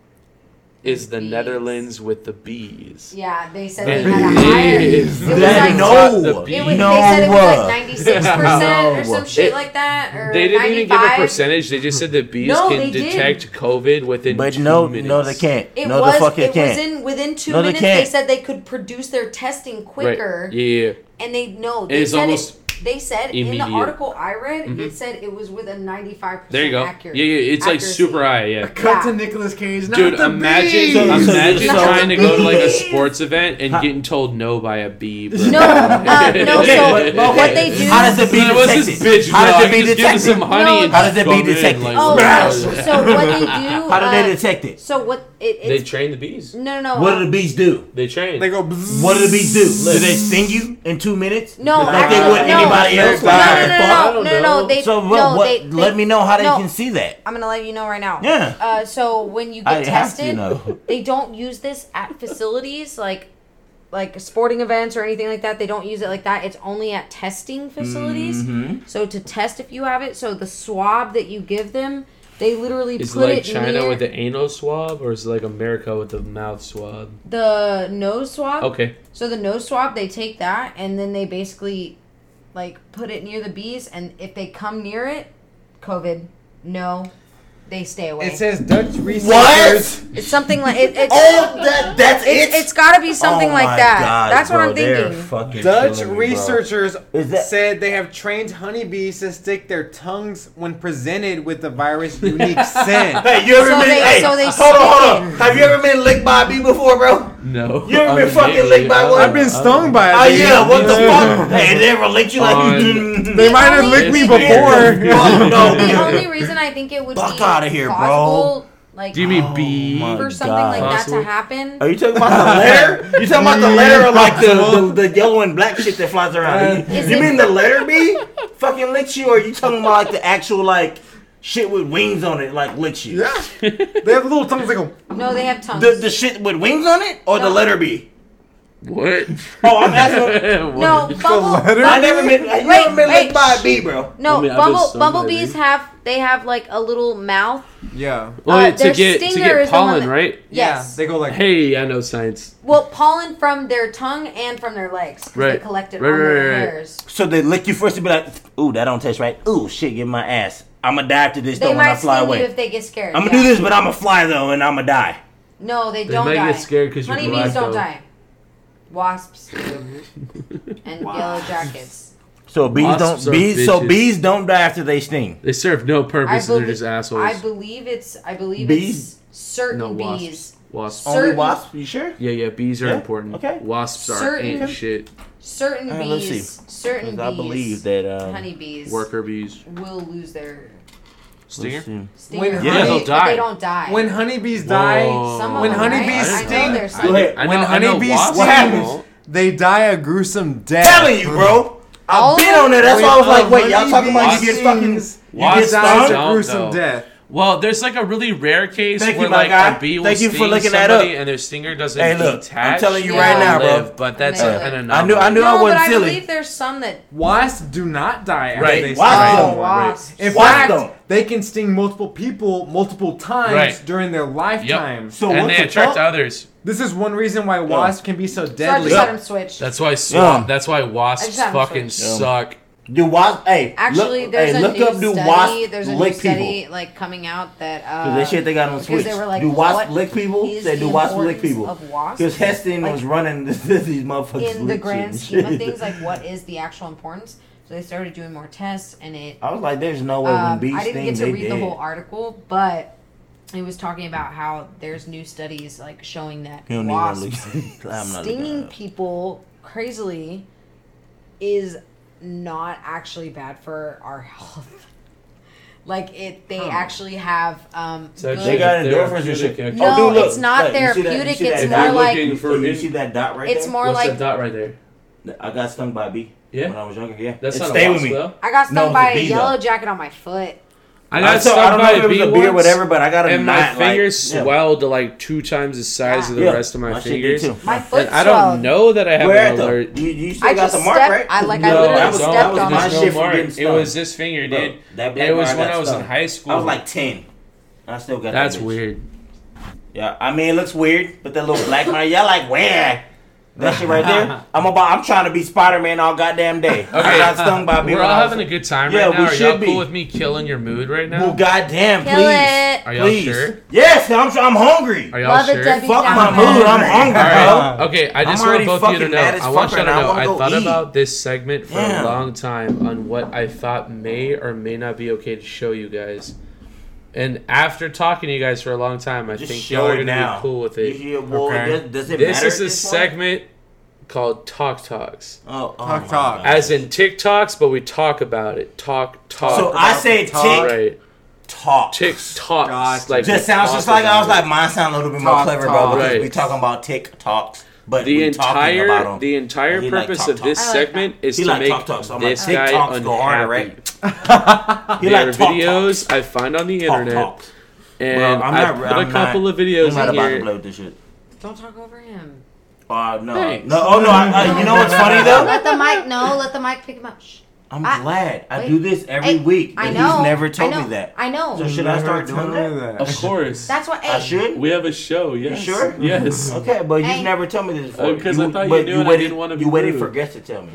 A: is the Netherlands with the bees.
K: Yeah, they said
A: And
K: they had a
A: it
K: higher.
A: is
K: It was
A: that
K: like
A: not the
K: It
A: bees.
K: was, They said it was
A: No.
K: like ninety six percent
A: No.
K: or some shit
A: It-
K: like that, or
A: They didn't even give a
K: 95.
A: percentage. They just said that bees
K: No, they
A: can
K: did.
A: detect COVID within
B: But
A: two
B: no-
A: minutes.
B: no, they can't.
K: It
B: No, the
K: was.
B: fuck it
K: it was
B: can't.
K: in within two
B: No, they
K: minutes. They,
B: can't.
K: said they could produce their testing quicker,
A: Right. Yeah.
K: and they no.
A: It
K: They
A: is
K: said
A: almost
K: it, They said in
A: immediate.
K: the article I read,
A: Mhm.
K: it said it was with a ninety five percent.
A: There you go.
K: Accurate,
A: yeah, yeah. It's like
K: accuracy.
A: super high. Yeah.
D: Cut to Nicolas Cage. Not
A: Dude,
D: the
A: imagine
D: bees!
A: imagine
D: Not the
A: trying to go to like a
D: bees!
A: sports event and getting told no by a bee. bro.
K: No, uh, no. So what they do?
B: How does it be
A: Like, what's this
B: detected?
A: bitch,
B: How does
A: dog?
B: it be
A: Just give us
B: detected?
A: some honey
K: No,
A: and
B: How does it
A: just
B: be
A: come in,
B: detected?
A: like-
K: Oh, so, so what they do?
B: How do they
K: uh,
B: detect it?
K: So what it,
A: They
K: it's,
A: train the bees.
K: no, no, no.
B: What
K: uh,
B: do the bees do?
A: They train.
B: They go. What do the bees do? Do they sting you in two minutes?
K: No,
B: like they
K: actually,
B: would
K: no.
B: anybody
K: No,
B: else.
K: no, no,
B: like,
K: no, no,
B: fuck?
K: no, I don't no, no, no, know. they-
B: so
K: no,
B: well, what?
K: they- they-
B: let me know how they
K: no.
B: can see that.
K: I'm gonna let you know right now.
B: Yeah.
K: Uh, so when you get
B: I have
K: tested,
B: to know.
K: they don't use this at facilities like like sporting events or anything like that. They don't use it like that. It's only at testing facilities.
B: Mm-hmm.
A: Mhm.
K: So to test if you have it, so the swab that you give them, they literally
A: Is it
K: put
A: like
K: it
A: China
K: near
A: with the anal swab, or is it like America with the mouth swab?
K: the nose swab.
A: Okay.
K: So the nose swab, they take that and then they basically like put it near the bees, and if they come near it, COVID. No, they stay away.
D: It says Dutch researchers.
K: It's something like it, it's,
D: Oh, that- that's
K: it's,
D: it?
K: It's got to be something
D: Oh
K: like
D: my
K: that.
D: God,
K: that's what
D: bro,
K: I'm
D: they're
K: thinking.
B: Fucking
D: Dutch
B: killing me, bro.
D: researchers
B: that-
D: said they have trained honeybees to stick their tongues when presented with the virus' unique scent.
B: Hey, you ever
D: So
B: been?
D: they-
B: hey,
D: so they
B: hold on, hold on.
D: stick
B: Have you ever been licked by a bee before, bro?
A: No.
B: You ever been fucking licked by one?
V: I've been stung by it.
B: Oh uh, yeah, what the fuck? Hey, they ever licked you like?
V: They might have licked me before.
B: Fuck Oh, no.
K: The only reason I think it would
B: Fuck
K: be
B: outta here, bro.
K: plausible, like
A: Do you
B: Oh
V: Oh
A: mean bee?
K: for something like that to happen?
B: Are you talking about the letter? You talking about the letter or like the, the, the yellow and black shit that flies
V: Uh,
B: around?
K: Is
B: you
K: it-
B: mean the letter bee fucking licks you, or you talking about like the actual like shit with wings on it like licks you? Yeah,
D: they have little tongues like
K: No, they have tongues.
B: the the shit with wings on it, or the
K: No.
B: letter bee?
A: What?
B: Oh, I'm asking.
K: No, Bumble-
B: I never been. I
K: Wait,
B: never been
K: wait.
B: licked by a bee, bro.
K: no,
A: I mean, I've been
K: bumble,
A: stung by
K: bumblebees
A: these.
K: have they have like a little mouth.
D: Yeah.
A: Well,
K: Uh,
A: to
K: their
A: get to
K: stinger
A: get
K: is the one
A: pollen,
K: that-
A: right?
K: Yes.
D: They go like.
A: Hey, I know science.
K: Well, pollen from their tongue and from their legs. 'cause They
B: Right.
K: collect it
B: Right,
K: on
B: right,
K: their
B: right, right.
K: hairs.
B: So they lick you first and be like, "Ooh, that don't taste right. Ooh, shit, get my ass. I'ma die after this.
K: They
B: though when I
K: might
B: fly
K: sting you
B: away.
K: if they get scared.
B: I'ma
K: yeah.
B: do this, but I'ma fly though, and I'ma die."
K: No, they,
A: They
K: don't
A: might
K: die.
A: get scared 'cause you're
K: honeybees
A: black,
K: don't
A: though.
K: die. Wasps and yellow jackets.
B: So bees
A: Wasps
B: don't
A: are
B: bees. So
A: bitches.
B: bees don't die after they sting.
A: They serve no purpose, and
K: belie-
A: they're just assholes.
K: I believe it's. I believe
B: Bees?
K: it's certain
A: no wasps.
K: bees.
A: Wasps.
K: Only Certain- wasps?
B: You sure?
A: Yeah, yeah. Bees are
B: Yeah?
A: important.
B: Okay.
A: Wasps are
K: Certain-
A: ant shit.
K: Certain
B: Uh,
K: bees.
B: let's see.
K: Certain
B: 'Cause
K: bees.
B: I believe that, um,
K: honeybees
A: Worker bees.
K: will lose their
A: Stinger.
K: stinger.
D: When
A: Yeah,
D: honey-
A: they'll
K: but
A: die.
K: They don't die.
D: When honeybees
A: Whoa.
D: die,
A: Some of
D: when
A: them,
D: honeybees
A: right? I know
D: sting,
K: there's
A: some. I- I
D: when
A: know- I know
D: honeybees
A: wasps
D: sting,
A: don't.
D: they die a gruesome death.
B: Telling you, bro. I've been on there. That's why I was like, wait, y'all talking about you get fucking you get
A: Wasps
B: stung?
A: don't, though.
D: death.
A: Well, there's like a really rare case
B: Thank you,
A: where
B: my
A: like
B: guy.
A: a bee will
B: Thank you
A: sting
B: for looking that
A: somebody
B: up.
A: and their stinger doesn't
B: Hey, look, I'm
A: detach.
B: telling you
A: and
B: right
A: they
B: now, bro.
A: live, But that's
K: Amazing.
A: an
B: Uh, I knew-
A: anomaly.
B: I knew
K: No,
B: I wasn't
K: but I
B: silly.
K: believe there's some that.
D: Wasps do not die after
A: Right.
D: they sting
B: Wasps don't.
D: someone.
K: Wasps.
D: In
B: Wasps
D: fact,
B: don't.
D: they can sting multiple people multiple times
A: Right.
D: during their lifetime.
A: Yep. and they attract others.
D: This is one reason why wasps can be so
K: So I
D: deadly.
K: just let them switch.
A: That's why swamp.
B: Yeah.
A: That's why
K: I just
A: wasps
K: had them
A: fucking
K: first.
B: Yeah.
A: suck.
B: Do wasps? Hey,
K: Actually,
B: look,
K: there's
B: hey,
K: a
B: look
K: new
B: up. Do
K: study.
B: wasps
K: there's a new
B: lick
K: study
B: people?
K: like coming out that
B: 'Cause
K: uh,
B: that shit they got on
K: because
B: Switch.
K: they were like,
B: do
K: what
B: wasps lick people?
K: is
B: They do
K: the
B: wasps lick
K: importance
B: people.
K: of wasps?
B: Because Heston was running these motherfuckers.
K: in the
B: lick
K: grand
B: shit.
K: scheme of things, like what is the actual importance? So they started doing more tests, and it.
B: I was like, there's no way when
K: um,
B: bees
K: I didn't
B: sting,
K: get to
B: they
K: read
B: dead.
K: the whole article, but it was talking about how there's new studies like showing that
B: You don't need to
K: wasps
B: look. I'm not looking
K: stinging people crazily is not actually bad for our health. Like it, they actually have um,
A: actually
K: good-
B: They got
A: They're
B: endorphins and shit.
A: therapeutic.
K: No,
B: oh, dude, look,
K: it's not
B: look, you see that- you
K: therapeutic,
B: see that
K: it's
B: dot?
K: more like-
A: Looking for-
B: you see that dot right
K: it's
B: there?
K: more
A: What's
K: like
A: that dot right there?
B: I got stung by a bee.
A: Yeah.
B: When I was younger, yeah.
A: That's
B: It
A: not a
B: stayed
A: wasp, though.
K: I
B: No,
K: got stung
B: it was
K: by
B: a
K: a
B: bee, though.
K: yellow jacket on my foot.
A: I
B: I
A: got
B: saw- I
A: stung
B: don't
A: by
B: know if
A: a
B: it was
A: bee
B: a bee or
A: once,
B: whatever, but I got a
A: and
B: knot,
A: my
B: like-
A: fingers
B: yeah. Ah,
A: swelled to like two times the size of the
B: Yeah.
A: rest of my,
B: My shit did
A: fingers.
B: too. My
K: foot
A: and I don't
K: swelled.
A: know that I have
B: Where
A: an
B: at, though?
A: alert.
B: You, you still
K: I
B: got
K: just
B: the mark,
K: stepped-
B: right?
K: I, like, I
A: No,
K: literally
A: that was-
K: stepped
B: that was
K: on
B: my
K: it.
A: There's no
B: shit from
A: mark.
B: getting
A: It
B: stung.
A: was this finger,
B: Bro,
A: dude.
B: that
A: And
B: black
A: it was
B: mark
A: when
B: got
A: I was in
B: stung.
A: high school.
B: I was like 10. I still got
A: That's
B: that bitch.
A: weird.
B: Yeah, I mean it looks weird, but that little black man, y'all like where? That shit right there. I'm about. I'm trying to be Spider Man all goddamn day. I got stung by a bee
A: We're
B: when
A: all
B: I was-
A: having a good time
B: Yeah,
A: right now.
B: we
A: Are
B: should
A: y'all
B: be.
A: cool with me killing your mood right now?
B: Well, goddamn,
A: Kill
B: please.
A: it. Are y'all
B: please.
A: sure?
B: Yes, I'm. I'm hungry.
A: Are y'all Love it, sure? Debbie
B: Fuck
A: Downer.
B: my mood. I'm hungry.
A: All right.
B: bro.
A: Okay, I
B: I'm
A: just
B: already
A: want both of you to
B: fucking
A: know.
B: mad as
A: I want
B: fuck
A: y'all to
B: right now.
A: know.
B: I
A: I,
B: wanna
A: thought
B: go eat.
A: about this segment for
B: Damn.
A: a long time on what I thought may or may not be okay to show you guys. And after talking to you guys for a long time, I
B: Just
A: think
B: show
A: y'all are
B: it
A: gonna
B: now.
A: be cool with it.
B: Yeah, well, does- does it
A: this
B: matter
A: is
B: at
A: a
B: this point?
A: segment called Talk Talks.
B: Oh, oh
A: Talk
B: my Talk. God.
A: As in TikToks, but we talk about it. Talk, talk.
B: So I say
A: talk.
B: tick-
A: Right.
B: Talk.
A: Tick talks. Like
B: just sounds just
A: talk
B: like I was
A: about
B: like
A: it.
B: mine sound a little bit more
A: Talk,
B: clever,
A: talk.
B: bro. Because
A: Right.
B: we talking about TikToks, but
A: the
B: we talking
A: entire
B: about um, 'em.
A: the entire
B: He like
A: purpose
B: talk
A: of this
B: talks. I like
A: segment
B: that.
A: is
B: He
A: to
B: like
A: make
B: talk talks. I'm like,
A: this
B: "Tick
A: guy
B: talks go harder,
A: unhappy. there
B: like
A: are
B: talk
A: videos I find on the internet,
B: talks.
A: and
B: Bro, I'm
A: I
B: not-
A: put
B: I'm
A: a couple
B: not-
A: of videos
B: I'm not
A: in
B: about to
A: here.
B: blow this shit.
C: Don't talk over him.
B: Uh, no,
A: Thanks.
B: no. Oh no! I, I, you know what's funny though?
C: Let the mic no. Let the mic pick him up. Shh.
B: I'm
C: I-
B: glad I
C: wait.
B: do this every
C: I-
B: week,
C: I
B: but
C: know.
B: he's never told
C: I know.
B: me that.
C: I know.
B: So should I start doing that?
K: Oh,
A: Of course.
C: That's what.
B: I
C: hey,
B: should.
A: We have a show.
B: You
A: Yes.
B: sure?
A: Yes.
B: Okay, but
C: Hey.
B: you've never told me this before.
A: Uh, 'cause I thought you
B: but
A: knew and I
B: waited-
A: didn't wanna be
B: You waited
A: rude.
B: for guests to tell me.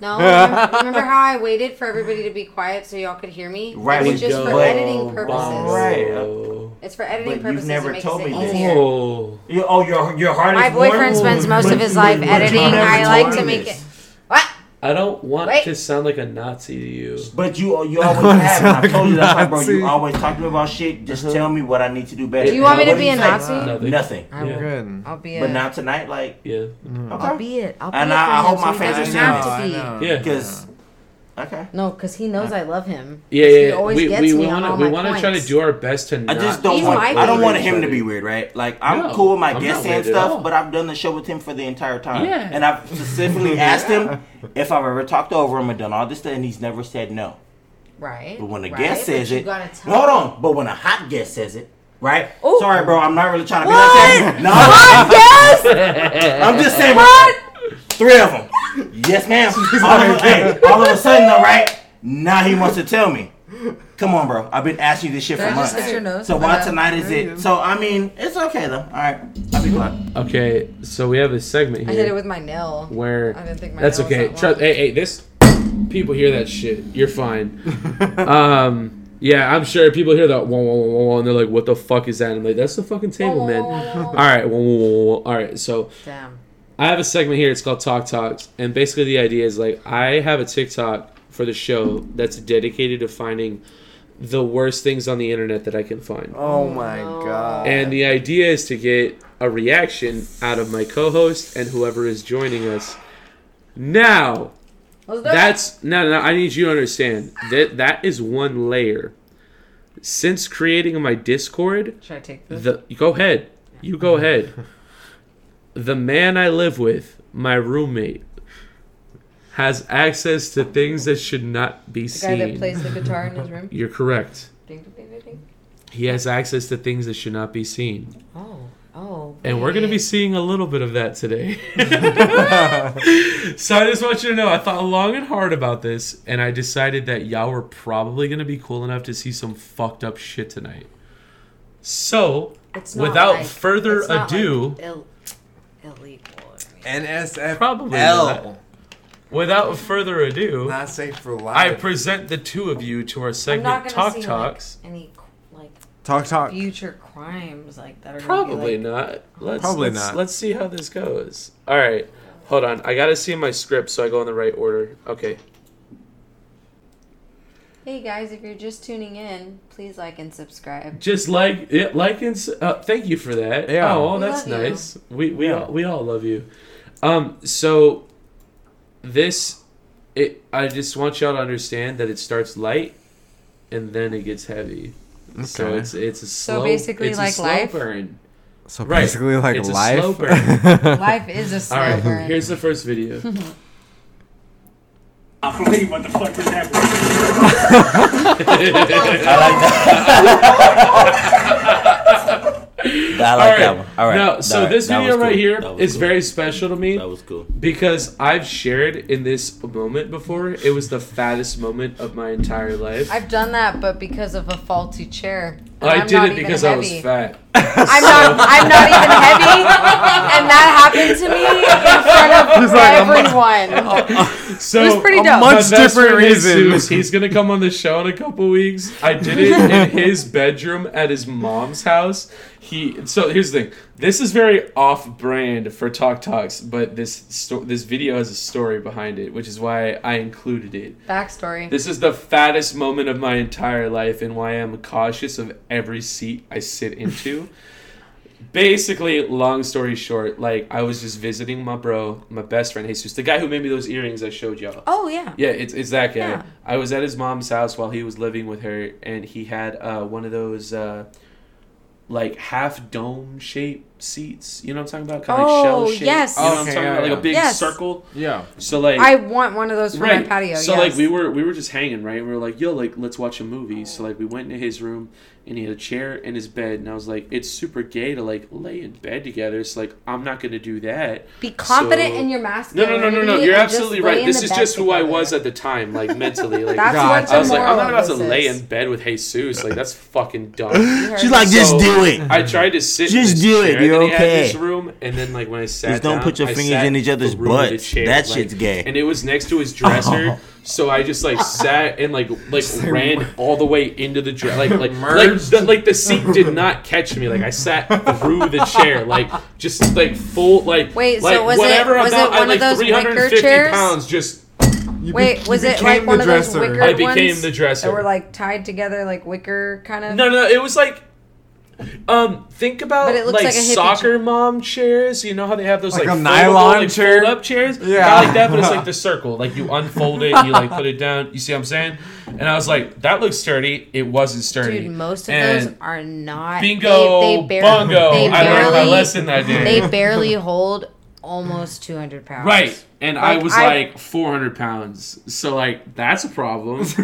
C: No. Remember, remember how I waited for everybody to be quiet so y'all could hear me?
B: Right,
C: It's
B: we
C: just for
B: go.
C: editing purposes.
B: Right.
C: It's for
B: But
C: editing
B: you've
C: purposes.
B: never
C: it makes
B: told
C: it
B: me this.
C: easier.
A: Oh.
B: You, oh, your your heart
C: My
B: is warm?
C: boyfriend spends most of his life
B: But you
C: editing.
B: never
C: I like
B: told
C: to
B: me
C: make
B: this.
C: it. What?
A: I don't want
C: Wait.
A: to sound like a Nazi to you.
B: But you you always have. and I told you that's why, bro.
A: Nazi.
B: You always talk to me about shit. Just tell me what I need to do better.
C: Do Uh-huh. you want me to
B: What
C: be
B: you
C: a
B: say?
C: Nazi?
B: Nothing. Nothing.
C: I'm good.
K: Oh,
C: I'll be a.
B: But not tonight, like
A: yeah.
B: Mm-hmm.
C: Mm. I'll be it. I'll be
B: and
C: it
B: I, I
C: for him
B: hope
C: so
B: my
C: he
B: fans are
C: doesn't
B: seeing
C: have
B: this.
C: to be.
A: Yeah.
B: Because okay.
C: No, because he knows I love him.
A: Yeah,
C: He
A: yeah, yeah.
C: always
A: We,
C: gets
A: we
C: me on
A: want to
C: all
A: we
C: my
A: want to try to
C: points.
A: do our best to
B: I
A: not.
B: just don't
C: He's
B: want.
C: my
B: I don't
C: favorite.
B: want him to be weird, right? Like I'm
A: No,
B: cool with my
A: I'm
B: guests
A: not
B: and
A: weird at all.
B: stuff, but I've done the show with him for the entire time,
A: Yeah.
B: and I've specifically asked him if I've ever talked over him and done all this stuff, and he's never said no.
C: Right.
B: But when a
C: right,
B: guest
C: but
B: says
C: you
B: it,
C: gotta tell
B: hold
C: him.
B: on. But when a hot guest says it, right? Sorry, bro. I'm not really trying to be like that. No, I'm just saying. Three of them. Yes, ma'am. all, of a, hey, all of a sudden, though, right? Now he wants to tell me. Come on, bro. I've been asking you this shit
C: Did
B: for
C: I just
B: months.
C: hit your nose?
B: So why
C: Yeah.
B: tonight is it? So I mean, it's okay though. All right, I'll be glad.
A: Okay, so we have a segment
C: I
A: here.
C: hit it with my nail.
A: where
C: I didn't think my
A: that's
C: nail was
A: okay.
C: that
A: Trust, hey, hey, this people hear that shit. You're fine. um, yeah, I'm sure people hear that wah, wah, wah, wah, wah, and they're like, "What the fuck is that?" And I'm like, "That's the fucking table, man." All right, wah, wah, wah, wah, wah. all right. So
C: Damn.
A: I have a segment here. It's called Talk Talks, and basically the idea is like I have a TikTok for the show that's dedicated to finding the worst things on the internet that I can find.
D: Oh my god.
A: And the idea is to get a reaction out of my co-host and whoever is joining us. Now,
C: Let's do it.
A: that's no, no. I need you to understand that that is one layer. Since creating my Discord,
C: Should I take this?
A: the you go ahead, you go ahead. The man I live with, my roommate, has access to things that should not be
C: The guy
A: seen.
C: that plays the guitar in his room.
A: You're correct.
C: Ding, ding, ding, ding, ding.
A: He has access to things that should not be seen.
C: Oh, oh.
A: And we're going to
D: Mm.
A: be seeing a little bit of that today. so I just want you to know I thought long and hard about this, and I decided that y'all were probably going to be cool enough to see some fucked up shit tonight. So,
C: It's not
A: without
C: like-
A: further
C: it's not
A: ado,
C: like Ill- illegal.
D: NSFL.
A: probably not. Without further ado,
D: Not safe for life.
A: I present the two of you to our
C: I'm not
A: segment
C: gonna
A: Talk
C: see, like,
A: Talks.
C: any like
D: talk talk.
C: future crimes like that are gonna be,
A: Probably
C: like,
A: not. Let's,
D: Probably
A: let's,
D: not.
A: Let's see how this goes. All right, hold on. I gotta see my script so I go in the right order. Okay.
C: Hey guys, if you're just tuning in, please like and subscribe.
A: Just like yeah, like and s- uh, thank you for that.
D: Yeah.
A: Oh,
C: We
A: that's
C: love you.
A: nice. We we all, we all love you. Um. So this, it. I just want y'all to understand that it starts light, and then it gets heavy. So
D: Okay.
A: it's it's a
C: So
A: slow.
C: basically
A: it's
C: like
A: a slow
C: life?
A: burn.
D: So
A: Right.
D: basically, like
A: It's a
D: life.
A: slow burn.
C: Life is a slow
A: All right.
C: burn.
A: Here's the first video.
W: what the fuck was that?
B: I like that. I like that one. All right.
A: No, so
B: All right.
A: this
B: That
A: video
B: was
A: right
B: cool.
A: here
B: That was
A: is
B: cool.
A: very special to me. That
B: was cool.
A: Because I've shared in this moment before. It was the fattest moment of my entire life.
K: I've done that, but because of a faulty chair. And
A: I
K: I'm
A: did
K: not
A: it
K: even
A: because I was
K: heavy.
A: fat.
K: I'm not. I'm not even heavy, and that happened to me in front of
A: He's like, I'm-
K: everyone.
A: So
K: It was pretty dope.
A: my best
K: Much different
A: friend
K: reason.
A: Jesus, he's gonna come on the show in a couple weeks. I did it in his bedroom at his mom's house. He so here's the thing. This is very off-brand for Talk Talks, but this sto- this video has a story behind it, which is why I included it.
K: Backstory.
A: This is the fattest moment of my entire life and why I'm cautious of every seat I sit into. Basically, long story short, like I was just visiting my bro, my best friend Jesus, the guy who made me those earrings I showed y'all.
K: Oh yeah.
A: Yeah, it's, it's that guy.
K: Yeah.
A: I was at his mom's house while he was living with her, and he had uh, one of those uh, like half dome shaped seats. You know what I'm talking about? Kind of
K: Oh,
A: like shell shaped.
K: yes.
A: You know what I'm
K: Okay,
A: talking
K: yeah,
A: about? Like
K: yeah.
A: a big
K: Yes.
A: circle.
D: Yeah.
A: So like
K: I want one of those for my patio.
A: so
K: yes.
A: like we were we were just hanging, right? We were like, yo, like let's watch a movie. So like we went into his room and he had a chair in his bed and I was like, it's super gay to like lay in bed together. So like I'm not gonna do that.
K: Be confident
A: So-
K: in your
A: No, no, no, no, no.
K: masculinity
A: You're
K: and just
A: absolutely
K: lay
A: right.
K: in
A: This
K: the
A: is
K: bed
A: just who I was at the time, like mentally. Like
K: That's what
A: I was
K: the
A: like, I'm
K: moral
A: not
K: of
A: about to
K: this
A: lay
K: is.
A: in bed with Jesus. Like that's fucking dumb.
B: She's like, "Just do it.
A: I tried to sit.
B: Just do it. You're okay."
A: This room, and then like when I sat
B: Just don't
A: down,
B: put your
A: I
B: fingers
A: sat
B: in each other's
A: through the
B: butts.
A: chair,
B: That
A: like-
B: shit's gay.
A: And it was next to his dresser, so I just like sat and like like ran all the way into the dresser, like like like
D: Merged.
A: the, like the seat did not catch me. Like I sat through the chair, like just like full like
K: Wait, so
A: like,
K: was it-
A: whatever
K: was it
A: amount, I,
K: one of
A: like,
K: those wicker
A: 350
K: chairs?
A: pounds just
K: Wait, was it like one of those wicker
A: I became
K: ones
A: the dresser.
K: that were like tied together, like wicker kind of?
A: No, no, it was like, um, think about
K: But it looks
A: like,
K: like a hippie
A: soccer mom chairs. You know how they have those
D: Like
A: like,
D: a
A: foldable,
D: nylon
A: like,
D: chair?
A: fold up chairs?
D: Yeah.
A: Kinda like that, but it's like the circle. Like you unfold it, you like put it down. You see what I'm saying? And I was like, that looks sturdy. It wasn't sturdy.
K: Dude, most of
A: And
K: those are not.
A: bingo, bongo, I learned my lesson that day.
K: They barely hold almost 200 pounds.
A: Right. And I
K: Like,
A: was
K: I-
A: like 400 pounds. So, like, that's a problem.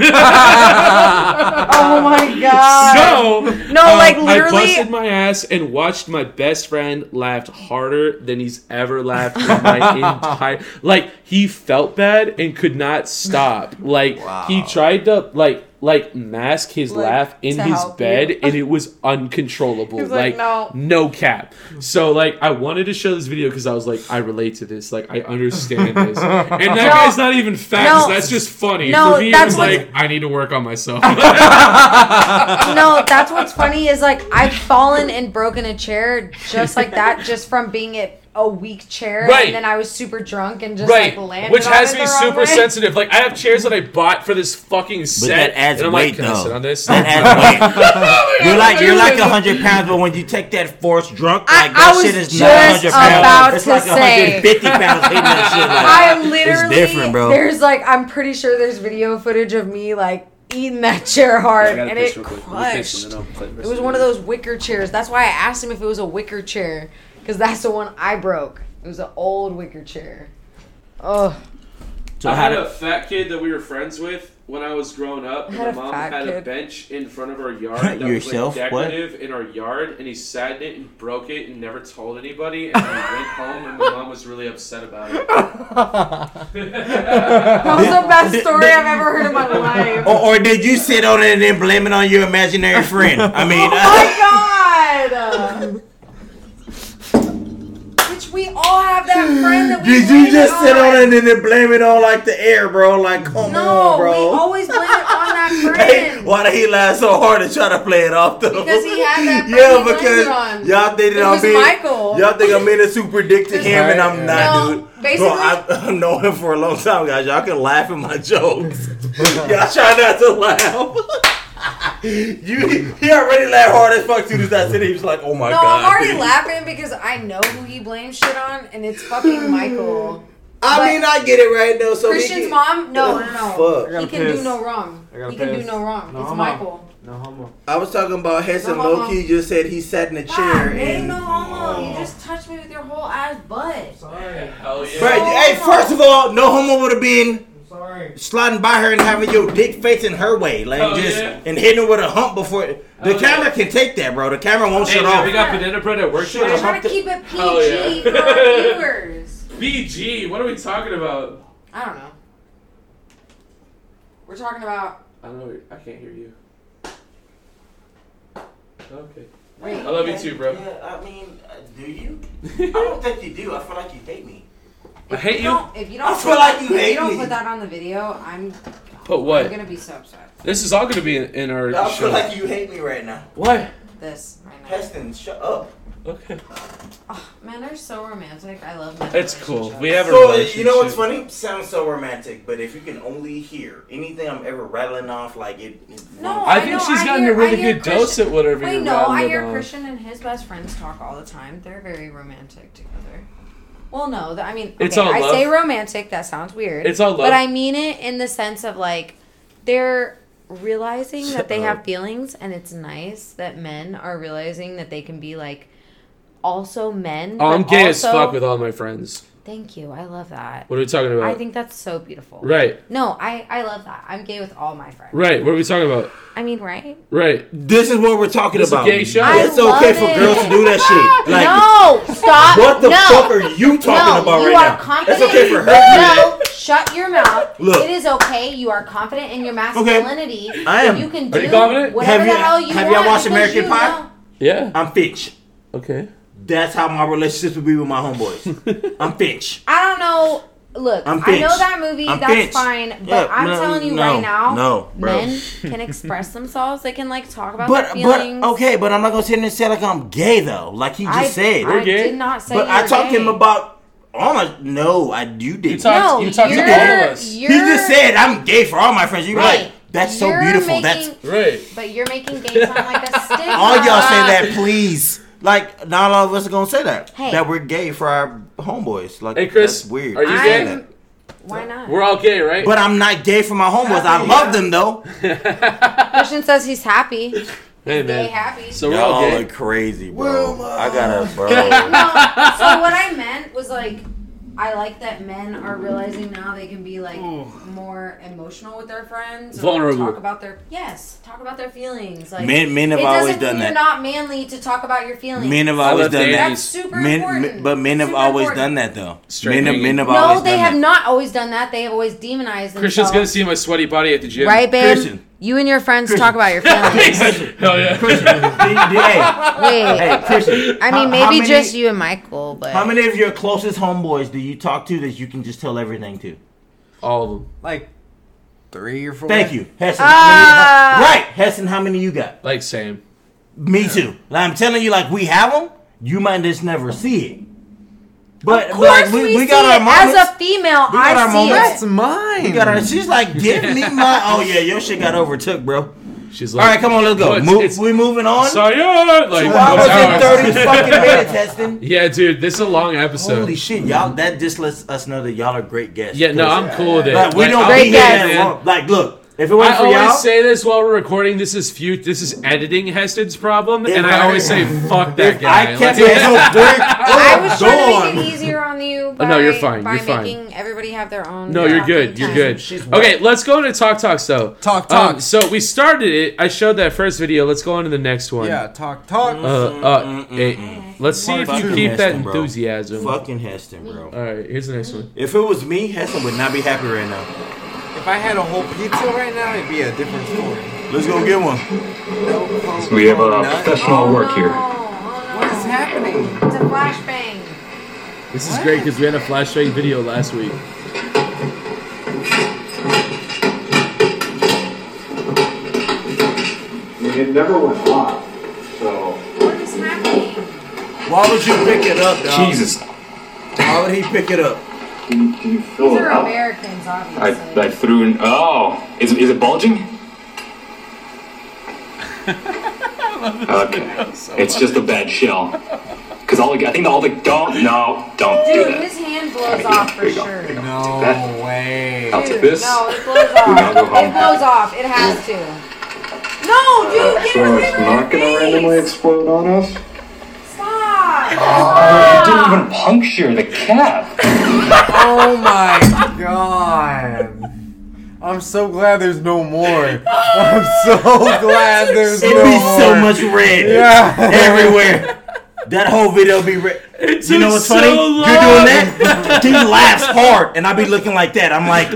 K: oh my god.
A: So
K: no,
A: um,
K: like
A: I
K: literally.
A: busted my ass and watched my best friend laughed harder than he's ever laughed in my entire. Like he felt bad and could not stop. Like he tried to like like mask his laugh in
D: to
A: his
D: help
A: bed
D: you.
A: and it was uncontrollable.
D: He was like, "No."
A: cap. So like I wanted to show this video because I was like I relate to this. Like I understand this. And that
D: No.
A: guy's not even fat. 'cause
K: No.
A: That's just funny.
K: No,
A: For me, it was
K: that's what's-
A: like I need to work on myself.
K: no, that's what's funny is like I've fallen and broken a chair just like that, just from being at a weak chair,
A: Right.
K: and then I was super drunk and just
A: right,
K: like landed
A: which
K: on
A: has me
K: it the wrong
A: super
K: way.
A: sensitive. Like I have chairs that I bought for this fucking set,
B: that adds
A: and I'm
B: weight,
A: like, can I
B: though.
A: sit on this?
B: That adds weight. you're like you're like hundred pounds, but when you take that force drunk, like
K: I
B: that
K: was
B: shit is not
K: just
B: hundred
K: about
B: pounds. It's
K: to
B: like
K: say.
B: 150 pounds hitting that shit. Like,
K: I literally
B: it's different, bro.
K: There's like I'm pretty sure there's video footage of me like eating that chair hard and it crushed. It was one of those wicker chairs. That's why I asked him if it was a wicker chair because that's the one I broke. It was an old wicker chair. Oh,
A: I had a fat kid that we were friends with when I was growing up.
K: I
A: and
K: had
A: My
K: a
A: mom
K: fat
A: had a
K: kid.
A: bench in front of our yard that
B: Yourself?
A: was like
B: What?
A: decorative in our yard, and he sat in it and broke it and never told anybody. And I went home, and my mom was really upset about it.
K: that was the best story I've ever heard in my life.
B: Or, or did you sit on it and then blame it on your imaginary friend? I mean,
K: Oh my god! Which we all have that friend that we
B: did you
K: blame it
B: just sit
K: on.
B: on it and then blame it on like the air, bro? Like, come
K: No,
B: on,
K: we
B: bro.
K: always blame it on that friend.
B: Hey, why did he laugh so hard and try to play it off though?
K: Because he had that
B: yeah,
K: fucking blanket on.
B: because y'all think
K: It
B: that I'm
K: was
B: being
K: Michael.
B: y'all think I'm being a super dick to him, and I'm not,
K: No,
B: dude.
K: basically-
B: Bro, I, I've known him for a long time, guys. Y'all can laugh at my jokes. y'all try not to laugh. you, he already laughed hard as fuck soon as I said it. He was like, "Oh my
K: no,
B: god."
K: I'm already
B: dude.
K: laughing because I know who he blames shit on, and it's fucking Michael.
B: I
K: But
B: mean, I get it right though. So he
K: Christian's
B: can-
K: mom? No, no, no.
B: Fuck.
K: He can do no wrong.
B: I gotta
K: He can
B: piss.
K: do no wrong.
B: No,
K: it's
B: I'm out.
K: Michael.
B: No homo. I was talking about Henson
K: No homo.
B: Loki just said he sat in a chair
K: Ain't
B: and
K: no homo. You just touched me with your whole ass butt.
A: Sorry. Hell yeah.
F: Oh.
B: Right, hey, first of all, no homo would have been sliding by her and having your dick facing her way, like
F: Oh,
B: just
F: yeah?
B: and hitting her with a hump before the
F: Oh,
B: camera can take that, bro. The camera won't
F: Hey,
B: shut
F: yo,
B: off.
F: we got banana bread at work
C: I'm
F: today.
C: trying to keep it PG
F: Hell yeah.
C: for our viewers.
F: BG, what are we talking about?
C: I don't know. We're talking about
F: I don't know. I can't hear you. Okay.
C: Wait.
F: I love you too, bro.
B: Yeah, I mean, uh, do you? I don't think you do. I feel like you hate me.
F: I hate you.
C: don't, if you don't
B: I feel
C: put-
B: like you
C: if
B: hate
C: you don't
B: me.
C: put that on the video, I'm
F: But what?
C: I'm gonna be so upset.
F: This is all going to be in, in our
B: I
F: show.
B: feel like you hate me right now.
F: What?
C: This right now.
B: Heston, shut up.
F: Okay.
C: Men are so romantic. I love men.
F: It's cool. We have a
B: So
F: relationship.
B: you know what's funny? Sounds so romantic, but if you can only hear anything I'm ever rattling off, like it. it
C: No,
F: I think
C: know,
F: she's
C: I
F: gotten
C: hear-
F: a really
C: I hear
F: good
C: Christian-
F: dose at whatever
C: I
F: you're
C: know. I
F: rattling
C: hear
F: on.
C: Christian and his best friends talk all the time. They're very romantic together. Well, no, th- I mean, okay,
F: It's all
C: I
F: love.
C: say romantic. That sounds weird.
F: It's all love.
C: But I mean it in the sense of like they're realizing that they have feelings, and it's nice that men are realizing that they can be like also men.
A: Oh, I'm
C: but
A: gay as
C: also-
A: fuck with all my friends.
C: Thank you. I love that.
A: What are we talking about?
C: I think that's so beautiful.
A: Right.
C: No, I I love that. I'm gay with all my friends.
A: Right. What are we talking about?
C: I mean, right?
A: Right.
B: This is what we're talking
A: This is a
B: about.
A: gay show. I
B: It's okay
C: love
B: for
C: it.
B: girls to do that shit. Like,
C: no, stop.
B: what the
C: no.
B: fuck are you talking
C: no,
B: about
C: you
B: right
C: are
B: now?
C: confident.
B: It's okay for her to do
C: No,
B: that.
C: shut your mouth.
B: Look.
C: it is okay. You are confident in your masculinity.
B: I am.
C: You can do
B: Are you confident?
C: whatever
B: Have
C: the
B: you-
C: hell you
B: have
C: want.
B: y'all watched
C: because
B: American
C: you
B: Pie?
C: know-
A: Yeah.
B: I'm Finch.
A: Okay.
B: That's how my relationship would be with my homeboys. I'm Finch.
C: I don't know. Look, i
B: I'm pinched.
C: know that movie.
B: I'm
C: that's
B: pinched.
C: fine. But
B: Yeah,
C: I'm
B: no,
C: telling you
B: no,
C: right now,
B: no, bro.
C: men can express themselves. They can like talk about their
B: But
C: feelings.
B: but okay, but I'm not gonna sit there and say like I'm gay though. Like he just
C: I,
B: said,
C: I did not say.
B: But
C: you
B: I
C: were
B: talked to him
C: gay.
B: about honest. No, I you did.
C: talked- No, you talked to you're- all of us.
B: He
C: you're-
B: just said I'm gay for all my friends. You're
C: Right.
B: like that's so
C: You're
B: beautiful.
C: making-
B: That's
A: right.
C: But you're making gay sound like a stigma.
B: All y'all say that, please. Like not all of us are gonna say that.
C: Hey.
B: That we're gay for our homeboys. Like
A: Hey, Chris,
B: that's weird.
A: are you
B: Saying
A: gay?
B: that.
C: Why not?
A: We're all gay, right?
B: But I'm not gay for my homeboys. I love them though.
C: Christian says he's happy.
A: Hey
C: Gay
A: man.
C: happy.
A: So we're all gay.
B: crazy, bro.
C: uh,
B: I gotta, bro.
C: so what I meant was like, I like that men are realizing now they can be like
B: Oh.
C: more emotional with their friends, or
B: Vulnerable.
C: talk about their yes, talk about their feelings. Like
B: Men- men have
C: it
B: always
C: doesn't
B: done
C: mean
B: that.
C: You're not manly to talk about your feelings.
B: Men have
A: I
B: always
A: love
B: done
A: the
B: that.
A: 80s.
C: That's super
B: men,
C: important.
B: men- but men have
C: Super
B: always
C: important.
B: done that though.
A: Straight
B: men, have,
A: hanging.
B: men have
C: no,
B: always
C: they
B: done
C: have
B: that.
C: not always done that. They have always demonized themselves.
A: Christian's gonna see my sweaty body at the gym.
C: right, babe.
B: Christian.
C: You and your friends talk about your feelings.
A: Hell yeah.
B: hey,
C: Wait,
B: hey, Christian.
C: I
B: how-
C: mean
B: how
C: maybe
B: many-
C: just you and Michael, but
B: How many of your closest homeboys do you talk to that you can just tell everything to?
A: All of them.
D: Like three or four.
B: Thank you, Hessen.
C: Ah.
B: how many, right, Hessen. How many you got?
A: Like same.
B: Me too. Like, I'm telling you, like we have them. You might just never see it. But
C: of course
B: like,
C: we,
B: we,
C: see
B: got our
C: it.
B: moments.
C: as a female.
B: We got
C: I
B: our
C: see
B: moments.
D: It's mine.
B: we got our, she's like, give me my. Mm-hmm. Oh yeah, your shit got overtook, bro.
A: She's
B: All
A: like.
B: right, come on, let's go.
A: It's-
B: Move,
A: it's-
B: we moving on.
A: Sayonara, Like,
B: Two
A: those
B: hours
A: hours.
B: and thirty fucking minutes, Heston.
A: Yeah, dude, this is a long episode.
B: Holy shit, y'all! That just lets us know that y'all are great guests.
A: yeah, no, I'm cool with it.
B: Like, we
A: Like,
B: don't
A: I'll
B: be
A: be in,
B: here that
A: man.
B: long. Like, look, if it weren't
A: I
B: for
A: always
B: y'all,
A: say this while we're recording. This is few. This is editing Heston's problem,
B: If
A: and I
B: I-
A: always say, "Fuck that
B: if I
A: guy."
B: kept
A: Like,
B: it so quick,
C: I
B: oh,
C: was trying to
B: gone.
C: make it easier on you.
A: Oh,
C: By,
A: no, you're fine,
C: By
A: you're fine.
C: making everybody have their own.
A: no, you're good. You're good. okay, let's go into talk talks though.
D: Talk,
A: Um,
D: talk.
A: so we started it. I showed that first video. Let's go on to the next one.
D: Yeah, talk, talk.
A: Uh, uh, eh, let's see if you
B: Fucking
A: keep that
B: Heston, bro.
A: enthusiasm.
B: Fucking Heston, bro.
A: All right, here's the next one.
B: If it was me, Heston would not be happy right now.
D: If I had a whole pizza right now, it'd be a different story.
B: Let's go get one.
D: We have
I: uh,
D: a
C: Oh,
D: professional
C: no. Oh, no.
D: What is happening?
C: It's a flashbang.
A: This is great because we had a flashbang video last week.
I: It never went off, so.
C: What is happening?
B: Why would you pick it up, dog?
W: Jesus.
B: Why would he pick it up?
W: Can, can you
C: These
W: fill it
C: are
W: out?
C: Americans,
W: I,
C: obviously.
W: I threw in. Oh, is, is it bulging? okay, it's just a bad shell. Cause all the, I think all the don't no don't do
C: Dude,
W: that.
C: his hand blows
W: Alright,
C: off
W: here
C: for
W: we go.
C: sure. Dude,
D: No
W: That-
D: way.
W: I'll take this.
C: no, it blows off.
W: go home.
B: Oh.
C: It blows off. It has to. No, dude, get it
I: So
C: away
I: it's
C: from
I: not gonna
C: my
I: randomly
C: face.
I: explode on us?
C: Stop.
W: I didn't even puncture the cap.
D: Oh my god.
K: I'm so glad there's no more. I'm so glad there's
B: It'd
K: no
B: be
K: more.
B: so much red
K: Yeah.
B: everywhere. That whole video be red. You know what's funny? You're doing that. He laughs hard, and I be looking like that. I'm like,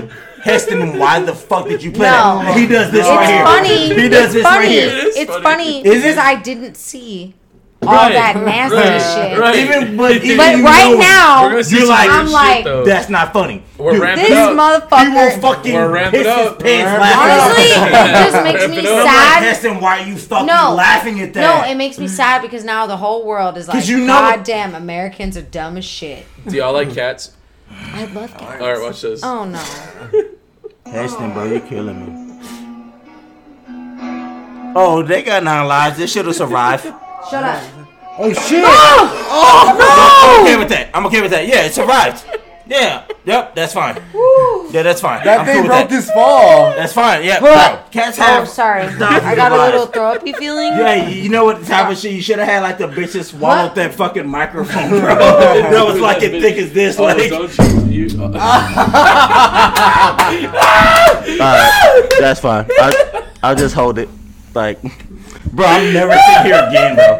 B: Heston, why the fuck did you play
C: No.
B: that? He does this
C: it's
B: right here.
C: funny.
B: He does
C: it's
B: this
C: funny.
B: right here.
C: It's funny
B: Is it?
C: because I didn't see all
B: Right,
C: that nasty shit.
B: Even but, even
C: But
B: you
C: right
B: know it.
C: now, We're
F: gonna see
B: you're
F: some
B: like,
C: weird I'm shit, like- though.
B: that's not funny.
F: We're
B: Dude,
F: ramping
C: This
F: up.
C: motherfucker.
B: He will fucking
F: We're ramping
B: piss his
F: up.
B: pants
F: We're
B: laughing.
C: Honestly, it just makes me
B: I'm like,
C: sad.
B: Heston, why are you fucking
C: no,
B: laughing at that?
C: No, it makes me sad because now the whole world is like,
B: 'Cause you know-
C: God damn, Americans are dumb as shit.
A: Do y'all like cats?
C: I love cats.
A: All right, watch this.
C: Oh no.
B: Heston, bro, you're killing me. Oh, they got nine lives. They should have survived.
C: Shut up.
B: Oh shit!
C: Oh,
B: I'm okay with that. I'm okay with that. Yeah, it survived. Yeah. Yep. That's fine. Yeah, that's fine.
K: That
B: I'm
K: thing
B: cool with
K: broke
B: that.
K: his fall.
B: That's fine. Yeah.
K: Look.
B: Bro, cats
C: Oh,
B: have.
C: sorry.
B: Stop.
C: I got a little throw uppy feeling.
B: Yeah, you you know what type of shit you should have had? Like the bitch that swallowed that fucking microphone, bro. that was like as thick as
A: Oh,
B: this. Like,
A: uh,
B: Alright, that's fine. I, I'll just hold it. Like, bro, I'm never sitting here again, bro.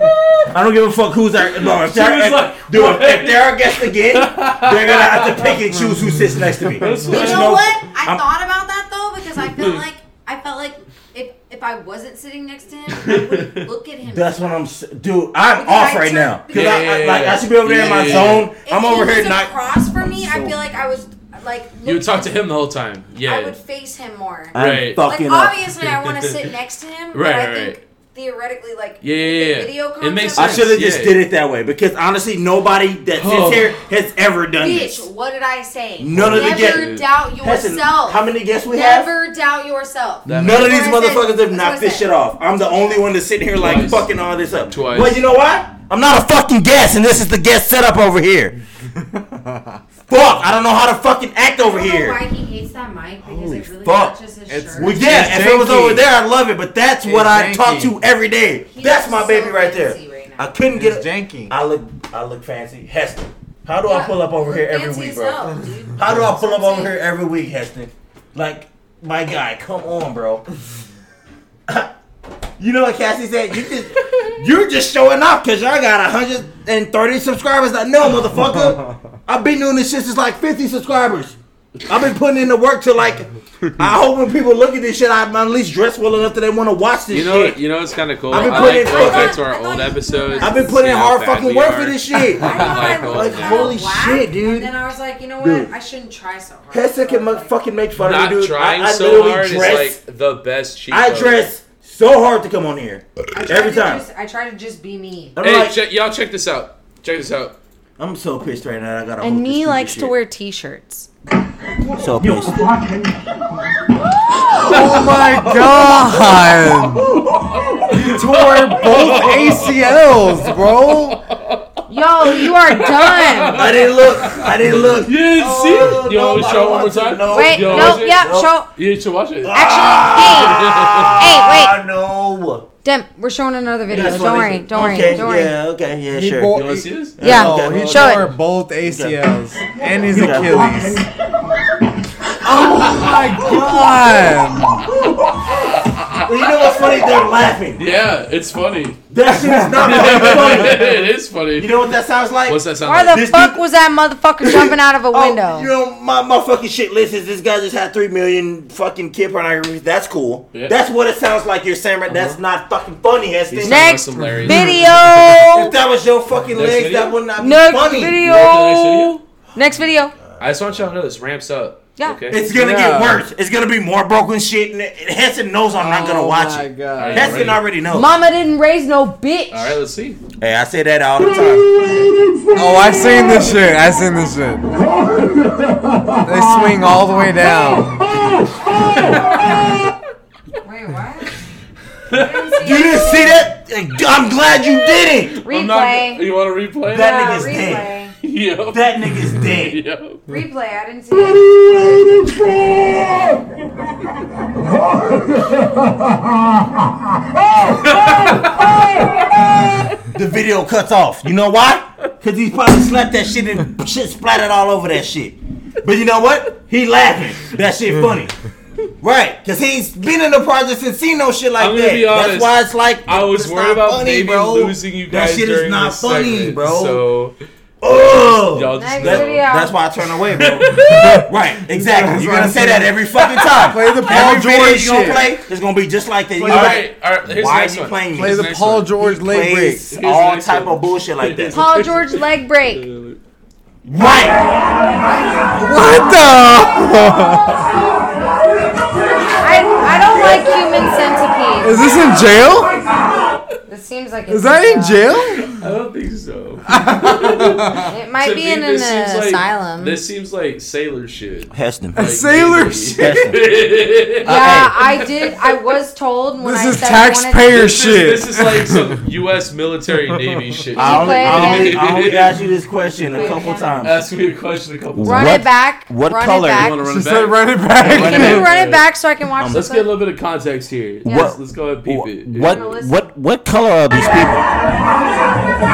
B: I don't give a fuck who's our. Bro, if
A: She
B: they're,
A: was
B: if,
A: like,
B: dude, if they're our guest again, they're gonna have to pick and choose who sits next to me.
C: You
B: There's
C: know
B: no-
C: what? I
B: I'm-
C: thought about that though because I felt like I felt like if if I wasn't sitting next to him, I wouldn't look at him.
B: That's what I'm, s- dude. I'm off
C: I
B: right
C: turned-
B: now. Cause
A: Yeah,
B: I,
A: yeah,
B: I,
A: yeah,
B: like, I
A: yeah.
B: should be over there in my
A: Yeah.
B: zone.
C: If
B: I'm
C: he
B: over
C: was
B: here not.
C: across from me. I feel like I was like
A: You would talk to
C: looking-
A: him the whole time.
C: I
A: Yeah.
C: would face him more.
B: I'm
A: Right.
B: fucking
C: like
B: up.
C: obviously, I want to sit next to him. but
B: Right,
C: I
B: right,
C: think
B: right.
C: theoretically, like
B: Yeah, yeah, yeah.
C: video concept,
B: It makes I should have just
A: yeah.
B: did it that way because honestly, nobody that sits
A: Oh.
B: here has ever done this.
C: Bitch, what did I say?
B: None of the
C: Never
B: guests-
C: doubt
B: Heston,
C: yourself.
B: how many guests we have?
C: Never doubt yourself.
B: None of these
C: That's what I said.
B: motherfuckers have
C: That's what I
B: knocked this
C: said.
B: shit off. I'm the only one that's sitting here like
A: Twice.
B: fucking all this up.
A: Twice.
B: But you know what? I'm not a fucking guest, and this is the guest setup over here. Fuck! I don't know how to fucking act over
C: I don't know
B: here.
C: why he hates that mic because it really
B: fuck.
C: touches his
K: It's-
C: shirt.
B: Well, yeah,
K: It's
B: if it was
K: janky.
B: over there, I'd love it. But that's what
K: It's
B: I talk
K: janky.
B: to every day.
C: He
B: that's
C: looks
B: my
C: so
B: baby right there.
C: fancy right now.
B: I couldn't
K: It's
B: get. A,
K: janky.
B: I look, I look fancy, Heston. How do I
C: Yeah,
B: pull up over
C: look
B: here every
C: fancy
B: week,
C: as
B: bro?
C: hell, dude.
B: How do I pull up
C: That's what I'm
B: over here
C: saying.
B: every week, Heston? Like, my guy, come on, bro. you know what Cassie said? You just, you're just showing off because y'all got 130 subscribers. I know, motherfucker. I've been doing this shit since like 50 subscribers. I've been putting in the work to like. I hope when people look at this shit, I'm at least dressed well enough that they want to watch this
A: You know,
B: shit.
A: you know, it's kind of cool.
B: I've been
A: I
B: putting
A: like
B: in
A: going
B: fucking-
A: back to our old episodes.
B: I've been
A: and
B: putting in
A: seeing how
B: hard
A: bad
B: fucking
A: we
B: work
A: are.
B: for this shit.
C: I thought
A: Like, oh, man.
C: I looked kind of
B: Holy
C: whack,
B: shit, dude.
C: And then I was like, you know what?
B: Dude.
C: I shouldn't try so hard.
B: Heston can mu- fucking make fun
A: Not
B: of me, dude.
A: trying
B: I, I
A: so
B: literally
A: hard
B: dress.
A: is like the best cheat.
B: I dress so hard to come on here
C: I tried
B: every
C: to
B: time.
C: just- I try to just be me.
B: I'm
A: Hey,
B: like,
A: check, y'all, check this out. Check this out.
B: I'm so pissed right now. I gotta.
C: And
B: hold this
C: me
B: stupid
C: likes
B: shit.
C: to wear t-shirts.
B: So pissed.
D: Oh my god! You tore both ACLs, bro.
C: Yo, you are done.
B: I didn't look. I didn't look.
A: You didn't see
B: Oh,
A: it. Yo,
B: no, I
A: show
B: don't
A: it one more
B: want to.
A: time.
B: No.
C: Wait,
A: Yo,
C: no,
A: is it?
C: yeah,
B: Nope.
C: show.
A: You should watch it.
C: Actually, hey, hey, wait.
B: Ah, no.
C: Dem, we're showing another video.
B: That's
C: Don't
B: funny.
C: worry, don't
B: Okay,
C: worry, don't worry.
B: Yeah. Okay. Yeah.
D: He
B: Sure.
D: bought-
A: You wanna see this?
C: Yeah,
D: No, he
C: show
D: tore
C: it.
D: both ACLs and his
B: Okay.
D: Achilles. Oh my god!
B: Well, you know what's funny? They're laughing.
A: Yeah, it's funny.
B: That shit is not fucking funny.
A: it is
B: You
A: funny.
B: know what that sounds like?
A: What's that sound
C: Why
A: like?
C: the
B: This
C: fuck
B: dude-
C: was that motherfucker jumping out of a
B: Oh,
C: window?
B: you know, my motherfucking shit list is this guy just had three million fucking kid pornography. That's cool.
A: Yeah. Uh-huh.
B: That's what it sounds like. You're saying right. That's not fucking funny, Heston.
A: He's
C: Next
A: talking about some Larry.
B: If
D: Oh.
C: Video.
B: that was your fucking
A: Next
B: legs,
A: video?
B: that would not be
C: Next
B: funny.
C: video.
A: Next video?
C: Next video.
A: I just want y'all to know this ramps up.
C: Yeah.
A: Okay.
B: It's gonna
D: Yeah.
B: get worse. It's gonna be more broken shit, and Heston knows I'm not gonna
K: Oh
B: watch
D: Oh my
B: it.
D: God.
A: That's-
B: Heston already knows.
C: Mama didn't raise no bitch.
A: All right, let's see.
B: Hey, I say that all the time.
D: Oh, I've seen this shit. I've seen this shit. They swing all the way down.
C: Wait, what?
B: You didn't see that? I'm glad you didn't.
A: I'm not-
C: Replay.
A: you want to replay?
B: That-
C: Yeah,
B: nigga's dead.
C: replay.
A: Yo.
B: That nigga's dead.
A: Yo.
C: Replay. I didn't see it.
B: The video cuts off. You know why? Cause he probably slapped that shit and shit splattered all over that shit. But you know what? He laughing. That shit funny. Right, because he's been in the project and seen no shit like
A: I'm gonna
B: that.
A: be honest.
B: That's why it's like
A: I was
B: it's
A: worried
B: not
A: about
B: funny,
A: maybe
B: bro.
A: losing you guys
B: That shit
A: during
B: is not
A: this
B: funny,
A: segment,
B: bro.
A: So
B: Oh,
A: y'all just
B: That-
A: know.
C: uh,
B: that's why I turn away, bro. right, exactly. You're
A: what
B: gonna
A: I'm
B: say that every fucking time.
A: Play the
D: Paul
B: every video
D: George
B: you gonna
D: shit.
B: play, it's gonna be just like that. You
D: Play
B: know
D: the-
B: like,
D: All right, here's the
B: why
D: next
B: is he
D: one.
B: playing?
D: Play
B: this?
D: the
B: Here's
D: Paul
B: next
D: George
B: one.
D: leg
B: He
D: break.
B: plays
D: Here's the
B: All
D: next
B: type
D: one.
B: of bullshit like that.
C: Paul George leg break.
D: What the?
C: I, I don't like human centipede.
D: Is this in jail?
C: This seems like it's
D: Is that in jail?
A: I don't think so.
C: It might
A: To
C: be
A: me,
C: in an
A: this seems like-
C: asylum.
A: This seems like sailor shit.
B: Heston.
D: sailor
A: shit.
C: yeah, I did. I was told when
D: This
C: I
D: is
C: said I wanted-
D: taxpayer
A: This is,
D: shit.
A: this is like some U.S. military Navy shit.
B: I only,
C: play it
B: I, only,
C: again?
B: I only asked you this question a couple times.
A: Ask me a question a couple
C: Run
A: times.
C: it back.
B: What
C: run
B: color?
C: It back.
A: Wanna run
D: She
A: it
D: said
A: back?
D: run it back.
A: Run it
C: Can you
A: back. Um,
C: run it back so I can watch
A: Let's
C: this?
A: get a little bit of context here.
C: Yeah.
A: Let's, let's go ahead and peep it.
B: What what what color are these people?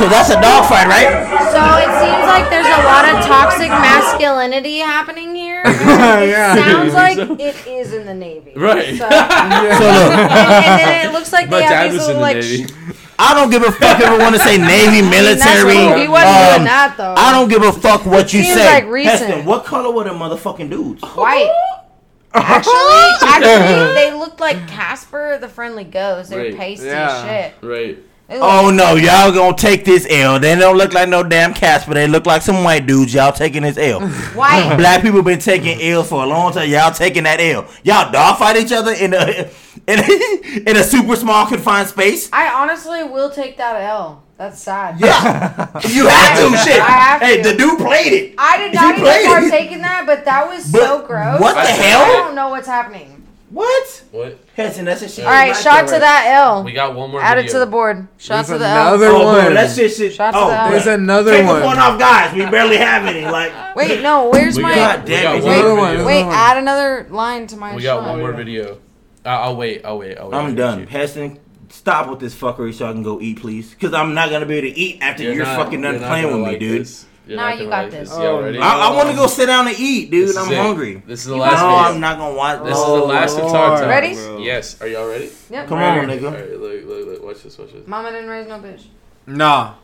B: So that's a dog fight, right?
C: So it seems like there's a lot of toxic masculinity happening here.
D: Yeah.
C: Sounds like it is in the Navy.
A: Right.
C: So, and, and then it looks like
A: My
C: they have
A: dad
C: these
A: was in
C: little
A: the
C: like.
A: Navy.
B: I don't give a fuck if I want to say navy, military.
C: That's what- he wasn't
B: um,
C: doing that though.
B: I don't give a fuck what you
C: Seems
B: say.
C: like recent.
B: Heston, what color were the motherfucking dudes?
C: White. Actually, actually, they looked like Casper the Friendly Ghost. They're
A: Right.
C: pasty
D: Yeah.
C: as shit.
A: Right.
C: They look-
B: Oh no, y'all gonna take this L. They don't look like no damn Casper. They look like some white dudes. Y'all taking this L.
C: White.
B: Black people been taking L's for a long time. Y'all taking that L. Y'all dogfight each other in a in a, in a super small confined space.
C: I honestly will take that L. That's sad.
B: You had to
C: I
B: shit.
C: have
B: hey,
C: to.
B: the dude played it.
C: I did
B: He
C: not even
B: played it.
C: partake in that, but that was
B: But
C: so gross.
B: what the hell?
C: I don't know what's happening.
B: What?
A: What?
B: Heston, that's a shit.
C: All right, shot to that L.
A: We got one more.
C: Add it
A: video.
C: to the board. Shot to
D: There's
C: the L.
D: another
B: Oh,
D: one.
B: bro, that shit, shit.
C: Shot to the
B: oh,
C: L.
D: There's another
B: take the one
D: one.
B: off, guys. We barely have any. Like,
C: Wait, no. Where's
A: We
C: my?
A: got,
B: God
A: we
B: damn
A: got
B: it.
A: one
D: Another
A: more
D: one,
A: video.
C: Wait, add another line to my
A: We
C: shot.
A: got one more video. I- I'll wait. I'll wait. I'll wait.
B: I'm done. Heston, stop with this fuckery so I can go eat, please. Because I'm not gonna be able to eat after you're,
A: not-
B: fucking done
A: you're not
B: playing
A: gonna
B: with me,
A: like
B: dude. Oh,
A: this. You're
C: Nah,
A: not
C: you
A: gonna
C: got
A: like
C: this.
A: Y'all ready?
B: I, I want to go sit down and eat, dude.
A: This is
B: I'm
A: it.
B: hungry.
A: This is the
C: You
B: No,
C: guys-
A: last.
B: I'm
A: video.
B: not gonna watch.
A: This is the last of Talk Time.
C: Ready?
A: Yes. Are y'all ready?
C: Yep.
B: Come on,
A: All
B: nigga.
A: right. Look. Look. Look. Watch this. Watch this.
C: Mama didn't raise no bitch.
D: Nah.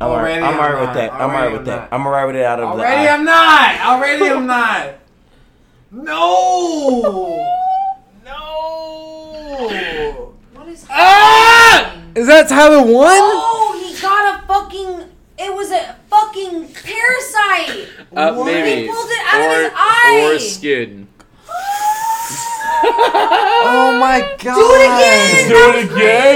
B: I'm alright.
K: Already
B: I'm
K: I'm
B: alright with
K: not.
B: that. I'm alright
K: Already
B: with
K: I'm
B: that.
K: not.
B: I'm alright with it out of the.
K: Already
B: eye.
K: I'm not. Already I'm not. No. No.
C: What is?
D: Is that Tyler one?
C: Oh, he got a fucking. It was a fucking parasite.
A: Up
C: What?
A: Uh, maybe.
C: He pulled it out of
A: or,
C: his eye.
A: Or skin.
D: Oh my god.
C: Do it again.
A: Do it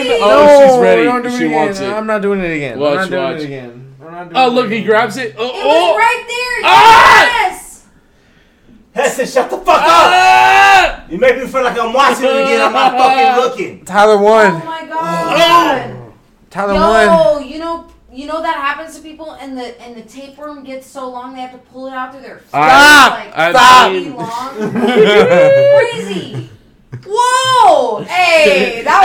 A: again. Oh, she's ready. she wants it.
D: I'm not doing it again.
A: Watch,
D: I'm not doing
A: watch.
D: it again. We're not doing
A: Oh
D: it
A: look, he
D: again.
A: grabs it. Oh.
C: It
A: oh.
C: was right there.
A: Ah!
C: Yes.
B: Heston, shut the fuck up.
A: Ah!
B: You make me feel like I'm watching it again. I'm not fucking looking.
D: Tyler
C: Oh
D: one.
C: my god.
A: Oh.
D: Tyler one.
C: Yo, you know, you know that happens to people, and the and the tapeworm gets so long they have to pull it out through their
A: Stop!
C: fingers,
A: I've seen-
C: Crazy. Whoa! Hey, that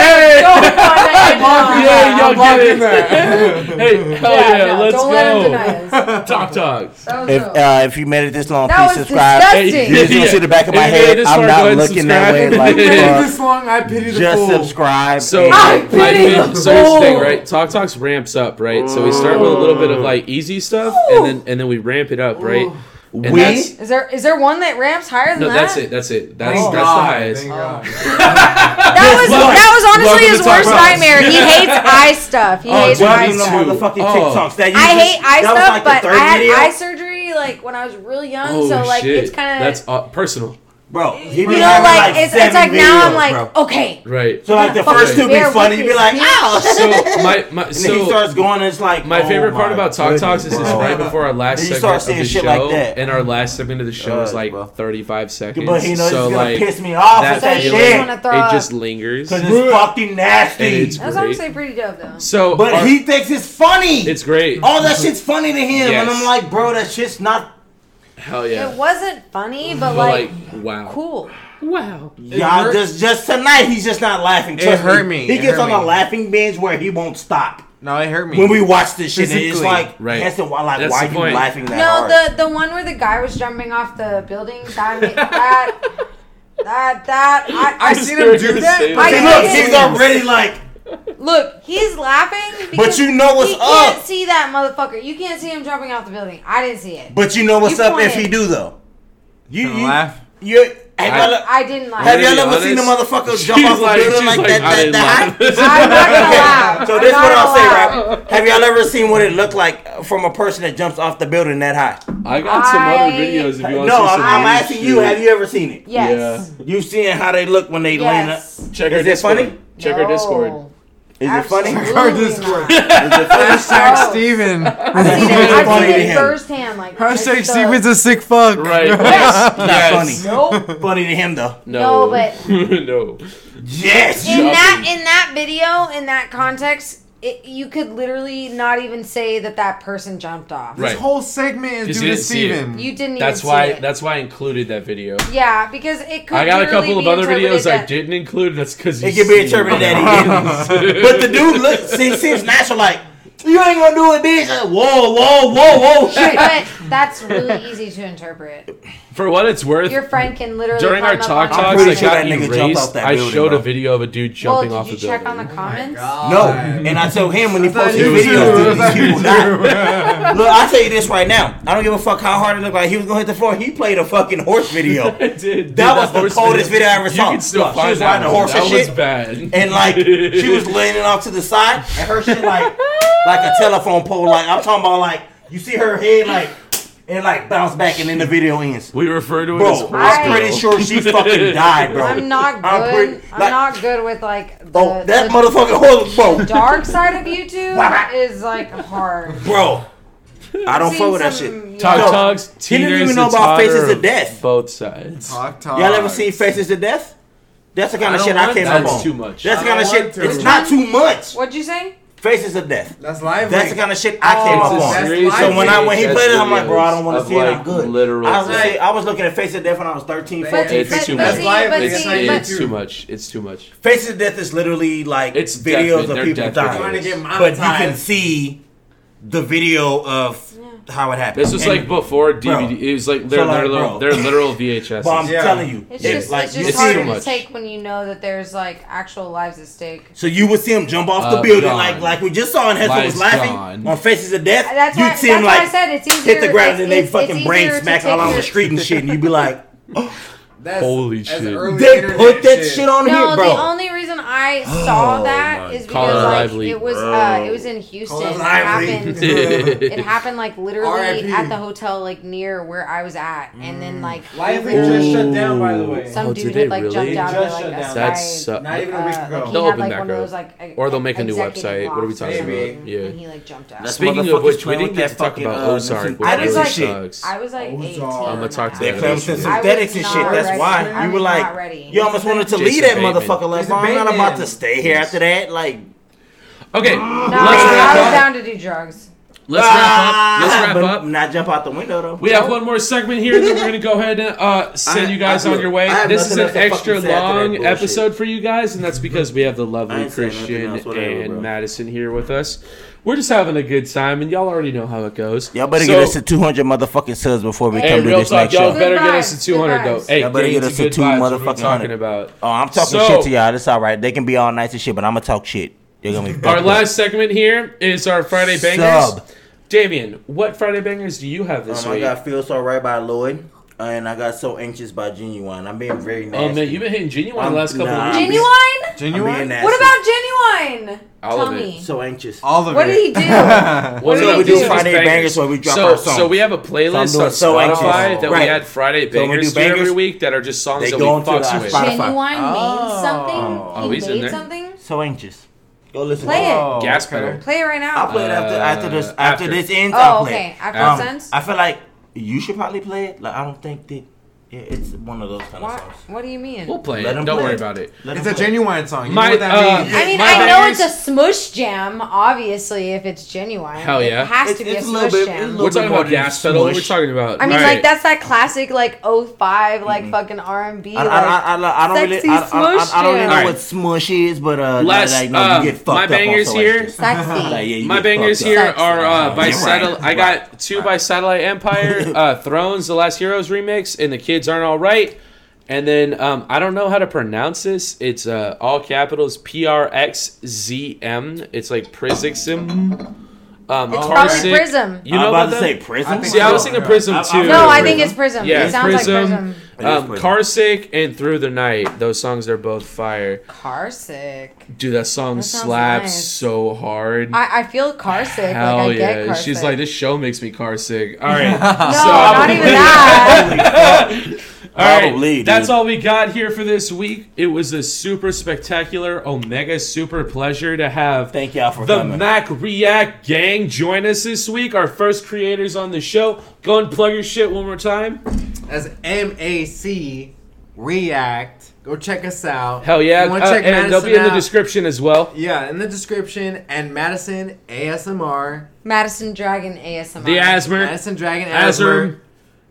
C: was
A: Hey!
C: so fun.
A: Yeah, y'all get it.
D: I'm blocking
A: hey, hell yeah,
C: no,
A: let's
C: don't
A: go.
C: let him deny us.
A: Talk talks.
C: That was
B: If
C: dope.
B: uh, if you made it this long,
C: That
B: please
C: was
B: subscribe.
C: disgusting.
B: You just don't see the back of my
A: If you made
B: head.
A: this
B: I'm
A: far, go
B: not
A: ahead and
B: looking that way.
A: subscribe.
B: Like, fuck.
D: This long, I pity the
B: just
D: fool. Oh,
B: subscribe.
A: So,
B: and-
A: like, man, so here's the thing, right? Talk Talks ramps up, right? So we start with a little bit of like easy stuff, and then and then we ramp it up, right? And
B: We-
A: that's,
C: Is there is there one that ramps higher
A: no,
C: than that? Oh,
A: that's it. That's it. That's
D: Thank
A: that's the
D: God.
A: highest.
D: Thank
B: Oh.
D: God.
C: That was
A: Welcome-
C: that was honestly
A: welcome
C: his
A: to Talk
C: worst
A: Talks.
C: nightmare. He hates eye stuff. He
B: Oh,
C: hates
B: dude,
C: eye
B: these
C: stuff.
B: motherfucking
A: Oh.
B: TikToks. That you
C: I
B: just-
C: hate
B: that
C: eye
B: was
C: stuff,
B: like the
C: but
B: third
C: I had
B: video.
C: eye surgery like when I was really young,
A: Oh
C: so like
A: shit!
C: it's kind of
A: that's uh, personal,
B: Bro,
C: you know like, it's, it's like now I'm like okay.
A: right?
B: So like the
C: fucking
B: first two be
C: bear
B: funny,
C: with
B: you be
C: me,
B: like,
C: bitch.
B: ow.
A: So my my
B: And then he
A: so.
B: starts going, and it's like
A: My
B: oh
A: favorite part about Talk
B: goodness,
A: Talks is it's
B: bro.
A: right before our last
B: Then you
A: segment
B: start
A: of
B: seeing
A: the show,
B: shit like that.
A: and our last segment of the show is
B: God,
A: like
B: bro.
A: 35 seconds.
B: But he knows
A: so
B: it's gonna
A: like
B: piss me off
A: that
B: with that
C: So you
A: feeling,
C: just
B: shit
C: wanna
B: because
C: throw
A: it
C: up.
A: just lingers.
B: it's fucking nasty.
A: And it's-
C: That's
A: Great.
C: honestly pretty dope though.
A: So,
B: but
A: our-
B: he thinks it's funny.
A: it's great.
B: all that shit's funny to him, and I'm
A: Yes.
B: like, bro, that shit's not.
A: Hell yeah!
C: It wasn't
B: Mm-hmm.
C: funny, but
A: But
C: like,
A: like, wow.
C: cool.
B: Y'all just just tonight, he's just not laughing. Trust
D: hurt me.
B: He
D: It
B: gets
D: hurt
B: on a
D: me.
B: laughing binge where he won't stop.
K: No, it hurt me.
B: When we watch this shit, it's
K: Physically.
B: like,
K: Right.
B: that's the why, like,
K: That's
B: why
K: the
B: are you
K: point.
B: laughing that
C: no,
B: hard?
C: the the one where the guy was jumping off the building. That ma- that that, that I, I,
B: I've seen him do that.
C: I
B: See,
C: did
B: look,
C: it.
B: he's already like,
C: Look, he's laughing. because
B: you know what's
C: he can't
B: up.
C: see that motherfucker. You can't see him jumping off the building. I didn't see it.
B: but you know what's
C: You
B: up if
C: pointed.
B: he do though. You, you
K: laugh.
B: You have
C: I,
B: y'all,
C: I didn't laugh.
B: have y'all ever seen a motherfucker jump off a building like, that? that, that high? so this is what I'll say, right? Have y'all ever seen what it looked like from a person that jumps off the building that high?
X: I got some
C: I-
X: other videos if you want to
B: No,
X: see some
B: I'm, I'm
X: weird
B: asking you.
X: shit.
B: Have you ever seen it?
C: Yes.
B: You've seen how they look when they
C: Yes.
B: lean up.
X: Check
B: is
X: our
B: it
X: Discord.
B: funny?
X: Check our Discord.
B: Is it funny?
C: Absolutely Our Discord.
B: Is it funny?
C: Hashtag
D: Steven.
C: I've seen it, I've
B: funny
C: seen
B: to
C: it
B: him.
C: firsthand. Like
D: Hashtag
C: it's the-
D: Steven's a sick fuck. Right.
B: Yes. Not
D: Yes.
B: funny. Funny to him though.
C: No. No, but-
X: no.
B: Yes.
C: in that in that video in that context. It, you could literally not even say that that person jumped off.
D: This whole segment is
A: Just
D: due to
A: didn't see it.
D: Steven.
C: You didn't
A: That's
C: even
A: why.
C: see it.
A: That's why I included that video.
C: Yeah, because it could.
A: I got a couple of other videos I
C: that,
A: didn't include. That's because
B: It could be interpreted that he did. but the dude look see, seems natural. Like you ain't gonna do it, bitch. Like, whoa, whoa, whoa, whoa, shit.
C: But that's really easy to interpret.
A: For what it's worth,
C: Your friend can literally
A: during our
C: climb up
A: talk
C: on-
B: I'm
A: talks
B: pretty
A: that
B: sure
A: got
B: that nigga jumped off
A: erased,
B: that
A: I
B: building,
A: showed a
B: bro.
A: video of a dude
C: Well,
A: jumping
C: did
A: off
C: you
A: a
C: check
A: building.
C: on the comments?
B: No, and I told him when he posted
A: you
B: his videos,
A: too.
B: dude, these people die. Look, I'll tell you this right now. I don't give a fuck how hard it looked like. He was gonna hit the floor. He played a fucking horse video.
A: Dude, dude,
B: that was the
A: horse
B: coldest video I ever
A: You
B: saw.
A: can still
B: Look, she
A: find
B: was
A: that
B: riding a
A: one.
B: horse
A: That
B: and
A: was
B: shit.
A: bad.
B: And like she was leaning off to the side and her shit like like a telephone pole. Like I'm talking about like you see her head like and like bounce back and then the video ends.
A: We refer to it as
B: Bro,
A: horse
B: I'm
A: video.
B: pretty sure she fucking died, bro.
C: I'm not good. I'm,
B: I'm pretty- like-
C: not good with like the,
B: Oh, that
C: the
B: motherfucking horse, bro.
C: dark side of YouTube is like hard.
B: Bro, I don't
C: Seen
B: fuck with that
C: some-
B: shit.
A: Talk
B: No,
A: talks.
B: He didn't
A: teeters,
B: even know
A: and
B: about
A: totter
B: faces to
A: of
B: death.
A: Both sides.
K: Talk talk.
B: Y'all ever seen Faces to Death? That's the kind
K: I
B: of
K: don't
B: shit I
K: want
B: came
K: that.
B: up
K: That's
B: on.
A: too much.
B: That's the
K: I
B: kind of
K: don't
B: shit.
K: want to.
B: It's not too much.
C: What'd you say?
B: Faces of Death.
K: That's live.
B: That's the kind of shit I came
K: Oh,
B: up
K: it's a
B: on.
K: series
B: So when I when he
K: of
B: played it, I'm like,
A: videos
B: bro, I don't want
A: of,
B: to see it. I'm
A: like,
B: good.
A: literal
B: I was,
A: death.
B: like, I was looking at Faces of Death when I was 13,
C: But-
B: 14.
A: It's too
C: but
A: much.
C: see,
K: live
C: but
K: videos
A: It's,
C: see,
K: on
C: but-
A: it's too much. It's too much.
B: Faces of Death is literally like
A: It's
B: videos
A: death-
B: of
A: they're
B: people
A: death
B: dying,
A: videos. Trying to get
B: but you can
K: monetized.
B: see the video of how it happened.
A: This was
B: And-
A: like before DVD. It was like they're
B: So, like,
A: literal,
B: bro.
A: they're literal VHS.
B: But I'm
K: Yeah.
B: telling you,
C: It's
B: it-
C: just
B: like
C: it's
B: you
C: just
A: it's
B: see
C: harder
A: too
B: him-
C: to
A: much.
C: take when you know that there's like actual lives at stake.
B: So you would see him jump off the
A: Uh,
B: building
A: gone.
B: like like we just saw in Hester was
A: Lights
B: laughing
A: gone.
B: on Faces of Death.
C: That's
B: You'd
C: why-
B: see him
C: that's why I
B: like
C: said it's
B: hit
C: easier-
B: the ground and they
C: it's- it's
B: fucking brain
C: easier to
B: smack
C: take
B: all on
C: your-
B: the street and shit, and you'd be like,
K: That's
A: Holy
K: as
A: shit.
K: early
B: they
K: internet
B: put that shit on
C: No,
B: here,
C: the
B: bro. Oh
C: only reason I
A: Oh,
C: saw that is because
A: Colin
C: like
A: Lively.
C: it was uh, it was in Houston. It happened. it happened like literally
K: R.I.P..
C: at the hotel like near where I was at, and then like
K: Lively
C: literally
K: just shut down, by the way.
C: some
A: Oh, did
C: dude
A: they
C: had like
A: really?
C: jumped out of
K: Just
C: like
K: shut
C: a
K: down.
A: That's
C: side.
A: so-
K: Not even a week
C: uh,
K: ago.
C: like, he
A: They'll
C: had,
A: open
C: like,
A: back
C: one of
A: up.
C: those, like, e-
A: Or they'll make a new
C: executive
A: website. What are we
C: lofts
A: talking
C: or
K: about?
C: something,
A: Yeah.
C: And he like jumped out.
B: That's
A: Speaking of
B: motherfuckers
A: which, we
B: playing
A: didn't
B: with
A: get
B: that
A: to talk
B: fucking,
A: about
B: uh,
A: Ozark,
B: listen,
A: which
B: I
C: was
A: really
C: like-
A: sucks.
C: I was like 18.
A: I'm gonna talk to
B: They
A: that
B: play with
A: eventually.
B: synthetics and
C: I
B: shit.
C: was
B: That's
C: not
B: why
C: ready. I
B: you were
C: was
B: like,
C: not ready.
B: you almost wanted to
A: Jason
B: leave that
A: Bateman.
B: motherfucker. Like,
K: He's a
B: bro, I'm not
K: Bateman.
B: about to stay here after that. Like,
A: Okay,
C: No,
A: let's
C: I was
A: wrap up.
C: down to do drugs.
A: Let's wrap up.
B: ah,
A: Let's wrap
B: but
A: up.
B: Not jump out the window though.
A: We have one more segment here, and then we're gonna go ahead and uh, send
B: I-
A: you guys
B: I-
A: on your way.
B: I have
A: This is
B: nothing
A: an
B: else to
A: extra
B: fucking say after that
A: long
B: bullshit.
A: episode for you guys, and that's because we have the
B: I
A: lovely
B: ain't saying nothing
A: Christian
B: else, whatever,
A: and
B: bro.
A: Madison here with us. We're just having a good time, and y'all already know how it goes.
B: Y'all better
A: So-
B: get us to 200 motherfucking subs before we
A: Hey,
B: come to
A: real
B: this
A: talk,
B: next
A: y'all
B: show.
A: better
C: Good
A: get us
C: vibes,
A: to 200
C: good
A: though.
C: vibes.
A: Hey,
B: Y'all better
A: get,
B: get
A: us
B: us
A: to
B: to
A: good vibes. What are we
B: 200
A: talking about?
B: Oh, I'm talking
A: So-
B: shit to y'all. That's all right. They can be all nice and shit, but I'm gonna talk shit. They're gonna be
A: Our
B: fucked up.
A: last segment here is our Friday bangers.
B: Sub.
A: Damien, what Friday bangers do you have this
B: Um, I
A: week?
B: got Feel So Right by Lloyd, and I got So Anxious by Genuine. I'm being very nasty.
A: Oh man, you've been hitting genuine
B: I'm-
A: the last couple
B: nah.
A: of weeks.
C: Genuine?
B: I'm being
K: Genuine.
B: nasty.
C: What about genuine?
A: All
C: Tell
A: of it.
C: me.
B: So Anxious?
K: All of
C: What
K: it.
C: did he do?
A: What
B: So
A: did
B: we
A: he
B: do
A: Just
B: Friday bangers where we drop
A: so,
B: our songs.
A: So we have a playlist
B: So I'm doing
A: on
B: So Anxious.
A: Spotify that we
B: Right.
A: add Friday
B: So when we
A: bangers,
B: do bangers,
A: every week that are just songs
B: they
A: that we
B: go into
A: fucks
B: our
A: with.
B: Spotify.
C: Genuine made
K: Oh.
C: something.
A: Oh,
C: he
A: he's in
C: made
A: there.
C: something.
B: So Anxious. Go listen.
C: Play
B: to
C: it.
K: Oh,
A: Gas
K: okay.
A: pedal.
C: Play it right
B: I'll
C: now.
B: play it after after this
A: Uh,
B: after,
A: after.
B: this ends.
C: Oh,
B: I'll play
C: okay.
B: it.
C: After
A: Um,
C: this ends?
B: I feel like you should probably play it. Like I don't think that Yeah, it's one of those kind
C: What?
B: of songs.
C: What do you mean?
A: We'll play
B: Let
A: it.
B: 'em
A: Don't
B: play
A: worry
B: it.
A: about it.
B: Let
K: It's
B: 'em
K: a
B: play it.
K: genuine song. You
A: My-
K: know what that
A: uh,
K: means.
C: I mean,
A: My
C: I know
A: fingers-
C: it's a smush jam, obviously, if it's genuine.
A: Hell yeah.
C: It has
B: It's-
C: to be
B: it's a
C: a
B: little
C: smush
B: bit- it's a
C: jam.
B: little
A: We're talking
B: more
A: about
B: than
A: gas pedal. What are we
B: smush.
A: talking about?
C: I mean,
A: Alright.
C: like, that's that classic, like, 05, like, fucking R&B.
B: Mm-hmm. I, I,
C: like,
B: I, I, I don't really,
C: sexy
B: I, I, I, I don't really
C: smush
B: know
C: jam.
B: what smush is, but uh,
A: Last,
B: like, no,
A: um,
B: you get fucked
A: my
B: up
A: bangers
B: on
A: here-
C: Sexy.
A: My bangers here are uh, by
B: You're right.
A: satellite. I got two by Satellite Empire, uh, Thrones, The Last Heroes remix, and The Kids Aren't All Right. And then um, I don't know how to pronounce this. It's uh, all capitals P R X Z M. It's like Prisixim. Um,
C: It's probably
A: Tarsic.
C: Prism.
A: You know
B: I'm about to
A: that?
B: say prison.
A: See, I was thinking Prism
B: I- I-
A: too.
C: no, I think it's Prism.
A: Yeah,
C: it sounds like Prism.
B: It is
A: Um,
B: Prism.
A: Carsick and Through the Night. Those songs are both fire.
C: Car sick.
A: Dude, that song
C: That sounds
A: slaps
C: nice.
A: so hard.
C: I, I feel car sick. Like,
A: Hell
C: I get
A: yeah.
C: car
A: She's
C: sick.
A: like, this show makes me car sick. All right.
C: no,
A: so-
C: not even that.
A: all right.
B: Probably, dude.
A: That's all we got here for this week. It was a super spectacular, omega super pleasure to have
B: Thank y'all for
A: the
B: coming.
A: Mac React gang join us this week. Our first creators on the show. Go and plug your shit one more time.
K: As MAC React. Go check us out.
A: Hell yeah.
K: You wanna
A: Uh,
K: check
A: and they'll
K: Madison
A: be in the
K: out?
A: description as well.
K: Yeah, in the description. And Madison ASMR.
C: Madison Dragon ASMR.
A: The Asmer.
K: Madison Dragon
A: Asmer.
K: ASMR.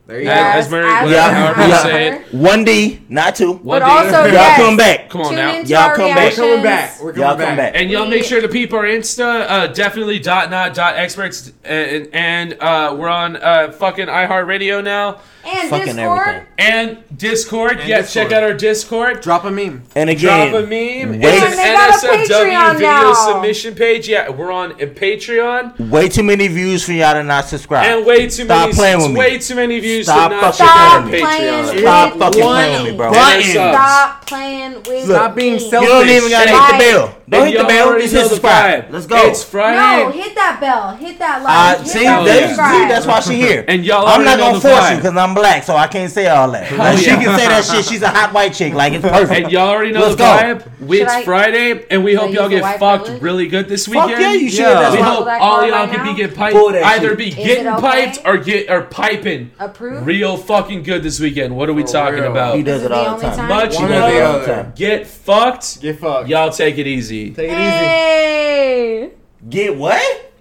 K: There you
C: Yeah.
K: go.
C: Yes,
A: Asmer.
C: Asmer.
A: whatever,
B: Yeah,
A: however you
B: yeah.
A: say it.
B: One D, not two.
A: One
C: But
A: day.
C: also,
B: Y'all
C: yes,
B: come back.
A: Come on
C: tune
A: now.
C: into
B: Y'all
C: our
B: come back.
K: We're coming
C: reactions.
K: back. We're coming
B: Y'all
K: back.
B: come back.
A: And y'all
C: We-
A: make sure to peep our Insta, uh, definitely dot not dot experts, and, and uh, we're on uh, fucking iHeartRadio now
C: And
B: Fucking
C: Discord.
B: everything.
A: and Discord.
K: And
A: yeah,
K: Discord.
A: check out our Discord.
K: Drop a meme.
B: And
A: Drop
B: again,
A: a meme.
B: Wait.
A: It's an
C: They got a
A: NSFW
C: Patreon
A: video
C: now.
A: submission page. Yeah, we're on a Patreon.
B: way too many views for y'all to not subscribe.
A: And way too
B: Stop
A: many,
B: playing with me.
A: way too many views
B: Stop
A: to not
B: fucking
C: Stop
A: check
B: playing
A: out our
C: playing
A: Patreon.
C: with
B: Stop fucking
C: me.
B: playing with me, bro.
A: Button.
C: Stop playing with
B: Look.
C: me.
K: being
B: You
K: selfish.
B: don't even gotta hit the
C: Right.
B: bell. Don't
A: And
B: hit the
A: y'all
B: bell.
A: already
B: Just
A: know
B: hit
A: the
B: subscribe.
A: vibe.
B: Let's go.
A: It's Friday.
C: No, hit that bell. Hit that like.
B: Uh,
C: hit
B: see,
C: that
A: Hell
B: they-
A: yeah.
B: see,
C: subscribe.
B: that's why she here.
A: And y'all
B: I'm not
A: already know
B: gonna
A: the
B: force you
A: vibe.
B: because I'm black, so I can't say all that. Like, she
A: yeah.
B: can say that shit. She's a hot white chick. Like it's perfect.
A: And y'all already know
B: Let's
A: the
B: go.
A: vibe.
C: Should
A: It's
C: I-
A: Friday, and we
C: Should I
A: hope y'all
C: use the
A: get
C: white
A: fucked
C: privilege?
A: really good this
B: Fuck
A: weekend.
B: yeah, you should.
K: Yeah.
B: That's
A: We
B: why-
A: hope
C: that
A: all
C: card
A: y'all
C: right
A: can be
C: now?
A: get
B: Pull
A: piped,
B: that
A: either
B: shit.
A: be
C: Is it
A: getting
C: okay?
A: piped or get or piping
C: Approved?
A: real fucking good this weekend. What are we
K: For
A: talking
K: real.
A: about?
B: He does it
C: This is the
B: all the
C: only
B: time.
C: time?
A: Much
K: One or
A: love.
K: the other.
A: Get fucked.
K: Get fucked.
A: Y'all take it easy.
K: Take it easy.
C: Hey.
B: Get what?